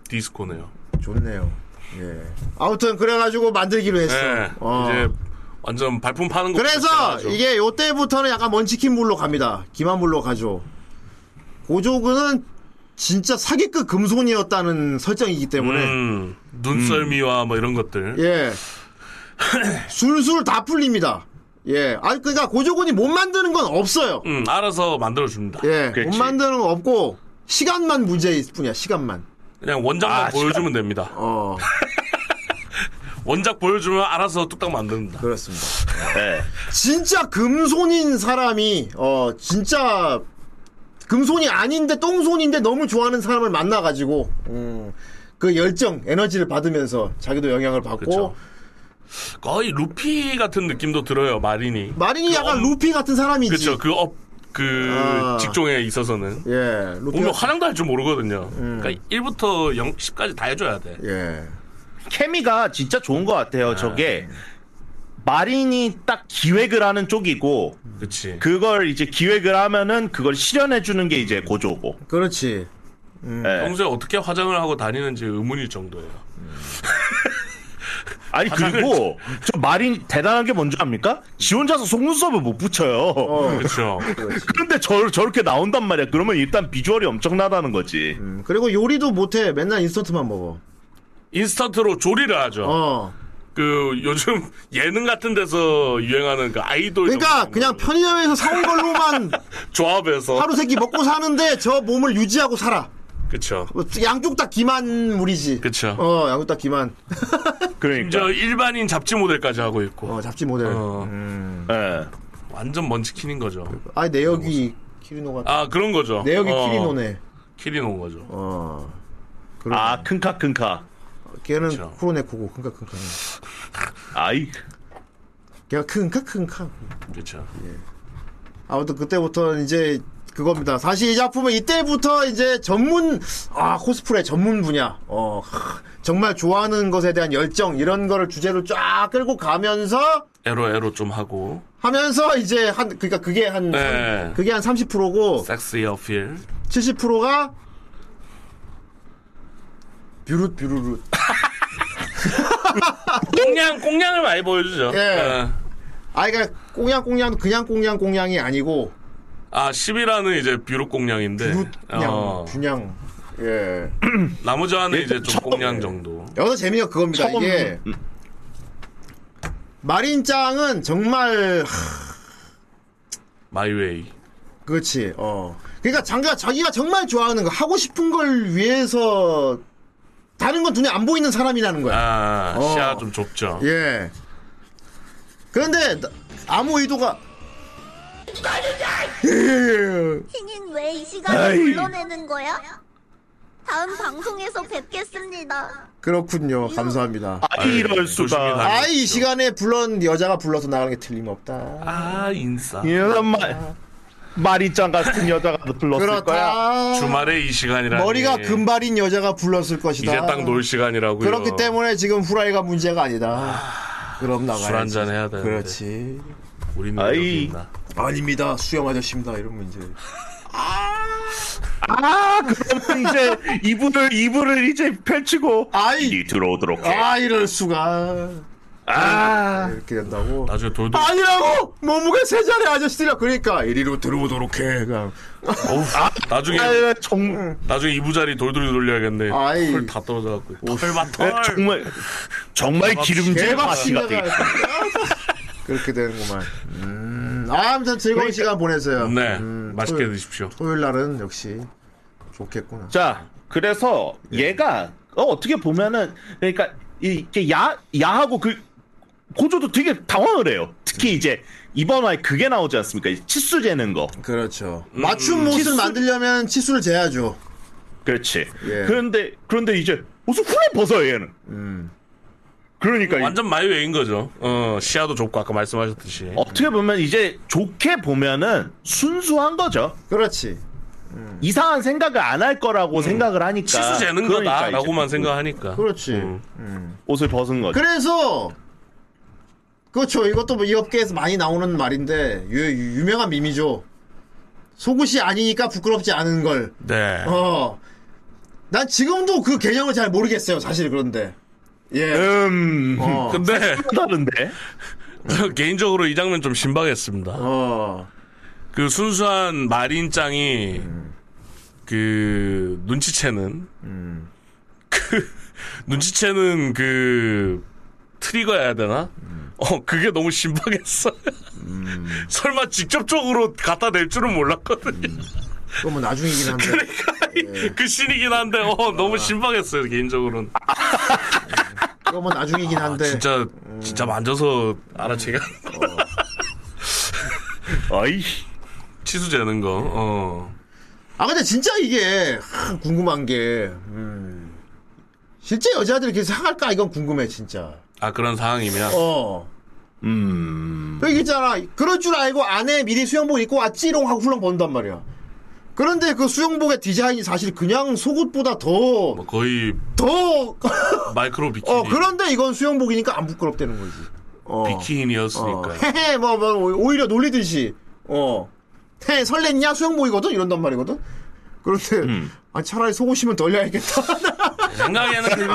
Speaker 11: 디스코네요.
Speaker 8: 음. 좋네요. 예. 아무튼 그래가지고 만들기로 했어.
Speaker 11: 네.
Speaker 8: 어.
Speaker 11: 이제 완전 발품 파는 거.
Speaker 8: 그래서
Speaker 11: 그렇죠.
Speaker 8: 이게 요때부터는 약간 먼치킨물로 갑니다. 기만물로 가죠. 고조근은 진짜 사기급 금손이었다는 설정이기 때문에
Speaker 11: 음, 눈썰미와 뭐 이런 것들.
Speaker 8: 예 *clears throat* 술술 다 풀립니다. 예, 아 그러니까 고조근이 못 만드는 건 없어요.
Speaker 11: 음, 알아서 만들어 줍니다.
Speaker 8: 예,
Speaker 10: 그렇지.
Speaker 8: 못 만드는 건 없고 시간만 문제일 뿐이야. 시간만.
Speaker 11: 그냥 원작만
Speaker 10: 아,
Speaker 11: 보여주면 됩니다.
Speaker 8: 어,
Speaker 11: 원작 보여주면 알아서 뚝딱 만든다.
Speaker 8: 그렇습니다.
Speaker 10: 예.
Speaker 8: 진짜 금손인 사람이 어 진짜 금손이 아닌데 똥손인데 너무 좋아하는 사람을 만나가지고 음, 그 열정 에너지를 받으면서 자기도 영향을 받고
Speaker 11: 그쵸. 거의 루피 같은 느낌도 들어요, 마린이.
Speaker 8: 마린이 약간 루피 같은 사람이지.
Speaker 11: 그쵸, 그 업, 그
Speaker 8: 아.
Speaker 11: 직종에 있어서는.
Speaker 8: 예, 루피.
Speaker 11: 보면
Speaker 8: 같은-
Speaker 11: 화장도 할 줄 모르거든요.
Speaker 8: 음.
Speaker 11: 그러니까 1부터 0, 10까지 다 해줘야 돼.
Speaker 8: 예.
Speaker 10: 케미가 진짜 좋은 것 같아요. 저게 마린이 딱 기획을 하는 쪽이고
Speaker 11: 그치.
Speaker 10: 그걸 이제 기획을 하면은 그걸 실현해 주는 게 이제 고조고.
Speaker 8: 그렇지. 음.
Speaker 10: 예.
Speaker 11: 평소에 어떻게 화장을 하고 다니는지 의문일 정도예요.
Speaker 10: 아니 그리고 저 마린 대단한 게 뭔지 압니까? 지 혼자서 속눈썹을 못 붙여요.
Speaker 8: 어.
Speaker 11: 그쵸.
Speaker 10: 그런데 저, 저렇게 나온단 말이야. 그러면 일단 비주얼이 엄청나다는 거지.
Speaker 8: 음, 그리고 요리도 못해. 맨날 인스턴트만 먹어.
Speaker 11: 인스턴트로 조리를 하죠.
Speaker 8: 어.
Speaker 11: 그 요즘 예능 같은 데서 유행하는 그 아이돌.
Speaker 8: 그러니까
Speaker 11: 정도는
Speaker 8: 그냥 편의점에서 사온 걸로만
Speaker 11: 조합에서.
Speaker 8: 하루 세끼 먹고 사는데 저 몸을 유지하고 살아.
Speaker 11: 그쵸.
Speaker 8: 양쪽 다 기만물이지.
Speaker 11: 그쵸.
Speaker 8: 어, 양쪽 다 기만.
Speaker 10: 그러니까.
Speaker 11: 저 일반인 잡지 모델까지 하고 있고.
Speaker 8: 어, 잡지 모델.
Speaker 11: 어,
Speaker 10: 예.
Speaker 11: 완전 먼치킨인 거죠.
Speaker 8: 아, 내역이 키리노가.
Speaker 11: 아 그런 거죠.
Speaker 8: 내역이
Speaker 11: 어,
Speaker 8: 키리노네.
Speaker 11: 키리노인 거죠.
Speaker 8: 어. 그러
Speaker 10: 아 큰카 큰카.
Speaker 8: 걔는
Speaker 11: 그쵸.
Speaker 8: 쿠로네코고 큰카큰카.
Speaker 10: 아이.
Speaker 8: 걔가 큰카큰카. 예.
Speaker 11: 그렇죠.
Speaker 8: 아무튼 그때부터 이제 그겁니다. 사실 이 작품은 이때부터 이제 전문 아 코스프레 전문 분야. 어 하, 정말 좋아하는 것에 대한 열정 이런 거를 주제로 쫙 끌고 가면서
Speaker 11: 에로 에로 좀 하고
Speaker 8: 하면서 이제 한 그러니까 그게 한
Speaker 11: 네.
Speaker 8: 그게 한 30%고
Speaker 11: 섹시 어필.
Speaker 8: 70%가 뷰룻 뷰루룻
Speaker 11: 꽁냥 꽁냥을 많이 보여주죠.
Speaker 8: 예.
Speaker 11: 예.
Speaker 8: 아 그러니까 꽁냥꽁냥 그냥 꽁냥꽁냥이 아니고
Speaker 11: 아 10이라는 이제 뷰룩 꽁냥인데
Speaker 8: 뷰룻 그냥
Speaker 11: 어,
Speaker 8: 그냥 예
Speaker 11: 나머지 하나는 이제 좀
Speaker 10: 처음-
Speaker 11: 꽁냥 정도.
Speaker 8: 여기서 재미가 그겁니다.
Speaker 10: 처음-
Speaker 8: 이게 마린짱은 정말 하,
Speaker 5: 마이웨이.
Speaker 8: 그렇지. 어. 그러니까 장가 자기가 정말 좋아하는 거 하고 싶은 걸 위해서 다른 건 눈에 안 보이는 사람이라는 거야.
Speaker 5: 아,
Speaker 8: 어.
Speaker 5: 시야 좀 좁죠.
Speaker 8: 예. 그런데 나- 아무 의도가 예.
Speaker 2: 흰인 왜 이 시간에 불러내는 거야? 다음 방송에서 뵙겠습니다.
Speaker 8: 그렇군요. 감사합니다.
Speaker 10: 아니 어. 이럴
Speaker 5: 아이, 조심히 가.
Speaker 10: 수가.
Speaker 8: 아이 이 시간에 불렀 여자가 불러서 나가는 게 틀림없다.
Speaker 5: 아, 인싸.
Speaker 10: 이런 말 마리짱 같은 여자가 불렀을 거야.
Speaker 8: 그렇다.
Speaker 5: 주말에 이 시간이라.
Speaker 8: 머리가 금발인 아. 여자가 불렀을 것이다.
Speaker 5: 이제 딱 놀 시간이라고요.
Speaker 8: 그렇기 때문에 지금 후라이가 문제가 아니다. 그럼 나가야지.
Speaker 5: 술 한잔 해야 되는데.
Speaker 8: 그렇지.
Speaker 5: 우리는
Speaker 10: 아이.
Speaker 5: 여기 있나.
Speaker 8: 아닙니다. 수염 아저씨입니다. 이러면 이제
Speaker 10: 아 그러면 이제 이불을 이불을 이제 펼치고
Speaker 8: 아이
Speaker 10: 이 들어오도록 해.
Speaker 8: 아 이럴 수가
Speaker 10: 아
Speaker 8: 이렇게 된다고.
Speaker 5: 나중에 돌돌
Speaker 8: 아니라고 몸무게 세 자리 아저씨라 그러니까 이리로 들어오도록 해. 그냥.
Speaker 5: 나중에
Speaker 10: 아, 정,
Speaker 5: 나중에 이부자리 돌돌이 돌려야겠네.
Speaker 8: 아이.
Speaker 5: 털 다 떨어져갖고. 털봐 털.
Speaker 10: 정말 정말 기름진
Speaker 8: 대박
Speaker 10: 파티가
Speaker 8: 신나가.
Speaker 10: 되겠다.
Speaker 8: *laughs* 그렇게 되는구만. 음, 아, 아무튼 즐거운 시간 보내세요.
Speaker 5: 네,
Speaker 8: 음,
Speaker 5: 맛있게
Speaker 8: 토요-
Speaker 5: 드십시오.
Speaker 8: 토요일 날은 역시 좋겠구나.
Speaker 10: 자, 그래서 얘가 어, 어떻게 보면은 그러니까 이게 야 야하고 그 고조도 되게 당황을 해요. 특히 이제 이번 화에 그게 나오지 않습니까? 이 치수 재는 거.
Speaker 8: 그렇죠.
Speaker 5: 음.
Speaker 8: 맞춤 모을
Speaker 10: 치수-
Speaker 8: 만들려면 치수를 재야죠.
Speaker 10: 그렇지.
Speaker 8: 예.
Speaker 10: 그런데 그런데 이제 무슨 후레 벗어 얘는. 그러니까 이-
Speaker 5: 완전 마이웨인 거죠. 어, 시야도 좁고 아까 말씀하셨듯이.
Speaker 10: 어떻게 보면 이제 좋게 보면은 순수한 거죠.
Speaker 8: 그렇지.
Speaker 10: 이상한 생각을 안 할 거라고 생각을 하니까
Speaker 5: 치수 재는
Speaker 10: 그러니까
Speaker 5: 거다라고만
Speaker 10: 이제
Speaker 5: 생각하니까.
Speaker 8: 그렇지.
Speaker 5: 음.
Speaker 10: 옷을 벗은 거죠.
Speaker 8: 그래서 그렇죠. 이것도 뭐이 업계에서 많이 나오는 말인데 유, 유명한 밈이죠. 속옷이 아니니까 부끄럽지 않은 걸.
Speaker 5: 네.
Speaker 8: 어. 난 지금도 그 개념을 잘 모르겠어요. 사실 그런데. 예.
Speaker 5: 네.
Speaker 10: 음
Speaker 8: 어.
Speaker 5: 근데 *laughs*
Speaker 10: 다른데
Speaker 5: 저 개인적으로 이 장면 좀 신박했습니다.
Speaker 8: 어.
Speaker 5: 그 순수한 마린짱이 그 눈치채는 그 *laughs* 눈치채는 그 트리거야 되나? 어 그게 너무 신박했어. *laughs* 요 설마 직접적으로 갖다 댈 줄은 *laughs* 몰랐거든요.
Speaker 8: 그건 뭐 나중이긴 한데. 네.
Speaker 5: 그 신이긴 한데 어 너무 신박했어요 개인적으로는.
Speaker 8: 그건 뭐 나중이긴
Speaker 5: 아,
Speaker 8: 한데.
Speaker 5: 진짜
Speaker 8: 음.
Speaker 5: 진짜 만져서 알아채가 *laughs*
Speaker 10: 어이
Speaker 5: 치수 재는 거. 어.
Speaker 8: 아 근데 진짜 이게 하, 궁금한 게 음. 실제 여자들이 이렇게 상할까 이건 궁금해 진짜.
Speaker 5: 아 그런 상황이면
Speaker 8: 어. 음. 여기 있잖아. 그럴 줄 알고 안에 미리 수영복 입고 왔지롱 하고 훌렁 본단 말이야. 그런데 그 수영복의 디자인이 사실 그냥 속옷보다 더,
Speaker 5: 뭐 거의
Speaker 8: 더,
Speaker 5: *laughs* 마이크로 비키니
Speaker 8: 어, 그런데 이건 수영복이니까 안 부끄럽다는 거지. 어.
Speaker 5: 비키니였으니까.
Speaker 8: 어. 헤헤, 뭐, 뭐, 오히려 놀리듯이, 어. 헤, 설렜냐? 수영복이거든? 이런단 말이거든? 그런데,
Speaker 5: 음.
Speaker 8: 아, 차라리 속옷이면 덜려야겠다. *laughs*
Speaker 5: 생각에는 그리고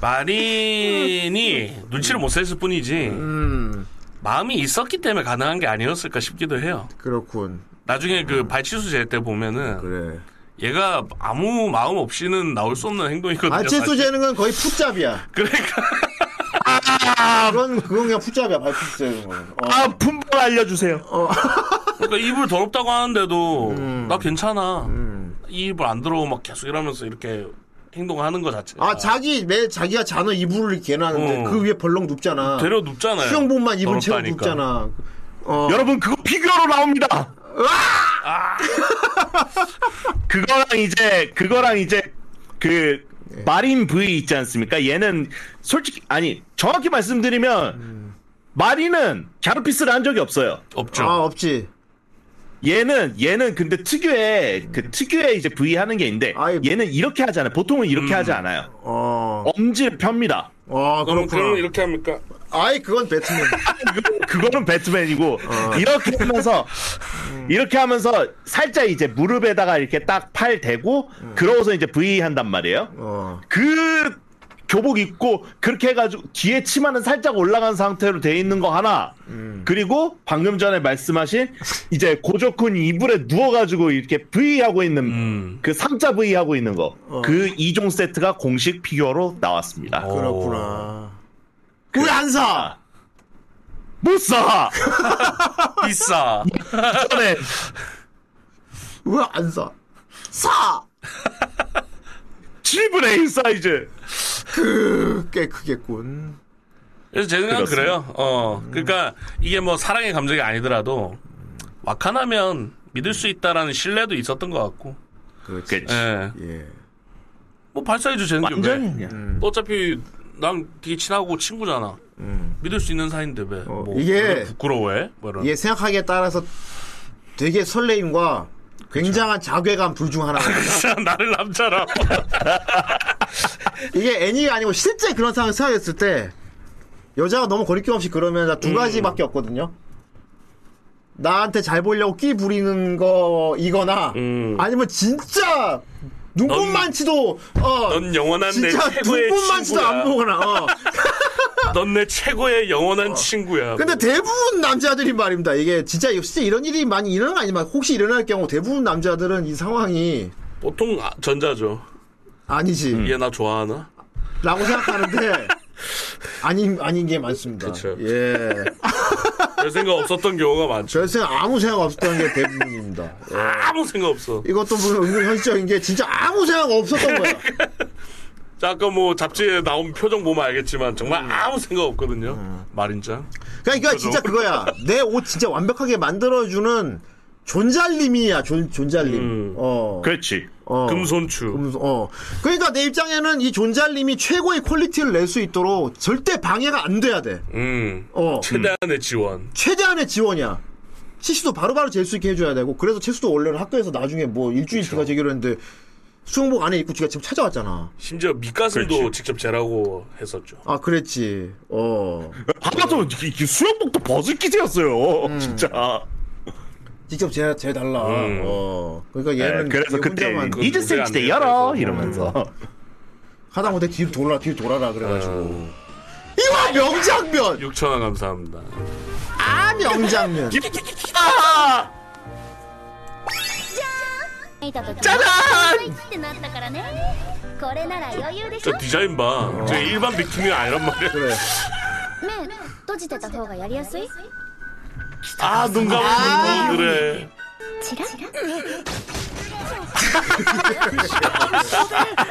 Speaker 5: 마린이 눈치를 못 챘을 뿐이지
Speaker 8: 음.
Speaker 5: 마음이 있었기 때문에 가능한 게 아니었을까 싶기도 해요.
Speaker 8: 그렇군.
Speaker 5: 나중에 그 발치수 제때 보면은
Speaker 8: 음. 아, 그래.
Speaker 5: 얘가 아무 마음 없이는 나올 수 없는 행동이거든요.
Speaker 8: 발치수
Speaker 5: 사실.
Speaker 8: 재는 건 거의 풋잡이야. *laughs*
Speaker 5: 그러니까 아.
Speaker 8: 그건, 그건 그냥 풋잡이야, 발치수 재는 거는. 어.
Speaker 10: 아 분발 알려주세요.
Speaker 5: 그러니까 이불 더럽다고 하는데도
Speaker 8: 음.
Speaker 5: 나 괜찮아. 이 이불 안 들어오고 막 계속 이러면서 이렇게 행동하는 것 자체가
Speaker 8: 아, 자기, 매 자기가 자는 이불을 이렇게 해놨는데,
Speaker 5: 어.
Speaker 8: 그 위에 벌렁 눕잖아.
Speaker 5: 되려 눕잖아요.
Speaker 8: 수영복만 입은 채로
Speaker 5: 더럽다니까.
Speaker 8: 눕잖아. 어.
Speaker 10: 여러분 그거 피규어로 나옵니다.
Speaker 8: 아.
Speaker 10: *laughs* 그거랑 이제 그거랑 이제 그 마린 V 있지 않습니까? 얘는 솔직히 아니 정확히
Speaker 8: 음.
Speaker 10: 말씀드리면 마린은 갸르피스를 한 적이 없어요.
Speaker 5: 없죠.
Speaker 8: 아, 없지.
Speaker 10: 얘는 얘는 근데 특유의 그 특유의 이제 V 하는 게 있는데
Speaker 8: 아이.
Speaker 10: 얘는 이렇게 하잖아요. 보통은 이렇게 하지 않아요.
Speaker 8: 어.
Speaker 10: 엄지를 펴니다.
Speaker 8: 아,
Speaker 5: 그럼
Speaker 8: 그렇구나.
Speaker 5: 그럼 이렇게
Speaker 8: *laughs*
Speaker 5: 합니까?
Speaker 8: 아이, 그건 배트맨.
Speaker 10: 그거는 배트맨이고 이렇게 하면서 이렇게 하면서 살짝 이제 무릎에다가 이렇게 딱 팔 대고 그러고서 이제 V 한단 말이에요.
Speaker 8: 어.
Speaker 10: 그 교복 입고 그렇게 해가지고 뒤에 치마는 살짝 올라간 상태로 돼 있는 거 하나 그리고 방금 전에 말씀하신 이제 고조쿤 이불에 누워가지고 이렇게 V 하고 있는 그 상자 V 하고 있는
Speaker 8: 어.
Speaker 10: 거 그 이종 세트가 공식 피규어로 나왔습니다.
Speaker 5: 어.
Speaker 8: 그렇구나. 왜 안 사?
Speaker 10: 못 사.
Speaker 5: 비싸.
Speaker 10: 전에
Speaker 8: 왜 안 사? 사!
Speaker 10: 7분의 1 사이즈.
Speaker 8: 그, 꽤 크겠군.
Speaker 5: 그래서 제 생각은
Speaker 10: 그렇습니다.
Speaker 5: 그래요. 어,
Speaker 8: 음.
Speaker 5: 그러니까 이게 뭐 사랑의 감정이 아니더라도 와카나면 믿을 수 있다라는 신뢰도 있었던 것 같고,
Speaker 8: 그렇지.
Speaker 10: 그치.
Speaker 5: 예,
Speaker 8: 예.
Speaker 5: 뭐 발사해줘 쟤는 왜?
Speaker 10: 완전 그냥.
Speaker 5: 음. 어차피 난 되게 친하고 친구잖아. 믿을 수 있는 사이인데 왜?
Speaker 8: 음. 어,
Speaker 5: 뭐,
Speaker 8: 이게- 예.
Speaker 5: 왜 부끄러워해? 뭐 이런.
Speaker 8: 이게 생각하기에 따라서 되게 설레임과 굉장한 자괴감 둘 중 하나.
Speaker 5: *laughs* 나를 남자라.
Speaker 8: 이게 애니가 아니고 실제 그런 상황을 생각했을 때 여자가 너무 거리낌 없이 그러면
Speaker 5: 음.
Speaker 8: 두 가지밖에 없거든요. 나한테 잘 보이려고 끼 부리는 거이거나
Speaker 5: 음.
Speaker 8: 아니면 진짜 눈꽃만치도 어
Speaker 5: 넌 영원한 내
Speaker 8: 진짜
Speaker 5: 최고의
Speaker 8: 눈꽃만치도
Speaker 5: 친구야.
Speaker 8: 안 보거나 어.
Speaker 5: 넌 내 최고의 영원한 친구야.
Speaker 8: 근데
Speaker 5: 뭐.
Speaker 8: 대부분 남자들이 말입니다. 이게 진짜 진짜 이런 일이 많이 일어나는 거 아니지만 혹시 일어날 경우 대부분 남자들은 이 상황이
Speaker 5: 보통 아, 전자죠.
Speaker 8: 아니지
Speaker 5: 얘 나 좋아하나? *laughs*
Speaker 8: 라고 생각하는데 아닌 아닌 게 많습니다.
Speaker 5: 그쵸.
Speaker 8: 예.
Speaker 5: 별 생각 없었던 경우가 많죠.
Speaker 8: 별 생각 아무 생각 없었던 게 대부분입니다. 예.
Speaker 5: 아무 생각 없어.
Speaker 8: 이것도 무슨 은근 현실적인 게 진짜 아무 생각 없었던 거야.
Speaker 5: 자, 아까 뭐 잡지에 나온 표정 보면 알겠지만 정말
Speaker 10: 음.
Speaker 5: 아무 생각 없거든요.
Speaker 10: 어.
Speaker 5: 말인장.
Speaker 8: 그러니까 진짜 그거야. 내 옷 진짜 완벽하게 만들어주는 존잘님이야. 존 존잘님.
Speaker 5: 음.
Speaker 8: 어.
Speaker 10: 그렇지.
Speaker 8: 어.
Speaker 5: 금손추.
Speaker 8: 금- 어. 그러니까 내 입장에는 이 존잘님이 최고의 퀄리티를 낼 수 있도록 절대 방해가 안 돼야 돼.
Speaker 5: 음.
Speaker 8: 어.
Speaker 5: 최대한의 지원.
Speaker 8: 최대한의 지원이야. 치수도 바로바로 잴 수 있게 해줘야 되고 그래서 채수도 원래는 학교에서 나중에 뭐 일주일 뒤가 제기로 했는데 수영복 안에 입고 지가 지금 찾아왔잖아.
Speaker 5: 심지어 밑가슴도
Speaker 10: 그렇지.
Speaker 5: 직접 재라고 했었죠.
Speaker 8: 아 그랬지. 어.
Speaker 10: 하마터 수영복도 버즈 기세였어요.
Speaker 8: 음.
Speaker 10: 진짜.
Speaker 8: 직접 재, 재달라.
Speaker 5: 음.
Speaker 8: 어. 그러니까
Speaker 10: 예,
Speaker 8: 얘는
Speaker 10: 그래서
Speaker 8: 얘
Speaker 10: 그때
Speaker 8: 혼자만
Speaker 5: 그-
Speaker 10: 이즈
Speaker 5: 문제가 안
Speaker 10: 센치대
Speaker 5: 돼요,
Speaker 10: 열어
Speaker 5: 그래서.
Speaker 8: 음.
Speaker 10: 이러면서
Speaker 8: 하다 못해 뒤로 돌아라, 뒤로 돌아라 그래가지고. 이거 명장면.
Speaker 5: 6천 원 감사합니다.
Speaker 8: 아 명장면.
Speaker 2: いた時
Speaker 10: 짜
Speaker 2: は
Speaker 10: 란
Speaker 2: いってなったからねこれなら余裕でしょ
Speaker 5: 저 디자인 봐. 저 일반 비키니가 아니란 말이야.
Speaker 8: 그래.
Speaker 2: 面閉じてた方がやりやすい違う
Speaker 5: 아, 눈 감으면 그래.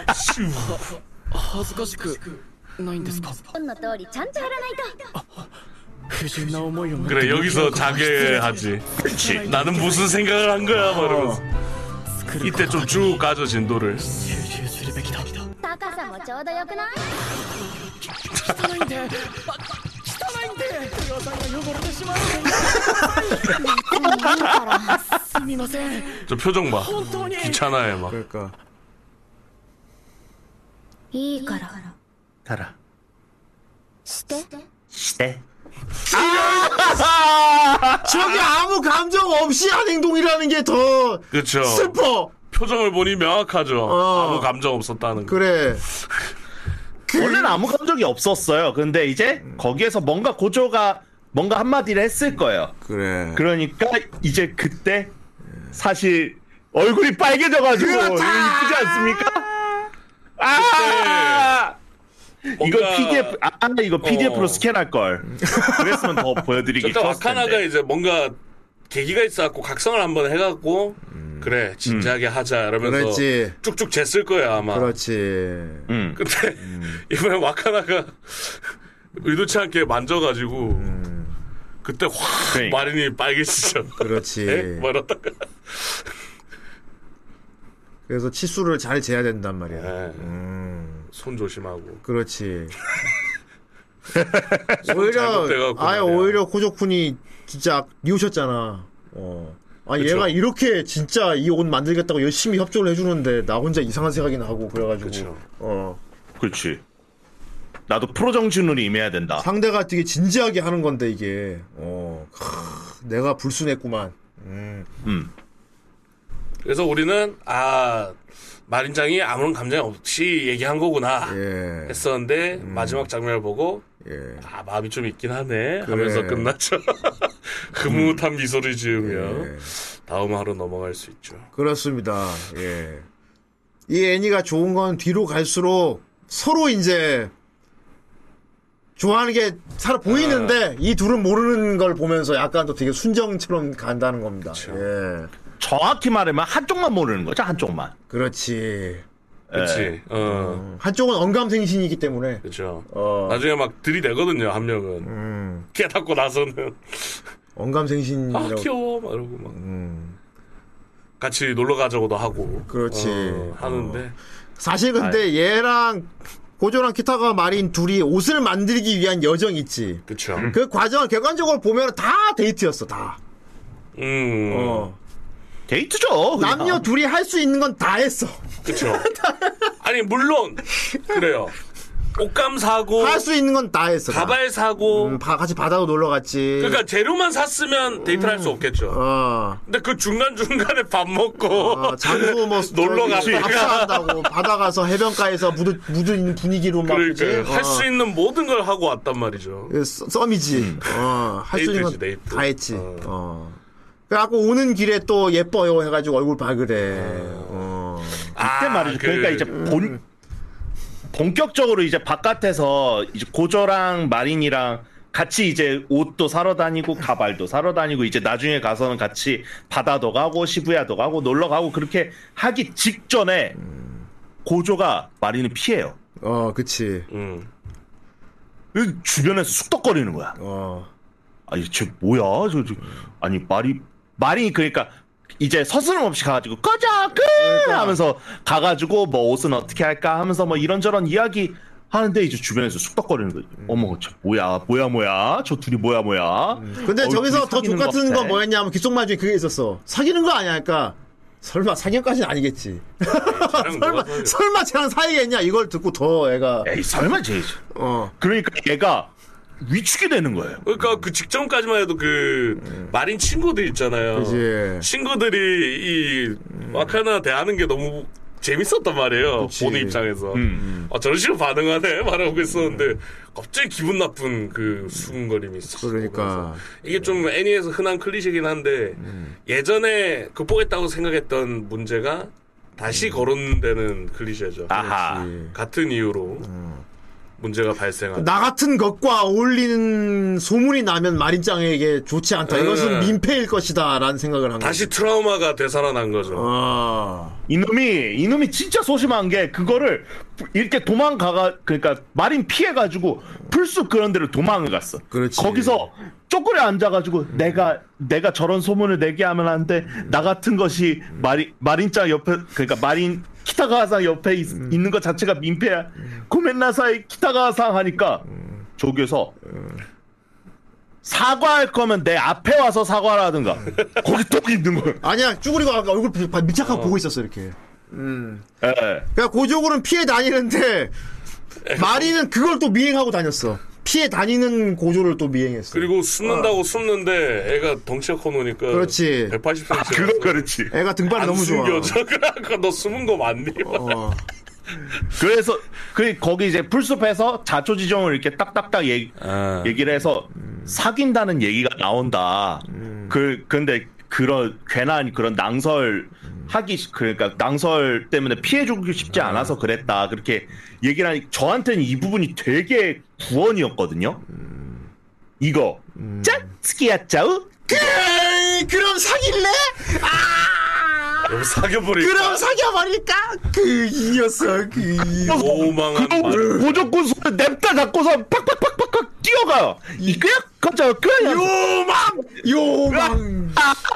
Speaker 14: 恥ずかしくないんですか
Speaker 2: 本の通りちゃんとやらないと
Speaker 14: 不純な思いを
Speaker 5: 그래, 여기서 자괴하지.
Speaker 10: 그렇지.
Speaker 5: 나는 무슨 생각을 한 거야, 막 이러면서. 이때 좀 쭉 까져, 진도를.
Speaker 14: 集中するべきだ
Speaker 2: 高さもちょうどよくない
Speaker 5: 저 표정 봐. 귀찮아해, 막.
Speaker 8: *laughs* 그러니까.
Speaker 2: いいから
Speaker 10: 가라
Speaker 2: して
Speaker 10: 시대.
Speaker 8: 저게 아무 감정 없이 한 행동이라는 게 더
Speaker 5: 그쵸.
Speaker 8: 슬퍼.
Speaker 5: 표정을 보니 명확하죠.
Speaker 8: 어.
Speaker 5: 아무 감정 없었다는 거.
Speaker 8: 그래.
Speaker 10: 원래는 아무 감정이 없었어요. 근데 이제
Speaker 8: 음.
Speaker 10: 거기에서 뭔가 고조가 뭔가 한마디를 했을 거예요.
Speaker 8: 그래.
Speaker 10: 그러니까 이제 그때 사실 얼굴이 빨개져가지고 이거 이쁘지 않습니까?
Speaker 5: 네.
Speaker 10: 아! 이거
Speaker 5: 뭔가-
Speaker 10: PDF 아 이거 PDF로
Speaker 5: 어.
Speaker 10: 스캔할 걸. 그랬으면 더 보여드리기
Speaker 5: 그때
Speaker 10: 좋았을
Speaker 5: 와카나가
Speaker 10: 텐데.
Speaker 5: 이제 뭔가 계기가 있어갖고 각성을 한번 해갖고 그래 진지하게 하자 이러면서
Speaker 8: 음. 그렇지.
Speaker 5: 쭉쭉 쟀을 거야 아마.
Speaker 8: 그렇지.
Speaker 10: 음.
Speaker 5: 근데 이번에 와카나가 의도치 않게 만져가지고 그때 확
Speaker 10: 그러니까.
Speaker 5: 마린이 빨개지죠.
Speaker 8: 음. 그렇지.
Speaker 5: 뭐 이러다가
Speaker 8: 그래서 치수를 잘 재야 된단 말이야.
Speaker 5: 네.
Speaker 8: 음.
Speaker 5: 예. 손 조심하고. *laughs*
Speaker 8: 그렇지.
Speaker 5: 잘못돼갖고
Speaker 8: 오히려 아예
Speaker 5: 말이야.
Speaker 8: 오히려 코조쿤이 진짜 미우셨잖아. 어. 아니
Speaker 5: 그쵸.
Speaker 8: 얘가 이렇게 진짜 이 옷 만들겠다고 열심히 협조를 해주는데 나 혼자 이상한 생각이 나고 그래가지고
Speaker 5: 그쵸.
Speaker 8: 어
Speaker 10: 그렇지. 나도 프로 정신으로 임해야 된다.
Speaker 8: 상대가 되게 진지하게 하는 건데 이게 어 크, 내가 불순했구만. 음.
Speaker 10: 음.
Speaker 5: 그래서 우리는 아 마린장이 아무런 감정 없이 얘기한 거구나
Speaker 8: 예.
Speaker 5: 했었는데 마지막 장면을 보고
Speaker 8: 예.
Speaker 5: 아 마음이 좀 있긴 하네 하면서
Speaker 8: 그래.
Speaker 5: 끝났죠. *laughs* 흐뭇한 미소를 지으며
Speaker 8: 예.
Speaker 5: 다음 화로 넘어갈 수 있죠.
Speaker 8: 그렇습니다. 예. 이 애니가 좋은 건 뒤로 갈수록 서로 이제 좋아하는 게 살아 보이는데 이 둘은 모르는 걸 보면서 약간 또 되게 순정처럼 간다는 겁니다. 예.
Speaker 10: 정확히 말하면 한쪽만 모르는 거죠 한쪽만. 예,
Speaker 8: 그렇지. 네.
Speaker 5: 그렇지. 어.
Speaker 8: 한쪽은 언감생신이기 때문에.
Speaker 5: 그렇죠.
Speaker 8: 어.
Speaker 5: 나중에 막 들이대거든요 한 명은
Speaker 8: 음.
Speaker 5: *laughs* 깨닫고 나서는 아
Speaker 8: 언감생신이라고.
Speaker 5: 귀여워 막 이러고 막 같이 놀러 가자고도 하고
Speaker 8: 음. 그렇지.
Speaker 5: 어, 하는데
Speaker 8: 사실 근데 얘랑 고조랑 키타가 말인 둘이 옷을 만들기 위한 여정 있지. *laughs*
Speaker 5: 그렇죠.
Speaker 8: 그 과정을 객관적으로 보면 다 데이트였어, 다.
Speaker 5: 음.
Speaker 8: 어.
Speaker 10: 데이트죠. 그냥.
Speaker 5: 아.
Speaker 8: 남녀 둘이 할 수 있는 건 다 했어.
Speaker 5: 그렇죠. 아니 물론 그래요. 옷감 사고
Speaker 8: 할 아, 수 있는 건 다 했어. 다.
Speaker 5: 가발 사고
Speaker 8: 음, 바- 같이 바다도 놀러 갔지.
Speaker 5: 그러니까 재료만 샀으면 데이트를 할 수 없겠죠.
Speaker 8: 음. 어.
Speaker 5: 근데 그 중간 중간에 밥 먹고
Speaker 8: 어, 장소 뭐
Speaker 5: *laughs* 놀러
Speaker 8: 저기
Speaker 5: 갔다가.
Speaker 8: 합사한다고 바다 가서 해변가에서 묻어 묻어 있는 분위기로 막
Speaker 5: 그러니까
Speaker 8: 그지?
Speaker 5: 할 수
Speaker 8: 어.
Speaker 5: 있는 모든 걸 하고 왔단 말이죠.
Speaker 8: 그 써- 썸이지. 어, 할 수 있는
Speaker 5: 데이트지,
Speaker 8: 건
Speaker 5: 데이트.
Speaker 8: 다 했지.
Speaker 5: 어.
Speaker 8: 어. 그래갖고 오는 길에 또 예뻐요 해가지고 얼굴 박으래. 어.
Speaker 10: 그때 말이죠. 그... 러니까 이제 본 본격적으로 이제 바깥에서 이제 고저랑 마린이랑 같이 이제 옷도 사러 다니고 가발도 사러 다니고 이제 나중에 가서는 같이 바다도 가고 시부야도 가고 놀러 가고 그렇게 하기 직전에 고조가 마린을 피해요.
Speaker 8: 어, 그치.
Speaker 5: 음.
Speaker 10: 그 주변에서 쑥덕거리는 거야.
Speaker 8: 어.
Speaker 10: 아니 쟤 뭐야? 저, 저 아니 말이 말이 그러니까 이제 서스럼없이 가가지고 꺼져 끝
Speaker 8: 그러니까.
Speaker 10: 하면서 가가지고 뭐 옷은 어떻게 할까 하면서 뭐 이런저런 이야기 하는데 이제 주변에서 쑥덕거리는 거지.
Speaker 8: 음.
Speaker 10: 어머 저 뭐야 뭐야 뭐야 저 둘이 뭐야 뭐야.
Speaker 8: 음. 근데
Speaker 10: 어이,
Speaker 8: 저기서
Speaker 10: 둘이
Speaker 8: 더
Speaker 10: 사귀는
Speaker 8: 족같은
Speaker 10: 것
Speaker 8: 건
Speaker 10: 같아.
Speaker 8: 뭐였냐면 귓속말 중에 그게 있었어. 사귀는 거 아니야? 그러니까. 설마 사귀는까지는 아니겠지.
Speaker 5: 쟤랑
Speaker 8: 설마
Speaker 5: 뭐가 사귀어.
Speaker 8: 설마 쟤랑 사귀겠냐? 이걸 듣고 더 애가
Speaker 10: 에이 설마 쟤
Speaker 8: 어.
Speaker 10: 그러니까 얘가 위축이 되는 거예요.
Speaker 5: 그러니까 그 직전까지만 해도 그 마린 친구들 있잖아요.
Speaker 8: 음. 그지.
Speaker 5: 친구들이 이 와카나 대하는 게 너무 재밌었단 말이에요.
Speaker 8: 음. 그치.
Speaker 5: 보는 입장에서.
Speaker 10: 음.
Speaker 5: 아, 저런 식으로 반응하네? *laughs* 말하고 있었는데, 갑자기 기분 나쁜 그 수근거림이 싹
Speaker 8: 그러니까. 음.
Speaker 5: 오면서. 이게 좀 애니에서 흔한 클리셰긴 한데, 예전에 극복했다고 생각했던 문제가
Speaker 8: 음.
Speaker 5: 다시 거론되는 클리셰죠.
Speaker 10: 아하.
Speaker 5: 같은 이유로 문제가 발생한.
Speaker 8: 음. 나 같은 것과 어울리는 소문이 나면 마린짱에게 좋지 않다.
Speaker 5: 네.
Speaker 8: 이것은 민폐일 것이다라는 생각을 한
Speaker 5: 다시
Speaker 8: 거지.
Speaker 5: 트라우마가 되살아난 거죠.
Speaker 8: 아.
Speaker 10: 이놈이 이놈이 진짜 소심한 게 그거를 이렇게 도망가가 그러니까 마린 피해 가지고 풀숲 그런 데를 도망을 갔어.
Speaker 8: 그렇지.
Speaker 10: 거기서 쪼그려 앉아 가지고 내가 내가 저런 소문을 내게 하면 안 돼. 나 같은 것이 마린 마린짱 옆에 그러니까 마린 키타가와상 옆에 있,
Speaker 8: 음.
Speaker 10: 는것 자체가 민폐야. 고멘나사이 키타가와상 하니까
Speaker 8: 음.
Speaker 10: 조교에서 사과할 거면 내 앞에 와서 사과를 하든가.
Speaker 8: 음.
Speaker 10: 거기 또 있는
Speaker 8: *laughs*
Speaker 10: 거야.
Speaker 8: 아니야 쭈그리고 아까 얼굴 비- 바- 밀착하고 보고 있었어 이렇게.
Speaker 10: 예, 예.
Speaker 8: 그러니까 고조고는 피해 다니는데
Speaker 5: 예.
Speaker 8: 마리는 그걸 또 미행하고 다녔어. 피해 다니는 고조를 또 미행했어.
Speaker 5: 그리고 숨는다고 숨는데 애가 덩치가 커 놓으니까
Speaker 8: 그렇지.
Speaker 5: 180cm
Speaker 10: 아, 그건 그렇지.
Speaker 8: 애가 등발이
Speaker 5: 안
Speaker 8: 너무
Speaker 5: 숨겨
Speaker 8: 좋아.
Speaker 5: 저 *laughs* 그러니까 너 숨은 거 맞니?
Speaker 8: 어.
Speaker 10: 그래서 그 거기 이제 풀숲에서 자초지종을 이렇게 딱딱딱 얘기,
Speaker 5: 아.
Speaker 10: 얘기를 해서 사귄다는 얘기가 나온다. 그 근데 그런 괜한 그런 낭설 하기 시- 그러니까 낭설 때문에 피해 주기 쉽지 않아서 그랬다. 그렇게 얘기를 하니 저한테는 이 부분이 되게 구원이었거든요. 이거 짠 스키야 짜우
Speaker 8: 그래, 그럼 사귈래? 아,
Speaker 5: 여기 *laughs* 사겨버리니까
Speaker 8: 그럼 사겨버릴까? 그 이 녀석. 그 이-
Speaker 5: 오망한 말.
Speaker 10: 그놈 보조꾼 손에 냅다 잡고서 팍팍팍팍팍 뛰어가요. 이거야 갑자기 그야
Speaker 8: 요망, 요망,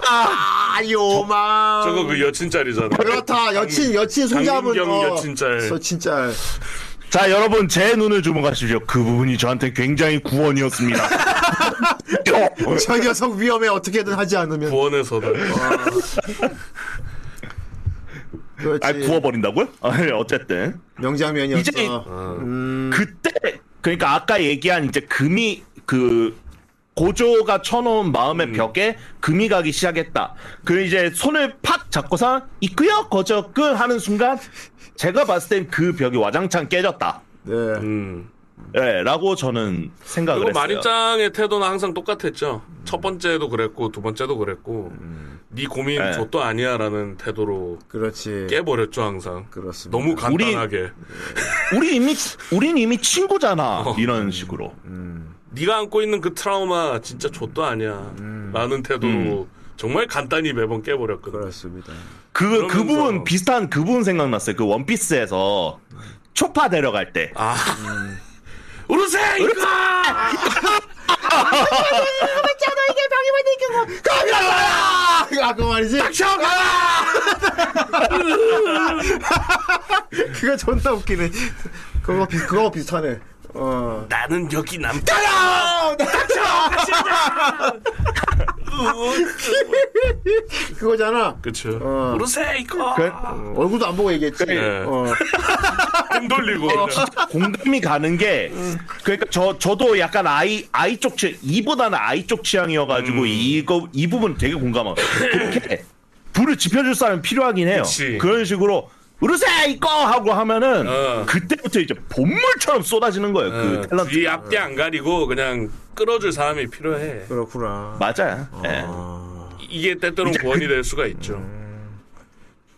Speaker 8: 아, 요망.
Speaker 5: 저거 그 여친짤이잖아.
Speaker 8: 그렇다. 여친, 여친 손잡은
Speaker 5: 장민경
Speaker 8: 거.
Speaker 5: 여친짤.
Speaker 8: 저 진짜.
Speaker 10: 자 여러분 제 눈을 주목하십시오. 그 부분이 저한테 굉장히 구원이었습니다. 어,
Speaker 8: 저 녀석 위험해 어떻게든 하지 않으면.
Speaker 5: 구원에서도
Speaker 10: 아,
Speaker 8: 그렇지.
Speaker 10: 아 구워버린다고요? 아, 예, 어쨌든
Speaker 8: 명장면이었어.
Speaker 10: 이제- 그때 그러니까 아까 얘기한 이제 금이 그 고조가 쳐놓은 마음의 벽에 금이 가기 시작했다. 그 이제 손을 팍 잡고서 이끄요 거저 끄 하는 순간 제가 봤을 땐 그 벽이 와장창 깨졌다.
Speaker 8: 네.
Speaker 5: 음.
Speaker 10: 예, 라고 저는 생각을
Speaker 5: 아, 그리고
Speaker 10: 했어요.
Speaker 5: 마린짱의 태도는 항상 똑같았죠. 첫 번째도 그랬고 두 번째도 그랬고 네 고민
Speaker 10: 네.
Speaker 5: 족도 아니야라는 태도로
Speaker 8: 그렇지.
Speaker 5: 깨버렸죠 항상.
Speaker 8: 그렇습니다.
Speaker 5: 너무
Speaker 10: 우리-
Speaker 5: 간단하게.
Speaker 10: 우리 이미 우린 이미 친구잖아 이런 식으로
Speaker 5: 네가 안고 있는 그 트라우마 진짜 족도
Speaker 10: 음.
Speaker 5: 아니야라는 태도로 정말 간단히 매번 깨버렸거든.
Speaker 8: 그렇습니다.
Speaker 10: 그 그
Speaker 5: 그러면서-
Speaker 10: 부분 비슷한 그 부분 생각났어요 그 원피스에서 초파 데려갈 때
Speaker 5: 아. 우르세 이거
Speaker 8: 아, 아그 말이지. *laughs* 그거 존나 웃기네. 그거 비 그거 비슷하네. 어.
Speaker 5: 나는 여기 남자.
Speaker 8: 따라! 그거잖아.
Speaker 5: 그쵸.
Speaker 8: 어.
Speaker 5: 그렇죠. 우르세 이거.
Speaker 10: 그-
Speaker 8: 얼굴도 안 보고 얘기했지.
Speaker 5: 네.
Speaker 8: 어.
Speaker 5: 등 돌리고.
Speaker 10: *laughs* 어. 공감이 가는 게 그러니까 저 저도 약간 아이 아이 쪽 취, 이보다는 아이 쪽
Speaker 5: 음.
Speaker 10: 취향이어가지고 이거 이 부분 되게 공감하고 그렇게 불을 지펴줄 사람이 필요하긴 해요.
Speaker 5: 그치.
Speaker 10: 런 식으로 으르세 이거 하고 하면은
Speaker 5: 어.
Speaker 10: 그때부터 이제 본물처럼 쏟아지는 거예요. 그
Speaker 5: 어,
Speaker 10: 탤런트
Speaker 5: 뒤 앞뒤 안 가리고 그냥 끌어줄 사람이 필요해.
Speaker 8: 그렇구나.
Speaker 10: 맞아요.
Speaker 5: 어.
Speaker 10: 예.
Speaker 5: 이게 때때로 구원이
Speaker 8: 그-
Speaker 5: 될 수가 있죠.
Speaker 8: 음.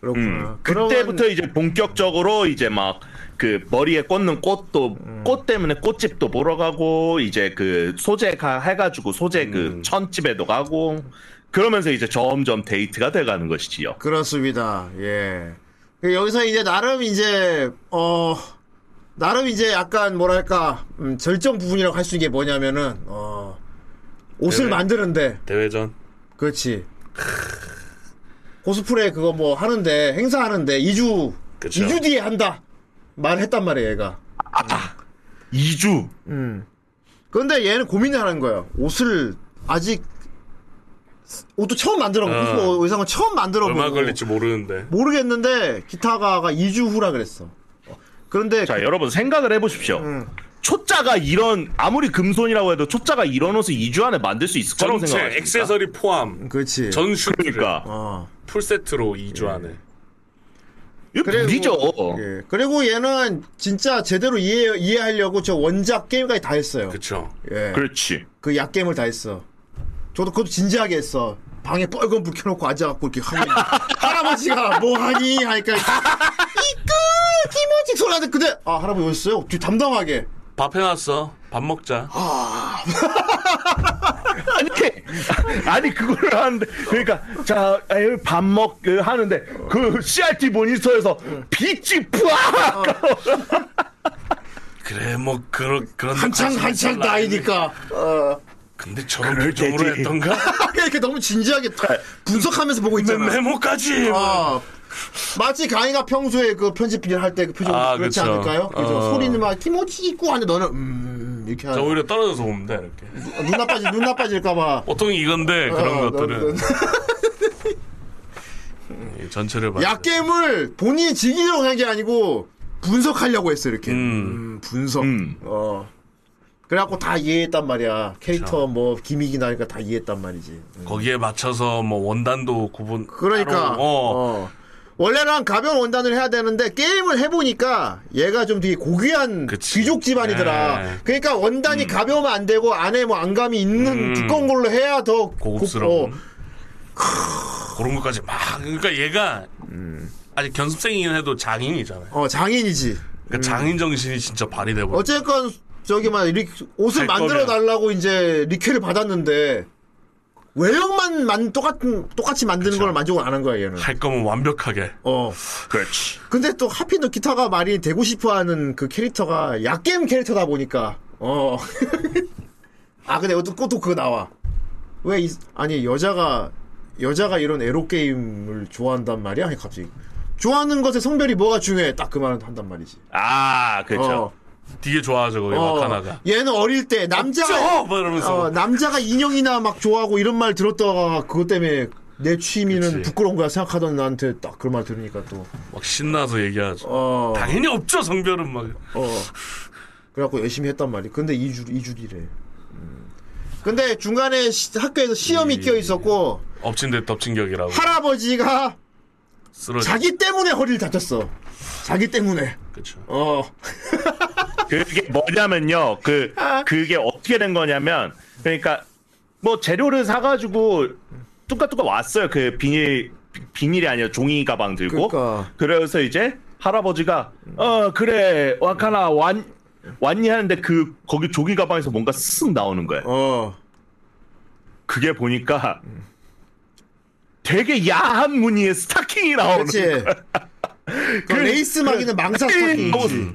Speaker 8: 그렇구나. 그러면-
Speaker 10: 음. 그때부터 이제 본격적으로 이제 막 그 머리에 꽂는 꽃도
Speaker 8: 음.
Speaker 10: 꽃 때문에 꽃집도 보러 가고 이제 그 소재 가 해가지고 소재
Speaker 8: 음.
Speaker 10: 그 천집에도 가고 그러면서 이제 점점 데이트가 돼가는 것이지요.
Speaker 8: 그렇습니다. 예. 그 여기서 이제 나름 이제 어 나름 이제 약간 뭐랄까 음, 절정 부분이라고 할 수 있는 게 뭐냐면은 어 옷을
Speaker 5: 네네.
Speaker 8: 만드는데
Speaker 5: 대회전.
Speaker 8: 그렇지. 코스프레 그거 뭐 하는데 행사하는데 2주
Speaker 5: 그쵸.
Speaker 8: 2주 뒤에 한다 말했단 말이야 얘가.
Speaker 10: 2주
Speaker 8: 근데 얘는 고민을 하는 거야. 옷을 아직 옷도 처음 만들어 보고
Speaker 5: 어.
Speaker 8: 코스프레 의상은 처음 만들어 보고
Speaker 5: 얼마 걸릴지 모르는데.
Speaker 8: 모르겠는데 기타가가 2주 후라 그랬어. 어, 그런데
Speaker 10: 자 여러분 생각을 해보십시오.
Speaker 8: 음.
Speaker 10: 초짜가 이런 아무리 금손이라고 해도 초짜가 이런 옷을 2주 안에 만들 수 있을 거라고
Speaker 5: 전체
Speaker 10: 생각하십니까?
Speaker 5: 액세서리 포함
Speaker 8: 음. 그렇지.
Speaker 5: 전 슈트를
Speaker 10: 그러니까
Speaker 8: 어.
Speaker 5: 풀 세트로 2주 안에.
Speaker 10: 이거 무리죠.
Speaker 8: 예. 그리고 얘는 진짜 제대로 이해 이해하려고 저 원작 게임까지 다 했어요.
Speaker 5: 그쵸.
Speaker 8: 예.
Speaker 10: 그렇지.
Speaker 8: 그 약겜을 다 했어. 저도 그것도 진지하게 했어. 방에 뻘건 불 켜놓고 앉아갖고 이렇게 하고 있는데 *laughs* 할아버지가 뭐 하니 하니까 이렇게 이끄 김호직 소리하는데 근데 아 할아버지 오셨어요? 되게 담담하게
Speaker 5: 밥 해놨어. 밥 먹자.
Speaker 8: 아.
Speaker 10: 아니, 아니 그걸 하는데 그러니까 자밥먹 하는데 그 CRT 모니터에서 빛이 푸아
Speaker 5: 그래 뭐 그러 그런
Speaker 8: 한창 한창 나이니까 어, *laughs*
Speaker 5: 근데 저런 표정으로
Speaker 10: 되지.
Speaker 5: 했던가?
Speaker 8: 이렇게 너무 진지하게 다 분석하면서 보고
Speaker 5: 네,
Speaker 8: 있잖아.
Speaker 5: 메모까지.
Speaker 8: 아, 마치 강희가 평소에 그 편집 일 할 때 그 표정
Speaker 5: 네. 아,
Speaker 8: 그렇지
Speaker 5: 그쵸.
Speaker 8: 않을까요? 그죠?
Speaker 5: 어.
Speaker 8: 소리는 막뭐 김호치 있고 하는데 너는 음 이렇게
Speaker 5: 자
Speaker 8: 하는
Speaker 5: 오히려 떨어져서 보면 돼 이렇게.
Speaker 8: 눈 나빠지 눈 나빠질까봐
Speaker 5: 보통 이건데 그런
Speaker 8: 어,
Speaker 5: 것들은 이 전체를 봐.
Speaker 8: 약 게임을 본인이 즐기려고 한 게 아니고 분석하려고 했어 이렇게
Speaker 5: 음.
Speaker 8: 음, 분석
Speaker 10: 음.
Speaker 8: 어 그래갖고 다 이해했단 말이야 캐릭터 뭐 기믹이 나니까 다 이해했단 말이지
Speaker 5: 거기에 맞춰서 뭐 원단도 구분.
Speaker 8: 그러니까
Speaker 5: 따로, 어.
Speaker 8: 어. 원래는 가벼운 원단을 해야 되는데 게임을 해보니까 얘가 좀 되게 고귀한
Speaker 5: 그치.
Speaker 8: 귀족 집안이더라.
Speaker 5: 네.
Speaker 8: 그러니까 원단이 가벼우면 안 되고 안에 뭐 안감이 있는
Speaker 5: 음.
Speaker 8: 두꺼운 걸로 해야 더
Speaker 5: 고급스러운
Speaker 8: 고- 어,
Speaker 5: 그런 것까지 막 그러니까 얘가
Speaker 8: 음.
Speaker 5: 아직 견습생이긴 해도 장인이잖아요.
Speaker 8: 어, 장인이지.
Speaker 5: 그러니까 장인 정신이 진짜 발휘돼 버려.
Speaker 8: 음. 어쨌건 저기만 리- 옷을
Speaker 5: 할
Speaker 8: 만들어
Speaker 5: 거면.
Speaker 8: 달라고 이제 리퀘를 받았는데 외형만 만 똑같은 똑같이 만드는 걸 만족을 안 한 거야 얘는.
Speaker 5: 할 거면 완벽하게.
Speaker 8: 어.
Speaker 10: 그렇지
Speaker 8: 근데 또 하필 또 기타가 말이 되고 싶어하는 그 캐릭터가 약겜 캐릭터다 보니까 어. *laughs* 아 근데 또, 또 그거 나와. 왜 이- 아니 여자가 여자가 이런 에로 게임을 좋아한단 말이야? 아니, 갑자기 좋아하는 것에 성별이 뭐가 중요해? 딱 그 말은 한단 말이지.
Speaker 10: 아 그렇죠
Speaker 8: 어.
Speaker 5: 되게 좋아하죠 거기
Speaker 8: 어.
Speaker 5: 마카나가.
Speaker 8: 얘는 어릴 때 남자가
Speaker 5: 저! 막 이러면서.
Speaker 8: 어, 남자가 인형이나 막 좋아하고 이런 말 들었다가 그것 때문에 내 취미는
Speaker 5: 그치.
Speaker 8: 부끄러운 거야 생각하던 나한테 딱 그런 말 들으니까 또
Speaker 5: 막 신나서 얘기하죠.
Speaker 8: 어.
Speaker 5: 당연히 없죠 성별은 막.
Speaker 8: 어. 그래갖고 열심히 했단 말이. 근데 2주, 2주이래. 음. 근데 중간에 시- 학교에서
Speaker 10: 예.
Speaker 8: 시험이 끼어 있었고,
Speaker 5: 엎친 데 덮친 격이라고.
Speaker 8: 할아버지가
Speaker 5: 쓰러지.
Speaker 8: 자기 때문에 허리를 다쳤어. 자기 때문에.
Speaker 5: 그쵸.
Speaker 8: 어.
Speaker 10: 그게 뭐냐면요. 그 그게 어떻게 된 거냐면 그러니까 뭐 재료를 사가지고 뚜까뚜까 왔어요. 그 비닐 비닐이 아니라 종이 가방 들고. 그래서 이제 할아버지가 어 그래 와카나 완 왔니 하는데 그 거기 종이 가방에서 뭔가 쓱 나오는 거예요.
Speaker 8: 어.
Speaker 10: 그게 보니까 되게 야한 무늬의 스타킹이 나오는 그
Speaker 8: 그치.
Speaker 10: 거예요.
Speaker 8: 그 레이스 막이는 망사 스타킹이지.
Speaker 10: 음.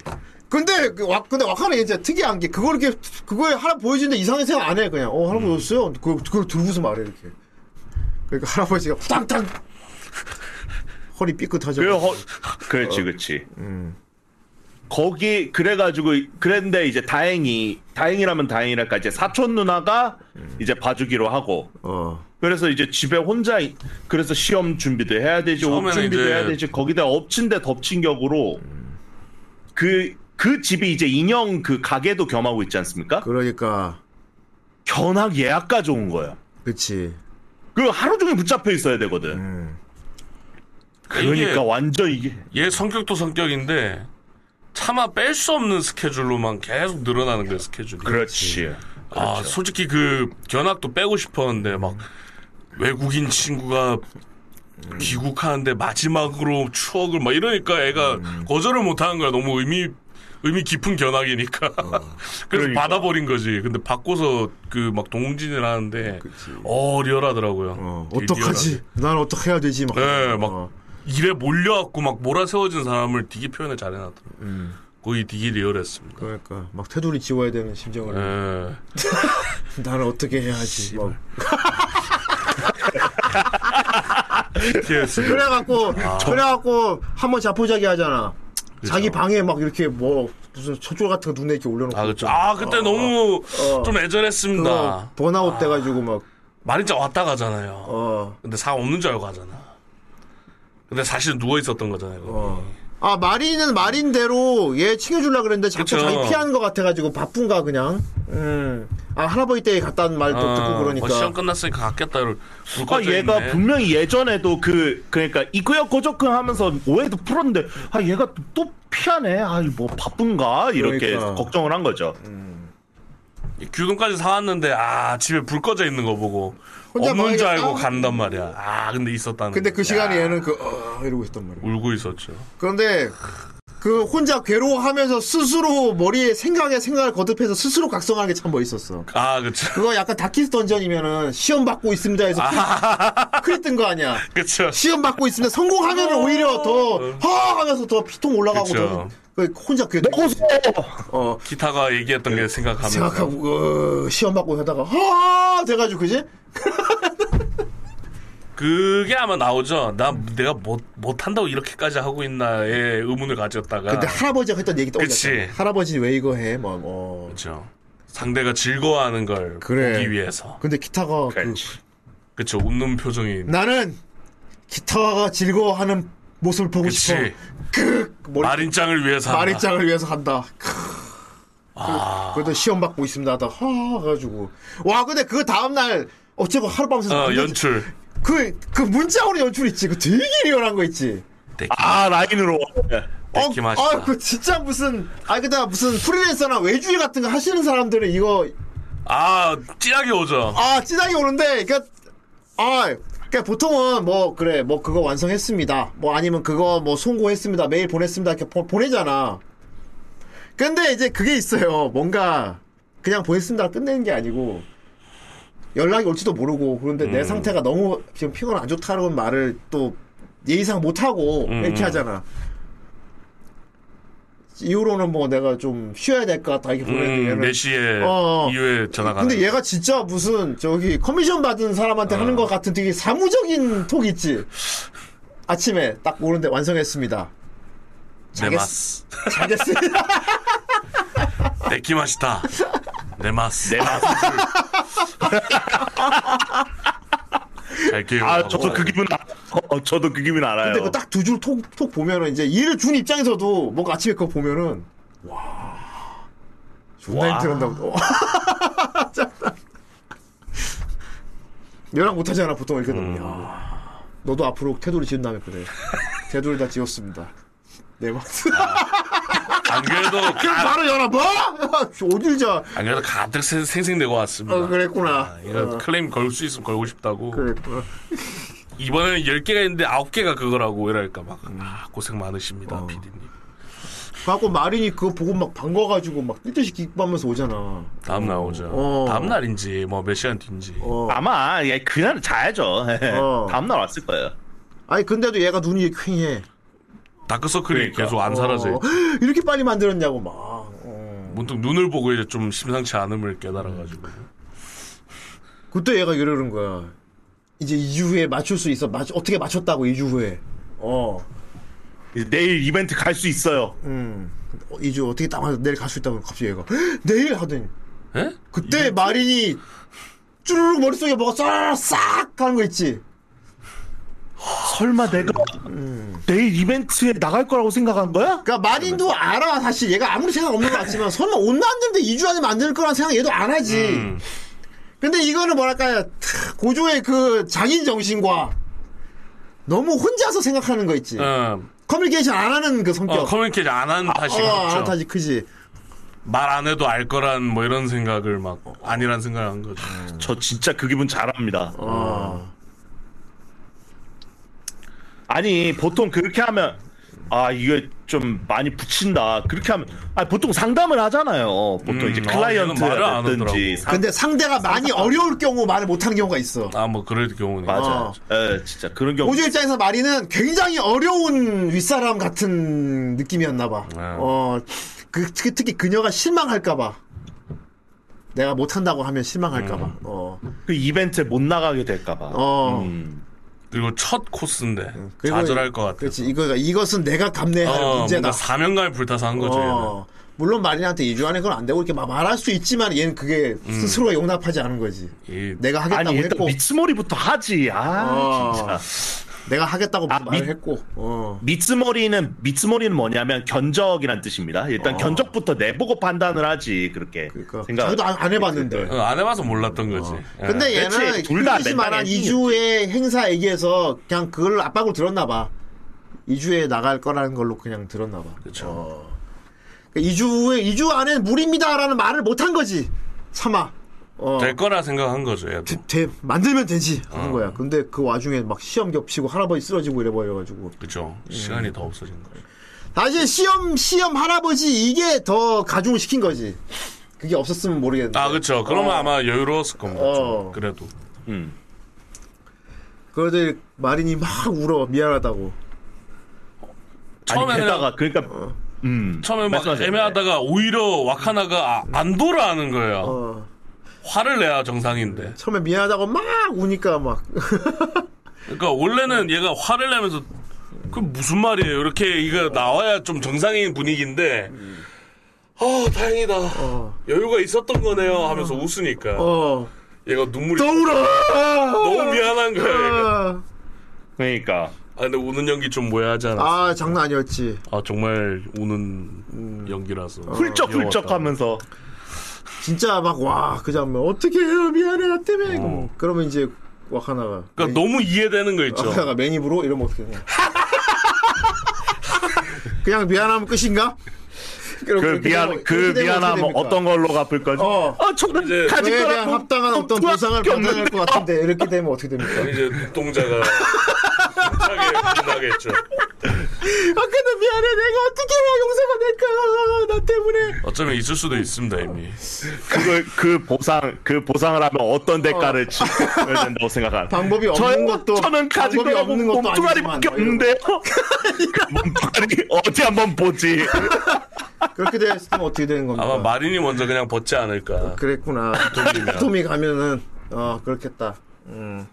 Speaker 8: 근데 그 와- 근데 와카는 이제 특이한 게 그걸 이렇게 그거에 하나 보여주는데 이상한 생각 안 해 그냥 어
Speaker 10: 음.
Speaker 8: 할아버지 없어요. 그걸 그걸 들고서 말해 이렇게. 그러니까 할아버지가 후당당 허리 삐끗하죠.
Speaker 10: 그 허, 그렇지, 그렇지.
Speaker 8: 음.
Speaker 10: 거기 그래가지고 그랬는데 이제 다행히 다행이라면 다행이랄까 이제 사촌 누나가
Speaker 8: 음.
Speaker 10: 이제 봐주기로 하고.
Speaker 8: 어.
Speaker 10: 그래서 이제 집에 혼자 이- 그래서 시험 준비도 해야 되지, 옷
Speaker 5: 처음에는
Speaker 10: 준비도
Speaker 5: 이제-
Speaker 10: 해야 되지. 거기다 엎친 데 덮친 격으로
Speaker 8: 음.
Speaker 10: 그. 그 집이 이제 인형 그 가게도 겸하고 있지 않습니까?
Speaker 8: 그러니까
Speaker 10: 견학 예약까지
Speaker 8: 음.
Speaker 10: 온 거야.
Speaker 8: 그치.
Speaker 10: 그 하루 종일 붙잡혀 있어야 되거든.
Speaker 8: 음.
Speaker 10: 그러니까
Speaker 5: 이게-
Speaker 10: 완전 이게
Speaker 5: 얘 성격도 성격인데 차마 뺄 수 없는 스케줄로만 계속 늘어나는 거예요 스케줄이.
Speaker 10: 그렇지.
Speaker 5: 아 솔직히 그 견학도 빼고 싶었는데 막 외국인 친구가 귀국하는데 마지막으로 추억을 막 이러니까 애가 거절을 못 하는 거야 너무 의미 의미 깊은 견학이니까 *laughs* 그래서
Speaker 10: 그러니까.
Speaker 5: 받아버린 거지 근데 바꿔서 그 막 동진을 하는데 어 리얼하더라고요 되게
Speaker 8: 어떡하지? 난 어떻게 해야 되지? 막.
Speaker 5: 네, 막
Speaker 8: 어.
Speaker 5: 일에 몰려갖고 막 몰아세워진 사람을 되게 표현을 잘해놨더라고요. 거의 되게 리얼했습니다.
Speaker 8: 그러니까 막 테두리 지워야 되는 심정을.
Speaker 5: 예.
Speaker 8: 나는 어떻게 해야지? 막.
Speaker 5: *laughs* TS.
Speaker 8: 그래갖고 그래갖고 한번 자포자기 하잖아.
Speaker 5: 아. 그죠.
Speaker 8: 자기 방에 막 이렇게 뭐 무슨 척줄 같은 거 눈에 이렇게 올려놓고.
Speaker 5: 아, 그쵸. 아, 그때 너무
Speaker 8: 어.
Speaker 5: 좀 애절했습니다.
Speaker 8: 그거 번아웃 돼가지고 막
Speaker 5: 말인자 왔다 가잖아요.
Speaker 8: 어.
Speaker 5: 근데 사람 없는 줄 알고 가잖아. 근데 사실 누워 있었던 거잖아요. 거기.
Speaker 8: 아 마린은 마린대로 얘 챙겨주려 그랬는데 자꾸
Speaker 5: 그쵸.
Speaker 8: 자기 피하는 것 같아가지고 바쁜가 그냥. 음. 아 할아버지 댁에 갔다는 말도
Speaker 5: 아,
Speaker 8: 듣고 그러니까.
Speaker 5: 어, 시험 끝났으니까 갔겠다. 이러고 불
Speaker 10: 아,
Speaker 5: 꺼져
Speaker 10: 얘가
Speaker 5: 있네.
Speaker 10: 분명히 예전에도 그 그러니까 이구역 고조큰 하면서 오해도 풀었는데 아 얘가 또 피하네 아뭐 바쁜가 이렇게
Speaker 8: 그러니까. 음.
Speaker 10: 걱정을 한 거죠
Speaker 5: 규동까지 사왔는데 아 집에 불 꺼져 있는 거 보고
Speaker 8: 혼자
Speaker 5: 없는 줄
Speaker 8: 봐야겠다.
Speaker 5: 알고 간단 말이야. 아 근데 있었다는.
Speaker 8: 근데 그
Speaker 5: 거.
Speaker 8: 시간에
Speaker 5: 야,
Speaker 8: 얘는 그 어, 이러고 있었단 말이야.
Speaker 5: 울고 있었죠.
Speaker 8: 그런데 그 혼자 괴로워하면서 스스로 머리에 생각에 생각을 거듭해서 스스로 각성하는 게 참 멋있었어.
Speaker 5: 아 그쵸. *laughs*
Speaker 8: 그거 약간 다키스 던전이면은 시험 받고 있습니다 해서
Speaker 5: 아.
Speaker 8: 크랬던 거 아니야.
Speaker 5: 그쵸.
Speaker 8: 시험 받고 있으면 성공하면 오히려 더허 하면서 더 피통 올라가고
Speaker 5: 어. 그쵸.
Speaker 8: 더 그 혼자 그
Speaker 10: 고소
Speaker 8: 어,
Speaker 5: 기타가 얘기했던 게 생각하면
Speaker 8: 생각하고 어, 시험 받고 하다가 허 돼가지고 그지?
Speaker 5: 그게 아마 나오죠. 나 내가 못 못한다고 이렇게까지 하고 있나의 의문을 가졌다가
Speaker 8: 근데 할아버지가 했던 얘기
Speaker 5: 그치.
Speaker 8: 떠올랐어. 할아버지 왜 이거 해? 막 어.
Speaker 5: 그렇죠. 상대가 즐거워하는 걸
Speaker 8: 그래.
Speaker 5: 보기 위해서
Speaker 8: 근데 기타가
Speaker 5: 그러니까
Speaker 8: 그-
Speaker 10: 그렇지
Speaker 5: 그렇죠. 웃는 표정이
Speaker 8: 나는 기타가 즐거워하는 모습을 보고
Speaker 5: 그치. 아.
Speaker 8: 싶어. 그 머리
Speaker 5: 마린짱을 위해서 한다.
Speaker 8: 마리짱을 위해서 한다. 그,
Speaker 5: 아.
Speaker 8: 그래도 시험 받고 있습니다. 하다 허 가지고 와 근데 그 다음 날 어째고 하룻밤 새서
Speaker 5: 어,
Speaker 8: 만나지-
Speaker 5: 연출
Speaker 8: 그, 그 문자으로 연출 있지. 그 되게 리얼한 거 있지.
Speaker 5: 데키,
Speaker 10: 아 라인으로
Speaker 5: 데키 맛있다.
Speaker 8: 아, 그 진짜 무슨, 아, 그다 무슨 프리랜서나 외주일 같은 거 하시는 사람들은 이거,
Speaker 5: 아 찌하게 오죠.
Speaker 8: 아, 찐하게 오는데, 그니까, 아, 그니까 보통은 뭐, 그래, 뭐 그거 완성했습니다. 뭐 아니면 그거 뭐 송고했습니다. 메일 보냈습니다. 이렇게 보, 보내잖아. 근데 이제 그게 있어요. 뭔가, 그냥 보냈습니다. 끝내는 게 아니고, 연락이 올지도 모르고, 그런데 내 상태가 너무 지금 피곤 안 좋다는 말을 또 예의상 못하고, 이렇게 하잖아. 이후로는 뭐 내가 좀 쉬어야 될 것 같다. 이렇게 보냈는데,
Speaker 5: 음,
Speaker 8: 얘는
Speaker 5: 4시에
Speaker 8: 어, 어.
Speaker 5: 이후에 전화가
Speaker 8: 근데
Speaker 5: 왔는데.
Speaker 8: 얘가 진짜 무슨 저기 커미션 받은 사람한테 하는 것 같은 되게 사무적인 톡 있지. 아침에 딱 오는데 완성했습니다.
Speaker 5: 내 네,
Speaker 8: 자겠-
Speaker 5: 맛.
Speaker 8: 알겠습니다.
Speaker 5: 데키 네, 맛이다. 내 맛.
Speaker 8: 네
Speaker 10: 내가
Speaker 5: 갈게요.
Speaker 10: 아 저도 그 기분 알- 어, 저도 그 기분 알아요
Speaker 8: 근데 그 딱 두 줄 톡 톡 보면은 이제 일을 준 입장에서도 뭔가 아침에 그거 보면은 와 존나 힘들었다고. *laughs* 연락 못하잖아 보통 이렇게 되면. 야, 너도 앞으로 테두리 지은 다음에 그래. 테두리 다 지웠습니다. 내 막.
Speaker 5: 안 그래도
Speaker 8: 그럼
Speaker 5: 가-
Speaker 8: 바로 열어 뭐? *laughs* 어딜 자?
Speaker 5: 안 그래도 가득 생- 생생내고 왔습니다.
Speaker 8: 어 그랬구나.
Speaker 5: 이거 클레임 걸 수 있으면 걸고 싶다고.
Speaker 8: 그랬구나.
Speaker 5: 이번에는 10개가 있는데 9개가 그거라고 이랄까 막
Speaker 8: 음.
Speaker 5: 아, 고생
Speaker 8: 어.
Speaker 5: 많으십니다, 피디님.
Speaker 8: 갖고 마린이 그거 보고 막 반가가지고 막 뜨듯이 기뻐하면서 오잖아.
Speaker 5: 다음 날 오죠.
Speaker 8: 어.
Speaker 5: 다음 날인지 뭐 몇 시간 뒤인지.
Speaker 10: 아마 예, 그날 자야죠. *laughs*
Speaker 8: 어.
Speaker 10: 다음날 왔을 거예요.
Speaker 8: 아니 근데도 얘가 눈이 이렇게 퀭해.
Speaker 5: 다크서클이 계속 안 사라져.
Speaker 8: 어, *gasps*
Speaker 5: 있고
Speaker 8: 이렇게 빨리 만들었냐고 막. 어.
Speaker 5: 문득 눈을 보고 이제 좀 심상치 않음을 깨달아가지고.
Speaker 8: 그때 얘가 이러는 거야. 이제 2주 후에 맞출 수 있어. 맞 어떻게 맞췄다고 2주 후에. 어.
Speaker 10: 내일 이벤트 갈 수 있어요.
Speaker 8: 음. 2주 어떻게 딱 맞아. 내일 갈 수 있다고 갑자기 얘가 *gasps* "헉, 내일 하더니
Speaker 5: 에?
Speaker 8: 그때 마린이 쭈르륵 머릿속에 뭐가 싹싹 가는 거 있지.
Speaker 10: 설마 내가
Speaker 8: 음.
Speaker 10: 내일 이벤트에 나갈 거라고 생각한 거야?
Speaker 8: 그러니까 마린도 알아 사실 얘가 아무리 생각 없는 것
Speaker 5: *laughs*
Speaker 8: 같지만 설마 온나 안 되는데 2주 안에 만들 거란 생각 얘도 안 하지.
Speaker 5: 음.
Speaker 8: 근데 이거는 뭐랄까 탁, 고조의 그 장인 정신과 너무 혼자서 생각하는 거 있지.
Speaker 5: 어,
Speaker 8: 커뮤니케이션 안 하는 그 성격.
Speaker 5: 어, 커뮤니케이션 안 하는 탓이
Speaker 8: 아,
Speaker 5: 죠
Speaker 8: 다시 크지.
Speaker 5: 말 안 해도 알 거란 뭐 이런 생각을 막 아니란 생각을 한 거죠.
Speaker 10: 저 진짜 그 기분 잘합니다.
Speaker 8: 아.
Speaker 10: 아니 보통 그렇게 하면 아 이게 좀 많이 붙인다. 그렇게 하면 아 보통 상담을 하잖아요. 보통
Speaker 5: 음,
Speaker 10: 이제
Speaker 5: 아, 얘는 말을 안
Speaker 10: 클라이언트라든지
Speaker 5: 하더라고.
Speaker 8: 근데 상대가 많이 어려울 경우 말을 못하는 경우가 있어.
Speaker 5: 아 뭐 그럴 경우는
Speaker 10: 맞아.
Speaker 8: 어.
Speaker 10: 예, 진짜 그런 경우.
Speaker 8: 고조 입장에서 마리는 굉장히 어려운 윗사람 같은 느낌이었나 봐.
Speaker 5: 네.
Speaker 8: 어, 그, 특- 특히 그녀가 실망할까 봐. 내가 못한다고 하면 실망할까 봐.
Speaker 5: 음.
Speaker 8: 어.
Speaker 10: 그 이벤트에 못 나가게 될까봐.
Speaker 8: 어.
Speaker 10: 음.
Speaker 5: 그리고 첫 코스인데
Speaker 8: 음, 그리고
Speaker 5: 좌절할 것 같아.
Speaker 8: 그렇지. 이거 이것은 내가 감내할
Speaker 5: 어,
Speaker 8: 문제다.
Speaker 5: 뭔가 사명감에 불타서 한 거죠. 얘는.
Speaker 8: 어. 물론 마린한테 2주 안에 그건 안 되고 이렇게 막 말할 수 있지만 얘는 그게 스스로가 용납하지 않은 거지.
Speaker 5: 음. 이
Speaker 8: 내가 하겠다고
Speaker 10: 아니 일단
Speaker 8: 했고
Speaker 10: 미츠모리부터 하지. 아
Speaker 8: 어.
Speaker 10: 진짜.
Speaker 8: 내가 하겠다고
Speaker 10: 아,
Speaker 8: 말을
Speaker 10: 미-
Speaker 8: 했고. 어.
Speaker 10: 미츠모리는 미츠모리는 뭐냐면 견적이란 뜻입니다. 일단 견적부터 내보고 판단을 하지 그렇게
Speaker 8: 아. 그러니까
Speaker 10: 생각.
Speaker 8: 저도 안, 안 해봤는데.
Speaker 5: 어, 안 해봐서 몰랐던 거지.
Speaker 8: 어.
Speaker 5: 예.
Speaker 8: 근데 얘는
Speaker 10: 그렇지. 둘다
Speaker 8: 둘다씨
Speaker 10: 맨날
Speaker 8: 말한
Speaker 10: 엔딩이었지.
Speaker 8: 2주의 행사 얘기해서 그냥 그걸 압박으로 들었나 봐. 2주에 나갈 거라는 걸로 그냥 들었나 봐. 그렇죠. 2주 후에 2주 안에 무리입니다라는 말을 못 한 거지. 차마. 어.
Speaker 5: 될 거라 생각한 거죠. 얘도.
Speaker 8: 돼, 만들면 되지
Speaker 10: 어.
Speaker 8: 하는 거야. 근데 그 와중에 막 시험 겹치고 할아버지 쓰러지고 이래 버려가지고
Speaker 5: 그죠.
Speaker 8: 음.
Speaker 5: 시간이 더 없어진 거예요.
Speaker 8: 다시 시험 시험 할아버지 이게 더 가중을 시킨 거지. 그게 없었으면 모르겠는데.
Speaker 5: 아 그렇죠. 그러면 아마 여유로웠을 겁니다. 좀.
Speaker 8: 어.
Speaker 5: 그래도
Speaker 10: 음.
Speaker 8: 그래도 마린이 막 울어 미안하다고.
Speaker 10: 아니
Speaker 5: 처음에는
Speaker 10: 게다가 그러니까
Speaker 8: 어.
Speaker 10: 음.
Speaker 5: 처음에 막
Speaker 10: 말씀하세요.
Speaker 5: 애매하다가 오히려 와카나가 아- 안 돌아하는 거예요.
Speaker 8: 어.
Speaker 5: 화를 내야 정상인데.
Speaker 8: 처음에 미안하다고 막 우니까 막
Speaker 5: 그러니까 원래는 얘가 화를 내면서 그 무슨 말이에요? 이렇게 이거 나와야 좀 정상인 분위기인데. 아 다행이다. 여유가 있었던 거네요. 하면서 웃으니까
Speaker 8: 어.
Speaker 5: 얘가 눈물이
Speaker 8: 또 울어.
Speaker 5: 너무 미안한 거야. 얘가.
Speaker 8: 아,
Speaker 10: 그러니까
Speaker 5: 아 근데 우는 연기 좀 모해하지 않았어?
Speaker 8: 아 장난 아니었지.
Speaker 5: 아 정말 우는 연기라서
Speaker 10: 훌쩍훌쩍
Speaker 5: 귀여웠다.
Speaker 8: 어.
Speaker 10: 하면서 그
Speaker 8: 진짜 막 와 그 장면 어떻게 해요 미안해 나 때문에 이거 뭐. 그러면 이제 와카나가
Speaker 5: 그러니까 너무 이해되는 거 있죠.
Speaker 8: 와카나가 맨 입으로 이러면 어떻게 되냐. 그냥 미안하면 끝인가? 그럼
Speaker 10: 그
Speaker 8: 그렇게
Speaker 10: 미안
Speaker 8: 되면-
Speaker 10: 그
Speaker 8: 그렇게 되면
Speaker 10: 미안함
Speaker 8: 뭐 어떻게 됩니까?
Speaker 10: 어떤 걸로 갚을 거지?
Speaker 8: 어.
Speaker 10: 아 저는
Speaker 5: 이제
Speaker 10: 가진
Speaker 8: 그에 대한
Speaker 10: 거라고
Speaker 8: 합당한 어떤 보상을
Speaker 10: 없는데.
Speaker 8: 받아야 할 것 같은데 이렇게 되면 어떻게 됩니까?
Speaker 5: 이제 눈동자가 하게 나겠죠.
Speaker 8: 아까도 미안해 내가 어떻게 해야 용서가 될까 나 때문에
Speaker 5: 어쩌면 있을 수도 있습니다 이미.
Speaker 10: 그걸 그 보상 그 보상을 하면 어떤 대가를 치러야 된다고 생각하는
Speaker 8: *laughs* 방법이 없는
Speaker 10: 저는-
Speaker 8: 것도-
Speaker 10: 저는 가진
Speaker 8: 방법이
Speaker 10: 거라고
Speaker 8: 없는 것도
Speaker 10: 몸뚱아리밖에
Speaker 8: 아니지만, 뭐
Speaker 10: *laughs* 없는데 몸뚱아리 어디 한번 보지
Speaker 8: 그렇게 됐을 때면 어떻게 되는 겁니까?
Speaker 5: 아마 마린이 먼저 그냥 벗지 않을까.
Speaker 8: 아, 그랬구나
Speaker 5: 도미면.
Speaker 8: 도미 가면은 어 그렇겠다 음.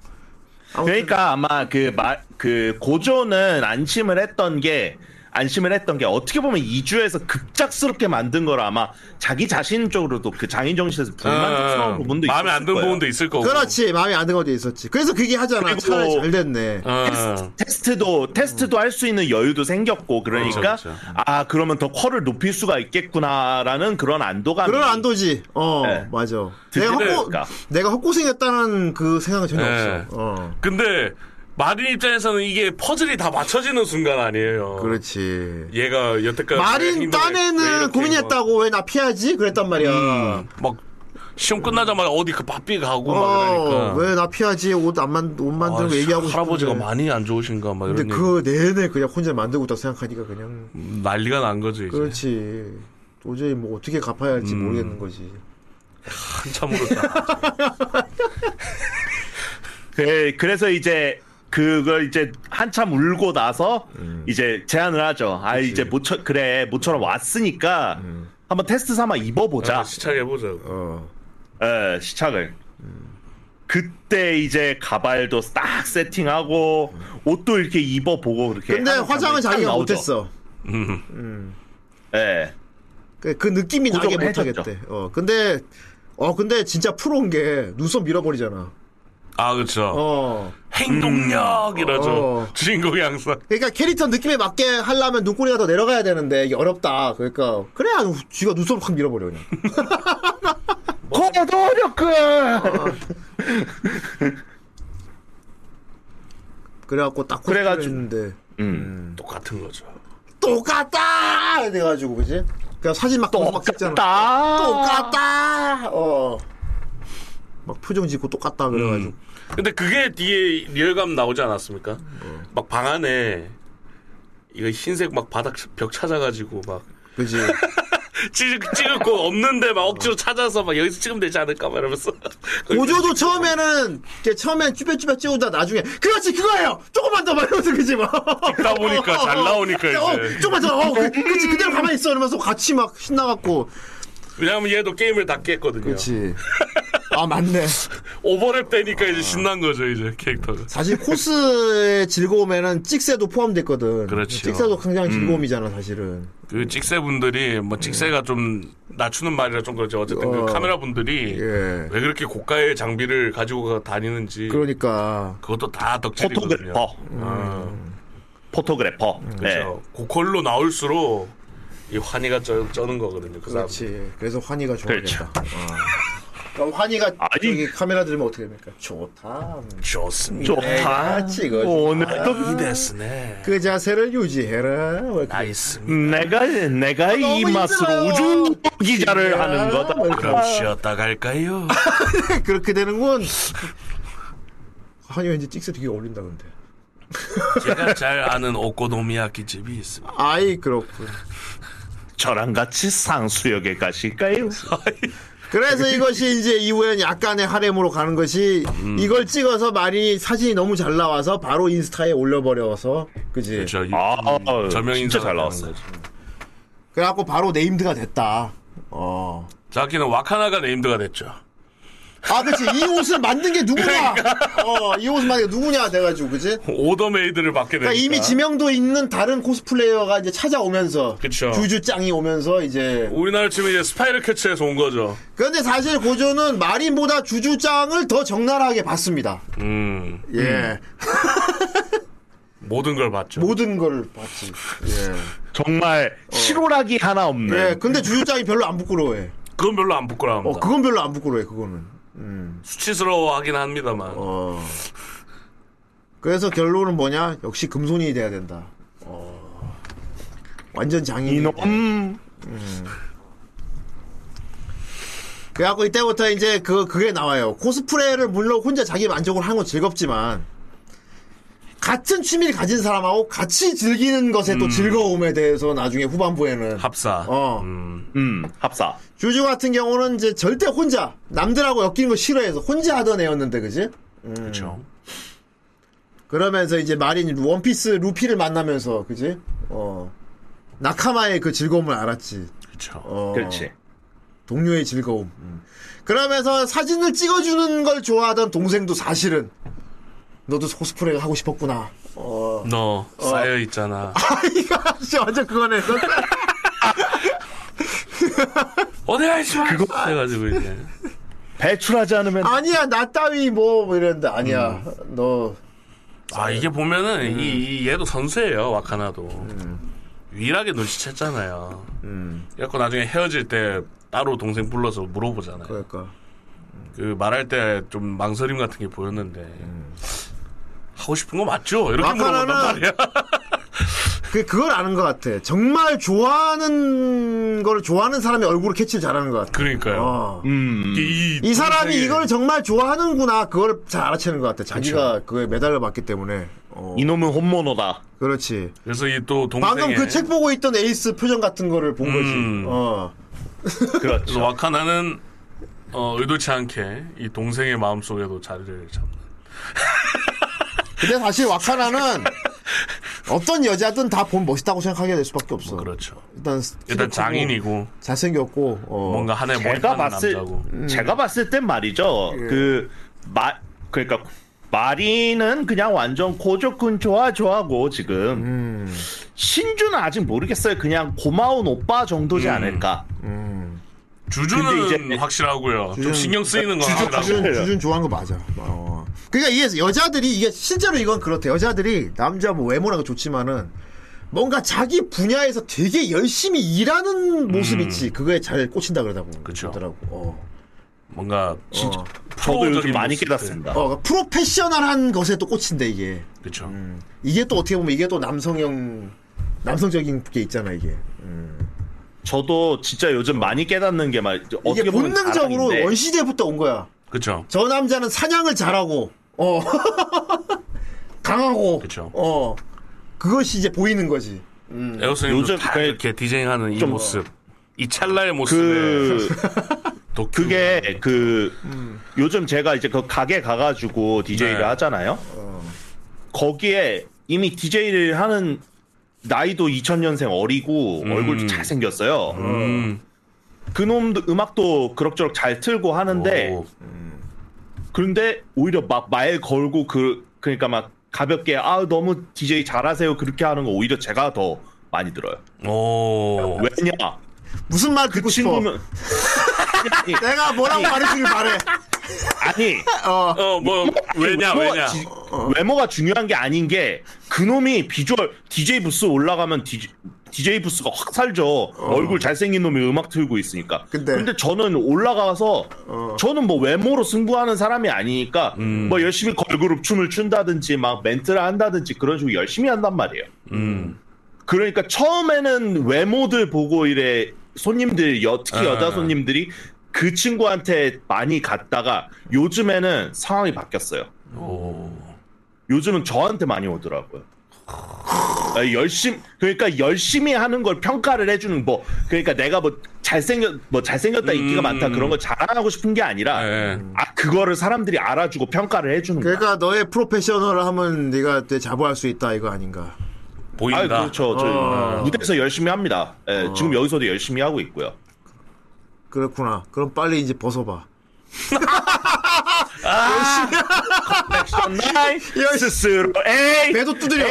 Speaker 10: 그러니까 아마 그 마, 그 고조는 안심을 했던 게 안심을 했던 게 어떻게 보면 2주에서 급작스럽게 만든 거라 아마 자기 자신 쪽으로도 그 장인 정신에서
Speaker 8: 아,
Speaker 10: 불만스러운
Speaker 5: 음,
Speaker 10: 부분도
Speaker 5: 마음에
Speaker 10: 있었을
Speaker 5: 안 드는
Speaker 10: 거예요.
Speaker 5: 부분도 있을 거고.
Speaker 8: 그렇지 마음에 안 드는 것도 있었지 그래서 그게 하잖아
Speaker 10: 뭐. 그리고- 아,
Speaker 8: 차라리 잘 됐네
Speaker 5: 어,
Speaker 10: 테스트도 테스트도 할 수 있는 여유도 생겼고 그러니까
Speaker 5: 그렇죠, 그렇죠.
Speaker 10: 아 그러면 더 퀄을 높일 수가 있겠구나라는 그런 안도감
Speaker 8: 그런 안도지 어
Speaker 10: 네.
Speaker 8: 맞아 내가
Speaker 10: 드디어
Speaker 8: 헛고
Speaker 10: 그러니까.
Speaker 8: 내가 헛고생했다는 그 생각은 전혀
Speaker 5: 네.
Speaker 8: 없어 어
Speaker 5: 근데 마린 입장에서는 이게 퍼즐이 다 맞춰지는 순간 아니에요.
Speaker 8: 그렇지.
Speaker 5: 얘가 여태까지
Speaker 8: 마린 딴 애는
Speaker 10: 뭐.
Speaker 8: 고민했다고 왜 나 피하지? 그랬단 말이야.
Speaker 10: 음,
Speaker 5: 막 시험 끝나자마자 어디 그 바삐 가고 막
Speaker 8: 어,
Speaker 10: 그러니까.
Speaker 5: 이러니까
Speaker 8: 왜 나 피하지? 옷 안 만, 옷 만들고
Speaker 5: 아,
Speaker 8: 얘기하고
Speaker 5: 할아버지가
Speaker 8: 싶은데.
Speaker 5: 많이 안 좋으신가 막 이런
Speaker 8: 근데 그 내내 그냥 혼자 만들고 있다고 생각하니까 그냥.
Speaker 5: 얘기. 난리가 난 거지 이제
Speaker 8: 그렇지. 도저히 뭐 어떻게 갚아야 할지
Speaker 5: 음.
Speaker 8: 모르겠는 거지.
Speaker 5: 한참으로
Speaker 8: *laughs*
Speaker 5: 딱
Speaker 10: 그, 그래서 이제 그걸 이제 한참 울고 나서
Speaker 5: 음.
Speaker 10: 이제 제안을 하죠. 아 이제 모처 그래 모처럼 왔으니까 한번 테스트 삼아 입어보자.
Speaker 5: 음. 시작해보자고
Speaker 8: 어.
Speaker 10: 에, 시착을.
Speaker 5: 음.
Speaker 10: 그때 이제 가발도 딱 세팅하고
Speaker 5: 음.
Speaker 10: 옷도 이렇게 입어보고 그렇게.
Speaker 8: 근데
Speaker 10: 하는
Speaker 8: 화장은
Speaker 10: 예, 장면이 딱
Speaker 8: 자기가
Speaker 10: 나오죠.
Speaker 8: 못했어.
Speaker 5: 음.
Speaker 10: 예.
Speaker 8: 그, 그 느낌이 나게
Speaker 10: 고정을
Speaker 8: 못하겠대.
Speaker 10: 해줬죠.
Speaker 8: 어, 근데, 어, 근데 진짜 프로인 게 눈썹 밀어버리잖아.
Speaker 5: 아 그렇죠
Speaker 8: 어.
Speaker 5: 행동력이라죠
Speaker 8: 어.
Speaker 5: 주인공이 항상
Speaker 8: 그러니까 캐릭터 느낌에 맞게 하려면 눈꼬리가 더 내려가야 되는데, 이게 어렵다. 그러니까, 그래야 쥐가 눈썹을 확 밀어버려,
Speaker 10: *laughs*
Speaker 8: 그냥.
Speaker 10: 고마도 뭐? 어렵고.
Speaker 8: 그래갖고 딱
Speaker 10: 그래가지고-
Speaker 8: 했는데
Speaker 10: 음.
Speaker 5: 똑같은 거죠
Speaker 8: 똑같다! 돼가지고, 그지? 그냥 사진 막, 거기서 막 찍잖아.
Speaker 10: 똑같다.
Speaker 8: 똑같다! 어. 막 표정 짓고 똑같다, 그래가지고.
Speaker 5: 음. 근데 그게 뒤에 리얼감 나오지 않았습니까?
Speaker 8: 음.
Speaker 5: 막 방 안에 이거 흰색 막 바닥 벽 찾아가지고 막
Speaker 8: 그지?
Speaker 5: 찌-
Speaker 8: *laughs*
Speaker 5: 찍었고 없는데 막 억지로 찾아서 막 여기서 찍으면 되지 않을까 막 그러니까 이러면서 *laughs*
Speaker 8: 고조도 처음에는, 이렇게 처음엔 쭈뼛쭈뼛 찍우다 나중에, 그렇지, 그거예요! 조금만 더 말면서, 그지, 막.
Speaker 5: 찍다 보니까 잘 나오니까 이제.
Speaker 8: 어, 조금만 더, 어, 그, 그치, 그대로 가만히 있어! 이러면서 같이 막 신나갖고.
Speaker 5: 왜냐면 얘도 게임을 다 깼거든요
Speaker 8: 그치. 아, 맞네.
Speaker 5: 오버랩 되니까
Speaker 8: 아.
Speaker 5: 이제 신난 거죠 이제 캐릭터가
Speaker 8: 사실 코스의 즐거움에는 찍새도 포함됐거든.
Speaker 5: 그렇죠.
Speaker 8: 찍새도 굉장히 즐거움이잖아, 사실은.
Speaker 5: 그 찍새 분들이 뭐 찍새가 좀 낮추는 말이라 좀 그렇죠 어쨌든
Speaker 8: 어.
Speaker 5: 그 카메라 분들이
Speaker 8: 예.
Speaker 5: 왜 그렇게 고가의 장비를 가지고 다니는지
Speaker 8: 그러니까.
Speaker 5: 그것도 다 덕질이거든요 어.
Speaker 10: 포토그래퍼.
Speaker 8: 음.
Speaker 10: 포토그래퍼. 예.
Speaker 5: 그렇죠. 고퀄로 나올수록 이 환희가 쪄, 는 거거든요. 그 사람.
Speaker 8: 그렇지. 그래서 환희가
Speaker 10: 그렇죠.
Speaker 8: 좋아하겠다.
Speaker 5: 네.
Speaker 8: 어. 그럼 환희가
Speaker 10: 아니.
Speaker 8: 저기 카메라 들으면 어떻게 됩니까? 좋다.
Speaker 5: 좋습니다.
Speaker 10: 좋다.
Speaker 8: 내가 찍어줘.
Speaker 10: 아,
Speaker 5: 아.
Speaker 10: 오늘도
Speaker 5: 이데스네.
Speaker 8: 그 자세를 유지해라. 뭐 이렇게.
Speaker 5: 나이스.
Speaker 10: 내가 내가 이
Speaker 8: 아, 너무
Speaker 10: 맛으로
Speaker 8: 힘들어요.
Speaker 10: 우주 기자를
Speaker 8: 야,
Speaker 10: 아, 하는 거다.
Speaker 8: 뭐 이렇게.
Speaker 5: 그럼 쉬었다 갈까요?
Speaker 8: 그렇게 되는군. 환희 왠지 찍새 되게 어울린다, 근데.
Speaker 5: 제가 잘 아는 오코노미야키 집이 있습니다.
Speaker 8: 아이, 그렇군.
Speaker 10: 저랑 같이 상수역에 가실까요?
Speaker 8: 그래서 이것이 이제 이후에는 약간의 하렘으로 가는 것이
Speaker 10: 음.
Speaker 8: 이걸 찍어서 마린이 사진이 너무 잘 나와서 바로 인스타에 올려버려서 그지
Speaker 5: 그렇죠. 이-
Speaker 10: 아,
Speaker 5: 저명
Speaker 10: 진짜
Speaker 5: 인사
Speaker 10: 잘 나왔어.
Speaker 8: 그래갖고 바로 네임드가 됐다 어.
Speaker 5: 자키는 와카나가 네임드가 됐죠.
Speaker 8: 아 그치 이 옷을 만든 게 누구냐
Speaker 10: 그러니까.
Speaker 8: 어, 이 옷을 만든 게 누구냐 돼가지고 그지
Speaker 5: 오더메이드를 받게 되니까.
Speaker 8: 그러니까 이미 지명도 있는 다른 코스플레이어가 이제 찾아오면서
Speaker 5: 그쵸.
Speaker 8: 주주짱이 오면서 이제
Speaker 5: 우리나라 치면 이제 스파이럴 캐치에서 온 거죠.
Speaker 8: 그런데 사실 고조는 마린보다 주주짱을 더 적나라하게 봤습니다
Speaker 5: 음,
Speaker 8: 예
Speaker 5: 모든 걸 봤죠.
Speaker 8: 모든 걸 봤지 예
Speaker 10: 정말
Speaker 5: 어.
Speaker 10: 실오락이 하나 없는.
Speaker 5: 네.
Speaker 8: 예, 근데 주주장이 별로 안 부끄러워해.
Speaker 5: 그건 별로 안 부끄러워합니다.
Speaker 8: 어, 그건 별로 안 부끄러워해, 그거는. 음.
Speaker 5: 수치스러워하긴 합니다만.
Speaker 8: 어. 그래서 결론은 뭐냐? 역시 금손이 돼야 된다. 어. 완전
Speaker 5: 네,
Speaker 8: 장인.
Speaker 10: 이놈
Speaker 8: 그래갖고 이때부터 이제 그, 그게 나와요. 코스프레를 물론 혼자 자기 만족을 하는 건 즐겁지만, 같은 취미를 가진 사람하고 같이 즐기는 것의 또 즐거움에 대해서 나중에 후반부에는.
Speaker 5: 음. 합사.
Speaker 8: 어.
Speaker 5: 음.
Speaker 10: 음, 합사.
Speaker 8: 주주 같은 경우는 이제 절대 혼자, 남들하고 엮이는 거 싫어해서 혼자 하던 애였는데, 그지? 음.
Speaker 5: 그렇죠.
Speaker 8: 그러면서 이제 마린 원피스 루피를 만나면서 그지? 어 나카마의 그 즐거움을 알았지.
Speaker 5: 그렇죠.
Speaker 8: 어,
Speaker 10: 그렇지.
Speaker 8: 동료의 즐거움. 음. 그러면서 사진을 찍어주는 걸 좋아하던 동생도 사실은 너도 코스프레 하고 싶었구나. *laughs* 어.
Speaker 5: 너 쌓여 있잖아.
Speaker 8: 이거 진짜 완전 그거네. *laughs* 너
Speaker 5: 어디 가시마 그거 해가지고 이제
Speaker 10: 배출하지 않으면
Speaker 8: 아니야 나 따위 뭐, 뭐 이랬는데 아니야
Speaker 5: 음.
Speaker 8: 너
Speaker 5: 아
Speaker 8: 음.
Speaker 5: 이게 보면은 이, 이 얘도 선수예요 와카나도
Speaker 8: 음.
Speaker 5: 유일하게 눈치챘잖아요. 그래갖고 나중에 헤어질 때 따로 동생 불러서 물어보잖아요. 그,
Speaker 8: 그러니까 음.
Speaker 5: 말할 때 좀 망설임 같은 게 보였는데 하고 싶은 거 맞죠? 이렇게 물어본단
Speaker 8: 마카라는
Speaker 5: 말이야. *laughs*
Speaker 8: 그 그걸 아는 것 같아. 정말 좋아하는 걸 좋아하는 사람이 얼굴을 캐치를 잘하는 것 같아.
Speaker 5: 그러니까요.
Speaker 8: 어.
Speaker 10: 음,
Speaker 5: 이,
Speaker 8: 이 사람이
Speaker 5: 동생의-
Speaker 8: 이걸 정말 좋아하는구나. 그걸 잘 알아채는 것 같아. 자기가 그에 매달려 봤기 때문에. 어,
Speaker 10: 이놈은 혼모노다.
Speaker 8: 그렇지.
Speaker 5: 그래서 이 또 동생의
Speaker 8: 방금 그 책 보고 있던 에이스 표정 같은 거를 본
Speaker 5: 음.
Speaker 8: 거지. 어.
Speaker 10: 그렇죠.
Speaker 5: 그래서 와카나는 어, 의도치 않게 이 동생의 마음속에도 자리를 잡는.
Speaker 8: 근데
Speaker 5: *laughs*
Speaker 8: 사실 와카나는 어떤 여자든 다 보면 멋있다고 생각하게 될 수밖에 없어.
Speaker 5: 그렇죠.
Speaker 8: 일단
Speaker 5: 일단 장인이고
Speaker 8: 잘생겼고 어.
Speaker 5: 뭔가 한해
Speaker 10: *laughs* 뭐 제가
Speaker 5: 몰입하는
Speaker 10: 봤을
Speaker 5: 뭐 남자고. 음. 예.
Speaker 10: 제가 봤을 땐 말이죠. 그 마 그러니까 마리는 그냥 완전 고조군 좋아 좋아고 지금
Speaker 5: 음.
Speaker 10: 신주는 아직 모르겠어요. 그냥 고마운 오빠
Speaker 5: 음.
Speaker 10: 정도지 않을까.
Speaker 5: 주주는
Speaker 10: 근데 이제-
Speaker 5: 확실하고요. 좀 신경 쓰이는 건
Speaker 8: 주준,
Speaker 5: 확실하고.
Speaker 8: 주준, 주준 좋아한 거 맞아. 어. 그러니까 이게 여자들이 이게 실제로 이건 그렇대. 여자들이 남자 뭐 외모나 좋지만은 뭔가 자기 분야에서 되게 열심히 일하는 모습 있지. 그거에 잘 꽂힌다 그러다고
Speaker 5: 음. 그쵸.
Speaker 8: 그러더라고. 어.
Speaker 5: 뭔가 어, 진짜
Speaker 10: 저도 요즘 많이
Speaker 5: 모습들.
Speaker 10: 깨닫습니다.
Speaker 8: 어, 그러니까 프로페셔널한 것에 또 꽂힌대 이게.
Speaker 5: 그렇죠.
Speaker 8: 이게 또 어떻게 보면 이게 또 남성형 남성적인 게 있잖아 이게.
Speaker 10: 저도 진짜 요즘 많이 깨닫는 게 말.
Speaker 8: 이게
Speaker 10: 어떻게 보면
Speaker 8: 본능적으로
Speaker 10: 자랑인데
Speaker 8: 원시대부터 온 거야.
Speaker 5: 그렇죠.
Speaker 8: 저 남자는 사냥을 잘하고 어 *laughs* 강하고
Speaker 5: 그쵸.
Speaker 8: 어 그것이 이제 보이는 거지
Speaker 5: 에어스님도
Speaker 10: 요즘
Speaker 5: 다
Speaker 10: 그-
Speaker 5: 이렇게 디자인하는 이
Speaker 10: 좀-
Speaker 5: 모습, 이 찰나의 모습에
Speaker 8: 네.
Speaker 10: 그
Speaker 5: 도큐. 음.
Speaker 10: 그게 그 요즘 제가 이제 그 가게 가가지고 DJ를
Speaker 5: 네. 어.
Speaker 10: 하잖아요. 거기에 이미 DJ를 하는 나이도 2000년생 어리고 얼굴도 잘 생겼어요. 어.
Speaker 5: 음.
Speaker 10: 그놈도 음악도 그럭저럭 잘 틀고 하는데 음.
Speaker 5: 오.
Speaker 10: 그런데 오히려 막 말 걸고 그 그러니까 막 가볍게 아 너무 DJ 잘하세요 그렇게 하는 거 오히려 제가 더 많이 들어요.
Speaker 5: 오.
Speaker 10: 왜냐
Speaker 8: 무슨 말
Speaker 10: 그
Speaker 8: 듣고 싶어
Speaker 10: 친구면 예.
Speaker 8: 내가 뭐라고 말해주길
Speaker 10: *laughs*
Speaker 8: 바래
Speaker 10: 아니
Speaker 5: 어, 뭐 왜냐
Speaker 10: 외모가
Speaker 5: 왜냐.
Speaker 10: 지-
Speaker 8: 어.
Speaker 10: 외모가 중요한 게 아닌 게 그놈이 비주얼 DJ 부스 올라가면 디지- DJ 부스가 확 살죠. 얼굴 잘생긴 놈이 음악 틀고 있으니까.
Speaker 8: 어. 근데- 어.
Speaker 10: 저는 올라가서 저는 뭐 외모로 승부하는 사람이 아니니까
Speaker 5: 음.
Speaker 10: 뭐 열심히 걸그룹 춤을 춘다든지 막 멘트를 한다든지 그런 식으로 열심히 한단 말이에요.
Speaker 5: 음.
Speaker 10: 그러니까 처음에는 외모들 보고 이래 손님들 여, 특히
Speaker 5: 아.
Speaker 10: 여자 손님들이 그 친구한테 많이 갔다가 요즘에는 상황이 바뀌었어요.
Speaker 5: 오.
Speaker 10: 요즘은 저한테 많이 오더라고요. 아, 열심 그러니까 열심히 하는 걸 평가를 해주는 뭐 그러니까 내가 뭐 잘생겼 뭐 잘생겼다 인기가
Speaker 5: 음.
Speaker 10: 많다 그런 걸 자랑하고 싶은 게 아니라
Speaker 5: 네.
Speaker 10: 아 그거를 사람들이 알아주고 평가를 해주는 거야.
Speaker 8: 그러니까 너의 프로페셔널함은 네가 되 자부할 수 있다 이거 아닌가
Speaker 5: 보인다.
Speaker 10: 아 그렇죠. 저 무대에서 열심히 합니다. 예, 지금 여기서도 열심히 하고 있고요.
Speaker 8: 그렇구나 그럼 빨리 이제 벗어봐
Speaker 10: 나이 스스로 에이
Speaker 8: 배도 두드려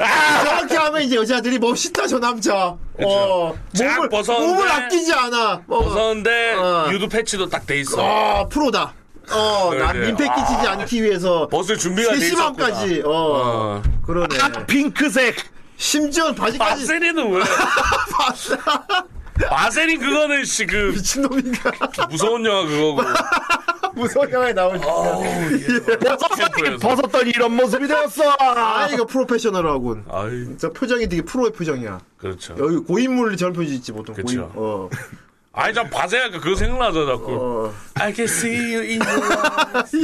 Speaker 10: 아!
Speaker 8: 저렇게 하면 이제 여자들이 멋있다 저 남자 어,
Speaker 5: 쫙
Speaker 8: 몸을,
Speaker 5: 벗었는데-
Speaker 8: 몸을 아끼지 않아 어,
Speaker 5: 벗었는데
Speaker 8: 어.
Speaker 5: 유두 패치도 딱 돼 있어.
Speaker 8: 어, 프로다 어,
Speaker 5: 그래,
Speaker 8: 난
Speaker 5: 그래.
Speaker 8: 민폐 끼치지 않기 위해서
Speaker 5: 네, 아, 벗을 준비가 돼 있었구나.
Speaker 8: 세심함까지 어,
Speaker 5: 어.
Speaker 8: 그러네
Speaker 10: 핑크색
Speaker 8: 심지어 바지까지
Speaker 5: 바세린은 왜? 바세린 그거는 씨그
Speaker 8: *laughs*
Speaker 5: *laughs*
Speaker 8: 미친놈인가
Speaker 5: 무서운 영화
Speaker 10: *laughs*
Speaker 5: 그거고.
Speaker 8: 무서운 영화에
Speaker 10: 어,
Speaker 8: 나오니까
Speaker 10: 예.
Speaker 5: 챔프에서.
Speaker 10: 벗었더니 이런 모습이 되었어.
Speaker 8: 아 이거 프로페셔널하군
Speaker 5: 아이
Speaker 8: 저 표정이 되게 프로의 표정이야
Speaker 5: 그렇죠.
Speaker 8: 여기 고인물이 저런 표정 있지 보통 고인
Speaker 5: 그쵸. *laughs*
Speaker 8: 어, *laughs*
Speaker 5: 아니 참 바세야 그거 생각나죠 자꾸.
Speaker 8: 어.
Speaker 5: I can see you in your eyes.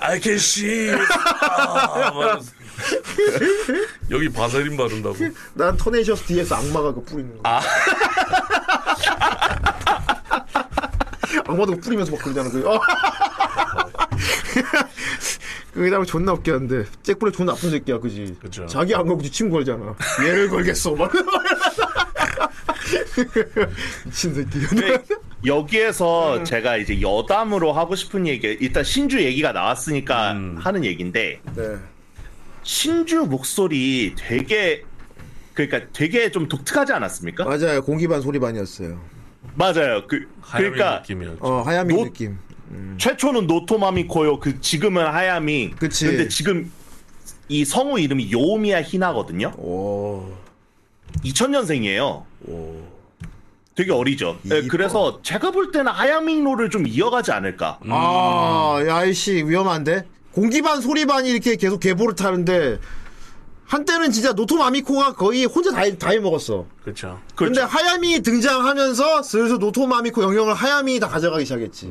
Speaker 5: I can see you. 아, 맞았어. 여기 바세린 바른다고.
Speaker 8: 난 터네이셔스 뒤에서 악마가 그 뿌리는 거 *laughs* 악마도 그거 뿌리면서 막 그러잖아 그 어. *laughs* 그 다음에 존나 웃겼는데 잭블랙 존나 나쁜 새끼야 그지
Speaker 5: 그쵸.
Speaker 8: 자기 안 걸고 지 친구 걸잖아 얘를 걸겠어 막 미친 새끼야
Speaker 10: 여기에서 제가 이제 여담으로 하고 싶은 얘기 일단 신주 얘기가 나왔으니까
Speaker 5: 음.
Speaker 10: 하는 얘기인데
Speaker 8: *laughs* 네.
Speaker 10: 신주 목소리 되게 그러니까 되게 좀 독특하지 않았습니까?
Speaker 8: 맞아요 공기 반 소리 반이었어요
Speaker 10: 맞아요. 그
Speaker 5: 하얀
Speaker 10: 그러니까
Speaker 5: 느낌이었죠.
Speaker 8: 어 하야미
Speaker 10: 노-
Speaker 8: 느낌
Speaker 10: 최초는 노토마미코요. 그 지금은 하야미.
Speaker 8: 그치.
Speaker 10: 근데 지금 이 성우 이름이 요미야 히나거든요.
Speaker 8: 오
Speaker 10: 2000년생이에요. 되게 어리죠. 예,
Speaker 8: 이뻐.
Speaker 10: 그래서 제가 볼 때는 하야미노를 좀 이어가지 않을까.
Speaker 8: 음. 아, 야, 이씨, 위험한데? 공기반 소리반이 이렇게 계속 계보를 타는데 한때는 진짜 노토마미코가 거의 혼자 다, 해- 다 해먹었어.
Speaker 5: 그렇죠.
Speaker 8: 근데 하야미 등장하면서 슬슬 노토마미코 영역을 하야미 다 가져가기 시작했지.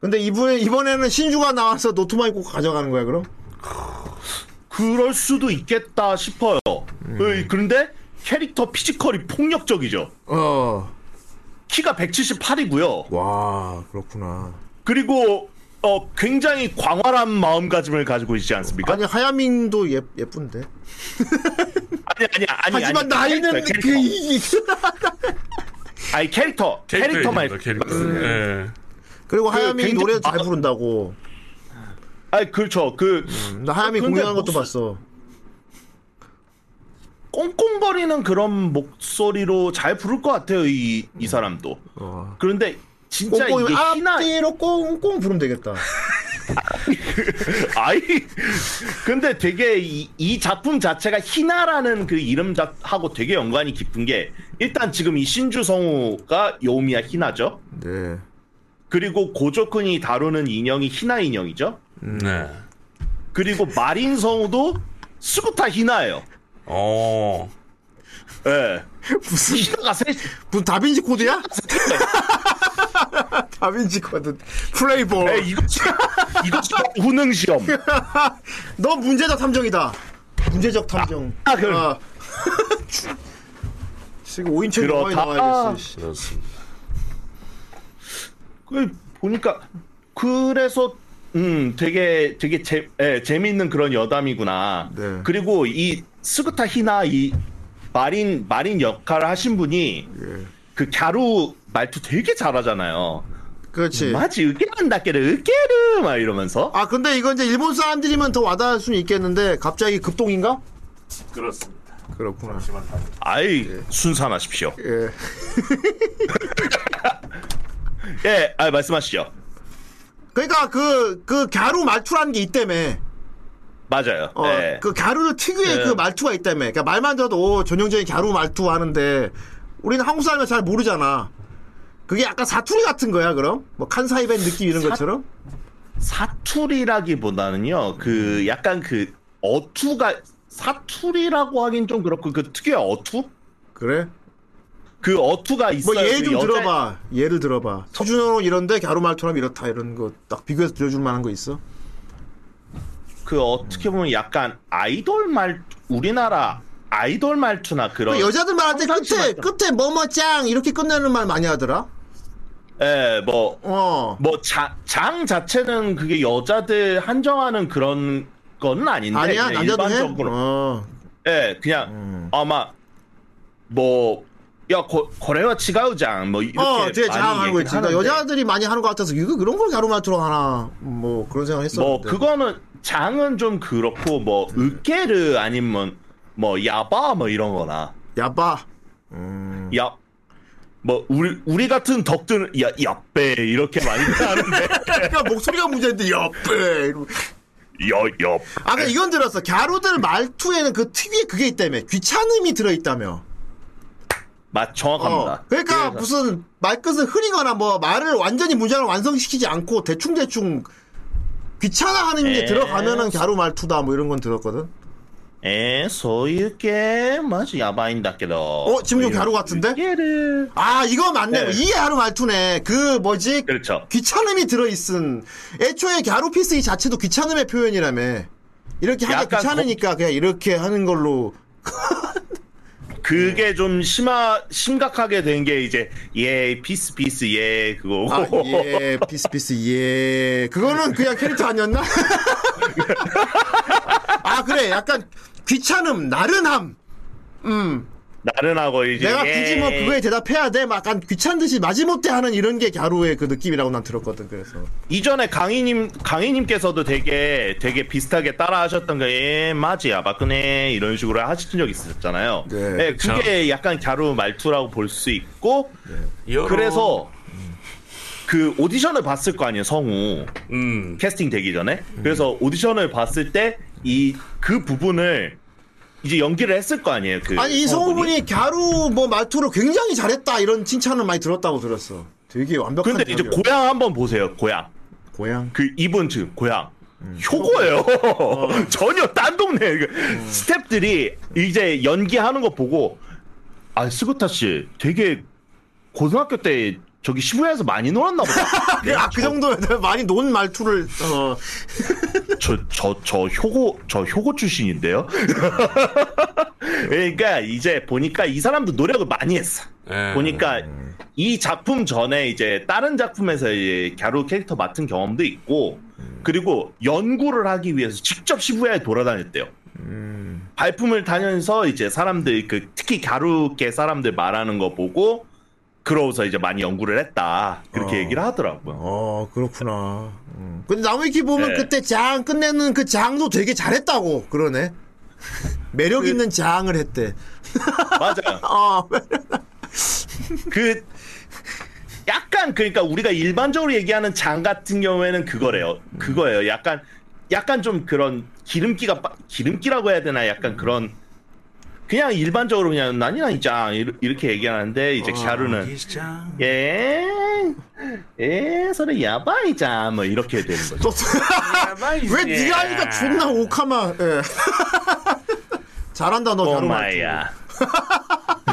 Speaker 8: 근데 이번에, 이번에는 신주가 나와서 노토마미코 가져가는 거야, 그럼?
Speaker 10: 그럴 수도 있겠다 싶어요.
Speaker 8: 음.
Speaker 10: 에이, 그런데 캐릭터 피지컬이 폭력적이죠.
Speaker 8: 어.
Speaker 10: 키가 178이고요.
Speaker 8: 와, 그렇구나.
Speaker 10: 그리고 어, 굉장히 광활한 마음가짐을 가지고 있지 않습니까?
Speaker 8: 아니, 하야민도 예, 예쁜데.
Speaker 10: 아니 아니 아니
Speaker 8: 하지만
Speaker 10: 아니,
Speaker 8: 나이는
Speaker 10: 캐릭터야,
Speaker 8: 그,
Speaker 10: 캐릭터.
Speaker 8: 이-
Speaker 10: 아니 캐릭터 캐릭터만
Speaker 5: 캐릭터입니다, 캐릭터. 예.
Speaker 8: 그리고
Speaker 10: 그
Speaker 8: 하야미
Speaker 10: 굉장히
Speaker 8: 노래 잘
Speaker 10: 마-
Speaker 8: 부른다고.
Speaker 10: 아니 그렇죠 그
Speaker 8: 나 하야미
Speaker 10: 근데
Speaker 8: 공연한 것도
Speaker 10: 목소-
Speaker 8: 봤어.
Speaker 10: 꽁꽁거리는 그런 목소리로 잘 부를 것 같아요 이, 이 사람도 그런데 진짜
Speaker 8: 꽁꽁 아,
Speaker 10: 이게 희나
Speaker 8: 앞뒤로 꽁꽁 부르면 되겠다.
Speaker 10: *laughs* 아이 근데 되게 이, 이 작품 자체가 희나라는 그 이름하고 되게 연관이 깊은 게 일단 지금 이 신주 성우가 요미야 희나죠
Speaker 8: 네.
Speaker 10: 그리고 고조쿤이 다루는 인형이 희나 인형이죠
Speaker 5: 네.
Speaker 10: 그리고 마린 성우도 스구타 희나예요
Speaker 5: 어.
Speaker 10: 예
Speaker 8: 무슨 어.
Speaker 10: 희나가 세
Speaker 8: 무슨 다빈치 코드야? *laughs* 다빈치 코드 플레이볼.
Speaker 10: 에 예, 이거 이거
Speaker 8: *laughs*
Speaker 10: 후능 시험 그
Speaker 8: 너 문제적 탐정이다. 문제적 탐정.
Speaker 10: 아, 그럼.
Speaker 8: *laughs* 아. 지금 5인체 영화에
Speaker 10: 그렇다. 아.
Speaker 8: 나와야겠어. 씨.
Speaker 5: 그렇습니다.
Speaker 10: 그 보니까 그래서 음 되게 되게 재 예, 재미있는 그런 여담이구나.
Speaker 8: 네.
Speaker 10: 그리고 이 스그타 히나 이 마린 마린 역할을 하신 분이
Speaker 8: 예.
Speaker 10: 그 갸루 말투 되게 잘하잖아요.
Speaker 8: 그렇지.
Speaker 10: 마치 으깨른다깨르 으깨르 막 이러면서
Speaker 8: 예. 아 근데 이건 이제 일본 사람들이면 더 와닿을 수는 있겠는데 갑자기 급동인가?
Speaker 5: 그렇습니다.
Speaker 8: 그렇구나.
Speaker 10: 아이 순산하십시오.
Speaker 8: 예.
Speaker 10: 예, 아 말씀하시죠.
Speaker 8: 그러니까 그그 갸루 말투라는 게 있다며.
Speaker 10: 맞아요.
Speaker 8: 어,
Speaker 10: 예.
Speaker 8: 그 갸루 특유의
Speaker 10: 네.
Speaker 8: 그 말투가 있다며. 그러니까 말만 들어도 오, 전형적인 갸루 말투 하는데 우리는 한국 사람이 잘 모르잖아. 그게 약간 사투리 같은 거야, 그럼? 뭐 칸사이벤 느낌 이런 것처럼?
Speaker 10: 사투리라기보다는요.
Speaker 8: 음.
Speaker 10: 그 약간 그 어투가 사투리라고 하긴 좀 그렇고 그 특유의 어투?
Speaker 8: 그래?
Speaker 10: 그 어투가 있어요.
Speaker 8: 뭐 예를
Speaker 10: 그
Speaker 8: 좀
Speaker 10: 여자-
Speaker 8: 들어봐. 예를 들어봐. 서준호는 이런데 갸루 말투랑 이렇다 이런 거 딱 비교해서 들려줄 만한 거 있어?
Speaker 10: 그 어떻게 보면 약간 아이돌 말 우리나라 아이돌 말투나 그런
Speaker 8: 뭐 여자들 말할 때
Speaker 10: 평상시
Speaker 8: 끝에
Speaker 10: 말투나.
Speaker 8: 끝에 뭐뭐짱 이렇게 끝내는 말 많이 하더라.
Speaker 10: 예, 뭐
Speaker 8: 어.
Speaker 10: 뭐 장 자체는 그게 여자들 한정하는 그런 건 아닌데
Speaker 8: 아니야
Speaker 10: 그냥
Speaker 8: 남자도 해.
Speaker 10: 네, 일반적으로
Speaker 8: 어.
Speaker 10: 예, 그냥
Speaker 8: 음.
Speaker 10: 아마 뭐 야, 거, 거래와 치가우장 뭐 이렇게
Speaker 8: 어, 뒤에
Speaker 10: 많이
Speaker 8: 장 하는 거
Speaker 10: 얘기는
Speaker 8: 있지. 그러니까
Speaker 10: 하는데
Speaker 8: 여자들이 많이 하는 것 같아서 이거 그런 걸 갸루 말투로 하나 뭐 그런 생각 했었는데.
Speaker 10: 뭐 그거는 장은 좀 그렇고 뭐
Speaker 8: 음.
Speaker 10: 으깨르 아니면 뭐 야바 뭐 이런 거나
Speaker 8: 야빠. 음.
Speaker 10: 야, 뭐 우리 우리 같은 덕들은 야 야빼 이렇게 많이 *laughs* 하는데
Speaker 8: 그러니까 목소리가 문제인데 옆에. 이러고.
Speaker 10: 여옆
Speaker 8: 아, 근데 이건 들었어. 갸루들 말투에는 그 특유의 그게 있다며. 귀찮음이 들어있다며.
Speaker 10: 맞
Speaker 8: 어.
Speaker 10: 정확합니다.
Speaker 8: 그러니까
Speaker 10: 그래서-
Speaker 8: 무슨 말끝을 흐리거나 뭐 말을 완전히 문장을 완성시키지 않고 대충대충 귀찮아하는 게
Speaker 10: 에이.
Speaker 8: 들어가면은 갸루 말투다 뭐 이런 건 들었거든.
Speaker 10: 에 소유게 맞 야바인다께도
Speaker 8: 어, 지금 좀 갸루 같은데?
Speaker 10: 으깨르
Speaker 8: 아, 이거 맞네.
Speaker 10: 네.
Speaker 8: 이게 갸루 말투네. 그 뭐지?
Speaker 10: 그렇죠.
Speaker 8: 귀찮음이 들어있은 애초에 갸루피스 이 자체도 귀찮음의 표현이라며 이렇게 하기
Speaker 10: 약간
Speaker 8: 귀찮으니까 그냥 이렇게 하는 걸로
Speaker 10: 그게 좀 심하 심각하게 된 게 이제 예 피스 피스 예 그거고
Speaker 8: 아예 피스피스 예 그거는 그냥 캐릭터 아니었나? *laughs* 아 그래 약간 귀찮음 나른함
Speaker 10: *laughs* 나른하고 이제
Speaker 8: 내가 굳이 뭐
Speaker 10: 예.
Speaker 8: 그거에 대답해야 돼 막 약간 귀찮 듯이 마지못해 하는 이런 게 갸루의 그 느낌이라고 난 들었거든 그래서
Speaker 10: 이전에 강희님 강희님께서도 되게 되게 비슷하게 따라하셨던 게예 맞이야 박근혜 이런 식으로 하신 적 있었잖아요.
Speaker 8: 네,
Speaker 10: 예, 그게 약간 갸루 말투라고 볼 수 있고
Speaker 8: 네.
Speaker 5: 여러-
Speaker 10: 그래서 그 오디션을 봤을 거 아니에요 성우
Speaker 5: 음.
Speaker 10: 캐스팅 되기 전에 그래서 오디션을 봤을 때 이 그 부분을 이제 연기를 했을 거 아니에요. 그
Speaker 8: 아니 이
Speaker 10: 성우분이?
Speaker 8: 성우분이 갸루 뭐 말투를 굉장히 잘했다 이런 칭찬을 많이 들었다고 들었어 되게 완벽한
Speaker 10: 근데 이제
Speaker 8: 대사였어.
Speaker 10: 고향 한번 보세요 고향
Speaker 8: 고향
Speaker 10: 그 이분 지금 고향 효고예요. *laughs* 음. 전혀 딴 동네 그 스탭들이 이제 연기하는 거 보고 아 스그타 씨 되게 고등학교 때 저기 시부야에서 많이 놀았나 보다.
Speaker 8: 아, 그 정도면 많이 논 말투를 어.
Speaker 10: 저, 저, 저 효고, 저 효고 출신인데요? *laughs* 그러니까 이제 보니까 이 사람도 노력을 많이 했어.
Speaker 5: 예.
Speaker 10: 보니까 이 작품 전에 이제 다른 작품에서 이제 갸루 캐릭터 맡은 경험도 있고, 그리고 연구를 하기 위해서 직접 시부야에 돌아다녔대요. 발품을 다녀서 이제 사람들, 그 특히 갸루계 사람들 말하는 거 보고, 그러고서 이제 많이 연구를 했다. 그렇게
Speaker 8: 어.
Speaker 10: 얘기를 하더라고요.
Speaker 8: 어 그렇구나. 음. 근데 나무위키 보면
Speaker 10: 네.
Speaker 8: 그때 장 끝내는 그 장도 되게 잘했다고 *laughs* 그러네. 매력 있는 장을 했대.
Speaker 10: 맞아요.
Speaker 8: 어.
Speaker 10: 그 약간 그러니까 우리가 일반적으로 얘기하는 장 같은 경우에는 그거래요. 그거예요. 약간 약간 좀 그런 기름기가 빠- 기름기라고 해야 되나 약간 그런 그냥 일반적으로 그냥 난이난이 장 이르- 이렇게 얘기하는데
Speaker 8: 어,
Speaker 10: 이제 샤루는 예. 예, 서로 야바이자 뭐 이렇게 되는 거죠.
Speaker 8: *laughs* 왜 네가 하니까 존나 오카마. 예. *laughs* 잘한다 너 갸루 말투.
Speaker 10: 오마야.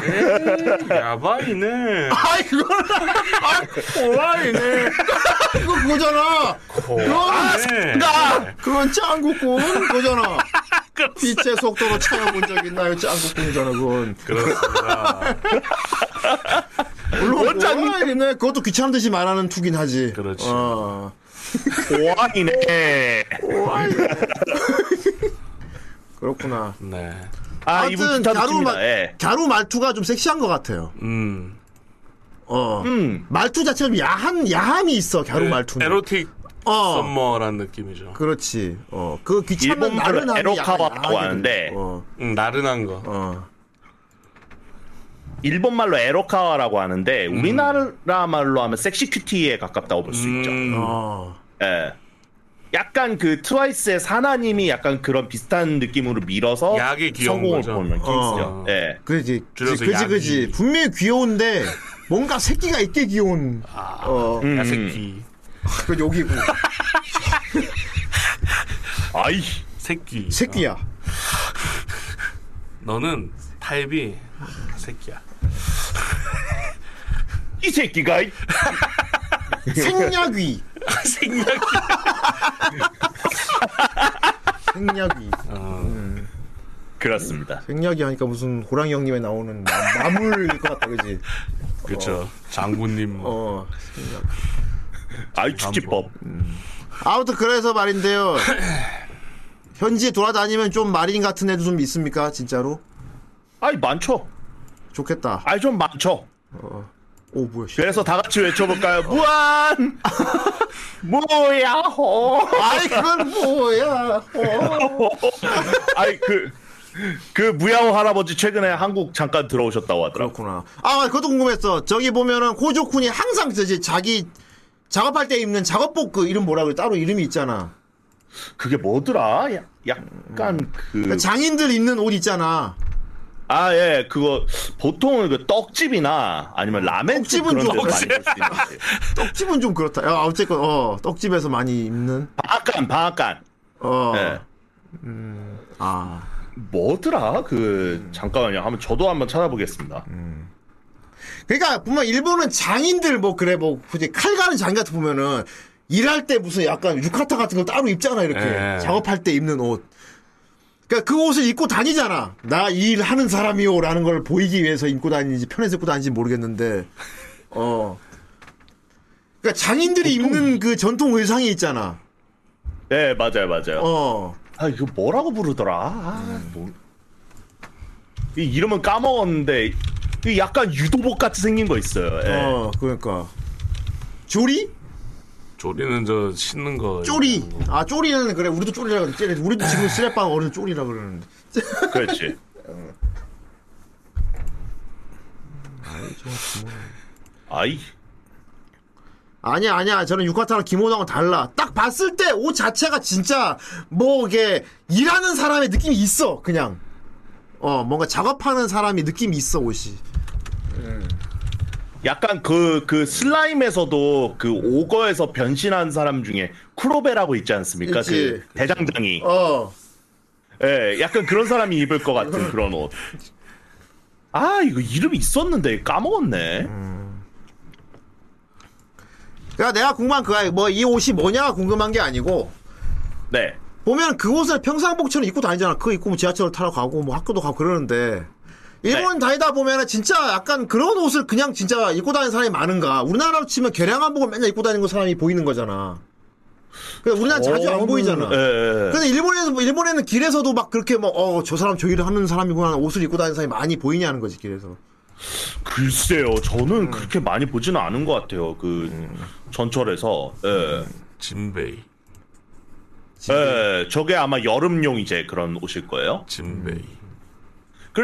Speaker 5: 에이, 야바이네.
Speaker 8: 아 이거는 아, 오라이네. 이거 그거잖아.
Speaker 5: 고아네.
Speaker 8: 나 그건 짱구꾼 그거잖아. 빛의 속도로 차여본 적 있나요? 짱구꾼이잖아 그건.
Speaker 5: 그렇습니다.
Speaker 8: *laughs* 물론 오라이네. 그것도 귀찮은 듯이 말하는 투긴 하지.
Speaker 5: 그렇지.
Speaker 8: 어.
Speaker 10: 오아이네.
Speaker 8: 그렇구나.
Speaker 5: 네.
Speaker 10: 아,
Speaker 8: 아무튼
Speaker 10: 이분 진짜
Speaker 8: 갸루,
Speaker 10: 좋습니다.
Speaker 8: 말,
Speaker 10: 예.
Speaker 8: 갸루 말투가 좀 섹시한 것 같아요.
Speaker 5: 음.
Speaker 8: 어.
Speaker 10: 음.
Speaker 8: 말투 자체가 좀 야한 야함이 있어 갸루 말투는.
Speaker 5: 에로틱
Speaker 8: 어.
Speaker 5: 썸머란 느낌이죠.
Speaker 8: 그렇지. 어. 그 귀찮은 아,
Speaker 10: 일본말은
Speaker 8: 나른함이
Speaker 10: 에로카와라고
Speaker 8: 야하게
Speaker 10: 하는데
Speaker 8: 들리고. 어.
Speaker 5: 음, 나른한 거.
Speaker 8: 어.
Speaker 10: 일본 말로 에로카와라고 하는데
Speaker 5: 음.
Speaker 10: 우리나라 말로 하면 섹시큐티에 가깝다고 볼 수 있죠.
Speaker 5: 음.
Speaker 8: 어.
Speaker 10: 예. 약간 그 트와이스의 사나님이 약간 그런 비슷한 느낌으로 밀어서
Speaker 5: 약이 귀여운
Speaker 10: 성공을
Speaker 5: 거죠.
Speaker 10: 보는 케이스죠.
Speaker 5: 어.
Speaker 10: 예.
Speaker 8: 그지 그지
Speaker 5: 줄여서
Speaker 8: 그지
Speaker 5: 야기.
Speaker 8: 그지 분명히 귀여운데 뭔가 새끼가 있게 귀여운 어
Speaker 10: 음.
Speaker 5: 야새끼.
Speaker 8: 그 여기고
Speaker 10: 아이.
Speaker 5: 새끼.
Speaker 8: 새끼야
Speaker 5: 너는 타입이 새끼야.
Speaker 10: 이 새끼가 이-
Speaker 8: *laughs* 생략귀
Speaker 5: 생략.
Speaker 8: 생략귀
Speaker 10: 그렇습니다.
Speaker 8: 생략귀 하니까 무슨 호랑이 형님에 나오는 마, 마물일 것 같다 그지
Speaker 5: 그렇죠. 장군님. 뭐.
Speaker 8: 어
Speaker 10: 아이 축지법.
Speaker 8: 아무튼 그래서 말인데요 현지에 돌아다니면 좀 마린 같은 애도 좀 있습니까 진짜로
Speaker 10: 아이 많죠.
Speaker 8: 좋겠다
Speaker 10: 아이 좀 많죠.
Speaker 8: 오 뭐야 씨.
Speaker 10: 그래서 다
Speaker 5: *laughs*
Speaker 10: 같이 외쳐볼까요?
Speaker 5: 어.
Speaker 10: 무한 무야호.
Speaker 8: 아이 그건 뭐야 어.
Speaker 10: 아이 그. 그 무야호 할아버지 최근에 한국 잠깐 들어오셨다고 하더라고.
Speaker 8: 그렇구나. 아, 그것도 궁금했어. 저기 보면은 호조쿤이 항상 저지 자기 작업할 때 입는 작업복 그 이름 뭐라 그래? 따로 이름이 있잖아.
Speaker 10: 그게 뭐더라? 야- 약간
Speaker 8: 음. 그러니까
Speaker 10: 그
Speaker 8: 장인들 입는 옷 있잖아.
Speaker 10: 아, 예, 그거, 보통은 그 떡집이나 아니면 라멘집
Speaker 8: 떡집은
Speaker 10: 그런 데서
Speaker 8: 좀
Speaker 10: 많이 볼 수 있는데.
Speaker 8: 어, 떡집은 좀 그렇다. 야, 어쨌건 어, 떡집에서 많이 입는
Speaker 10: 방앗간, 방앗간.
Speaker 8: 어.
Speaker 10: 예.
Speaker 8: 아.
Speaker 10: 뭐더라? 그,
Speaker 8: 음.
Speaker 10: 잠깐만요. 한번 저도 한번 찾아보겠습니다.
Speaker 8: 그러니까 보면 일본은 장인들 뭐 그래 뭐 굳이 칼 가는 장 같은 보면은 일할 때 무슨 약간 유카타 같은 거 따로 입잖아 이렇게
Speaker 5: 예.
Speaker 8: 작업할 때 입는 옷. 그러니까 그 옷을 입고 다니잖아. 나 일 하는 사람이요라는 걸 보이기 위해서 입고 다니는지 편해서 입고 다니는지 모르겠는데 어. 그러니까 장인들이 입는 그 전통 의상이 있잖아.
Speaker 10: 예, 맞아요, 맞아요.
Speaker 8: 어. 음.
Speaker 10: 아, 이거 뭐라고 부르더라? 아, 뭐. 이 이름은 까먹었는데, 이 약간 유도복 같이 생긴 거 있어요. 예.
Speaker 8: 어. 그러니까 조리?
Speaker 5: 조리는 저 씻는 거.
Speaker 8: 쪼리.
Speaker 5: 얘기하는 거.
Speaker 8: 아, 쪼리는 그래. 우리도 쪼리라 그래. 우리도 지금 쓰레빵 어른 쪼리라 그러는데.
Speaker 10: 그렇지. 아이,
Speaker 8: 아니야 아니야 저는 유카타랑 김호동은 달라 딱 봤을 때 옷 자체가 진짜 뭐 이게 일하는 사람의 느낌이 있어 그냥 어 뭔가 작업하는 사람이 느낌이 있어 옷이
Speaker 10: 약간 그 그 슬라임에서도 그 오거에서 변신한 사람 중에 쿠로베라고 있지 않습니까?
Speaker 8: 있지.
Speaker 10: 그 대장장이.
Speaker 8: 어.
Speaker 10: 예, 약간 그런 사람이 입을 것 같은 그런 옷. 아, 이거 이름이 있었는데 까먹었네.
Speaker 8: 그러니까 내가 궁금한 그야 뭐 이 옷이 뭐냐가 궁금한 게 아니고
Speaker 10: 네.
Speaker 8: 보면 그 옷을 평상복처럼 입고 다니잖아. 그거 입고 뭐 지하철 타러 가고 뭐 학교도 가고 그러는데 일본
Speaker 10: 네.
Speaker 8: 다니다 보면은 진짜 약간 그런 옷을 그냥 진짜 입고 다니는 사람이 많은가? 우리나라로 치면 계량한복을 맨날 입고 다니는 거 사람이 보이는 거잖아. 그러 우리나라 자주 안
Speaker 10: 저는-
Speaker 8: 보이잖아.
Speaker 10: 예, 예, 예.
Speaker 8: 근데 일본에서 일본에는 길에서도 막 그렇게 뭐어저 사람 저 일을 하는 사람이구나 옷을 입고 다니는 사람이 많이 보이냐는 거지 길에서.
Speaker 10: 글쎄요, 저는
Speaker 8: 음.
Speaker 10: 그렇게 많이 보지는 않은 것 같아요. 그 전철에서. 예.
Speaker 5: 진베이,
Speaker 10: 예, 저게 아마 여름용 이제 그런 옷일 거예요.
Speaker 5: 네. 진베이.
Speaker 8: 음.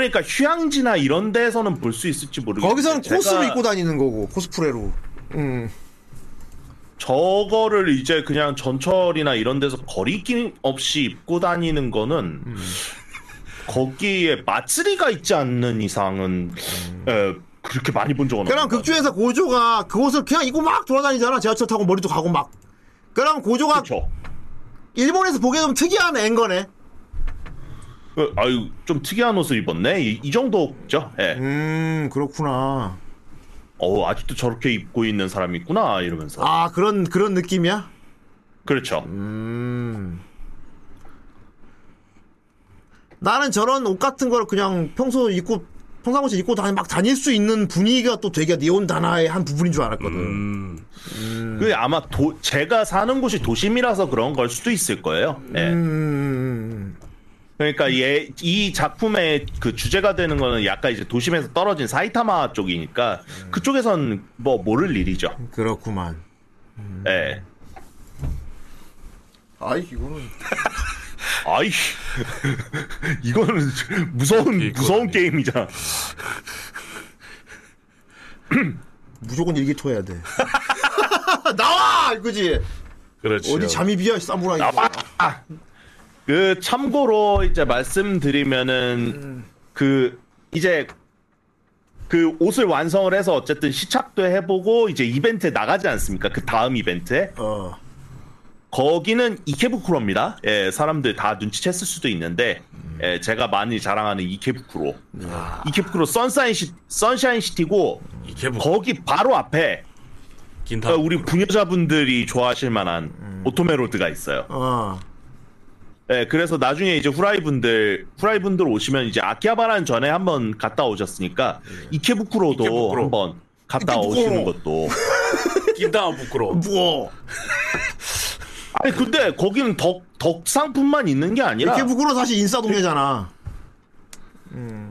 Speaker 10: 그러니까 휴양지나 이런 데에서는 볼 수 있을지 모르겠는데
Speaker 8: 거기서는 코스로
Speaker 10: 제가
Speaker 8: 입고 다니는 거고 코스프레로. 음.
Speaker 10: 저거를 이제 그냥 전철이나 이런 데서 거리낌 없이 입고 다니는 거는
Speaker 8: 음.
Speaker 10: 거기에 마쓰리가 있지 않는 이상은 에, 그렇게 많이 본 적은
Speaker 8: 음. 그럼
Speaker 10: 없어요.
Speaker 8: 극중에서 고조가 그 옷을 그냥 입고 막 돌아다니잖아. 지하철 타고 머리도 가고 막. 그럼 고조가
Speaker 10: 그렇죠.
Speaker 8: 일본에서 보기에 좀 특이한 앵거네.
Speaker 10: 어, 아유 좀 특이한 옷을 입었네. 이, 이 정도죠. 예.
Speaker 8: 음, 그렇구나.
Speaker 10: 어 아직도 저렇게 입고 있는 사람이 있구나 이러면서.
Speaker 8: 아, 그런 그런 느낌이야?
Speaker 10: 그렇죠.
Speaker 8: 음. 나는 저런 옷 같은 걸 그냥 평소 입고 평상시 입고 다니 막 다닐 수 있는 분위기가 또 되게 네온 단화의 한 부분인 줄 알았거든.
Speaker 5: 음,
Speaker 10: 그 아마 도, 제가 사는 곳이 도심이라서 그런 걸 수도 있을 거예요. 예.
Speaker 8: 음.
Speaker 10: 그러니까 얘, 이 작품의 그 주제가 되는 거는 약간 이제 도심에서 떨어진 사이타마 쪽이니까 그쪽에선 뭐 모를 일이죠.
Speaker 8: 음. 그렇구만.
Speaker 10: 예.
Speaker 8: 아이, 이거는
Speaker 10: 아이 *laughs* 이거는 무서운 무서운 게임이잖아.
Speaker 8: 무조건 일기토해야 돼. *laughs* 나와! 이거지.
Speaker 5: 그렇지.
Speaker 8: 어디 잠입이야, 이 사무라이.
Speaker 10: 나와! 그 참고로 이제 말씀드리면은 그 이제 그 옷을 완성을 해서 어쨌든 시착도 해보고 이제 이벤트에 나가지 않습니까? 그 다음 이벤트에
Speaker 8: 어.
Speaker 10: 거기는 이케부쿠로입니다. 예, 사람들 다 눈치챘을 수도 있는데 예, 제가 많이 자랑하는 이케부쿠로. 이케부쿠로 선샤인 시, 선샤인 시티고
Speaker 5: 이케부
Speaker 10: 거기 바로 앞에
Speaker 5: 뭐 긴타.
Speaker 10: 어, 우리 부녀자분들이 좋아하실 만한 오토메로드가 있어요.
Speaker 8: 어.
Speaker 10: 예, 그래서 나중에 이제 후라이분들 후라이분들 오시면 이제 아키하바라는 전에 한번 갔다 오셨으니까
Speaker 8: 네.
Speaker 10: 이케부쿠로도
Speaker 5: 이케부쿠로.
Speaker 10: 한번 갔다
Speaker 8: 이케부쿠로.
Speaker 10: 오시는 것도
Speaker 5: 긴타
Speaker 8: 어.
Speaker 5: 부끄러워.
Speaker 8: 무거워.
Speaker 10: 아니 근데 거기는 덕 덕상품만 있는 게 아니라
Speaker 8: 이렇게 부끄러워 사실 인싸동네잖아.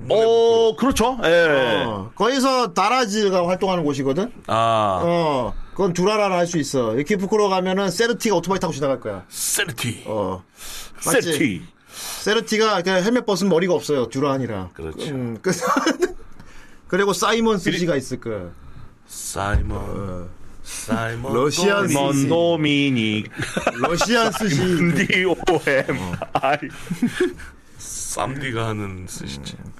Speaker 5: 뭐,
Speaker 10: 어 그렇죠 예
Speaker 8: 어. 거기서 다라즈가 활동하는 곳이거든.
Speaker 5: 아,
Speaker 8: 어. 그건 두라라라 할 수 있어. 이렇게 부끄러워 가면은 세르티가 오토바이 타고 지나갈 거야.
Speaker 5: 세르티.
Speaker 8: 어. 맞지?
Speaker 10: 세티
Speaker 8: 세르티가 그냥 헬멧 벗은 머리가 없어요. 두라한이라.
Speaker 5: 그렇죠.
Speaker 8: 음, 그 *laughs* 그리고 사이먼 스지가 있을 거야.
Speaker 5: 사이먼. 사이먼.
Speaker 8: 어.
Speaker 10: 네,
Speaker 8: 러시안
Speaker 5: 또-
Speaker 8: 스지.
Speaker 10: 먼도미니
Speaker 8: 러시안 스지.
Speaker 10: 디오엠
Speaker 8: 어.
Speaker 10: 아이
Speaker 5: 쌈디가 하는 스시지.
Speaker 8: 음.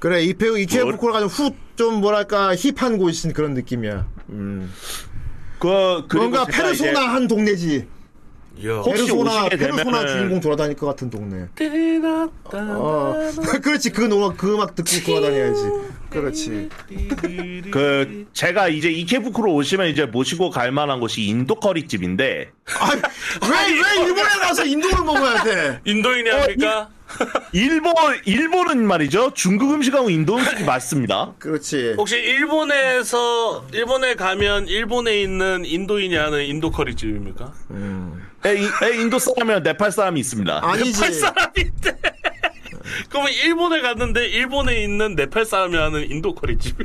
Speaker 8: 그래 이페우 이케부쿠로가 좀 후 좀 뭐랄까 힙한 곳인 그런 느낌이야.
Speaker 10: 그 그리고
Speaker 8: 뭔가
Speaker 10: 제가 이제
Speaker 8: 페르소나 한 동네지.
Speaker 5: 야.
Speaker 10: 혹시
Speaker 8: 페르소나
Speaker 10: 오시게 되면은-
Speaker 8: 페르소나 주인공 돌아다닐 것 같은 동네. 어, *laughs* 그렇지 그 노래 그 음악 듣고 돌아다녀야지. 그렇지.
Speaker 10: 그 제가 이제 이케부쿠로 오시면 이제 모시고 갈 만한 곳이 인도 커리집인데
Speaker 8: 왜왜 일본에 가서 인도를 먹어야 돼?
Speaker 5: 인도인이 합니까?
Speaker 10: 일본 일본은 말이죠 중국 음식하고 인도 음식이 맞습니다
Speaker 8: 그렇지.
Speaker 5: 혹시 일본에서 일본에 가면 일본에 있는 인도인이 하는 인도 커리집입니까?
Speaker 8: 네.
Speaker 10: 에, 이- 에, 인도 사람이랑 네팔 사람이 있습니다
Speaker 8: 아니지.
Speaker 5: 사람인데.
Speaker 8: 네.
Speaker 5: *laughs* 그러면 일본에 갔는데 일본에 있는 네팔 사람이 하는 인도 커리집.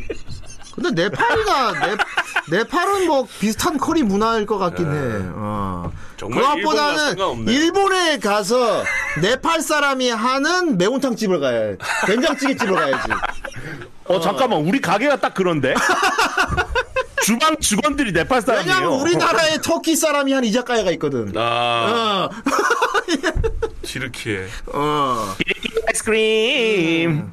Speaker 8: 근데 네팔이가 네, 네팔은 뭐 비슷한 커리 문화일 것 같긴 해. 어.
Speaker 5: 정말 일본과
Speaker 8: 그것보다는
Speaker 5: 상관없네요.
Speaker 8: 일본에 가서 네팔 사람이 하는 매운탕 집을 가야 해. 된장찌개 집을 가야지.
Speaker 10: 어 잠깐만 우리 가게가 딱
Speaker 8: *laughs*
Speaker 10: 그런데 주방 직원들이 네팔 사람이에요
Speaker 8: 왜냐면 우리나라에 터키 사람이 하는 이자카야가 있거든.
Speaker 5: 아,
Speaker 8: 어. *laughs*
Speaker 5: 지르키에.
Speaker 8: 어. 음.
Speaker 10: 아이스크림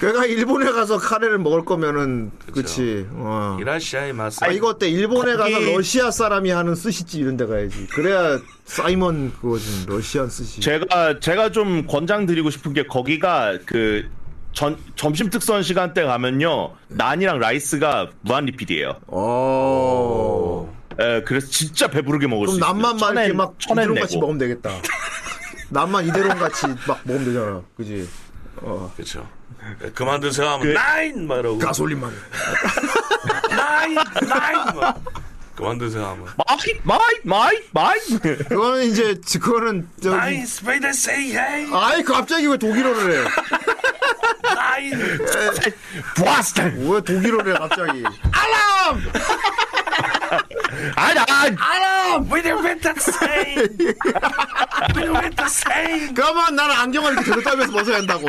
Speaker 8: 내가 일본에 가서 카레를 먹을 거면은 그치. 어.
Speaker 5: 이라시아이 마스.
Speaker 8: 아 이거 어때? 일본에 가서
Speaker 5: 거기-
Speaker 8: 러시아 사람이 하는 스시집 이런 데 가야지. 그래야 사이먼 그거 좀 러시안 스시.
Speaker 10: 제가 제가 좀 권장 드리고 싶은 게 거기가 그 전, 점심 특선 시간대 가면요 난이랑 라이스가 무한 리필이에요.
Speaker 8: 어. 오.
Speaker 10: 에, 그래서 진짜 배부르게 먹을 수
Speaker 8: 그럼
Speaker 10: 있어요.
Speaker 8: 남만 막 이렇게
Speaker 10: 천엔-
Speaker 8: 막
Speaker 10: 천엔
Speaker 8: 이대로 같이
Speaker 10: 내고.
Speaker 8: 먹으면 되겠다. 남만 이대로 같이 막 먹으면 되잖아. 그지? 어.
Speaker 5: 그렇죠. 그만 드세요 하면
Speaker 10: 그-
Speaker 5: 나인 막 이러고
Speaker 8: 가솔린만.
Speaker 5: 나인 나인 막. 그만 드세요 하면
Speaker 10: 마이 마이 마이 마이
Speaker 8: 그거는 이제 그거는 저기
Speaker 5: 나인 스페이드 세이 헤이
Speaker 8: 아이 갑자기 왜 독일어를 해?
Speaker 5: 나인
Speaker 10: 부아스탄
Speaker 8: 왜 독일어를 해 갑자기?
Speaker 10: 아나
Speaker 5: 알람 We don't want the same We don't want the same
Speaker 8: 그러면 나는 안경을 이렇게 들었다면서 벗어야 한다고.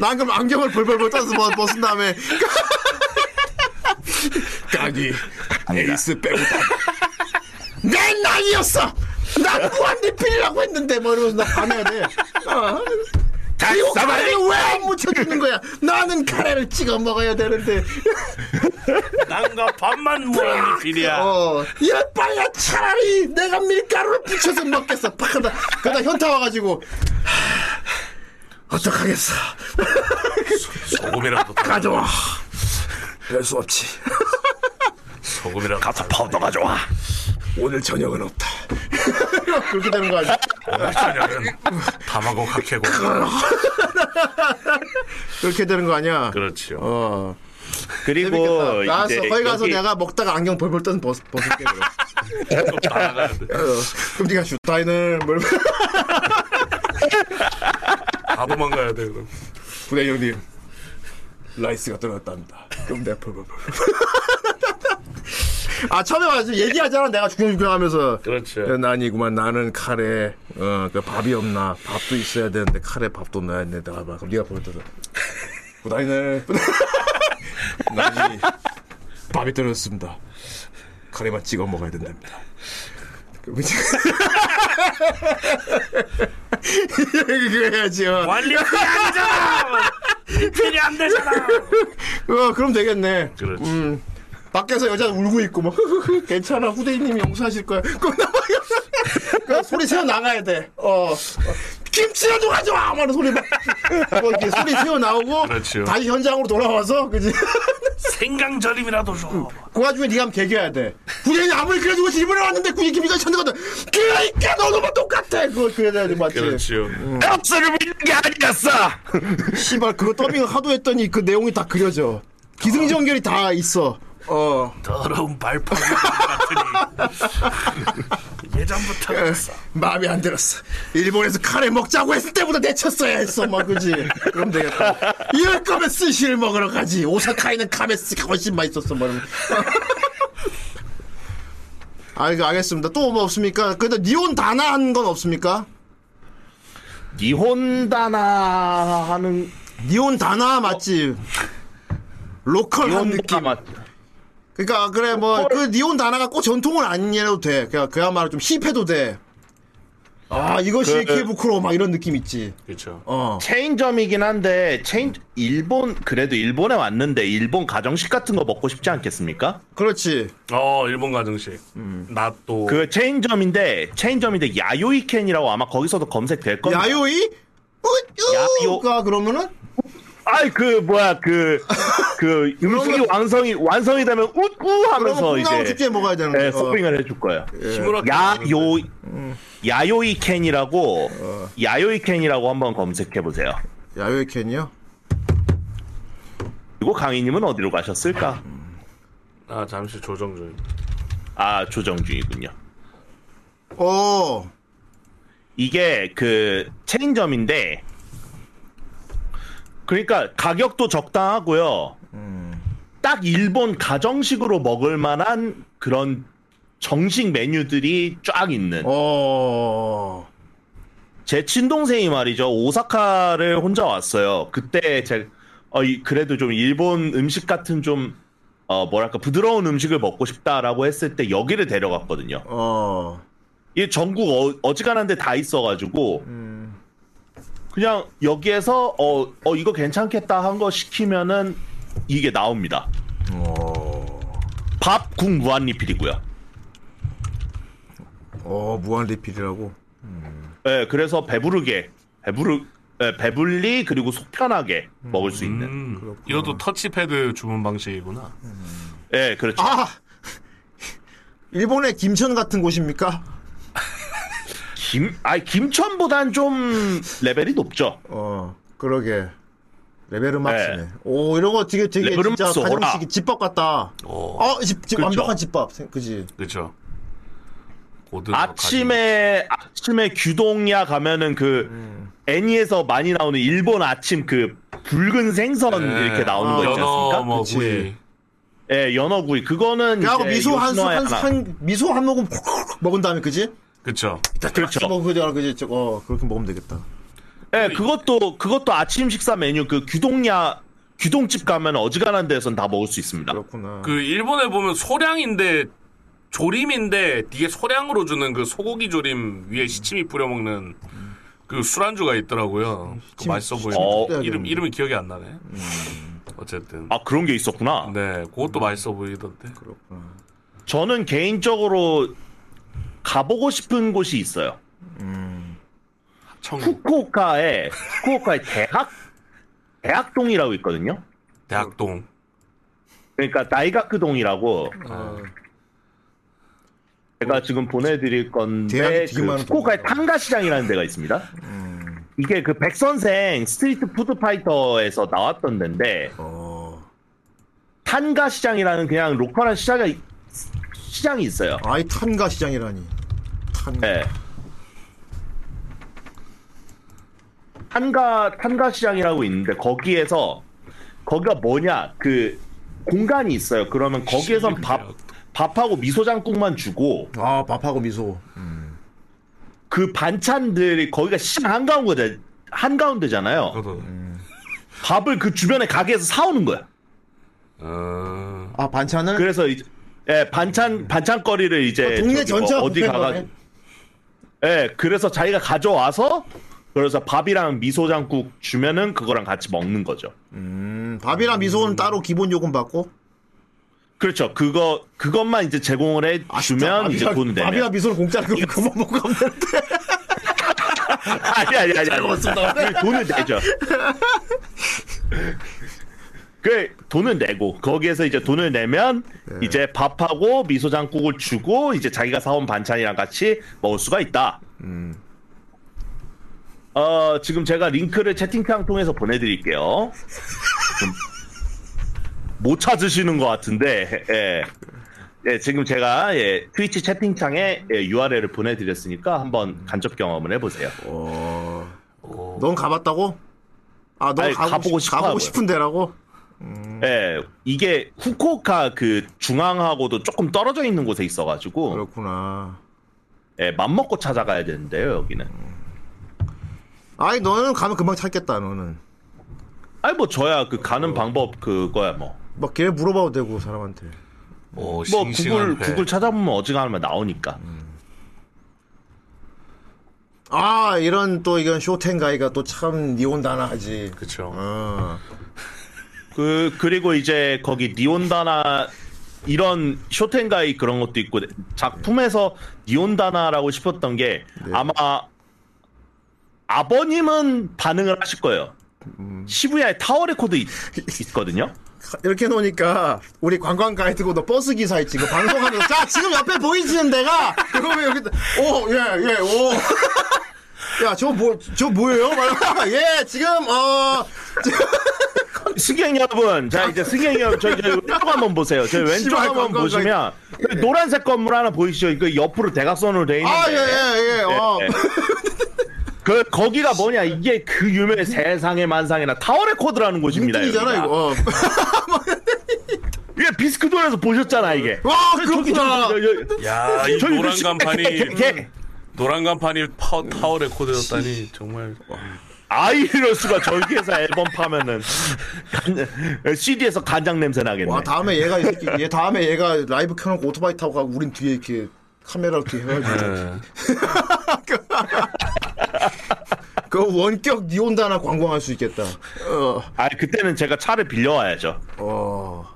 Speaker 8: 난 그럼 안경을 벌벌벌 떠서 벗- 벗은 다음에 그러니까 까기 에이스 빼고 난 난이었어. 난 무한리필이라고 했는데 뭐 이러면서 나 반해야 돼. 어. 이거 카레를 왜안 묻혀주는 거야? 나는 카레를 찍어 먹어야 되는데.
Speaker 5: 난과 밥만 무한 리필이야
Speaker 8: 어, 예뻐야 차라리 내가 밀가루를 붙여서 먹겠어. 팍 하다. 그러다 현타 와가지고. 하, 어떡하겠어.
Speaker 5: 소금이라도 다-
Speaker 8: 가져와. 이럴 수 없지.
Speaker 5: 소금이라도 다-
Speaker 10: 파우더 가져와
Speaker 8: 오늘 저녁은 없다. 그렇게 되는 거 아니야?
Speaker 5: 저녁은 담하고 각해고
Speaker 8: 그렇게 되는 거 아니야?
Speaker 5: 그렇죠
Speaker 8: 어.
Speaker 10: 그리고
Speaker 8: 재밌겠다. 나왔어.
Speaker 10: 이제
Speaker 8: 거기 가서
Speaker 10: 여기-
Speaker 8: 내가 먹다가 안경 벌벌 떠서 벗, 벗을게. 그럼.
Speaker 10: *laughs*
Speaker 5: 나가야 돼
Speaker 8: 어. 그럼 네가 슈타인을 뭘
Speaker 5: 다 도망가야 돼 그럼
Speaker 8: 부대 형님 라이스가 떠났답니다. 그럼 내가 벌벌벌. 아 처음에 와서 얘기하잖아 내가 중경중경하면서
Speaker 5: 그렇죠.
Speaker 8: 난이구만 나는 카레 어그 밥이 없나 밥도 있어야 되는데 카레 밥도 넣어야 되는데 내가 막 그럼 네가 벌떡 부다이네 *laughs* 난이 밥이 떨어졌습니다 카레만 찍어 먹어야 된답니다 그럼 *laughs* 이제 그래야지요 어.
Speaker 5: 완리필이 아니잖아 리필이 안 되잖아
Speaker 8: 어, 그럼 되겠네.
Speaker 5: 그렇지.
Speaker 8: 음. 밖에서 여자 울고 있고 막 흐흐흐, *laughs* 괜찮아 후대인님이 용서하실 거야. *laughs* 그럼 나가 소리 세워 나가야 돼. 어, 어, 김치라도 가져와. 하는 소리 막 뭐 이렇게 소리 세워 나오고
Speaker 5: 그렇죠.
Speaker 8: 다시 현장으로 돌아와서 그지. *laughs*
Speaker 5: 생강절임이라도 줘
Speaker 8: 그 와중에 네가 한번 개겨야 돼. 후대인이 아무리 그래도 일본에 왔는데 굳이 김치가 찾는 거다. 그러니까 너도 뭐 똑같아. 그거 그래야 돼 맞지.
Speaker 5: 그렇죠
Speaker 10: 앱스를 믿는 게 *laughs* 아니었어
Speaker 8: 씨발 그거 더빙을 하도 했더니 그 내용이 다 그려져. 기승전결이 다 있어. 어.
Speaker 5: 더러운 발판 같으니 *laughs* 예전부터 그랬어
Speaker 8: 마음에 안 들었어. 일본에서 카레 먹자고 했을 때보다 내쳤어야 했어, 막 그지? 그럼 되겠다. 이럴 거면 스시를 먹으러 가지. 오사카에는 카메스가 훨씬 맛있었어, 뭐. 이러면. 아, 이거 알겠습니다. 또 뭐 없습니까? 그래도 니온 다나 한 건 없습니까?
Speaker 10: 니혼다나 하는
Speaker 8: 니온 다나 맛집. 로컬한 느낌.
Speaker 10: 어. 니혼다마
Speaker 8: 그러니까 그래 뭐 그 니온 단어가 꼭 전통을 아니라도 돼. 그냥 그야말로 좀 힙해도 돼. 아 이것이
Speaker 10: 그-
Speaker 8: 케이브크로 막 이런 느낌 있지.
Speaker 5: 그렇죠
Speaker 8: 어.
Speaker 10: 체인점이긴 한데 체인 일본 그래도 일본에 왔는데 일본 가정식 같은 거 먹고 싶지 않겠습니까?
Speaker 8: 그렇지.
Speaker 5: 어 일본 가정식 나또
Speaker 10: 그 체인점인데 체인점인데 야요이켄이라고 아마 거기서도 검색될 겁니다.
Speaker 8: 야요이?
Speaker 10: 야요-
Speaker 8: 우유가 그러면은
Speaker 10: 아이 그 뭐야 그 그 음식이 완성이 완성이 되면 우우 하면서
Speaker 8: 그러면 콩나물
Speaker 10: 이제
Speaker 8: 축제 먹어야 되는
Speaker 10: 예,
Speaker 8: 거.
Speaker 10: 서빙을 해줄 거예요.
Speaker 5: 시무라키
Speaker 10: 야요
Speaker 5: 음.
Speaker 10: 야요이켄이라고
Speaker 5: 어.
Speaker 10: 야요이켄이라고 한번 검색해 보세요.
Speaker 8: 야요이 캔이요?
Speaker 10: 그리고 강희님은 어디로 가셨을까?
Speaker 5: 아 잠시 조정 중
Speaker 10: 아 조정 중이군요.
Speaker 8: 어.
Speaker 10: 이게 그 체인점인데 그러니까 가격도 적당하고요.
Speaker 5: 음.
Speaker 10: 딱 일본 가정식으로 먹을 만한 그런 정식 메뉴들이 쫙 있는.
Speaker 8: 어.
Speaker 10: 제 친동생이 말이죠. 오사카를 혼자 왔어요. 그때 제 어, 이- 그래도 좀 일본 음식 같은 좀 어, 뭐랄까 부드러운 음식을 먹고 싶다라고 했을 때 여기를 데려갔거든요.
Speaker 8: 어.
Speaker 10: 이 전국 어, 어지간한 데 다 있어가지고 그냥 여기에서 어, 어 이거 괜찮겠다 한 거 시키면은 이게 나옵니다. 밥국 무한 리필이고요.
Speaker 8: 어 무한 리필이라고.
Speaker 10: 예, 그래서 배부르게 배부르 예, 배불리 그리고 속 편하게 먹을 수 있는.
Speaker 5: 음, 이것도 터치패드 주문 방식이구나.
Speaker 10: 예, 그렇죠.
Speaker 8: 아 일본의 김천 같은 곳입니까?
Speaker 10: 김, 아 김천보단 좀 레벨이 높죠.
Speaker 8: 어 그러게 레벨음악스네. 오 이런 거 되게 되게 진짜
Speaker 10: 레벨음악스 오라.
Speaker 8: 가정식 집밥 같다.
Speaker 5: 오.
Speaker 8: 어 집, 집
Speaker 10: 그쵸.
Speaker 8: 완벽한 집밥 생- 그지.
Speaker 5: 그렇죠.
Speaker 10: 아침에 아침에 규동야 가면은 그
Speaker 8: 음.
Speaker 10: 애니에서 많이 나오는 일본 아침 그 붉은 생선
Speaker 8: 네.
Speaker 10: 이렇게 나오는
Speaker 8: 아,
Speaker 10: 거 있지 않습니까?
Speaker 5: 네. 연어 뭐
Speaker 8: 그치.
Speaker 5: 구이.
Speaker 10: 예, 연어구이 그거는
Speaker 8: 그리고
Speaker 10: 이제
Speaker 8: 미소 한수
Speaker 10: 요시노야
Speaker 8: 한, 수-
Speaker 10: 하나.
Speaker 8: 한 미소 한 모금 먹은 다음에 그지?
Speaker 5: 그렇죠.
Speaker 10: 네, 그렇죠.
Speaker 8: 뭐 그지 그지 저거, 어 그렇게 먹으면 되겠다.
Speaker 10: 예, 그것도 그것도 아침 식사 메뉴 그 규동야 규동집 가면 어지간한 데선 다 먹을 수 있습니다.
Speaker 8: 그렇구나.
Speaker 5: 그 일본에 보면 소량인데 조림인데 뒤에 소량으로 주는 그 소고기 조림 위에 시치미 뿌려 먹는 그 술안주가 있더라고요. 그 맛있어 보이는
Speaker 10: 어.
Speaker 5: 이름 이름이 기억이 안 나네. 어쨌든
Speaker 10: 아 그런 게 있었구나.
Speaker 5: 네 그것도 맛있어 보이던데.
Speaker 10: 저는 개인적으로 가보고 싶은 곳이 있어요.
Speaker 5: 청
Speaker 10: 후쿠오카에 후쿠오카에 대학 대학동이라고 있거든요.
Speaker 5: 대학동
Speaker 10: 그러니까 다이가크동이라고 제가 지금 보내드릴 건데
Speaker 8: 대학이 되게
Speaker 10: 그
Speaker 8: 많은 음.
Speaker 10: 후쿠오카의
Speaker 8: 동네라고.
Speaker 10: 탕가시장이라는 데가 있습니다. 이게 그 백선생 스트리트 푸드파이터에서 나왔던 데인데
Speaker 8: 어
Speaker 10: 탄가시장이라는 그냥 로컬한 시장이, 시장이 있어요.
Speaker 8: 아이 탄가 시장이라니. 탄.
Speaker 10: 네. 탄가 탄가 시장이라고 있는데 거기에서 거기가 뭐냐 그 공간이 있어요. 그러면 거기에선 밥 밥하고 미소장국만 주고
Speaker 8: 아 밥하고 미소.
Speaker 10: 그 반찬들이 거기가 시장 한가운데 한가운데잖아요.
Speaker 5: 그것도
Speaker 10: 밥을 그 주변에 가게에서 사오는 거야.
Speaker 5: 어,
Speaker 8: 아 반찬을
Speaker 10: 그래서 이제 예, 반찬 반찬거리를 이제
Speaker 8: 동네
Speaker 10: 저기 뭐
Speaker 8: 전체가
Speaker 10: 어디
Speaker 8: 부패인
Speaker 10: 가가
Speaker 8: 거네.
Speaker 10: 예, 그래서 자기가 가져와서 그래서 밥이랑 미소장국 주면은 그거랑 같이 먹는 거죠.
Speaker 8: 음, 밥이랑 미소는 따로 기본 요금 받고.
Speaker 10: 그렇죠. 그거 그것만 이제 제공을 해 주면 이제 돈을 내면.
Speaker 8: 아,
Speaker 10: 예.
Speaker 8: 밥이랑 미소는 공짜로 그거 그만 먹고
Speaker 10: *laughs*
Speaker 8: 가면 되는데.
Speaker 10: 아니 아니 아니. 아니. 돈을 내죠. 그 돈을 내고 거기에서 이제 돈을 내면 이제 밥하고 미소장국을 주고 이제 자기가 사온 반찬이랑 같이 먹을 수가 있다. 어 지금 제가 링크를 채팅창 통해서 보내드릴게요. 지금 못 찾으시는 것 같은데 예. 예, 지금 제가 예, 트위치 채팅창에 예, URL을 보내드렸으니까 한번 간접 경험을 해보세요.
Speaker 8: 넌 가봤다고? 아, 넌
Speaker 10: 아니,
Speaker 8: 가고,
Speaker 10: 가보고
Speaker 8: 싶,
Speaker 10: 싶어요.
Speaker 8: 가보고 싶은 데라고?
Speaker 10: 예, 이게 후쿠오카 그 중앙하고도 조금 떨어져 있는 곳에 있어가지고
Speaker 8: 그렇구나.
Speaker 10: 예, 맘 먹고 찾아가야 되는데요 여기는.
Speaker 8: 아니, 너는 가면 금방 찾겠다, 너는.
Speaker 10: 아니 뭐 저야 그 가는 방법 그거야 뭐.
Speaker 8: 막 걔 물어봐도 되고, 사람한테.
Speaker 5: 뭐
Speaker 10: 뭐
Speaker 5: 싱싱한
Speaker 10: 구글
Speaker 5: 회.
Speaker 10: 구글 찾아보면 어지간하면 나오니까.
Speaker 8: 아, 이런 또 이건 쇼텐 가이가 또 참 니온다나하지.
Speaker 5: 그쵸.
Speaker 8: 어.
Speaker 10: 그 그리고 이제 거기 니온다나 이런 쇼텐가이 그런 것도 있고 작품에서 니온다나라고 싶었던 게 아마 아버님은 반응을 하실 거예요. 시부야에 타워 레코드 있, 있거든요.
Speaker 8: 이렇게 놓으니까 우리 관광 가이드고 너 버스 기사 있지. 그 방송하면서 자 지금 옆에 보이시는 데가 그러면 여기 오예예 오. *laughs* 야 저 뭐 저 뭐예요? 막 예, 지금 어
Speaker 10: 승객 여러분, 자 이제 승객 여러분, 저희
Speaker 8: *laughs*
Speaker 10: 저 왼쪽 한번 보세요. 저희 왼쪽
Speaker 8: 시발
Speaker 10: 한번
Speaker 8: 관광
Speaker 10: 보시면 그 노란색 건물 하나 보이시죠? 그 옆으로 대각선으로 돼 있는데.
Speaker 8: 아, 예, 예, 예.
Speaker 10: *laughs*
Speaker 8: 어.
Speaker 10: 예, 그 거기가 뭐냐 이게 그 유명한 세상의 만상이나 타워 레코드라는 곳입니다.
Speaker 8: 뭉뚱이잖아,
Speaker 10: 여기가.
Speaker 8: 이거. 어.
Speaker 10: 이게 예, 비스크돈에서 보셨잖아 이게.
Speaker 8: 와,
Speaker 10: 저기,
Speaker 8: 그렇구나.
Speaker 10: 저기, 저기, 저기,
Speaker 5: 야, 이
Speaker 10: 저기
Speaker 5: 노란
Speaker 10: 그
Speaker 5: 간판이
Speaker 10: *laughs* 개, 개, 개.
Speaker 5: 노란 간판이 파, 타워 레코드였다니 정말
Speaker 10: 아이 이럴 수가 저기 회사 앨범
Speaker 8: *laughs*
Speaker 10: 파면은 CD에서 간장 냄새 나겠네.
Speaker 8: 와, 아, 다음에 얘가 이렇게 얘 다음에 얘가 라이브 켜놓고 오토바이 타고 가고 우린 뒤에 이렇게 카메라 이렇게 해가지고
Speaker 5: 예.
Speaker 8: *laughs* 그 원격 니온다나 광고할 수 있겠다.
Speaker 10: 아 그때는 제가 차를 빌려와야죠.
Speaker 8: 어.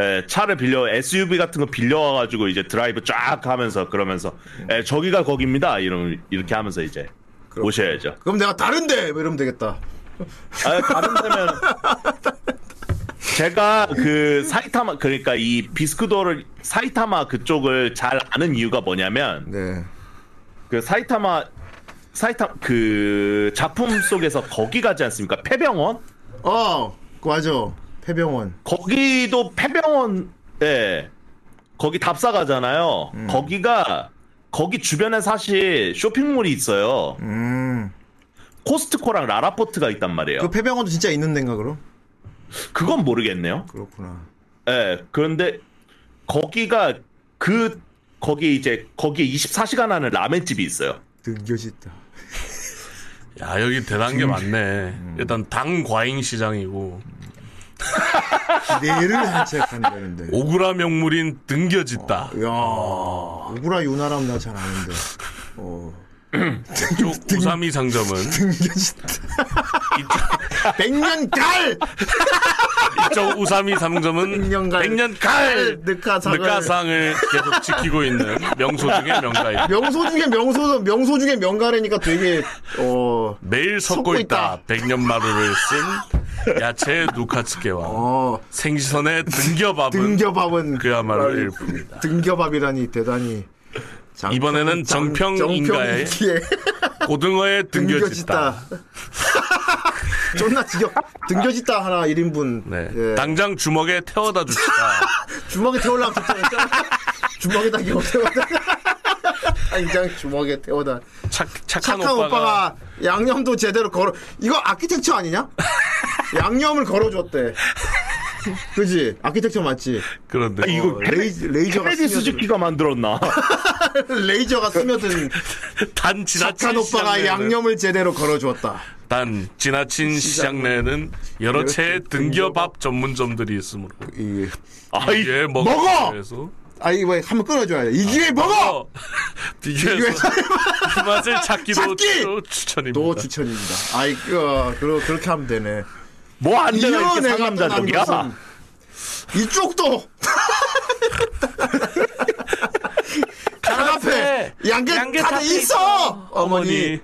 Speaker 10: 예, 차를 빌려 SUV 같은 거 빌려와가지고 이제 드라이브 쫙 하면서 그러면서 예, 저기가 거기입니다. 이런 이렇게 하면서 이제 오셔야죠.
Speaker 8: 그럼 내가 다른데 뭐 이러면 되겠다.
Speaker 10: 아, 다른 데면 제가 그 사이타마 그러니까 이 비스크도를 사이타마 그쪽을 잘 아는 이유가 뭐냐면
Speaker 8: 네.
Speaker 10: 그 사이타마 사이타 그 작품 속에서 거기 가지 않습니까? 폐병원?
Speaker 8: 어, 맞아. 폐병원.
Speaker 10: 거기도 폐병원 예. 거기 답사 가잖아요.
Speaker 8: 음.
Speaker 10: 거기가 거기 주변에 사실 쇼핑몰이 있어요.
Speaker 8: 음.
Speaker 10: 코스트코랑 라라포트가 있단 말이에요.
Speaker 8: 그 폐병원도 진짜 있는 데인가 그럼?
Speaker 10: 그건 모르겠네요.
Speaker 8: 그렇구나.
Speaker 10: 예, 그런데 거기가 그 거기 이제 거기 24시간 하는 라멘집이 있어요.
Speaker 8: 등겨짓다.
Speaker 5: 야 여기 대단한
Speaker 10: 음.
Speaker 5: 게 많네. 일단 당 과잉 시장이고
Speaker 8: 내를 한책한다는데.
Speaker 5: 오구라 명물인
Speaker 10: 어,
Speaker 5: 등겨짓다.
Speaker 10: 예.
Speaker 8: 야 오구라 유나라면 나 잘 아는데. 어.
Speaker 5: 이쪽 우삼이 상점은
Speaker 8: *laughs* 백년 갈!
Speaker 5: 이쪽 우삼이 상점은
Speaker 8: 갈. 아,
Speaker 5: 백년 갈
Speaker 8: 늑가상을.
Speaker 5: 늑가상을 계속 지키고 있는 명소 중의 명가입니다.
Speaker 8: 명소 중에 명소, 명소 중에 명가래니까 되게, 어,
Speaker 5: 매일 섞고
Speaker 8: 섞고
Speaker 5: 있다.
Speaker 8: 있다.
Speaker 5: 백년 마루를 쓴 야채 누카츠케와
Speaker 8: 어,
Speaker 5: 생시선의 등겨밥은
Speaker 8: 등겨밥은.
Speaker 5: 그야말로
Speaker 8: 아,
Speaker 5: 일품이다.
Speaker 8: 등겨밥이라니, 대단히. 장-
Speaker 5: 이번에는
Speaker 8: 장-
Speaker 5: 정평인가에
Speaker 8: 정평인기에
Speaker 5: *laughs* 고등어의 등겨짓다.
Speaker 8: 등겨짓다. *laughs* 존나 지겹. 등겨짓다 하나 1인분.
Speaker 5: 네.
Speaker 8: 예.
Speaker 5: 당장 주먹에 태워다
Speaker 8: *laughs*
Speaker 5: 줍시다.
Speaker 8: 주먹에 태우려면 좋잖아. *laughs* 주먹에다 겨우 태워다. *laughs* 당장 주먹에 태워다.
Speaker 5: 착, 착한,
Speaker 8: 착한 오빠가...
Speaker 5: 오빠가,
Speaker 8: 양념도 제대로 걸어. 이거 아키텍처 *laughs* 아니냐? 양념을 걸어줬대. 그지? 아키텍처 맞지?
Speaker 5: 그런데
Speaker 10: 아, 이거
Speaker 8: 어,
Speaker 10: 페-
Speaker 8: 레이, 레이저가 스며든,
Speaker 10: 페디 수즈키가 만들었나?
Speaker 8: *laughs* 레이저가 스며든
Speaker 5: 단 지나친
Speaker 8: 착한 오빠가
Speaker 5: 시장 내에는-
Speaker 8: 양념을 제대로 걸어주었다.
Speaker 5: 단 지나친 시장 내에는 여러 채의 등겨밥 전문점들이 있으므로
Speaker 8: 이,
Speaker 10: 아이
Speaker 5: 예
Speaker 8: 먹어!
Speaker 5: 그래서
Speaker 8: 아, 이거 한번 끊어줘야 돼. 이 기회 아, 먹어!
Speaker 5: 비교해서 그 맛을 찾기도
Speaker 8: 찾기!
Speaker 5: 추- 추천입니다.
Speaker 8: 또 추천입니다. 아, 이거, 그러, 그렇게 하면 되네.
Speaker 10: 뭐안 되나 이게
Speaker 8: 이런 애가
Speaker 10: 상남자
Speaker 8: 떠난
Speaker 10: 쪽이야? *laughs*
Speaker 8: 것은 *laughs* 이쪽도 간 앞에 양계
Speaker 5: 양계
Speaker 8: 다들
Speaker 5: 탑이
Speaker 8: 있어 어머니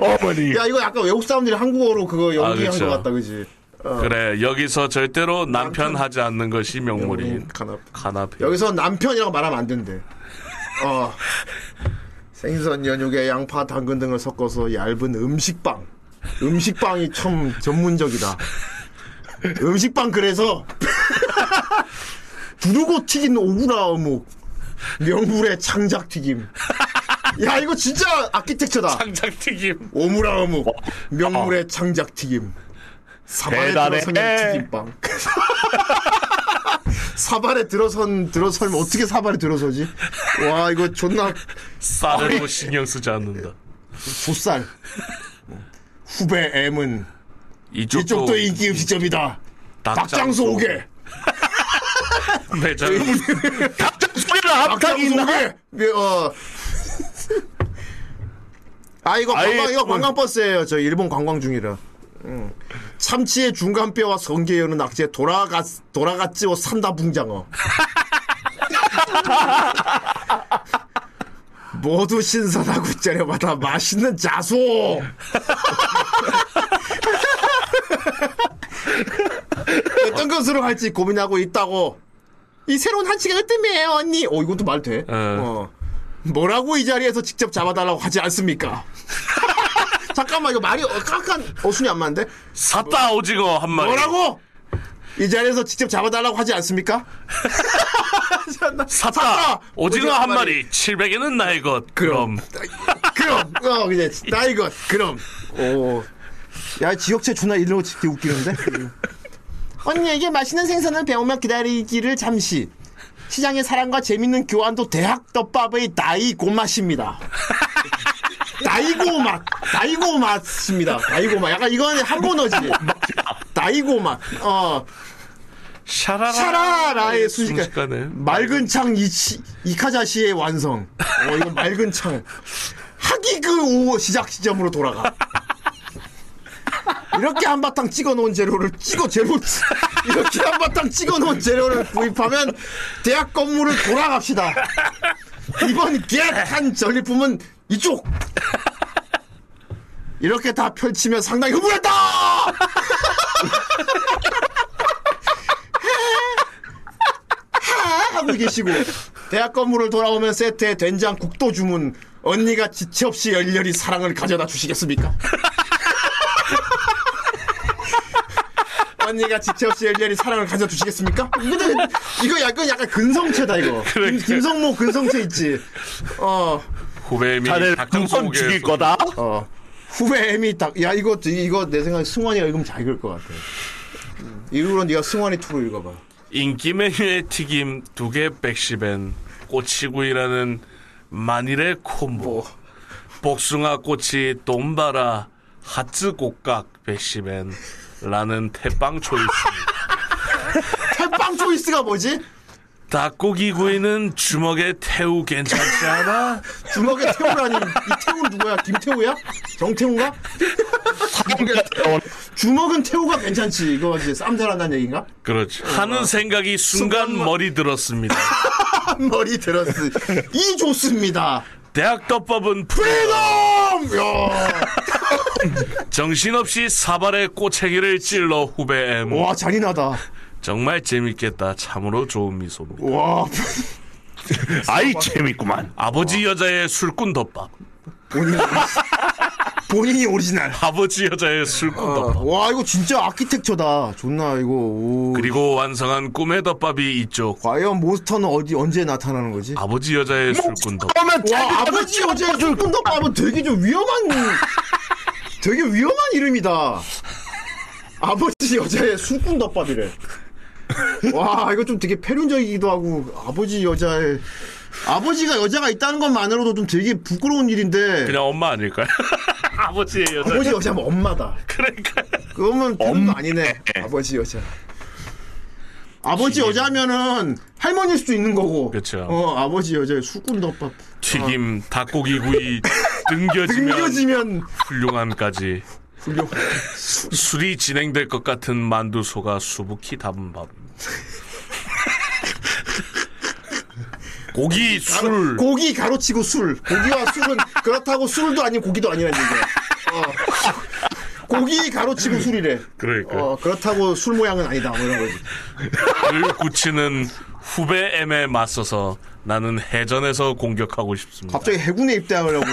Speaker 10: 어머니.
Speaker 8: 야 이거 약간 외국 사람들이 한국어로 그거 연기한
Speaker 5: 그쵸.
Speaker 8: 것 같다 그지
Speaker 5: 그래 여기서 절대로 남편 하지 않는 것이 명물인
Speaker 8: 간 앞에
Speaker 5: 가나페.
Speaker 8: 여기서 남편이라고 말하면 안 된대 어 생선 연육에 양파 당근 등을 섞어서 얇은 음식빵 음식빵이 참 전문적이다 음식빵 그래서 *laughs* 두르고 튀긴 오구라 어묵 명물의 창작 튀김 야 이거 진짜 아키텍처다
Speaker 5: 당장 튀김.
Speaker 8: 오무라 어묵 명물의 창작 튀김 사발에
Speaker 10: 대단해.
Speaker 8: 들어선 튀김빵 *laughs* 사발에 들어선 들어설면 어떻게 사발에 들어서지 와 이거 존나
Speaker 5: 쌀을 뭐 신경 쓰지 않는다.
Speaker 8: 부쌀 후배 M은
Speaker 5: 이쪽도,
Speaker 8: 이쪽도 인기 음식점이다 박장소 오게
Speaker 5: 매장 *laughs*
Speaker 10: 소리를 합탕이
Speaker 8: 박장소
Speaker 10: 있나?
Speaker 8: 오게 예, 어. *laughs* 아 이거
Speaker 10: 아예
Speaker 8: 관광 이거
Speaker 10: 그건-
Speaker 8: 관광버스예요 저 일본 관광 중이라 음. 참치의 중간뼈와 성게여는 낙지에 돌아갔 돌아갔지요 산다 붕장어 *laughs* 모두 신선하고 재료마다 맛있는 자소 *laughs* 어떤 것으로 할지 고민하고 있다고 이 새로운 한치가 으뜸이에요 언니 어 이것도 말 돼? 어. 뭐라고 이 자리에서 직접 잡아달라고 하지 않습니까? *laughs* 잠깐만 이거 말이 어- 약간 어순이 안 맞는데
Speaker 5: 샀다 오징어 한 마리.
Speaker 8: 뭐라고 이 자리에서 직접 잡아달라고 하지
Speaker 5: *laughs*
Speaker 8: 않습니까?
Speaker 5: 샀다, 오징어 한 마리. 700에는 나의 것. 그럼.
Speaker 8: 그럼 어 그냥 나 이거 그럼 어. 오야 지역체 존나 이런 거 되게 웃기는데 언니에게 맛있는 생선을 배우며 기다리기를 잠시 시장의 사랑과 재밌는 교환도 대학 떡밥의 다이고 맛입니다 다이고 맛 다이고 맛입니다 다이고 맛 약간 이건 한본어지 다이고 맛어
Speaker 5: 샤라라.
Speaker 8: 샤라라의
Speaker 5: 순식간에.
Speaker 8: 순식간에 맑은 창 이치, 이카자시의 완성. 어, 이거 맑은 창. 하기 그 오 시작 시점으로 돌아가. 이렇게 한바탕 찍어놓은 재료를 찍어 재료 이렇게 한바탕 찍어놓은 재료를 구입하면 대학 건물을 돌아갑시다. 이번 계획한 전리품은 이쪽. 이렇게 다 펼치면 상당히 흥분했다. 하! 하고 계시고 대학 건물을 돌아오면 세트에 된장 국도 주문 언니가 지체 없이 열렬히 사랑을 가져다 주시겠습니까? *laughs* 언니가 지체 없이 열렬히 사랑을 가져 주시겠습니까? 이거는 이거 약간 약간 근성체다 이거. 근- 근성모 근성체 있지. 어.
Speaker 5: 후배미
Speaker 10: 자네를
Speaker 5: 박정수
Speaker 10: 한번 죽일
Speaker 5: 목요일에서
Speaker 10: 거다.
Speaker 8: 어. 후배 애미 딱. 야 이거 이거 내 생각에 승환이가 읽으면 잘 읽을 것 같아. 이후로 네가 승환이 투로 읽어봐.
Speaker 5: 인기 메뉴의 튀김 두개 백시벤 꼬치구이라는 만일의 콤보 복숭아 꼬치 돈바라 하츠 곡각 백시벤 라는 태빵 초이스
Speaker 8: 태빵 초이스가 뭐지?
Speaker 5: 닭고기 구이는 주먹에 태우 괜찮지 않아?
Speaker 8: 주먹에 태우라니 이 태우는 누구야? 김태우야? 정태우인가? 주먹은 태우가 괜찮지 이거 이제 쌈잘 한다는 얘기인가?
Speaker 5: 그렇지 하는 생각이 어. 순간 머리 들었습니다
Speaker 8: 머리 들었어 이 좋습니다
Speaker 5: 대학 떡밥은
Speaker 8: 프리덤! 야.
Speaker 5: 정신없이 사발의 꼬챙이를 찔러 후배 M
Speaker 8: 와 잔인하다
Speaker 5: 정말 재밌겠다 참으로 좋은 미소입니다
Speaker 8: 와
Speaker 10: 아이 재밌구만.
Speaker 5: 아버지 여자의 술꾼 덮밥
Speaker 8: 본인 본인이 오리지널
Speaker 5: 아버지 여자의 술꾼
Speaker 8: 어,
Speaker 5: 덮밥
Speaker 8: 와 이거 진짜 아키텍처다 존나 이거 오.
Speaker 5: 그리고 완성한 꿈의 덮밥이 이쪽
Speaker 8: 과연 몬스터는 어디 언제 나타나는 거지?
Speaker 5: 아버지 여자의 술꾼 덮밥
Speaker 10: 그러면
Speaker 8: 와 아버지 어제 꿈덮밥은 되게 좀 위험한 되게 위험한 이름이다. 아버지 여자의 술꿈덮밥이래. 와 이거 좀 되게 폐륜적이기도 하고 아버지 여자의 아버지가 여자가 있다는 것만으로도 좀 되게 부끄러운 일인데
Speaker 5: 그냥 엄마 아닐까요? *laughs* 아버지의 여자
Speaker 8: 아버지 여자면 엄마다.
Speaker 5: 그러니까
Speaker 8: 그러면 엄마 아니네. 아버지 여자. 아버지 여자면은 할머니일 수도 있는 거고.
Speaker 5: 그쵸.
Speaker 8: 어 아버지 여자의 술꿈덮밥.
Speaker 5: 튀김 닭고기 구이 등겨지면
Speaker 8: 등겨지면
Speaker 5: 훌륭한까지
Speaker 8: 훌륭.
Speaker 5: 술이 진행될 것 같은 만두소가 수북히 담은 밥 고기 술
Speaker 8: 고기 가로치고 술. 고기와 술은 *laughs* 그렇다고 술도 아니고 고기도 아니라는 얘기야. 어. 고기 가로치고 술이래.
Speaker 5: 그러니까
Speaker 8: 어, 그렇다고 술 모양은 아니다. 뭐 이런 거지.
Speaker 5: 을 굳히는 후배 M에 맞서서 나는 해전에서 공격하고 싶습니다.
Speaker 8: 갑자기 해군에 입대하려고.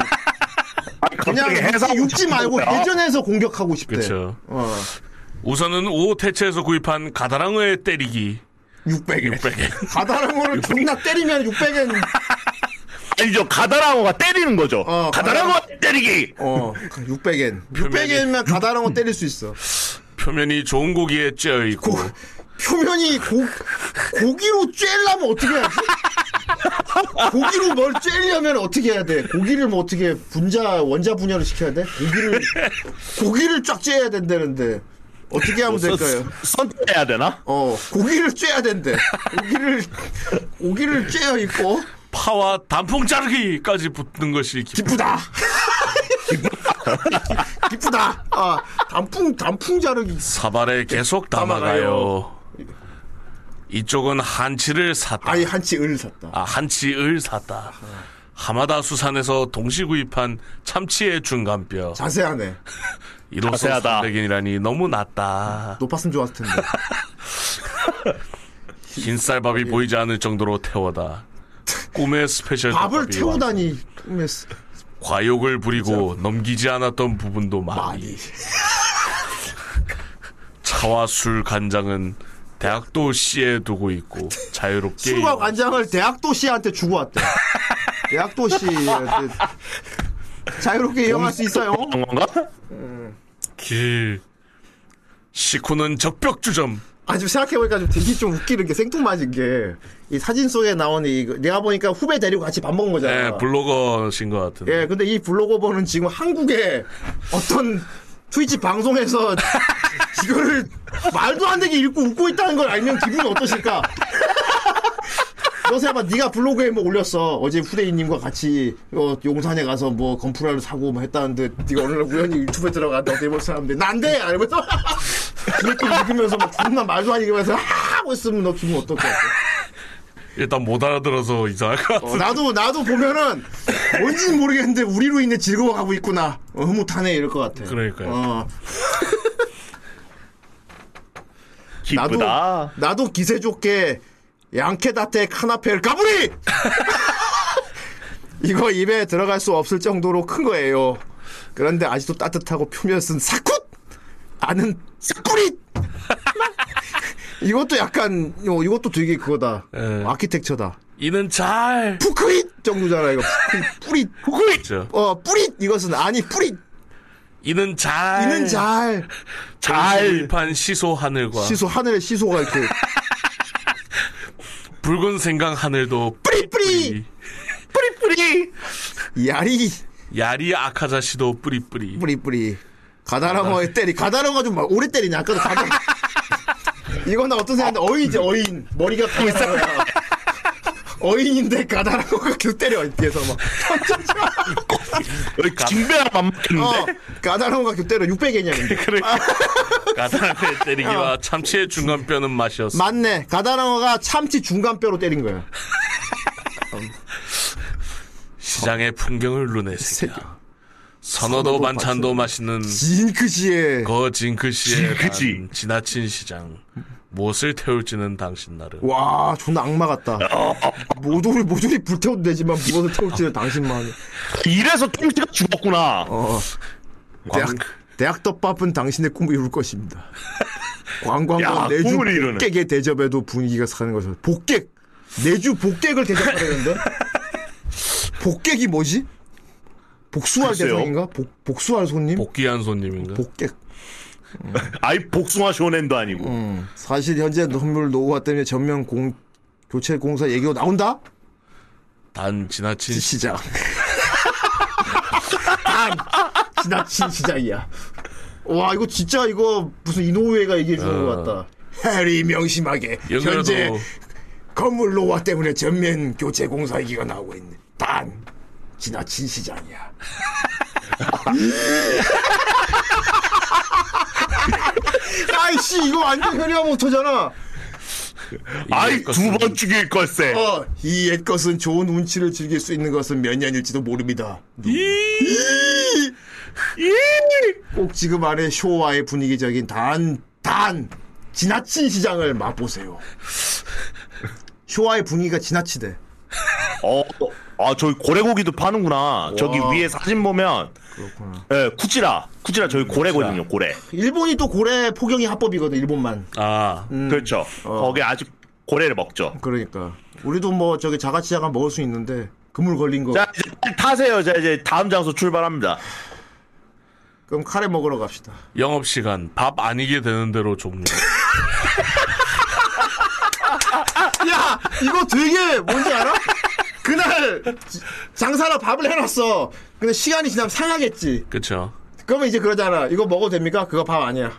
Speaker 8: 그냥 육지, 육지 말고 해전에서 공격하고 싶대.
Speaker 5: 그렇죠.
Speaker 8: 어.
Speaker 5: 우선은 오 태체에서 구입한 가다랑어의 때리기
Speaker 8: 600엔.
Speaker 5: 600엔.
Speaker 8: 가다랑어를 존나 때리면 600엔.
Speaker 10: 아니죠 가다랑어가 때리는 거죠.
Speaker 8: 어,
Speaker 10: 가다랑어 때리기.
Speaker 8: 어, 600엔. 600엔이면 가다랑어 때릴 수 있어.
Speaker 5: 표면이 좋은 고기에 쬐어 있고
Speaker 8: 고, 표면이 고, 고기로 쬐려면 어떻게 해야지? 고기로 뭘 쬐려면 어떻게 해야 돼? 고기를 뭐 어떻게 분자, 원자 분열을 시켜야 돼? 고기를, 고기를 쫙 쬐야 된다는데. 어떻게 하면 될까요?
Speaker 10: 선택해야 되나?
Speaker 8: 어, 고기를 쬐야 된대. 고기를, 고기를 쬐어 있고,
Speaker 5: 파와 단풍 자르기까지 붙는 것이 기...
Speaker 8: 기쁘다. *laughs* 기쁘다. 아, 단풍, 단풍 자르기.
Speaker 5: 사발에 계속 담아가요. 이쪽은 한치를 샀다.
Speaker 8: 아이, 한치 을 샀다.
Speaker 5: 아, 한치을 샀다. 하마다 수산에서 동시 구입한 참치의 중간뼈.
Speaker 8: 자세하네.
Speaker 5: 이로써
Speaker 10: 자세하다.
Speaker 5: 300엔이라니 너무 낮다.
Speaker 8: 높았으면 좋았을 *laughs* 텐데. 예.
Speaker 5: 흰쌀밥이 보이지 않을 정도로 태워다. 꿈의 스페셜
Speaker 8: 밥을
Speaker 5: 덮밥이
Speaker 8: 태우다니. 꿈에서.
Speaker 5: 과욕을 부리고 넘기지 않았던 부분도 많이
Speaker 8: 많이.
Speaker 5: 차와 술 간장은 대학도 시에 두고 있고 자유롭게
Speaker 8: 술과
Speaker 5: 이용-
Speaker 8: 관장을 대학도시한테 주고 왔대. 대학도시한테 자유롭게 이용할 수 있어요.
Speaker 10: 그런 건가?
Speaker 5: 길 식후는 적벽주점
Speaker 8: 아 지금 생각해보니까 좀 되게 좀 웃기는 게 생뚱맞은 게 이 사진 속에 나오는 이 내가 보니까 후배 데리고 같이 밥 먹은 거잖아.
Speaker 5: 예, 블로거신 것 같은데
Speaker 8: 예, 근데 이 블로거버는 지금 한국에 어떤 트위치 방송에서 이거를 말도 안 되게 읽고 웃고 있다는 걸 알면 기분이 어떠실까? 요새 봐, 네가 블로그에 뭐 올렸어. 어제 후대인님과 같이 어, 용산에 가서 뭐 건프라를 사고 뭐 했다는데 네가 어느 날 우연히 유튜브에 들어갔다 네이버 사람들 난데 이러면서 *laughs* 이렇게 읽으면서 막 겁나 말도 안 읽으면서 하고 있으면 너 기분 어떨 것 같아?
Speaker 5: 일단 못 알아들어서 이상할 것 같은데.
Speaker 8: 어, 나도 나도 보면은 뭔지는 모르겠는데 우리로 인해 즐거워하고 있구나. 어, 흐뭇하네 이럴 것 같아.
Speaker 5: 그러니까요.
Speaker 8: 어.
Speaker 10: 기쁘다.
Speaker 8: 나도, 나도 기세 좋게 양케다테 카나펠 까불이! *laughs* 이거 입에 들어갈 수 없을 정도로 큰 거예요. 그런데 아직도 따뜻하고 표면 쓴 사쿠! 아는 사쿠리! *laughs* 이것도 약간 어, 이것도 되게 그거다.
Speaker 10: 예.
Speaker 8: 아키텍처다.
Speaker 5: 이는 잘.
Speaker 8: 푸크잇 정도잖아 이거. 뿌리 뿌리.
Speaker 5: 그렇죠.
Speaker 8: 어 뿌리 이것은 아니 뿌리.
Speaker 5: 이는 잘.
Speaker 8: 이는 잘.
Speaker 5: 잘. 일판 시소 하늘과
Speaker 8: 시소 하늘에 시소가 이렇게
Speaker 5: 붉은 생강 하늘도
Speaker 8: 뿌리뿌리. 뿌리뿌리. 야리
Speaker 5: 야리 아카자시도 뿌리뿌리.
Speaker 8: 뿌리뿌리. 가다랑어의 때리. 가다랑어 좀 오래 때리네. 아까도 가다. 이건 나 어떤 생각인데 어이지 어인 머리가 풀싹 어인인데 가다랑어가 계속 때려 뒤에서 막.
Speaker 10: 진배랑 안
Speaker 8: 어,
Speaker 10: 맞겠는데?
Speaker 8: 가다랑어가 계속 때려 600엔이야 근데.
Speaker 5: 가다랑에
Speaker 8: 어.
Speaker 5: 때리기와 참치의 중간 뼈는 맛이었어.
Speaker 8: 맞네. 가다랑어가 참치 중간뼈로 때린 거야.
Speaker 5: 시장의 풍경을 눈에 새겨. 선어도 반찬도 맛있는
Speaker 8: 징크시에
Speaker 5: 거진크시의
Speaker 10: 징크시.
Speaker 5: 단 지나친 시장. 무엇을 태울지는 당신 나름.
Speaker 8: 와 존나 악마 같다. 모조리 모조리 불태워도 되지만 무엇을 태울지는 당신만.
Speaker 10: 이래서 똥치가 죽었구나.
Speaker 8: 어. 대학 대학 떡밥은 당신의 꿈을 이룰 것입니다.
Speaker 10: 야,
Speaker 8: 관광과 내주
Speaker 10: 꿈을 이루네.
Speaker 8: 복객의 대접에도 분위기가 사는 것을 복객 내주 복객을 대접하려는데 복객이 뭐지? 복수할
Speaker 10: 글쎄요.
Speaker 8: 대상인가? 복, 복수할 손님?
Speaker 5: 복귀한 손님인가?
Speaker 8: 복객.
Speaker 10: 아이 복숭아 쇼넨도 아니고.
Speaker 8: 음, 사실 현재 선물 노후화 때문에 전면 공 교체 공사 얘기가 나온다?
Speaker 5: 단 지나친 시...
Speaker 8: 시장. 단 지나친 시장이야. 와 이거 진짜 이거 무슨 이노우에가 얘기해 주는 것 같다. 해리 명심하게
Speaker 5: 연결도
Speaker 8: 현재 건물 노화 때문에 전면 교체 공사 얘기가 나오고 있네. 단 지나친 시장이야. 아이씨 이거 완전 현이가 못하잖아.
Speaker 10: 아이 두 번 죽일 걸세.
Speaker 8: 어, 이 옛것은 좋은 운치를 즐길 수 있는 것은 몇 년일지도 모릅니다. 꼭 지금 아래 쇼와의 분위기적인 단, 단, 지나친 시장을 맛보세요. 쇼와의 분위기가 지나치대.
Speaker 10: 어, 어, 아 저기 고래고기도 파는구나. 저기 위에 사진 보면 예, 쿠지라. 쿠지라 저기 고래거든요, 고래.
Speaker 8: 일본이 또 고래 포경이 합법이거든, 일본만.
Speaker 5: 아
Speaker 8: 음.
Speaker 10: 그렇죠.
Speaker 8: 어.
Speaker 10: 거기 아직 고래를 먹죠.
Speaker 8: 그러니까. 우리도 뭐 저기 자가치자가 먹을 수 있는데, 그물 걸린 거.
Speaker 10: 자, 이제 빨리 타세요. 자, 이제 다음 장소 출발합니다.
Speaker 8: 그럼 카레 먹으러 갑시다.
Speaker 5: 영업 시간 밥 아니게 되는 대로 종료.
Speaker 8: 야 이거 되게 뭔지 알아? 그날 지- 장사로 밥을 해놨어. 근데 시간이 지나면 상하겠지.
Speaker 5: 그렇죠.
Speaker 8: 그러면 이제 그러잖아. 이거 먹어도 됩니까? 그거 밥 아니야.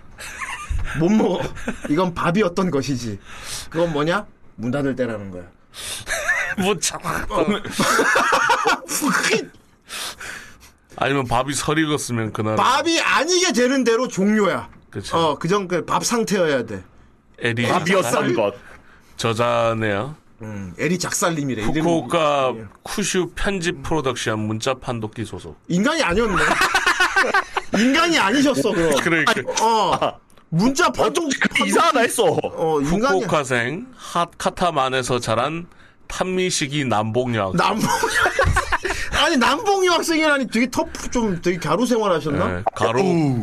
Speaker 8: 못 먹어. 이건 밥이 어떤 것이지. 그건 뭐냐? 문 닫을 때라는 거야.
Speaker 5: 뭐 참. 아니면 밥이 설 익었으면 그날
Speaker 8: 밥이 아니게 되는 대로 종료야.
Speaker 5: 그쵸.
Speaker 8: 어, 그전 그밥 상태여야 돼.
Speaker 5: 에리
Speaker 8: 아,
Speaker 10: 밥이었던 것.
Speaker 5: 저자네요.
Speaker 8: 음, 에리 작살님이래. 이름이-
Speaker 5: 후쿠오카 쿠슈 편집 프로덕션 문자 판독기 소속.
Speaker 8: 인간이 아니었네. 인간이 아니셨어, 그럼.
Speaker 5: 그러니까
Speaker 8: 어. 문자 파동
Speaker 10: 이상하다 했어.
Speaker 8: 어, 인간이
Speaker 5: 후쿠오카생 핫 카타만에서 자란 탄미식이 남봉여.
Speaker 8: 남봉 *laughs* 아니 남봉 유학생이라니 되게 터프 좀 되게 갸루 생활하셨나?
Speaker 5: 네, 가로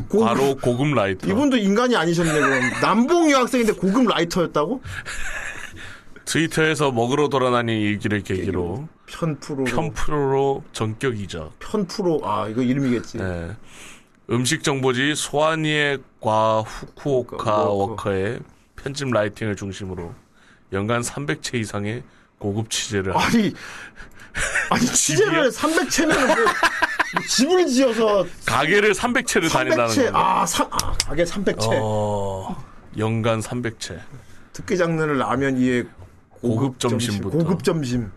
Speaker 8: 고-
Speaker 5: 가로 고급 라이터.
Speaker 8: 이분도 인간이 아니셨네 그럼 남봉 유학생인데 고급 라이터였다고?
Speaker 5: 트위터에서 먹으러 돌아다니 일기를 계기로
Speaker 8: 편프로
Speaker 5: 편프로로 전격 이적.
Speaker 8: 편프로 아 이거 이름이겠지.
Speaker 5: 네. 음식 정보지 소아니에과 후쿠오카
Speaker 8: 워커.
Speaker 5: 워커의 편집 라이팅을 중심으로 연간 300채 이상의 고급 취재를 한
Speaker 8: 아니
Speaker 5: *laughs*
Speaker 8: 아니 취재를 300채면 뭐, 뭐 집을 지어서
Speaker 5: 가게를 300채를 다닌다는
Speaker 8: 300채
Speaker 5: 거예요.
Speaker 8: 아, 삼, 아 가게 300채
Speaker 10: 아.
Speaker 5: 어, 연간 300채.
Speaker 8: 특기 장르는 라면 이에
Speaker 5: 고급 점심부터
Speaker 8: 고급 점심.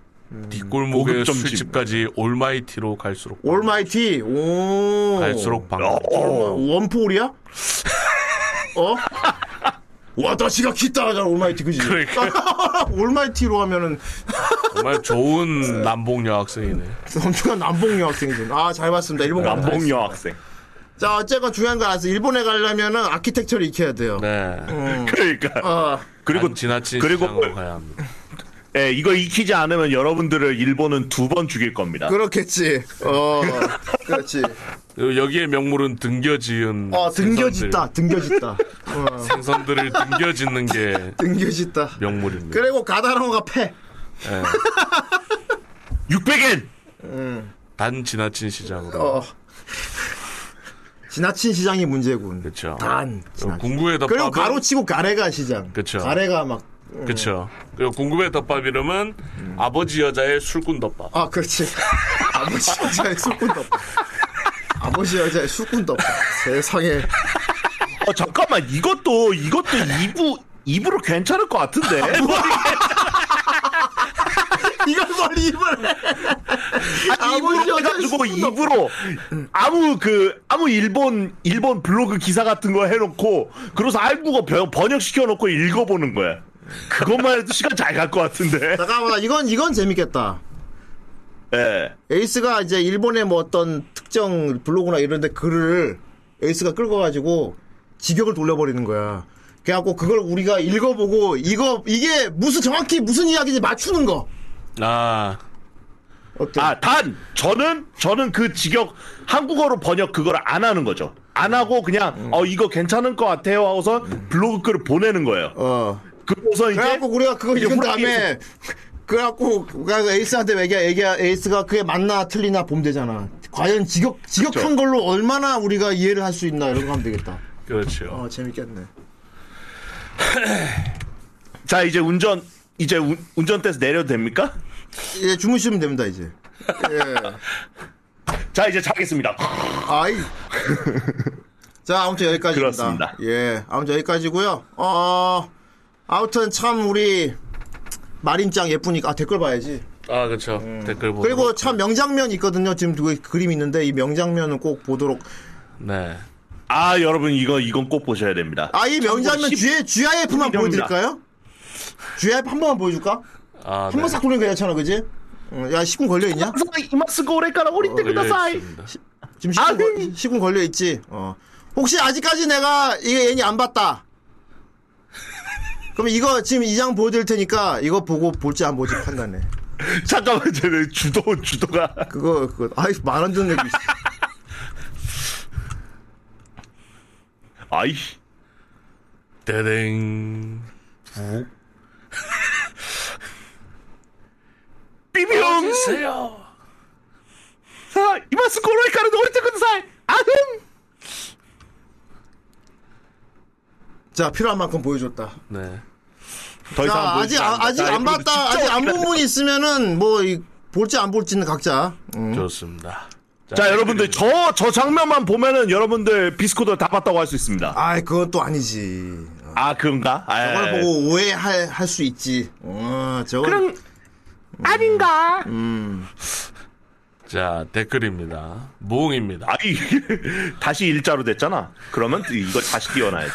Speaker 5: 뒷골목의
Speaker 10: 음, 고급 점심.
Speaker 5: 술집까지 올마이티로 갈수록
Speaker 8: 올마이티. 오. 어,
Speaker 5: 갈수록 방
Speaker 8: 원폴이야?
Speaker 5: *laughs*
Speaker 8: 어? 와다시가 키타가 올마이티 그지?
Speaker 5: 그러니까.
Speaker 8: *laughs* 올마이티로 하면은
Speaker 5: 정말
Speaker 10: 네.
Speaker 5: 좋은 남봉 여학생이네.
Speaker 8: 엄청난 남봉 여학생이군. 아잘 봤습니다. 일본 갔다 어.
Speaker 10: 남봉
Speaker 8: 왔습니다.
Speaker 10: 여학생.
Speaker 8: 자 어쨌건 중요한 건 알았어. 일본에 가려면은 아키텍처를 익혀야 돼요.
Speaker 5: 네.
Speaker 10: 그러니까
Speaker 8: 어.
Speaker 10: 그리고
Speaker 5: 안 지나친
Speaker 10: 그리고-
Speaker 5: 시장으로 가야 합니다.
Speaker 10: 예, 이걸 익히지 않으면 여러분들을 일본은 두 번 죽일 겁니다.
Speaker 8: 그렇겠지. 어. 그렇지.
Speaker 5: 그리고 여기에 명물은 등겨 지은
Speaker 8: 어
Speaker 5: 네, 생선들,
Speaker 8: 등겨짓다. 등겨짓다.
Speaker 5: 생선들을 등겨 짓는 게
Speaker 8: 등겨짓다.
Speaker 5: 명물입니다.
Speaker 8: 그리고 가다랑어가 패.
Speaker 10: 600엔.
Speaker 5: 단 지나친 시장으로.
Speaker 8: 어. 지나친 시장이 문제군.
Speaker 5: 그렇죠.
Speaker 8: 단.
Speaker 5: 그리고
Speaker 8: 지나친.
Speaker 5: 궁구의 덮밥.
Speaker 8: 그리고 가로치고 가래가 시장.
Speaker 5: 그쵸.
Speaker 8: 가래가 막.
Speaker 5: 그렇죠. 그리고 궁금의 덮밥 이름은 아버지 여자의 술꾼 덮밥.
Speaker 8: 아, 그렇지. 아버지 여자의 술꾼덮밥. 아버지 여자의 술꾼덮밥. 세상에.
Speaker 10: 어 잠깐만 이것도 이것도 2부 2부로 괜찮을 것 같은데.
Speaker 8: 이걸 빨리 입을 해. 아버지 여자의
Speaker 10: 입으로 해가지고
Speaker 8: 술꾼덮밥.
Speaker 10: 입으로 아무 그 아무 일본 일본 블로그 기사 같은 거 해놓고 그래서 한국어 번역 시켜놓고 읽어보는 거야. 그것만 해도 시간 잘 갈 것 같은데.
Speaker 8: 잠깐만, 이건, 이건 재밌겠다.
Speaker 10: 예.
Speaker 8: 에이스가 이제 일본의 뭐 어떤 특정 블로그나 이런데 글을 에이스가 끌고가지고 직역을 돌려버리는 거야. 그래갖고 그걸 우리가 읽어보고 이거 이게 무슨 정확히 무슨 이야기인지 맞추는 거.
Speaker 5: 아,
Speaker 8: 어때?
Speaker 10: 아, 단 저는 저는 그 직역 한국어로 번역 그걸 안 하는 거죠. 안 하고 그냥
Speaker 8: 음.
Speaker 10: 어 이거 괜찮은 것 같아요 하고서 블로그 글을 보내는 거예요.
Speaker 8: 어.
Speaker 10: 그래서 이제
Speaker 8: 그래갖고 우리가 그거
Speaker 10: 이제
Speaker 8: 읽은
Speaker 10: 호랑이에서-
Speaker 8: 다음에 *laughs* 그래갖고 그래갖고 에이스한테 얘기 얘기야 에이스가 그게 맞나 틀리나 보면 되잖아. 과연 직역 직역한 걸로 얼마나 우리가 이해를 할 수 있나 이런 거 하면 되겠다.
Speaker 5: 그렇죠.
Speaker 8: 어 재밌겠네.
Speaker 10: 자 이제 운전 이제 운, 운전대에서 내려도 됩니까?
Speaker 8: 예 주무시면 됩니다 이제.
Speaker 10: *laughs*
Speaker 8: 예.
Speaker 10: 자 이제 자겠습니다.
Speaker 8: 아이. *laughs* 자, 아무튼 여기까지입니다.
Speaker 10: 그렇습니다.
Speaker 8: 예, 아무튼 여기까지고요. 어, 어, 아무튼 참 우리 마린짱 예쁘니까 아, 댓글 봐야지.
Speaker 5: 아, 그렇죠. 댓글 보고.
Speaker 8: 음. 그리고
Speaker 10: 뭐,
Speaker 8: 참 명장면 있거든요. 지금 그 그림 있는데 이 명장면은 꼭 보도록.
Speaker 5: 네.
Speaker 10: 아 여러분 이거 이건 꼭 보셔야 됩니다.
Speaker 8: 아, 이 명장면
Speaker 10: 십-
Speaker 8: G, GIF만
Speaker 10: 십일입니다.
Speaker 8: 보여드릴까요? GIF 한 번만 보여줄까?
Speaker 5: 아,
Speaker 10: 네.
Speaker 8: 한 번 싹 돌리면 괜찮아, 그지? 어, 야, 10분 걸려있냐?
Speaker 10: 이마스 고래 까라 오리 때
Speaker 8: 어,
Speaker 10: 그다사이.
Speaker 8: 지금
Speaker 10: 아니. 그
Speaker 8: 10분, 걸, 10분 걸려있지? 어. 혹시 아직까지 내가 이게 애니 안 봤다. 그럼 이거 지금 이 장 보여드릴 테니까 이거 보고 볼지 안 볼지 판단해.
Speaker 10: 잠깐만 쟤네 주도 주도가
Speaker 8: 예. 그거, 그거, 아이, 말안 듣는 얘기. 있어.
Speaker 10: 아이
Speaker 5: 대댕.
Speaker 10: 어? 비비용
Speaker 5: 세요.
Speaker 10: 아, 이마스 고래 까라 오리 때 그다사이. 아흥.
Speaker 8: 자, 필요한 만큼 보여줬다.
Speaker 5: 네.
Speaker 10: 더 이상
Speaker 8: 자,
Speaker 10: 보이지
Speaker 8: 아직, 아, 아직
Speaker 10: 않는다.
Speaker 8: 안
Speaker 10: 이거
Speaker 8: 봤다.
Speaker 10: 진짜
Speaker 8: 아직 안
Speaker 10: 어떡하냐.
Speaker 8: 본 분이 있으면은 뭐, 이, 볼지 안 볼지는 각자. 음.
Speaker 5: 좋습니다.
Speaker 10: 자 여러분들 저 저 장면만 보면은 여러분들 비스코드 다 봤다고 할 수 있습니다.
Speaker 8: 아이, 그건 또 아니지.
Speaker 10: 아 그런가? 아,
Speaker 8: 저걸 보고 오해할 할 수 있지. 어, 저건.
Speaker 10: 그럼 아닌가?
Speaker 5: 자, 댓글입니다. 무홍입니다.
Speaker 10: 아이 *laughs* 다시 일자로 됐잖아. 그러면 이걸 다시
Speaker 8: *laughs*
Speaker 10: 띄워놔야지.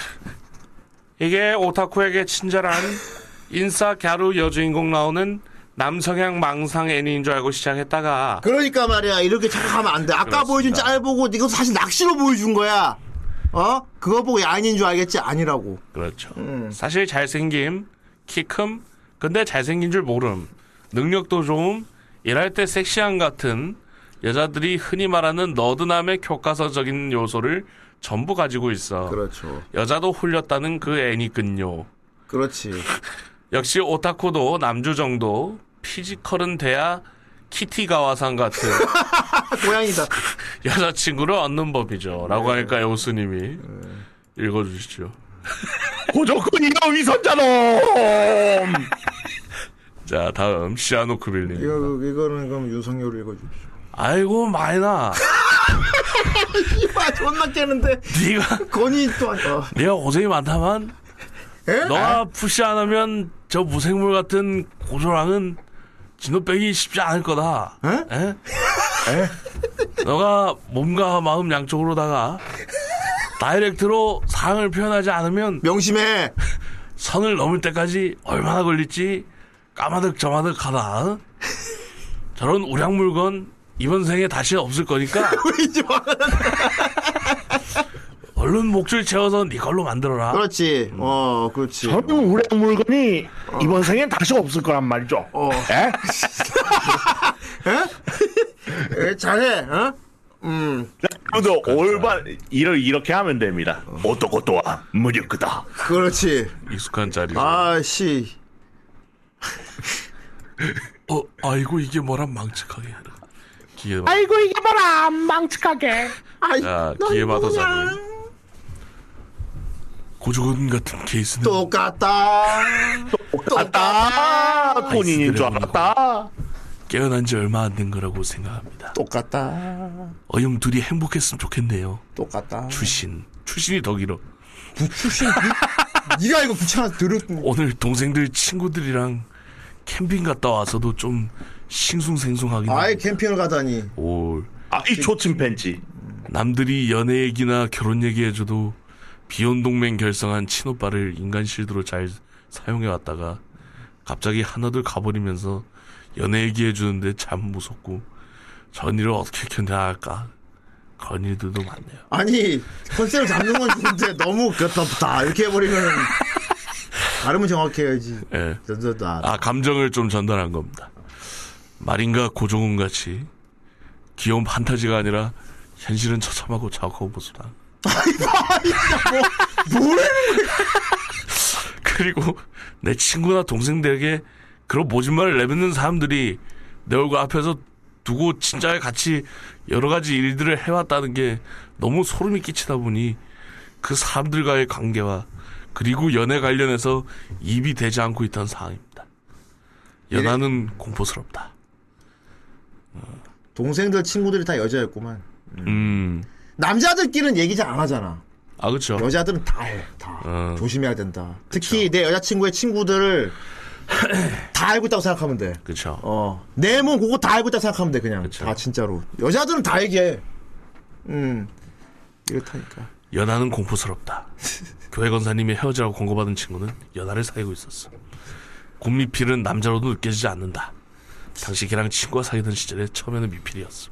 Speaker 5: 이게 오타쿠에게 친절한 인싸 갸루 여주인공 나오는 남성향 망상 애니인 줄 알고 시작했다가
Speaker 8: 그러니까 말이야 이렇게 착각하면 안 돼. 아까 보여준 짤 보고 이거 사실 낚시로 보여준 거야. 어? 그거 보고 야인인 줄 알겠지? 아니라고.
Speaker 5: 그렇죠.
Speaker 8: 음.
Speaker 5: 사실 잘생김, 키 큼 근데 잘생긴 줄 모름, 능력도 좋음, 일할 때 섹시함 같은 여자들이 흔히 말하는 너드남의 교과서적인 요소를 전부 가지고 있어.
Speaker 8: 그렇죠.
Speaker 5: 여자도 홀렸다는 그 애니끈요.
Speaker 8: 그렇지.
Speaker 5: 역시 오타쿠도 남주 정도 피지컬은 돼야 키티가와상 같은
Speaker 8: *laughs* 고양이다.
Speaker 5: 여자친구를 얻는 법이죠. 라고 하니까 요수님이 읽어주시죠.
Speaker 10: 고조건 이놈 위선자놈.
Speaker 5: 자, 다음 시아노크빌님.
Speaker 8: 이거 이거는 그럼 윤석열 읽어주십시오.
Speaker 5: 아이고 마이나
Speaker 8: *laughs* 이봐 존나 깨는데
Speaker 5: 네가
Speaker 8: 건이 또한. 어.
Speaker 5: 네가 고생이 많다만
Speaker 8: 에?
Speaker 5: 너가 푸시 안 하면 저 무생물 같은 고소랑은 진호 빼기 쉽지 않을 거다. 에? 너가 몸과 마음 양쪽으로다가 다이렉트로 사항을 표현하지 않으면
Speaker 8: 명심해. *laughs*
Speaker 5: 선을 넘을 때까지 얼마나 걸릴지 까마득 저마득하다. 응? 저런 우량 물건 이번 생에 다시 없을 거니까. 얼른 목줄 채워서 네 걸로 만들어라.
Speaker 8: 그렇지. 어, 그렇지.
Speaker 15: 저는 우량 물건이
Speaker 8: 어.
Speaker 15: 이번 생엔 다시 없을 거란 말이죠.
Speaker 8: *laughs*
Speaker 15: 예?
Speaker 8: 에, 잘해. 어? 음.
Speaker 10: 그래도 올바 이를 이렇게 하면 됩니다. 어떠고 또한 무력그다.
Speaker 8: 그렇지.
Speaker 5: 익숙한 자리.
Speaker 8: 아씨.
Speaker 5: 어, 아이고 이게 뭐란 망측하게. 기회
Speaker 15: 아이고 이게 뭐라 망측하게. 아이,
Speaker 5: 자,
Speaker 15: 넌
Speaker 5: 기회 받아서
Speaker 15: 뭐냐.
Speaker 5: 고조건 같은 케이스는
Speaker 8: 똑같다. 똑같다.
Speaker 10: 아, 본인인 줄 알았다.
Speaker 5: 깨어난 지 얼마 안 된 거라고 생각합니다.
Speaker 8: 똑같다.
Speaker 5: 어영 둘이 행복했으면 좋겠네요.
Speaker 8: 똑같다.
Speaker 5: 출신. 출신이 더 길어.
Speaker 8: 출신. 그, 네가 이거 귀찮아 들을.
Speaker 5: 오늘 동생들 친구들이랑 캠핑 갔다 와서도 좀 싱숭생숭하긴
Speaker 8: 아예 캠핑을 가다니.
Speaker 5: 올.
Speaker 10: 아이 초침 팬지.
Speaker 5: 남들이 연애 얘기나 결혼 얘기해줘도 비혼동맹 결성한 친오빠를 인간 실드로 잘 사용해 왔다가 갑자기 하나둘 가버리면서 연애 얘기해주는데 참 무섭고 전일을 어떻게 견뎌야 할까 그런 일들도 많네요.
Speaker 8: 아니 컨셉을 잡는 건 좋은데 너무 그렇다 이렇게 해버리면 발음은 정확해야지.
Speaker 5: 예.
Speaker 8: 전전다.
Speaker 5: 아 감정을 좀 전달한 겁니다. 말인가 고종훈 같이 귀여운 판타지가 아니라 현실은 처참하고 자악하고 뭐, 보수다. *laughs* 그리고 내 친구나 동생들에게 그런 모진말을 내뱉는 사람들이 내 얼굴 앞에서 두고 진짜 같이 여러 가지 일들을 해왔다는 게 너무 소름이 끼치다 보니 그 사람들과의 관계와 그리고 연애 관련해서 입이 되지 않고 있던 상황입니다. 예. 연하는 공포스럽다.
Speaker 8: 동생들 친구들이 다 여자였구만.
Speaker 5: 음,
Speaker 8: 남자들끼리는 얘기 잘 안 하잖아.
Speaker 5: 아 그렇죠.
Speaker 8: 여자들은 다 해. 다
Speaker 5: 어.
Speaker 8: 조심해야 된다. 특히 내 여자친구의 친구들을 다 알고 있다고 생각하면 돼.
Speaker 5: 그렇죠.
Speaker 8: 어. 내 몸 그거 다 알고 있다고 생각하면 돼 그냥. 다 진짜로. 여자들은 다 얘기해. 음. 이렇다니까.
Speaker 5: 연하는 *laughs* 공포스럽다. 교회 권사님이 헤어지라고 권고받은 친구는 연하를 사귀고 있었어. 곰미필은 남자로도 느껴지지 않는다. 당시 걔랑 친구가 사귀던 시절에 처음에는 미필이었어.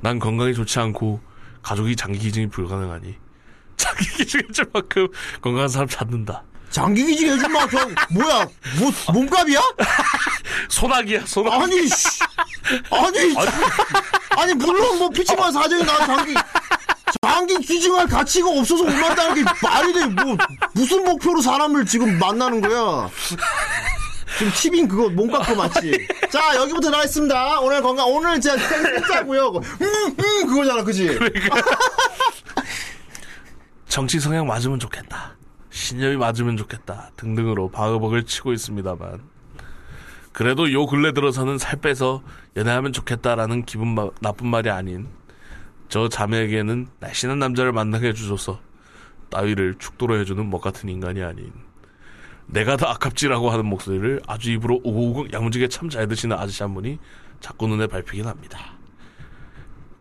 Speaker 5: 난 건강이 좋지 않고 가족이 장기 기증이 불가능하니 *laughs* 장기 기증해줄 만큼 건강한 사람 찾는다.
Speaker 8: 장기 기증 해준 마. 저 뭐야? 뭐 몸값이야?
Speaker 5: 소나기야 소나기.
Speaker 8: 아니 씨. 아니 아니 물론 뭐 피치만 사정이 나 장기 장기 기증할 가치가 없어서 못 만나는 게 말이 돼. 뭐 무슨 목표로 사람을 지금 만나는 거야? 지금 팁인 그거 몸값 그거 맞지? 자 여기부터 나겠습니다. 오늘 건강 오늘 진짜 짜고요. 음음 그거잖아, 그지?
Speaker 5: 정치 성향 맞으면 좋겠다. 신념이 맞으면 좋겠다. 등등으로 바글바글 치고 있습니다만. 그래도 요 근래 들어서는 살 빼서 연애하면 좋겠다라는 기분 마- 나쁜 말이 아닌 저 자매에게는 날씬한 남자를 만나게 해주셔서 따위를 축도로 해주는 멋 같은 인간이 아닌 내가 더 아깝지라고 하는 목소리를 아주 입으로 오고오고 야무지게 참 잘 드시는 아저씨 한 분이 자꾸 눈에 밟히긴 합니다.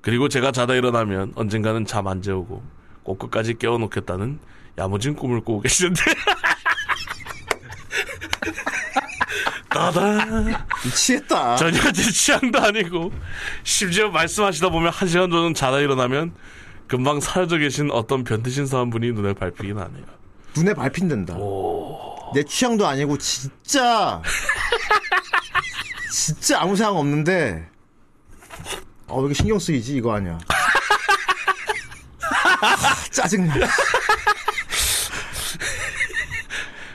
Speaker 5: 그리고 제가 자다 일어나면 언젠가는 잠 안 재우고 꼭 끝까지 깨워놓겠다는 야무진 꿈을 꾸고 계시는데 *laughs* 따다
Speaker 8: 미치겠다.
Speaker 5: 전혀 제 취향도 아니고 심지어 말씀하시다 보면 한 시간 정도 자다 일어나면 금방 사라져 계신 어떤 변태신 사람분이 눈에 밟히긴 하네요.
Speaker 8: 눈에 밟힌단다. 내 취향도 아니고 진짜 진짜 아무 생각 없는데 어왜 이렇게 신경 쓰이지 이거 아니야. *laughs* 짜증나.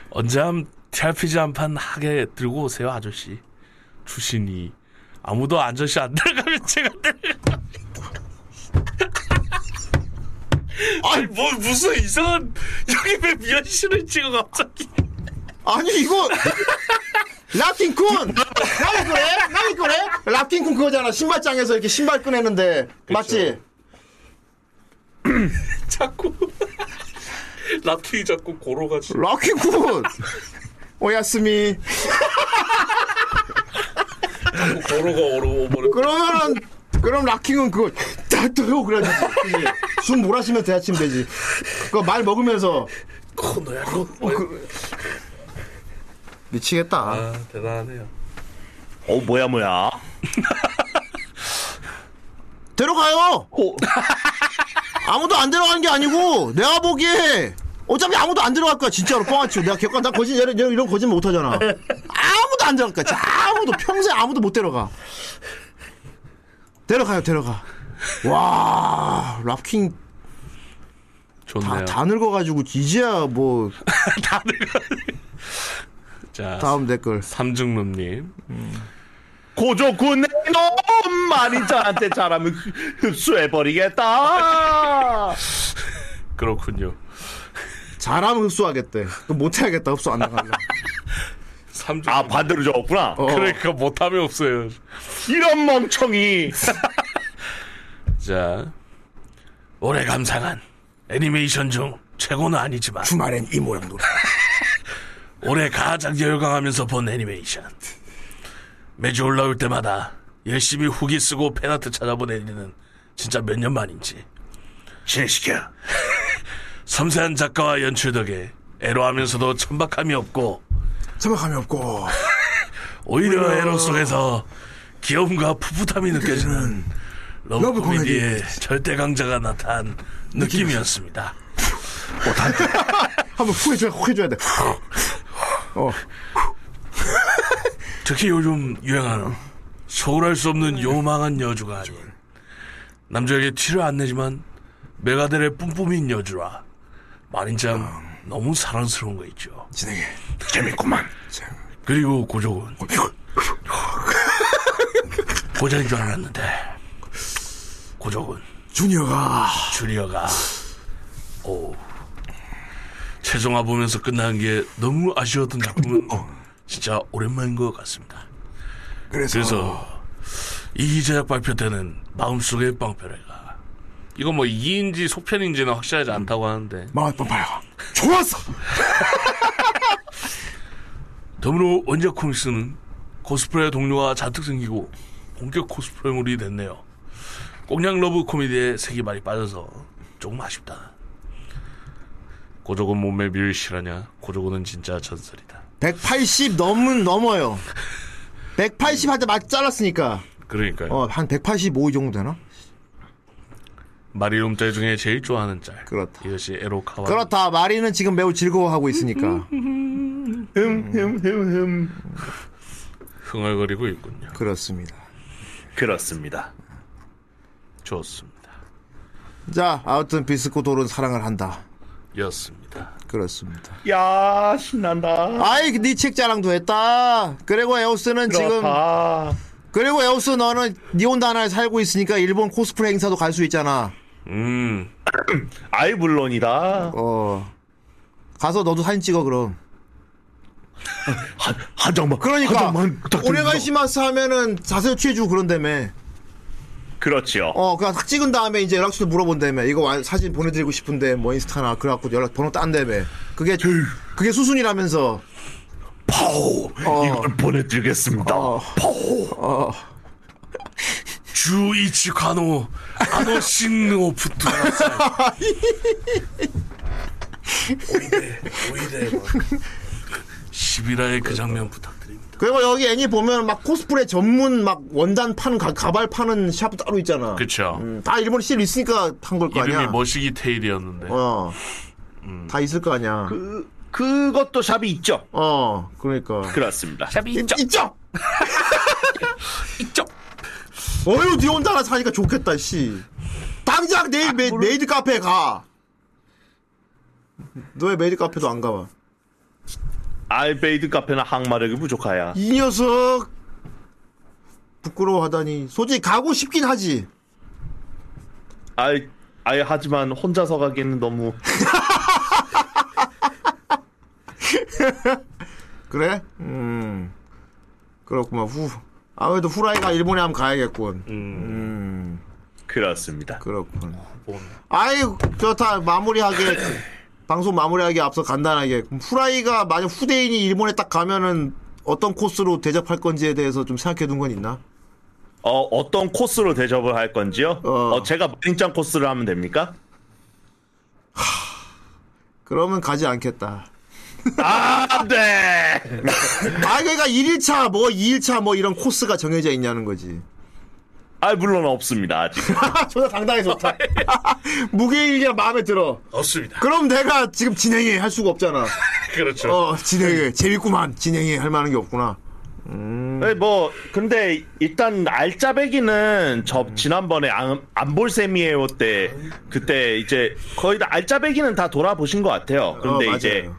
Speaker 5: 언제 한 TRPG 한 판 하게 들고 오세요 아저씨. 주신이 아무도 아저씨 안 들어가면 *laughs* 제가 들어가. 아니 뭐 무슨 이상한 여기 왜 미연씨를 찍어 갑자기?
Speaker 8: 아니 이거 랍킹쿤 나이 그래 나이 그래 랍킹쿤 그거잖아 신발장에서 이렇게 신발 꺼내는데 맞지?
Speaker 5: *laughs* 자꾸 라틴이 자꾸 고로가지.
Speaker 8: 랍킹쿤 오야스미.
Speaker 5: 고르고 오르고 오르고.
Speaker 8: 그러면은 그럼 락킹은 그거 다또요 그래야지. 그지? 숨 몰아쉬면서 대하치면 되지. 그거 말 먹으면서
Speaker 5: 코너야 코.
Speaker 8: 미치겠다.
Speaker 5: 아 대단하네요.
Speaker 10: 어 뭐야 뭐야.
Speaker 8: 데려가요.
Speaker 5: 어.
Speaker 8: *laughs* 아무도 안 데려간 게 아니고 내가 보기에 어차피 아무도 안 데려갈 거야 진짜로 뻥아치고 내가 객관 나 거짓 얘 이런 거짓 못 하잖아. 아무도 안 데려갈 거야. 진짜 아무도 평생 아무도 못 데려가. 데려가요 데려가. 와 랍킹 다,
Speaker 5: 좋네요.
Speaker 8: 다 늙어가지고 이제야
Speaker 5: *laughs*
Speaker 8: 뭐
Speaker 5: 자
Speaker 8: 다음 댓글
Speaker 5: 삼중놈님.
Speaker 10: 고조군 너무 많이 저한테 잘하면 흡수해버리겠다. 아,
Speaker 5: 그렇군요.
Speaker 8: 잘하면 흡수하겠대. 그럼 못해야겠다 흡수 안 나가려.
Speaker 5: *laughs*
Speaker 10: 아 반대로 적었구나.
Speaker 8: 어.
Speaker 5: 그러니까 못함이 없어요.
Speaker 10: 이런 멍청이.
Speaker 5: 자 올해 감상한 애니메이션 중 최고는 아니지만
Speaker 8: 주말엔 이 모양 노래.
Speaker 5: 올해 가장 열광하면서 본 애니메이션. 매주 올라올 때마다 열심히 후기 쓰고 팬아트 찾아보내리는 진짜 몇 년 만인지. 신시켜. *laughs* 섬세한 작가와 연출 덕에 애로하면서도 천박함이 없고
Speaker 8: 생각함이 없고
Speaker 5: *laughs* 오히려
Speaker 8: 오히려
Speaker 5: 애로 속에서 귀여움과 풋풋함이 느껴지는 러브,
Speaker 8: 러브 코미디의
Speaker 5: 코미디의 절대 강자가 나타난 느낌이었습니다. 뭐,
Speaker 8: 한번 후해줘야 후해줘야 돼. 어.
Speaker 5: 특히 요즘 유행하는 소홀할 수 없는 요망한 여주가 아닌 남자에게 티를 안 내지만 메가델의 뿜뿜인 여주라 말인장 너무 사랑스러운 거 있죠.
Speaker 8: 진행해. 어,
Speaker 5: 재밌구만. 그리고 고조군 *laughs* 고전인 줄 알았는데 고조군
Speaker 8: 주니어가
Speaker 5: 주니어가 오 최종화 보면서 끝나는 게 너무 아쉬웠던 작품은
Speaker 8: 어.
Speaker 5: 진짜 오랜만인 것 같습니다.
Speaker 8: 그래서,
Speaker 5: 이 제작 발표 때는 마음속의 빵표래가 이거 뭐 2인지 소편인지는 확실하지 않다고 하는데
Speaker 8: 마음 빵표래가 좋았어.
Speaker 5: *laughs* 덤으로 원작 코믹스는 코스프레 동료가 잔뜩 생기고 본격 코스프레물이 됐네요. 꽁냥 러브 코미디에 색이 많이 빠져서 조금 아쉽다. 고조군 몸매 밀 실하냐? 고조군은 진짜 전설이다.
Speaker 8: 180 넘은 넘어요. 180 할 때 막 잘랐으니까
Speaker 5: 그러니까요.
Speaker 8: 어, 한 185 정도 되나?
Speaker 5: 마리움 짤 중에 제일 좋아하는 짤. 그렇다. 이것이 에로카와.
Speaker 8: 그렇다. 마리는 지금 매우 즐거워하고 있으니까.
Speaker 10: 흠흠흠흠.
Speaker 5: 흥얼거리고 있군요.
Speaker 8: 그렇습니다.
Speaker 10: 그렇습니다.
Speaker 5: 좋습니다.
Speaker 8: 자, 아무튼 비스코 돌은 사랑을 한다.
Speaker 5: 였습니다.
Speaker 8: 그렇습니다.
Speaker 10: 야 신난다.
Speaker 8: 아이, 네 책 자랑도 했다. 그리고 에오스는
Speaker 10: 그렇다.
Speaker 8: 지금 그리고 에오스 너는 니온다나에 살고 있으니까 일본 코스프레 행사도 갈 수 있잖아.
Speaker 5: 음.
Speaker 10: 아이 물론이다.
Speaker 8: 어. 가서 너도 사진 찍어 그럼.
Speaker 10: 한, 한 장만.
Speaker 8: 그러니까
Speaker 10: 한 장만 아, 부탁드립니다.
Speaker 8: 오네가이시마스 하면은 자세히 취해주고 그런다며.
Speaker 10: 그렇지요.
Speaker 8: 어, 그냥 딱 찍은 다음에 이제 연락처도 물어본다며. 이거 와- 사진 보내드리고 싶은데 뭐 인스타나 그래갖고 연락 번호 딴다며. 그게 그게 수순이라면서.
Speaker 10: 파오
Speaker 8: 어.
Speaker 10: 이걸 보내드리겠습니다. 파오.
Speaker 5: 주이치 관호 아노신 오프트 오이데 오이데 막. 시비라의 그 장면 부탁드립니다.
Speaker 8: 그리고 여기 애니 보면 막 코스프레 전문 막 원단 파는 가, 가발 파는 샵 따로 있잖아.
Speaker 5: 그쵸.
Speaker 8: 다 일본 실 있으니까 한 걸
Speaker 5: 이름이
Speaker 8: 거
Speaker 5: 뭐
Speaker 8: 음,
Speaker 5: 음.
Speaker 8: 아니야.
Speaker 5: 머시기 테일이었는데.
Speaker 8: 어. 다 있을 거 아니야.
Speaker 10: 그 그것도 샵이 있죠.
Speaker 8: 어, 그러니까.
Speaker 10: 그렇습니다. 샵이
Speaker 8: 있죠. 있죠. 어휴, 니 혼자 하나 사니까 좋겠다, 씨. 당장 내일 메, 메이드 카페 가. 너의 메이드 카페도 안 가봐.
Speaker 10: 알베이드 카페는 항마력이 부족하야.
Speaker 8: 이 녀석 부끄러워하다니. 솔직히 가고 싶긴 하지.
Speaker 10: 알, 알 하지만 혼자서 가기에는 너무
Speaker 8: 그래? 음. 그렇구만. 후. 아무래도 후라이가 일본에 한번 가야겠군. 음.
Speaker 10: 그렇습니다.
Speaker 5: 아,
Speaker 8: 그렇군. 아이, 좋다. 마무리하게 *coughs* 방송 마무리하기 앞서 간단하게 그럼 후라이가 만약 후대인이 일본에 딱 가면은 어떤 코스로 대접할 건지에 대해서 좀 생각해 둔 건 있나?
Speaker 10: 어, 어떤 코스로 대접을 할 건지요? 어, 제가 마린짱 코스를 하면 됩니까?
Speaker 8: 그러면 가지 않겠다.
Speaker 10: 아, 네.
Speaker 8: 아, 그러니까 1일차, 뭐 2일차, 뭐 이런 코스가 정해져 있냐는 거지. *laughs*
Speaker 10: 아, 물론 없습니다, 아직.
Speaker 8: 존나 당당해 좋다. *laughs* 무게일기가 마음에 들어.
Speaker 5: 없습니다.
Speaker 8: 그럼 내가 지금 진행해 할 수가 없잖아.
Speaker 5: *laughs* 그렇죠.
Speaker 8: 어, 진행해. 재밌구만. 진행해 할 만한 게 없구나. 음.
Speaker 10: 네, 뭐 근데 일단 알짜배기는 저
Speaker 8: 음.
Speaker 10: 지난번에 안볼 셈이에요 때 그때 이제 거의 다 알짜배기는 다 돌아보신 것 같아요. 그런데
Speaker 8: 어, 맞아요. 음.
Speaker 10: 이제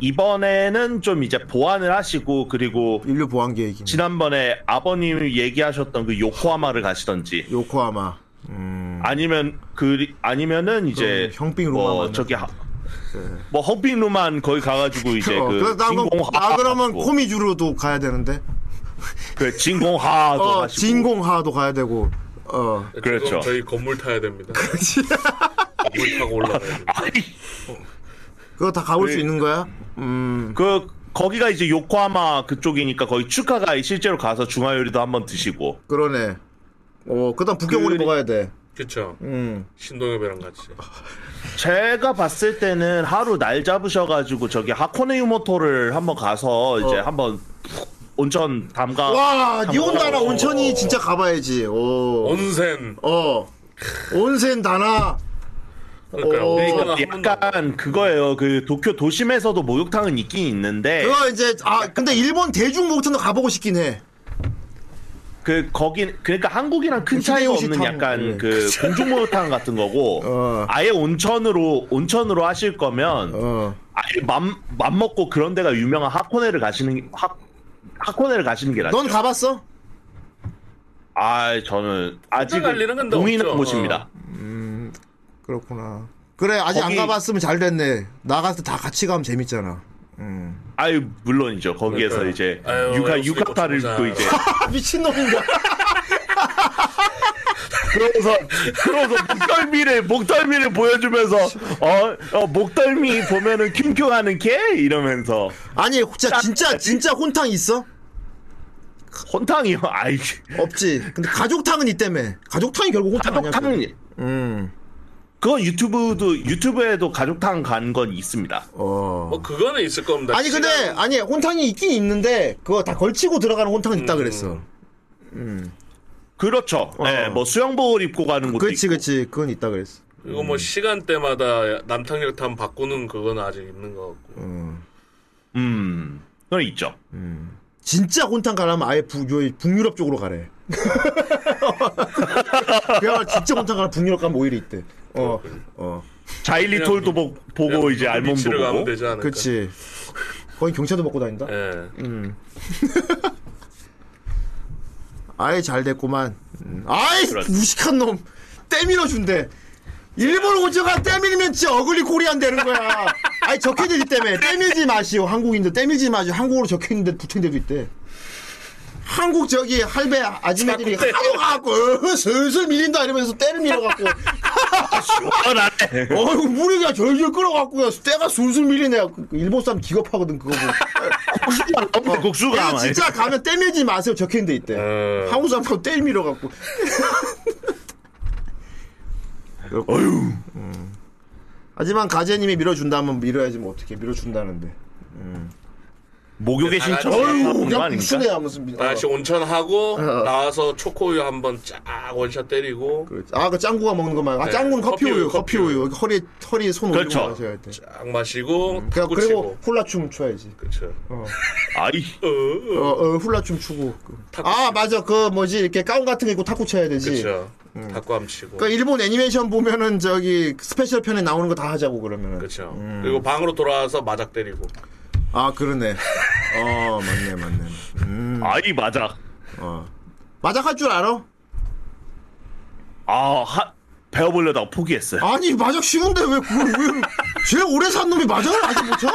Speaker 10: 이번에는 좀 이제 보완을 하시고 그리고
Speaker 8: 인류 보안 계획
Speaker 10: 지난번에 아버님이 얘기하셨던 그 요코하마를 가시던지
Speaker 8: 요코하마
Speaker 10: 음. 아니면 그 아니면은 이제
Speaker 8: 그 형빙루만
Speaker 10: 뭐
Speaker 8: 만나서.
Speaker 10: 저기 하- 뭐 헝빙루만 거기 가가지고 이제
Speaker 8: 어,
Speaker 10: 그
Speaker 8: 그래서 나, 그럼,
Speaker 10: 진공하
Speaker 8: 나 그러면
Speaker 10: 받고.
Speaker 8: 코미주로도 가야 되는데.
Speaker 10: 그 진공하도
Speaker 8: 어,
Speaker 10: 하시고
Speaker 8: 진공하도 가야 되고. 어.
Speaker 5: 그래서 저희 건물 타야 됩니다. 건물 타고 올라가야 됩니다.
Speaker 8: 그거 다 가볼
Speaker 10: 네.
Speaker 8: 수 있는 거야?
Speaker 10: 그 거기가 이제 요코하마 그쪽이니까 거기 축하가 실제로 가서 중화요리도 한번 드시고
Speaker 8: 그러네. 어, 그다음 북경오리 먹어야 돼.
Speaker 5: 그쵸.
Speaker 8: 음.
Speaker 5: 신동엽이랑 같이.
Speaker 10: 제가 봤을 때는 하루 날 잡으셔가지고 저기 하코네 유모토를 한번 가서 이제 한번 푹 온천 담가
Speaker 8: 어. 와,
Speaker 10: 아, 담가-
Speaker 8: 니온다나 온천이 진짜 가봐야지. 오.
Speaker 5: 온센.
Speaker 8: 어. 온센 다나. 오.
Speaker 10: 그러니까 약간 그거예요. 그 도쿄 도심에서도 목욕탕은 있긴 있는데
Speaker 8: 그거 이제 아 근데 일본 대중 목욕탕도 가보고 싶긴 해.
Speaker 10: 그 거긴 그러니까 한국이랑 큰 차이가 없는
Speaker 8: 휴대용시탕.
Speaker 10: 약간
Speaker 8: 예.
Speaker 10: 그 공중목욕탕 같은 *laughs* 거고 아예 온천으로 온천으로 하실 거면
Speaker 8: 어.
Speaker 10: 아예 맘, 맘 먹고 그런 데가 유명한 하코네를 가시는 게- 하, 하코네를 가시는 게 낫죠.
Speaker 8: 넌 가봤어?
Speaker 10: 아 저는 아직
Speaker 8: 갈 일은 근데
Speaker 10: 동의는
Speaker 8: 없죠.
Speaker 10: 못입니다.
Speaker 8: 그렇구나. 그래 아직
Speaker 10: 거기-
Speaker 8: 안 가봤으면 잘 됐네. 나가서 다 같이 가면 재밌잖아. *laughs*
Speaker 10: 아유 물론이죠. 거기에서
Speaker 5: 그러니까요.
Speaker 10: 이제
Speaker 5: 아유,
Speaker 10: 유카
Speaker 5: 에어스니커
Speaker 10: 유카타를
Speaker 5: 진짜.
Speaker 10: 입고 이제
Speaker 8: 미친놈인가?
Speaker 10: 그러면서 그러면서 목덜미를 목덜미를 보여주면서 어, 어, 목덜미 보면은 킁킁하는 개 이러면서
Speaker 8: 아니 진짜 진짜 진짜 혼탕 있어?
Speaker 10: 혼탕이요? *laughs* 아이
Speaker 8: 없지. 근데 가족탕은 있다며. 가족탕이 결국 혼탕 아니야?
Speaker 10: 가족탕은
Speaker 8: 그거? 음.
Speaker 10: 그건 유튜브도 유튜브에도 가족탕 간 건 있습니다.
Speaker 5: 어, 그거는 있을 겁니다.
Speaker 8: 아니 근데
Speaker 5: 시간-
Speaker 8: 아니 혼탕이 있긴 있는데 그거 다 걸치고 들어가는 혼탕은
Speaker 10: 음.
Speaker 8: 있다 그랬어.
Speaker 10: 그렇죠. 네, 뭐 수영복을 입고 가는 것도
Speaker 8: 어. 그렇지 그렇지 그건 있다 그랬어.
Speaker 5: 이거 뭐 시간대마다 남탕역탄 바꾸는 그건 아직 있는 것 같고.
Speaker 10: 음. 그건 있죠.
Speaker 8: 진짜 혼탕 가려면 아예 북, 요- 북유럽 쪽으로 가래. *laughs* 그야 진짜 혼탕 가면 북유럽 가면 오히려 있대. 어, 어.
Speaker 10: 그러니까. 자일리톨도 보, 고뭐 이제 알몸도
Speaker 5: 비치를 그 가면
Speaker 10: 보고. *laughs*
Speaker 5: 되지 않을까?
Speaker 8: 그렇지. 거의 경차도 먹고 다닌다.
Speaker 10: 네.
Speaker 5: 예.
Speaker 8: 음. 아예 잘 됐구만. 음. 아이
Speaker 10: 그렇지.
Speaker 8: 무식한 놈. 때밀어 준대. 일본 오저가 때밀면 진짜 어글리 코리안 되는 거야. 아니 적혀있기 때문에 때밀지 마시오 한국인들 때밀지 마시오 한국어로 적혀있는데 붙은 데도 있대. 한국 저기 할배 아줌마들이
Speaker 16: 자꾸 때려.
Speaker 8: 하도 갖고 어, 슬슬 밀린다 이러면서 때를 밀어갖고 *laughs*
Speaker 10: 시원하네.
Speaker 8: 어 무리가 절절 끓어갖고 야, 때가 술술 밀리네 그 일본 사람 기겁하거든 그거 보고
Speaker 10: 국수가 나오는데 국수가
Speaker 8: 그래서 아, 진짜 가면 때밀지 마세요 적힌 데 있대 한국 사람하고 때밀 밀어갖고
Speaker 10: 어휴.
Speaker 8: 하지만 가재님이 밀어준다면 밀어야지 뭐 어떻게 밀어준다는데
Speaker 10: 목욕의
Speaker 5: 다
Speaker 10: 신청.
Speaker 5: 같이
Speaker 8: 어휴 그냥 국수네 하면서 밀- 어.
Speaker 5: 다시 온천하고 나와서 초코우유 한번 쫙 원샷 때리고
Speaker 8: 아그 짱구가 먹는 것만 아
Speaker 5: 네,
Speaker 8: 짱구는 커피,
Speaker 5: 커피
Speaker 8: 우유
Speaker 5: 우유,
Speaker 8: 커피 우유 허리 허리 손
Speaker 10: 그렇죠.
Speaker 8: 올리고 마셔야 돼 그러니까
Speaker 5: 쫙 마시고
Speaker 8: 음. 그냥
Speaker 5: 탁구
Speaker 8: 그리고 음.
Speaker 5: 치고
Speaker 8: 훌라춤 춰야지
Speaker 5: 그렇죠.
Speaker 10: 아이.
Speaker 8: 어, 어, 훌라춤 추고
Speaker 5: 탁구
Speaker 8: 아 맞아 그 뭐지 이렇게 가운 같은 거 입고 탁구 쳐야 되지
Speaker 5: 그렇죠. 닭감 치고
Speaker 8: 그 일본 애니메이션 보면은 저기 스페셜 편에 나오는 거 다 하자고 그러면은
Speaker 5: 그렇죠.
Speaker 8: 음.
Speaker 5: 그리고 방으로 돌아와서 마작 때리고
Speaker 8: 아 그러네 어 맞네 맞네 음.
Speaker 10: 아이 맞아.
Speaker 8: 어 마작 할 줄 알아?
Speaker 10: 아 하, 배워보려다가 포기했어요.
Speaker 8: 아니 마작 쉬운데 왜 그걸 왜 제일 오래 산 놈이 마작을 아직 못 쳐?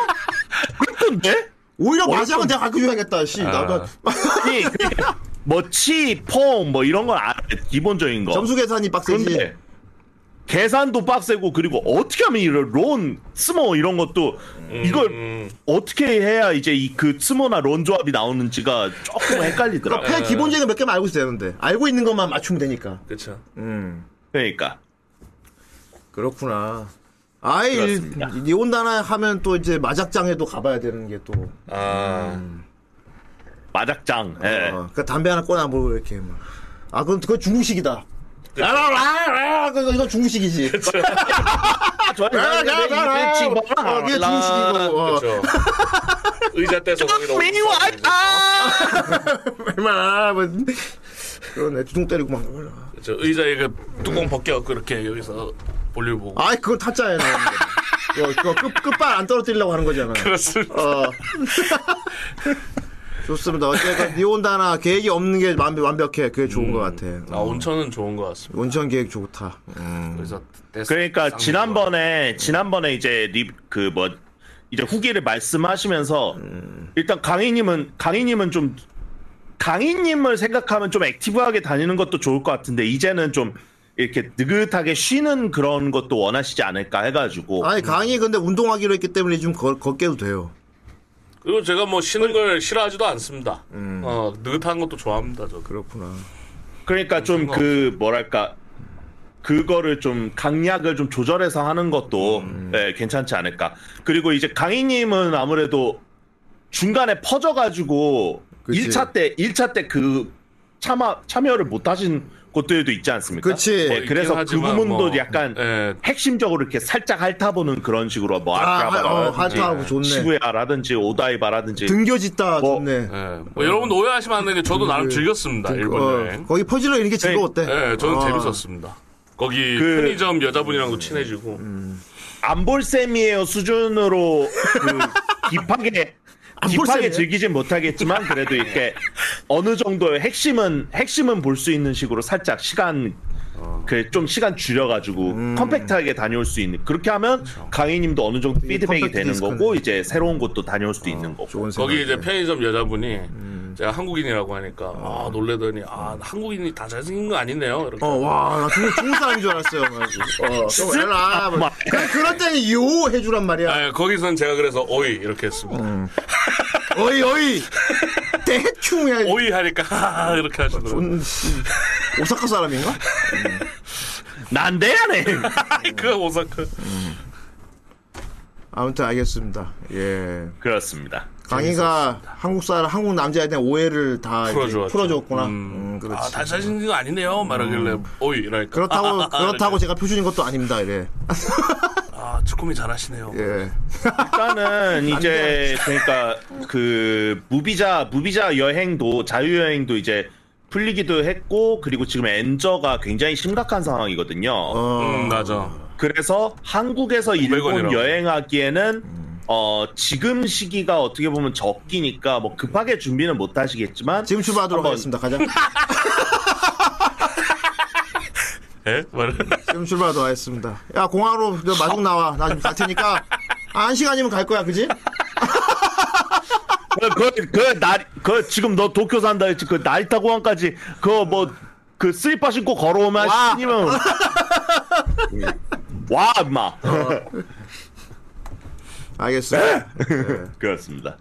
Speaker 10: 근데?
Speaker 8: 오히려 마작은 내가 가르쳐 줘야겠다 씨
Speaker 10: 아.
Speaker 8: 나도
Speaker 10: 아니, 그러니까 뭐 치, 폼, 뭐 이런 건 아, 기본적인 거.
Speaker 8: 점수 계산이 빡세지
Speaker 10: 그런데 계산도 빡세고 그리고 어떻게 하면 이런 론 스모 이런 것도 이걸 어떻게 해야 이제 이 그 스모나 론 조합이 나오는지가 조금 헷갈리더라고.
Speaker 8: 그러니까 패 기본제는 몇 개만 알고 있어야 되는데 알고 있는 것만 맞추면 되니까.
Speaker 5: 그렇죠.
Speaker 8: 음.
Speaker 10: 그러니까.
Speaker 8: 그렇구나. 아이
Speaker 10: 그렇습니다.
Speaker 8: 이- 니온다나 하면 또 이제 마작장에도 가봐야 되는 게 또.
Speaker 10: 아. 마작장. 예.
Speaker 8: 그 담배 하나 꺼나 뭐 이렇게 막. 아 그럼 그거 중국식이다. 라라라라 그거 이거 중국식이지. *laughs* 라라라라. 어, 이게 중국식이고. 어.
Speaker 5: 그렇죠. 의자 떼서 거기다
Speaker 8: 얼마나 뭐 그러네 주둥 때리고 막.
Speaker 5: 저 의자에 그 뚜껑 벗겨갖고 이렇게 여기서 볼일 보고
Speaker 8: 아이 그걸 타짜야. 너. 이거 그거 끝 끝발 안 떨어뜨리려고 하는 거잖아.
Speaker 5: 그렇습니다.
Speaker 8: 어. 좋습니다. 어쨌든 니온다나 계획이 없는 게 완- 완벽해. 그게 좋은 것 같아.
Speaker 5: 아 온천은 좋은 것 같습니다.
Speaker 8: 온천 계획 좋다.
Speaker 5: 그래서
Speaker 10: 그러니까 지난번에 지난번에 이제 그 뭐 이제 후기를 말씀하시면서 일단 강희님은 강희님은 좀 강희님을 생각하면 좀 액티브하게 다니는 것도 좋을 것 같은데 이제는 좀 이렇게 느긋하게 쉬는 그런 것도 원하시지 않을까 해가지고
Speaker 8: 아니 강의 근데 운동하기로 했기 때문에 좀 걸, 걷게도 돼요.
Speaker 5: 그리고 제가 뭐 쉬는 걸 싫어하지도 않습니다.
Speaker 10: 음.
Speaker 5: 어 느긋한 것도 뭐 좋아합니다. 저
Speaker 8: 그렇구나.
Speaker 10: 그러니까 좀 그 뭐랄까 그거를 좀 강약을 좀 조절해서 하는 것도
Speaker 8: 음.
Speaker 10: 예, 괜찮지 않을까. 그리고 이제 강희님은 아무래도 중간에 퍼져가지고
Speaker 8: 그치.
Speaker 10: 1차 때 1차 때 그 참아 참여를 못 하신 것들도 있지 않습니까?
Speaker 8: 그치.
Speaker 10: 예, 그래서
Speaker 8: 뭐
Speaker 10: 그
Speaker 8: 있긴 하지만
Speaker 10: 부분도
Speaker 8: 뭐,
Speaker 10: 약간
Speaker 5: 예,
Speaker 10: 핵심적으로 이렇게 살짝 핥아보는 그런 식으로 뭐
Speaker 8: 아,
Speaker 10: 아크라바라든지
Speaker 8: 어, 핥아보고 좋네.
Speaker 10: 시부야라든지 오다이바라든지
Speaker 8: 등교짓다 좋네.
Speaker 5: 뭐 여러분 오해하시면 안 되는데
Speaker 10: 그
Speaker 5: 저도 나름 즐겼습니다. 일본
Speaker 8: 어,
Speaker 5: 여행.
Speaker 8: 거기 퍼즐러 이런 게 즐거웠대.
Speaker 5: 예, 저는
Speaker 8: 어.
Speaker 5: 재밌었습니다. 거기
Speaker 10: 아. 그- 음,
Speaker 5: 편의점 여자분이랑도 친해지고.
Speaker 10: 안 볼 셈이에요 수준으로 그 깊하게 깊하게
Speaker 5: 셈이에요?
Speaker 10: 즐기진 못하겠지만 그래도 이렇게 어느 정도의 핵심은 핵심은 볼 수 있는 식으로 살짝 시간 그 좀 시간 줄여가지고
Speaker 5: 음.
Speaker 10: 컴팩트하게 다녀올 수 있는 그렇게 하면 강희님도 어느 정도 피드백이
Speaker 5: 그렇죠. 컴팩트 어,
Speaker 10: 되는
Speaker 5: 디스크네.
Speaker 10: 거고 이제 새로운 곳도 다녀올 수도 있는 거고
Speaker 5: 거기
Speaker 8: 네.
Speaker 5: 이제 편의점 여자분이
Speaker 10: 음.
Speaker 5: 제가 한국인이라고 하니까 아 놀래더니 아 한국인이 다 잘생긴 거 아니네요. 이렇게.
Speaker 8: 어, 와, 나 중국, 중국 사람인 줄 알았어요. 어,
Speaker 5: 진짜?
Speaker 8: 좀 해라. 뭐. 그냥 그럴 때는 요 해주란 말이야.
Speaker 5: 아, 거기선 제가 그래서 오이 이렇게 했습니다.
Speaker 10: 음.
Speaker 5: 예.
Speaker 8: 어이, 어이. 대충 해야 음,
Speaker 5: 오이 하니까 *laughs* 하하 이렇게 하시더라고요.
Speaker 8: 오사카 사람인가?
Speaker 10: 난데야네. *laughs*
Speaker 5: 그 오사카.
Speaker 8: 아무튼 알겠습니다. 예.
Speaker 10: 그렇습니다.
Speaker 8: 강희가 한국 사람, 한국 남자에 대한 오해를 다 이제
Speaker 5: 풀어줘야죠.
Speaker 8: 풀어줬구나.
Speaker 5: 음.
Speaker 8: 음, 그렇지.
Speaker 5: *laughs* 아, 다 잘생긴 거 아니네요. 말하길래
Speaker 10: 음.
Speaker 5: 오이 이러니까.
Speaker 8: 그렇다고
Speaker 5: 아, 아, 아,
Speaker 8: 그렇다고 제가 표준인 것도 아닙니다. 이래.
Speaker 5: 아, 주꾸미 잘하시네요.
Speaker 10: 음,
Speaker 8: 예.
Speaker 10: 일단은 이제 그러니까 그 무비자 무비자 여행도 자유 여행도 이제 풀리기도 했고 그리고 지금 엔저가 굉장히 심각한 상황이거든요.
Speaker 8: 어.
Speaker 5: 음, 맞아.
Speaker 10: 그래서 한국에서 일본
Speaker 5: 900원이라고.
Speaker 10: 여행하기에는 어 지금 시기가 어떻게 보면 적기니까 뭐 급하게 준비는 못 하시겠지만
Speaker 8: 지금 출발하도록 하겠습니다. 가자.
Speaker 5: 예? 말
Speaker 8: 지금 출발하도록 하겠습니다. 야, 공항으로 너 마중 나와. 나 지금 갈 테니까. 아, 한 시간이면 갈 거야, 그지?
Speaker 10: 그, 그그날그 지금 너 도쿄 산다 했지 그 나리타 공항까지 그 뭐 그 슬리퍼 신고 걸어오면
Speaker 8: 와.
Speaker 10: 신이면 와 임마
Speaker 8: 어.
Speaker 10: 네.
Speaker 8: 알겠습니다. 예.
Speaker 10: 그렇습니다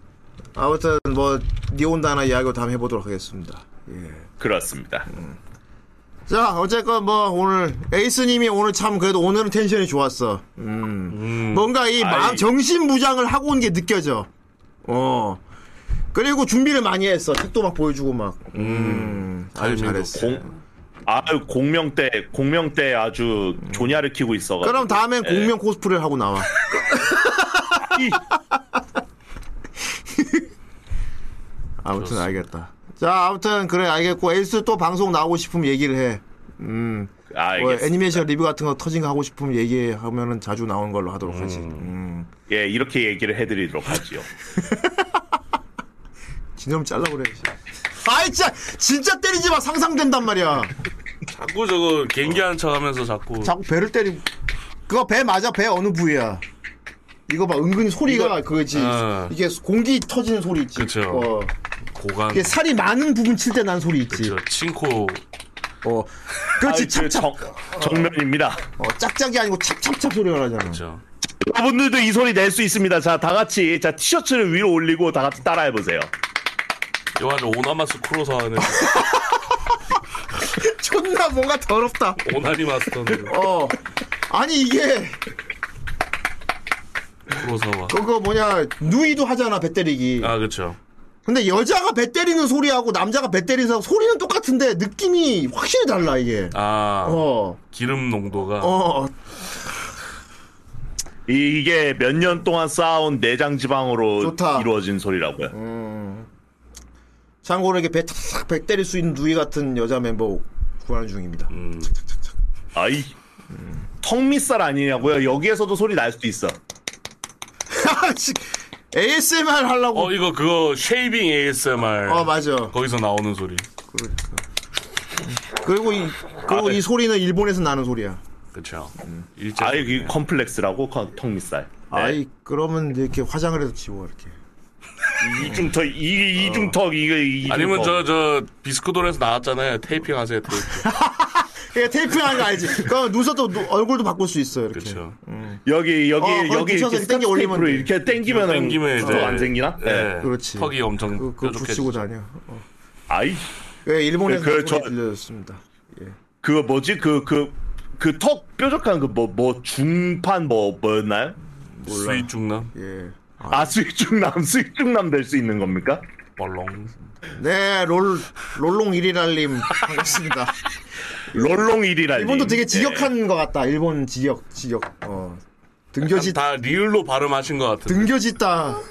Speaker 8: 아무튼 뭐 니온다나 이야기로 다음 해보도록 하겠습니다. 예.
Speaker 10: 그렇습니다
Speaker 8: 네. 자, 어쨌건 뭐 오늘 에이스님이 오늘 참 그래도 오늘은 텐션이 좋았어. 음. 뭔가 이 마음
Speaker 10: 아이.
Speaker 8: 정신 무장을 하고 온 게 느껴져. 어. 그리고 준비를 많이 했어. 책도 막 보여주고 막. 음. 아주 잘했어.
Speaker 10: 공, 아유 공명 때 공명 때 아주 조냐를 키고 있어
Speaker 8: 음. 그럼 다음엔 공명 코스프레를 하고 나와. 아무튼 알겠다. 자, 아무튼 그래 알겠고 에이스 또 방송 나오고 싶으면 얘기를 해. 음. 뭐
Speaker 10: 알겠습니다.
Speaker 8: 애니메이션 리뷰 같은 거 터진 거 하고 싶으면 얘기하면은 자주 나오는 걸로 하도록 하지. 음.
Speaker 10: 예 이렇게 얘기를 해드리도록 하지요
Speaker 8: 진념 잘라 그래. 아이 진짜 진짜 때리지 마 상상된단 말이야.
Speaker 5: 자꾸 저거 개인기 하는 척 하면서 자꾸.
Speaker 8: 자꾸 배를 때리. 그거 배 맞아 배 어느 부위야? 이거 봐 은근히 소리가 그거지.
Speaker 5: 아.
Speaker 8: 이게 공기 터지는 소리 있지.
Speaker 5: 그쵸.
Speaker 8: 어.
Speaker 5: 고간.
Speaker 8: 이게 살이 많은 부분 칠 때 난 소리 있지.
Speaker 5: 그쵸. 친코.
Speaker 8: 어, 그렇지
Speaker 10: 아이,
Speaker 8: 찹찹.
Speaker 10: 그 정- 정면입니다.
Speaker 8: 어, 짝짝이 아니고 찹찹찹 소리가 나잖아.
Speaker 5: 그렇죠.
Speaker 10: 여러분들도 이 소리 낼 수 있습니다. 자, 다 같이 자 티셔츠를 위로 올리고 다 같이 따라해 보세요.
Speaker 5: 요 안에 오나마스 쿠로사
Speaker 8: *laughs*
Speaker 5: 하는
Speaker 8: 존나 뭔가 더럽다.
Speaker 5: 오나리 마스터는
Speaker 8: 어. 아니 이게
Speaker 5: 쿠로사와
Speaker 8: 그거 뭐냐 누이도 하잖아 배 때리기.
Speaker 5: 아 그렇죠.
Speaker 8: 근데 여자가 배 때리는 소리하고 남자가 배 때리는 소리- 소리는 똑같은데 느낌이 확실히 달라 이게.
Speaker 5: 아
Speaker 8: 어.
Speaker 5: 기름 농도가
Speaker 8: 어.
Speaker 10: 이- 이게 몇 년 동안 쌓아온 내장 지방으로 이루어진 소리라고요.
Speaker 8: 참고로 이렇게 배탁 배 때릴 수 있는 누이 같은 여자 멤버 구하는 중입니다.
Speaker 5: 음.
Speaker 8: *laughs*
Speaker 10: 아이 턱밑살 아니냐고요? 여기에서도 소리 날 수도 있어.
Speaker 8: ASMR 아, 하려고.
Speaker 5: 어 이거 그거 쉐이빙 ASMR.
Speaker 8: 어, 맞아.
Speaker 5: 거기서 나오는 소리.
Speaker 8: 그러니까. 그리고 이
Speaker 5: 아, 네.
Speaker 8: 그리고 이 소리는 일본에서 나는 소리야.
Speaker 5: 그렇죠.
Speaker 8: 음.
Speaker 10: 아이
Speaker 5: 네.
Speaker 10: 이 컴플렉스라고 컨- 턱밑살. 네,
Speaker 8: 아이 그러면 이렇게 화장을 해서 지워 이렇게.
Speaker 10: 이중턱 이 이중턱 이게 이중턱.
Speaker 5: 어. 아니면 저 저 비스크돌에서 나왔잖아요. 테이핑 하세요. 테이핑.
Speaker 10: 네.
Speaker 8: 예, 테이프 하는 거 알지? 그럼 눈썹도 누- 얼굴도 바꿀 수 있어 이렇게.
Speaker 5: 그렇죠.
Speaker 10: 여기 여기
Speaker 8: 어, 거기 붙여서
Speaker 10: 여기 이렇게
Speaker 8: 이렇게
Speaker 10: 땡기
Speaker 8: 당겨 올리면
Speaker 10: 올리면
Speaker 8: 돼.
Speaker 10: 이렇게 땡기면은
Speaker 5: 땡기면 이제
Speaker 10: 네. 안 생기나?
Speaker 5: 예.
Speaker 10: 네.
Speaker 8: 그렇지.
Speaker 5: 턱이 엄청
Speaker 8: 그- 그거 붙이고
Speaker 5: 뾰족해지죠.
Speaker 8: 다녀.
Speaker 10: 아이
Speaker 8: 예, 일본에서
Speaker 10: 그-
Speaker 8: 그,
Speaker 10: 그 저-
Speaker 8: 들려줬습니다.
Speaker 10: 그 뭐지 그 그 그 턱 뾰족한 그 뭐 뭐 중판 뭐 뭐였나요?
Speaker 5: 수위중남.
Speaker 8: 예.
Speaker 10: 아 수익중남 수익중남 될 수 있는 겁니까?
Speaker 5: 벌렁.
Speaker 8: 네, 롤 롤롱 일이랄님 반갑습니다.
Speaker 5: *laughs*
Speaker 10: 롤롱 네. 일이라.
Speaker 8: 일본도
Speaker 5: 네.
Speaker 8: 되게 지역한 것 같다. 일본 지역 지역. 어. 등교짓
Speaker 5: 아, 다 리을로 발음하신 것 같은데.
Speaker 8: 등교짓다.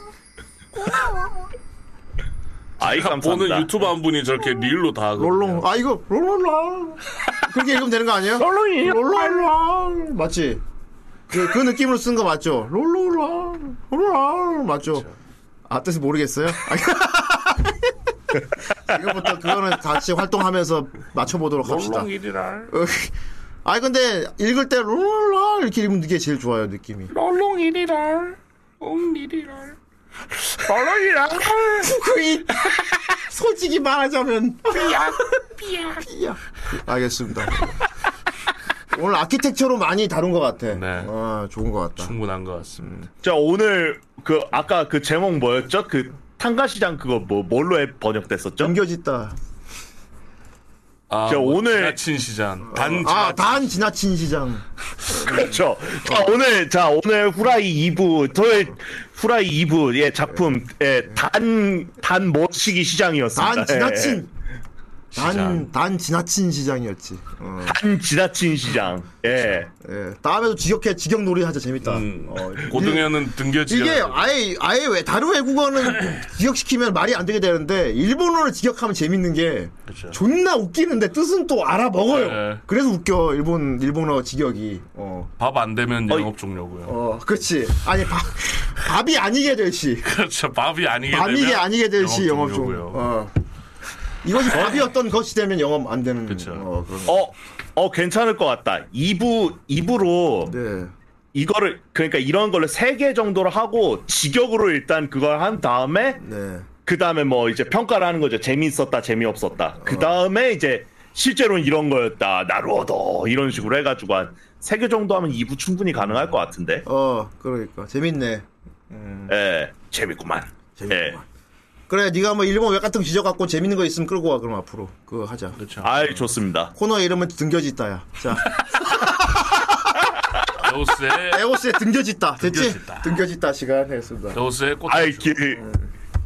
Speaker 10: 아이
Speaker 5: 제가
Speaker 10: 감사합니다.
Speaker 5: 보는 유튜브 한 분이 저렇게 리을로 다 하고.
Speaker 8: 롤롱. 아 이거 롤롤라. 그렇게 읽으면 되는 거 아니에요?
Speaker 10: 롤롱이.
Speaker 8: 롤롤라. 맞지? 그, 그 느낌으로 쓴 거 맞죠? 롤롤라. 롤롤라. 맞죠? 아 뜻을 모르겠어요? *laughs* 아, 지금부터 그거는 같이 활동하면서 맞춰보도록 합시다. 어,
Speaker 5: 롤롱 일이랄.
Speaker 8: 아니 근데 읽을 때 롤라 이렇게 읽으면 이게 제일 좋아요 느낌이.
Speaker 5: 롤롱 일이랄. 옹 일이랄.
Speaker 10: 롤롱이라.
Speaker 8: 후이. *laughs* 솔직히 말하자면
Speaker 5: 삐약.
Speaker 1: 삐약.
Speaker 8: 삐약. 알겠습니다. 오늘 아키텍처로 많이 다룬 것 같아.
Speaker 5: 네.
Speaker 8: 아 좋은 것 같다.
Speaker 5: 충분한 것 같습니다.
Speaker 8: 음.
Speaker 10: 자 오늘 그 아까 그 제목 뭐였죠? 그 탄가시장 그거 뭐 뭘로 해- 번역됐었죠?
Speaker 8: 음. 등교짓다.
Speaker 5: 아, 뭐
Speaker 10: 자, 오늘-
Speaker 5: 지나친 시장. 단
Speaker 8: 아,
Speaker 5: 지나친
Speaker 8: 단 지나친 시장.
Speaker 10: 그렇죠.
Speaker 8: 어.
Speaker 10: 자, 오늘 자 오늘 후라이 2부 토요일 후라이 2부 예 작품 예단단 멋시기 시장이었습니다.
Speaker 8: 단
Speaker 10: 예,
Speaker 8: 지나친.
Speaker 5: 네. 시장.
Speaker 8: 단, 단 지나친 시장이었지. 어,
Speaker 10: 예. 단 지나친 시장. 예.
Speaker 8: 예. 다음에도 지역해, 지역 놀이 하자. 재밌다. 어,
Speaker 5: 음. 고등에는 등겨지야.
Speaker 8: 이게 아예 아예 왜 다른
Speaker 5: *clears throat*
Speaker 8: 외국어는 기억시키면 말이 안 되게 되는데 일본어를 기억하면 재밌는 게
Speaker 5: 그쵸.
Speaker 8: 존나 웃기는데 뜻은 또 알아먹어요.
Speaker 5: 그렇죠. 네.
Speaker 8: 그래서 웃겨 일본 일본어 직역이 어,
Speaker 5: 밥안 되면 영업 종료고요.
Speaker 8: 어 그렇지 아니 밥 밥이 아니게 될시
Speaker 5: 그렇죠. 밥이 아니게
Speaker 8: 밥이 게
Speaker 5: 되면
Speaker 8: 아니게 될시 영업 종
Speaker 5: 종료고요. 어?
Speaker 8: 어. 이것이 밥이었던 것이 되면 영업 안 되는
Speaker 5: 그쵸.
Speaker 8: 어, 그런 거.
Speaker 10: 어. 어 괜찮을 것 같다. 2부 2부로
Speaker 8: 네.
Speaker 10: 이거를 그러니까 이런 걸로 3개 정도로 하고 직역으로 일단 그걸 한 다음에
Speaker 8: 네.
Speaker 10: 그 다음에 뭐 이제 평가를 하는 거죠. 재미있었다, 재미없었다. 그 다음에 이제 실제로는 이런 거였다. 나루어도 이런 식으로 해가지고 한 세 개 정도 하면 2부 충분히 가능할 것 같은데.
Speaker 8: 어 그러니까 재밌네
Speaker 10: 예, 재밌구만. 예.
Speaker 8: 재밌구만. 그래 네가 뭐 일본 외 같은 거 지적 갖고 재밌는 거 있으면 끌고 와 그럼 앞으로 그거 하자
Speaker 5: 그렇죠.
Speaker 10: 아이 좋습니다.
Speaker 8: 코너 이름은 등겨짓다야 자
Speaker 5: 여우스의
Speaker 8: 에오스의 등겨짓다 됐지?
Speaker 5: 등겨짓다.
Speaker 8: 등겨짓다 시간 했습니다.
Speaker 5: 여우스의 꽃.
Speaker 10: 아이 기,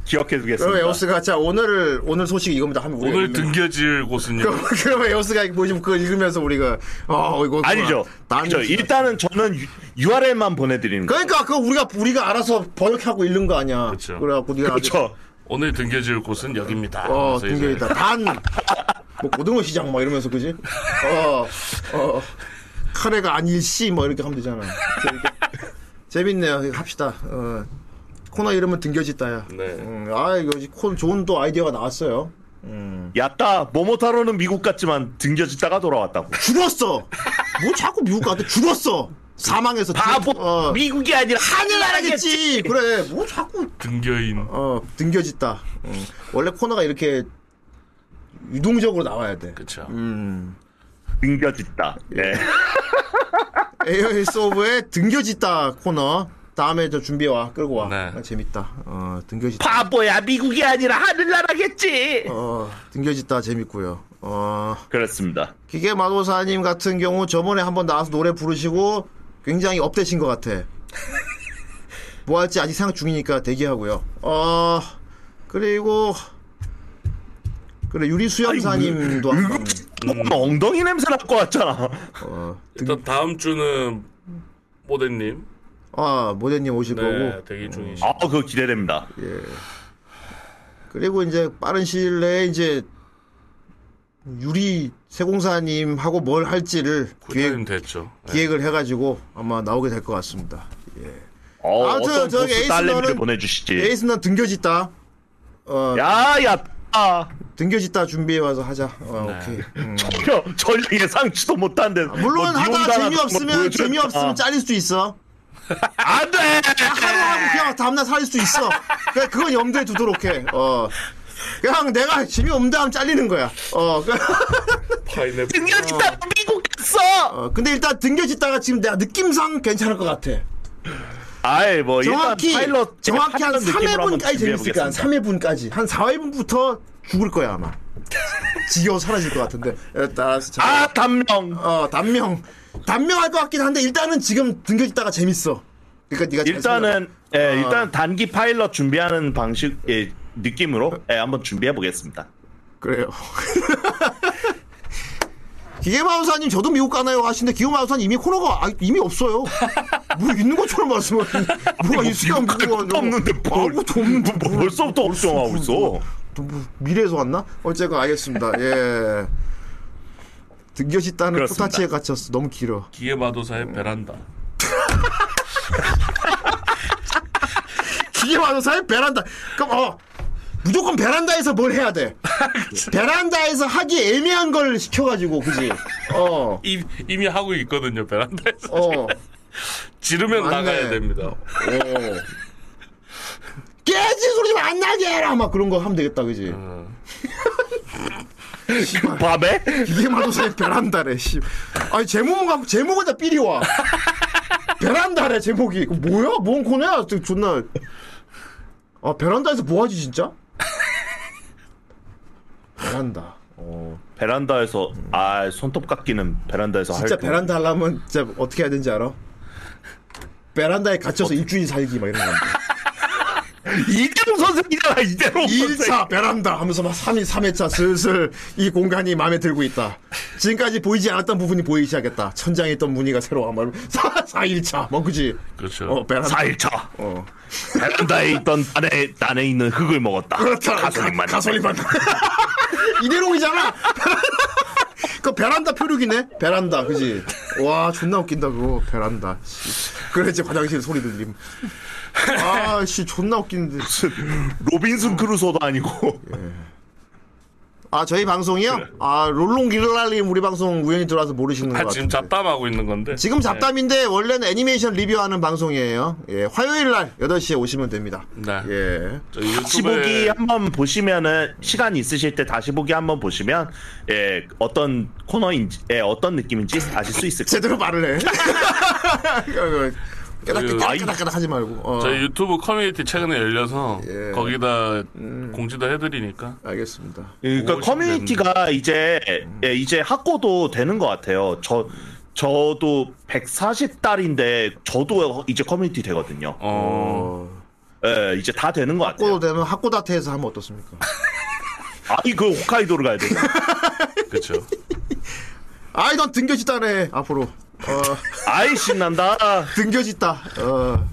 Speaker 10: 기억해
Speaker 8: 그럼
Speaker 10: 두겠습니다.
Speaker 8: 에오스가 자 오늘 오늘 소식이 이겁니다. 하면 우리가
Speaker 5: 오늘
Speaker 8: 읽는-
Speaker 5: 등겨질 곳은요.
Speaker 8: 네, 그럼 *laughs* 그럼 에오스가 보시면 그걸 읽으면서 우리가 어 이거
Speaker 10: 아니죠. 아니죠. 일단은 저는 URL만 보내드리는 거.
Speaker 8: 그러니까 그거 우리가 우리가 알아서 번역하고 읽는 거 아니야.
Speaker 5: 그렇죠.
Speaker 8: 그래갖고 네가 아주-
Speaker 10: 그렇죠.
Speaker 5: 오늘 등겨질 곳은 여기입니다.
Speaker 8: 어
Speaker 5: 그래서 이제
Speaker 8: 등겨있다 단. *laughs* 뭐 고등어 시장 막 이러면서 그지? 어어 카레가 아닐시 뭐 이렇게 하면 되잖아. 재밌게. 재밌네요. 이거 합시다. 어, 코너 이름은 등겨짓다야.
Speaker 5: 네.
Speaker 8: 음, 아 이거 코 좋은 또 아이디어가 나왔어요.
Speaker 10: 야따 모모타로는 미국 갔지만 등겨짓다가 돌아왔다고.
Speaker 8: 죽었어. 뭐 자꾸 미국 가도 죽었어. 사망해서 죽-
Speaker 10: 바보.
Speaker 8: 어,
Speaker 10: 미국이 아니라
Speaker 8: 하늘나라겠지. 그래. 뭐 자꾸
Speaker 5: 등겨인
Speaker 8: 음. 어 등겨짓다. 원래 코너가 이렇게 유동적으로 나와야 돼.
Speaker 5: 그렇죠.
Speaker 8: 음.
Speaker 10: 등겨짓다. 예.
Speaker 8: 에어헬스 오브의 등겨짓다 코너. 다음에 저 준비해 와. 끌고 와. 아, 재밌다. 어, 등겨짓다.
Speaker 10: 바보야 미국이 아니라 하늘나라겠지.
Speaker 8: 어, 등겨짓다 재밌고요. 어.
Speaker 10: 그렇습니다.
Speaker 8: 기계 마도사님 같은 경우 저번에 한번 나와서 노래 부르시고 굉장히 업되신 것 같아. *laughs* 뭐 할지 아직 생각 중이니까 대기하고요. 어 그리고 그래 유리 수염사님도 한번
Speaker 10: 음. 어, 엉덩이 냄새 날 것 같잖아.
Speaker 5: 일단 다음 주는 모델님
Speaker 8: 아 모델님 오실
Speaker 5: 네,
Speaker 8: 거고
Speaker 5: 대기 중이시.
Speaker 10: 아, 그거 기대됩니다.
Speaker 8: 예. 그리고 이제 빠른 시일 내에 이제 유리 세공사님하고 뭘 할지를
Speaker 5: 기획 됐죠.
Speaker 8: 기획을 해가지고 아마 나오게 될 것 같습니다.
Speaker 10: 어,
Speaker 8: 아무튼
Speaker 10: 어떤
Speaker 8: 저기
Speaker 10: 보스
Speaker 8: 에이스
Speaker 10: 딸내미를
Speaker 8: 너는-
Speaker 10: 보내주시지.
Speaker 8: 에이스는 등겨짓다.
Speaker 10: 야야. 아,
Speaker 8: 등겨짓다 준비해 와서 하자. 어, 오케이. 음.
Speaker 10: 전혀 전혀 예상치도 못한데.
Speaker 8: 아,
Speaker 10: 뭐
Speaker 8: 물론 하다 재미 없으면 재미 없으면
Speaker 10: 면
Speaker 8: 잘릴 수도 있어.
Speaker 10: 뭐 안돼.
Speaker 8: 하루 하고 그냥 다음날 살릴 수도 있어. 그냥 그건 염두에 두도록 해. 어. 그냥 내가 재미 없는데 하면 잘리는 거야. 어. *laughs*
Speaker 10: 등겨짓다 미국 갔어.
Speaker 8: 어. 근데 일단 등겨짓다가 지금 내가 느낌상 괜찮을 것 같아.
Speaker 10: 아예 뭐
Speaker 8: 정확히
Speaker 10: 일단 파일럿
Speaker 8: 정확히 한
Speaker 10: 파일럿 느낌으로 한번
Speaker 8: 3회분까지 재밌을 거야. 한
Speaker 10: 준비해보겠습니다.
Speaker 8: 3회분까지 한 4회분부터 죽을 거야 아마. *laughs* 지겨워 사라질 것 같은데. 아
Speaker 10: 단명.
Speaker 8: 어 단명. 단명할 것 같긴 한데 일단은 지금 등겨짓다가 재밌어. 그러니까 네가 잘
Speaker 10: 일단은
Speaker 8: 생각해봐.
Speaker 10: 예,
Speaker 8: 어.
Speaker 10: 일단 단기 파일럿 준비하는 방식 예, 느낌으로 예, 한번 준비해 보겠습니다.
Speaker 8: 그래요. 기계마우사님 저도 미국 가나요 하시는데 기계마우사님 이미 코너가 아, 이미 없어요. 뭐 있는 것처럼 말씀하시는. 뭐가 있어요? 아무것도 없는데 뭐 아무것도 없는데 뭐
Speaker 10: 벌써부터 걱정하고 있어.
Speaker 8: 미래에서 왔나? 어쨌건 알겠습니다. 예. 등겨짓다는
Speaker 5: 그렇습니다.
Speaker 8: 포타치에 갇혔어. 너무 길어.
Speaker 5: 기획
Speaker 8: 네.
Speaker 5: 마도사의 베란다.
Speaker 8: 기계마우사의 베란다. 그럼 어 무조건 베란다에서 뭘 해야 *laughs* 돼? 베란다에서 하기 애매한 걸 시켜가지고 그지? 어.
Speaker 5: 이, 이미 하고 있거든요 베란다에서.
Speaker 8: 어.
Speaker 5: 지르면
Speaker 8: 맞네.
Speaker 5: 나가야 됩니다.
Speaker 8: 예. 깨진 소리 좀 안 나게 해라 막 그런 거 하면 되겠다 그지? *laughs*
Speaker 10: 밤에
Speaker 8: 이게 마도사의 베란다래 씨. 아니 제목은 제목은 다 삐리 와. 베란다래 제목이 그거 뭐야? 뭔 코너야? 저 존나. 아 베란다에서 뭐 하지 진짜? 베란다.
Speaker 10: 베란다에서 아 손톱 깎기는 베란다에서
Speaker 8: 진짜
Speaker 10: 할
Speaker 8: 베란다 하려면 진짜 어떻게 해야 되는지 알아? 베란다에 갇혀서 일주일 살기 막 이런 거.
Speaker 10: 이대로 선생이잖아 이대로
Speaker 8: 1차 베란다 하면서 막 3일 3회차 슬슬 이 공간이 마음에 들고 있다. 지금까지 보이지 않았던 부분이 보이기 시작했다. 천장에 있던 무늬가 새로 아마 4, 4일차 뭐 그지?
Speaker 5: 그렇죠.
Speaker 8: 어, 베란다.
Speaker 10: 4일차.
Speaker 8: 어.
Speaker 10: 베란다에 있던 안에 안에 있는 흙을 먹었다.
Speaker 8: 그렇다.
Speaker 10: 가솔린만.
Speaker 8: 가솔린만. *laughs* 이대로이잖아. *laughs* 그 베란다 표류기네. 베란다 그지? 와 존나 웃긴다 그거 베란다. 씨. 그래 이제 화장실 소리 들림. 아씨 존나 웃긴데.
Speaker 10: 로빈슨 크루소도 아니고.
Speaker 8: 예. 아 저희 방송이요? 아 롤롱 길랄님 우리 방송 우연히 들어와서 모르시는 것
Speaker 5: 아,
Speaker 8: 같아요.
Speaker 5: 지금 잡담하고 있는 건데.
Speaker 8: 지금 잡담인데 원래는 애니메이션 리뷰하는 방송이에요. 예, 화요일 날 8시에 오시면 됩니다.
Speaker 5: 네.
Speaker 8: 예.
Speaker 10: 다시 보기 한번 보시면은 시간 있으실 때 다시 보기 한번 보시면 예 어떤 코너인지 예 어떤 느낌인지 아실 수 있을 거예요.
Speaker 8: 제대로 말을 해. *laughs* 깨닫
Speaker 5: 저희-
Speaker 8: 깨닫 깨닫 깨닫 하지 말고. 어.
Speaker 5: 저희 유튜브 커뮤니티 최근에 열려서
Speaker 8: 예.
Speaker 5: 거기다
Speaker 8: 음.
Speaker 5: 공지도 해드리니까.
Speaker 8: 알겠습니다.
Speaker 10: 그러니까 커뮤니티가 이제 예, 이제 학고도 되는 것 같아요. 저 저도 140달인데 저도 이제 커뮤니티 되거든요.
Speaker 5: 어.
Speaker 8: 음.
Speaker 10: 예, 이제 다 되는 것 같아요.
Speaker 8: 학고도 되면 학고다테에서 하면 어떻습니까?
Speaker 10: 아니 그 홋카이도를 가야 돼.
Speaker 5: 그렇죠.
Speaker 8: 아이 넌 등겨짓다네 앞으로. 어.
Speaker 10: 아이 신난다.
Speaker 8: 등겨짓다. 어.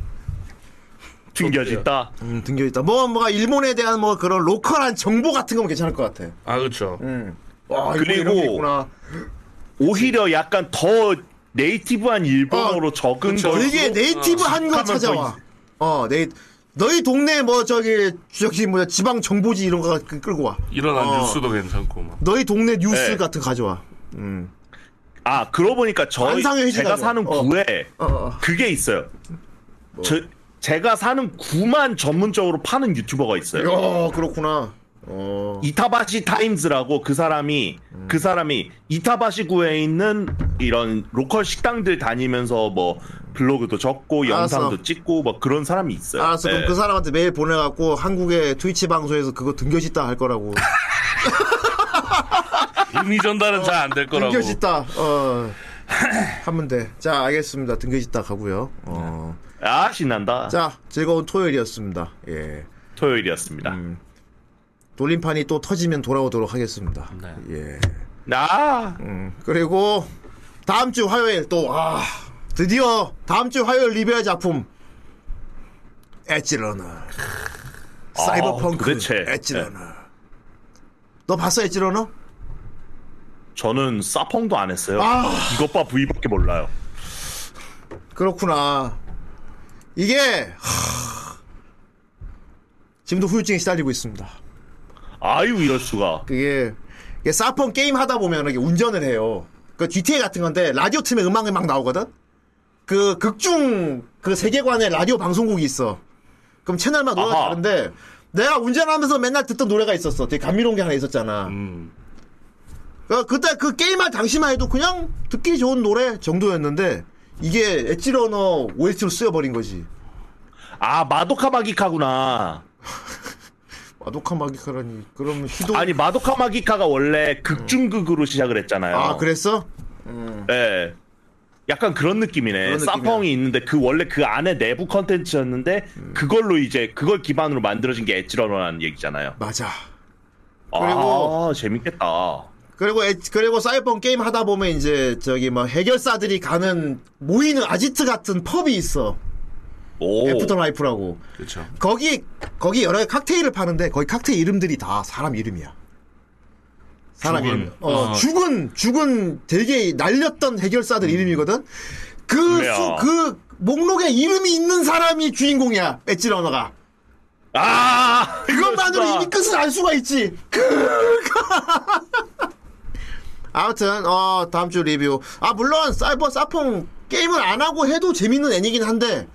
Speaker 10: 등겨짓다.
Speaker 8: 음, 등겨짓다. 뭐 뭐가 일본에 대한 뭐 그런 로컬한 정보 같은 건 괜찮을 것 같아.
Speaker 5: 아 그렇죠.
Speaker 8: 음. 와, 일본 이런 게
Speaker 10: 그리고
Speaker 8: 있구나.
Speaker 10: 오히려 약간 더 네이티브한 일본어로 적은
Speaker 8: 그렇죠. 그쵸.
Speaker 10: 걸
Speaker 8: 되게 네이티브 한거 찾아와. 어, 네 너희 동네 뭐 저기 저기 뭐야 지방 정보지 이런 거 끌- 끌고 와.
Speaker 5: 일어난
Speaker 8: 어.
Speaker 5: 뉴스도 괜찮고 막.
Speaker 8: 너희 동네 뉴스
Speaker 10: 네.
Speaker 8: 같은 거 가져와.
Speaker 10: 아 그러고 보니까 저희
Speaker 8: 안상현 회식
Speaker 10: 제가
Speaker 8: 가져와.
Speaker 10: 사는
Speaker 8: 어. 뭐.
Speaker 10: 구에 그게 있어요. 저 제가 사는 구만 전문적으로 파는 유튜버가 있어요.
Speaker 8: 야, 그렇구나.
Speaker 10: 음. 이타바시 타임즈라고 그 사람이
Speaker 8: 음.
Speaker 10: 그 사람이 이타바시구에 있는 이런 로컬 식당들 다니면서 뭐 블로그도 적고
Speaker 8: 알았어.
Speaker 10: 영상도 찍고 뭐 그런 사람이 있어요.
Speaker 8: 알았어. 그럼
Speaker 10: 예.
Speaker 8: 그 사람한테 메일 보내갖고 한국의 트위치 방송에서 그거 등겨짓다 *laughs* 할 거라고. 아.
Speaker 5: 이미 전달은 잘 안 될 거라고.
Speaker 8: 등겨짓다. 어. *laughs* 하면 돼. 자, 알겠습니다. 등겨짓다 가고요. 어.
Speaker 10: 아 신난다.
Speaker 8: 자, 즐거운 토요일이었습니다. 예.
Speaker 10: 토요일이었습니다.
Speaker 8: 음. 돌림판이 또 터지면 돌아오도록 하겠습니다. 예.
Speaker 10: 나.
Speaker 8: 음. 그리고 다음 주 화요일 또 아, 드디어 다음 주 화요일 리뷰할 작품 엣지러너
Speaker 10: 아,
Speaker 8: 사이버펑크
Speaker 10: 도대체. 네.
Speaker 8: 엣지러너 너 봤어 엣지러너?
Speaker 10: 저는 사펑도 안 했어요.
Speaker 8: 아.
Speaker 10: 이것 봐 V밖에 몰라요.
Speaker 8: 그렇구나. 이게 하, 지금도 후유증에 시달리고 있습니다.
Speaker 10: 아유 이럴 수가.
Speaker 8: 그게 이게 사펑 게임 하다 보면 이렇게 운전을 해요. 그 GTA 같은 건데 라디오 틈에 음악이 막 나오거든. 그 극중 그 세계관에 라디오 방송국이 있어. 그럼 채널마다 노래가
Speaker 10: 아하.
Speaker 8: 다른데 내가 운전하면서 맨날 듣던 노래가 있었어. 되게 감미로운 게 하나 있었잖아.
Speaker 10: 음.
Speaker 8: 그 그때 그 게임할 당시만 해도 그냥 듣기 좋은 노래 정도였는데 이게 엣지러너 OST로 쓰여버린 거지.
Speaker 10: 아 마도카 마기카구나.
Speaker 8: 마도카 마기카라니. 그러면 희도
Speaker 10: 아니 마도카 마기카가 원래 극중극으로 시작을 했잖아요.
Speaker 8: 아 그랬어?
Speaker 10: 네. 약간 그런 느낌이네.
Speaker 8: 그런 느낌이야.
Speaker 10: 사펑이 있는데 그 원래 그 안에 내부 컨텐츠였는데
Speaker 8: 음.
Speaker 10: 그걸로 이제 그걸 기반으로 만들어진 게 엣지러너라는 얘기잖아요.
Speaker 8: 맞아.
Speaker 10: 아, 재밌겠다.
Speaker 8: 그리고 에- 그리고 사이펑 게임 하다 보면 이제 저기 뭐 해결사들이 가는 모이는 아지트 같은 펍이 있어.
Speaker 10: 오.
Speaker 8: 애프터 라이프라고.
Speaker 5: 그렇죠.
Speaker 8: 거기 거기 여러 칵테일을 파는데 거기 칵테일 이름들이 다 사람 이름이야. 사람
Speaker 5: 죽은.
Speaker 8: 이름. 어,
Speaker 5: 어.
Speaker 8: 죽은 죽은 되게 날렸던 해결사들 이름이거든. 그
Speaker 10: 그래요.
Speaker 8: 수- 그 목록에 이름이 있는 사람이 주인공이야. 배지러너가.
Speaker 10: 아
Speaker 8: 그것만으로
Speaker 17: 이럴 수가.
Speaker 8: 이미 끝을 알 수가 있지. 그 아무튼 어 다음 주 리뷰. 아 물론 사이버 사펑 게임을 안 하고 해도 재밌는 애니긴 한데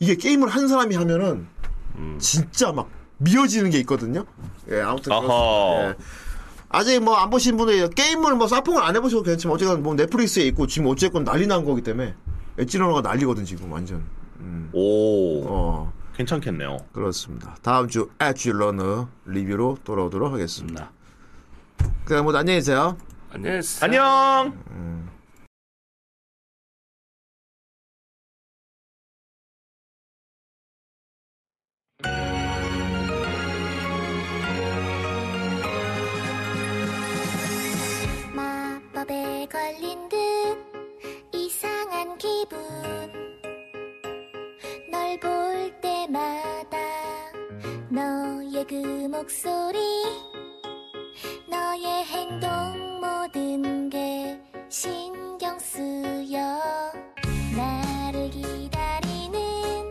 Speaker 8: 이게 게임을 한 사람이 하면은 음. 진짜 막 미어지는 게 있거든요. 예 아무튼 예.
Speaker 10: 아하.
Speaker 8: 아직 뭐 안 보신 분들 게임을 뭐 사펑을 안 해보셔도 괜찮지만 어쨌건 뭐 넷플릭스에 있고 지금 어쨌건 난리 난 거기 때문에 엣지러너가 난리거든 지금 완전.
Speaker 10: 오.
Speaker 8: 어.
Speaker 10: 괜찮겠네요.
Speaker 8: 그렇습니다. 다음 주 엣지러너 리뷰로 돌아오도록 하겠습니다. 그럼 모두 안녕히 계세요.
Speaker 5: 안녕.
Speaker 10: 안녕.
Speaker 2: 마법에 걸린 듯 이상한 기분 널 볼 때마다 너의 그 목소리 너의 행동 모든 게 신경 쓰여 나를 기다리는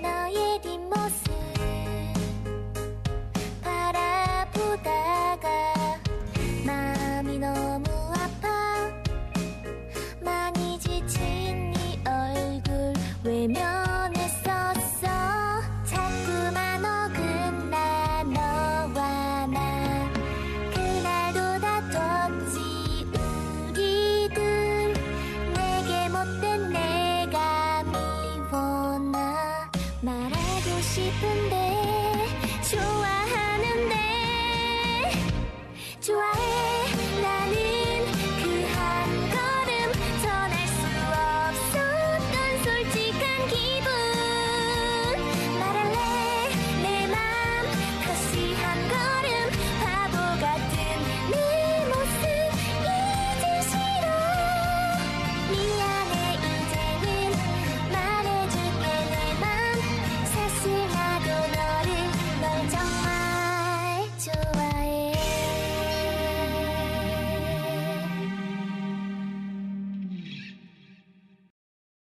Speaker 2: 너의 뒷모습 바라보다가 마음이 너무 아파 많이 지친 네 얼굴 외면했었어 자꾸만 어긋나 너와 나 그날도 다퉜지 우리들 내게 못된 내가 미워 나 말하고 싶은데 그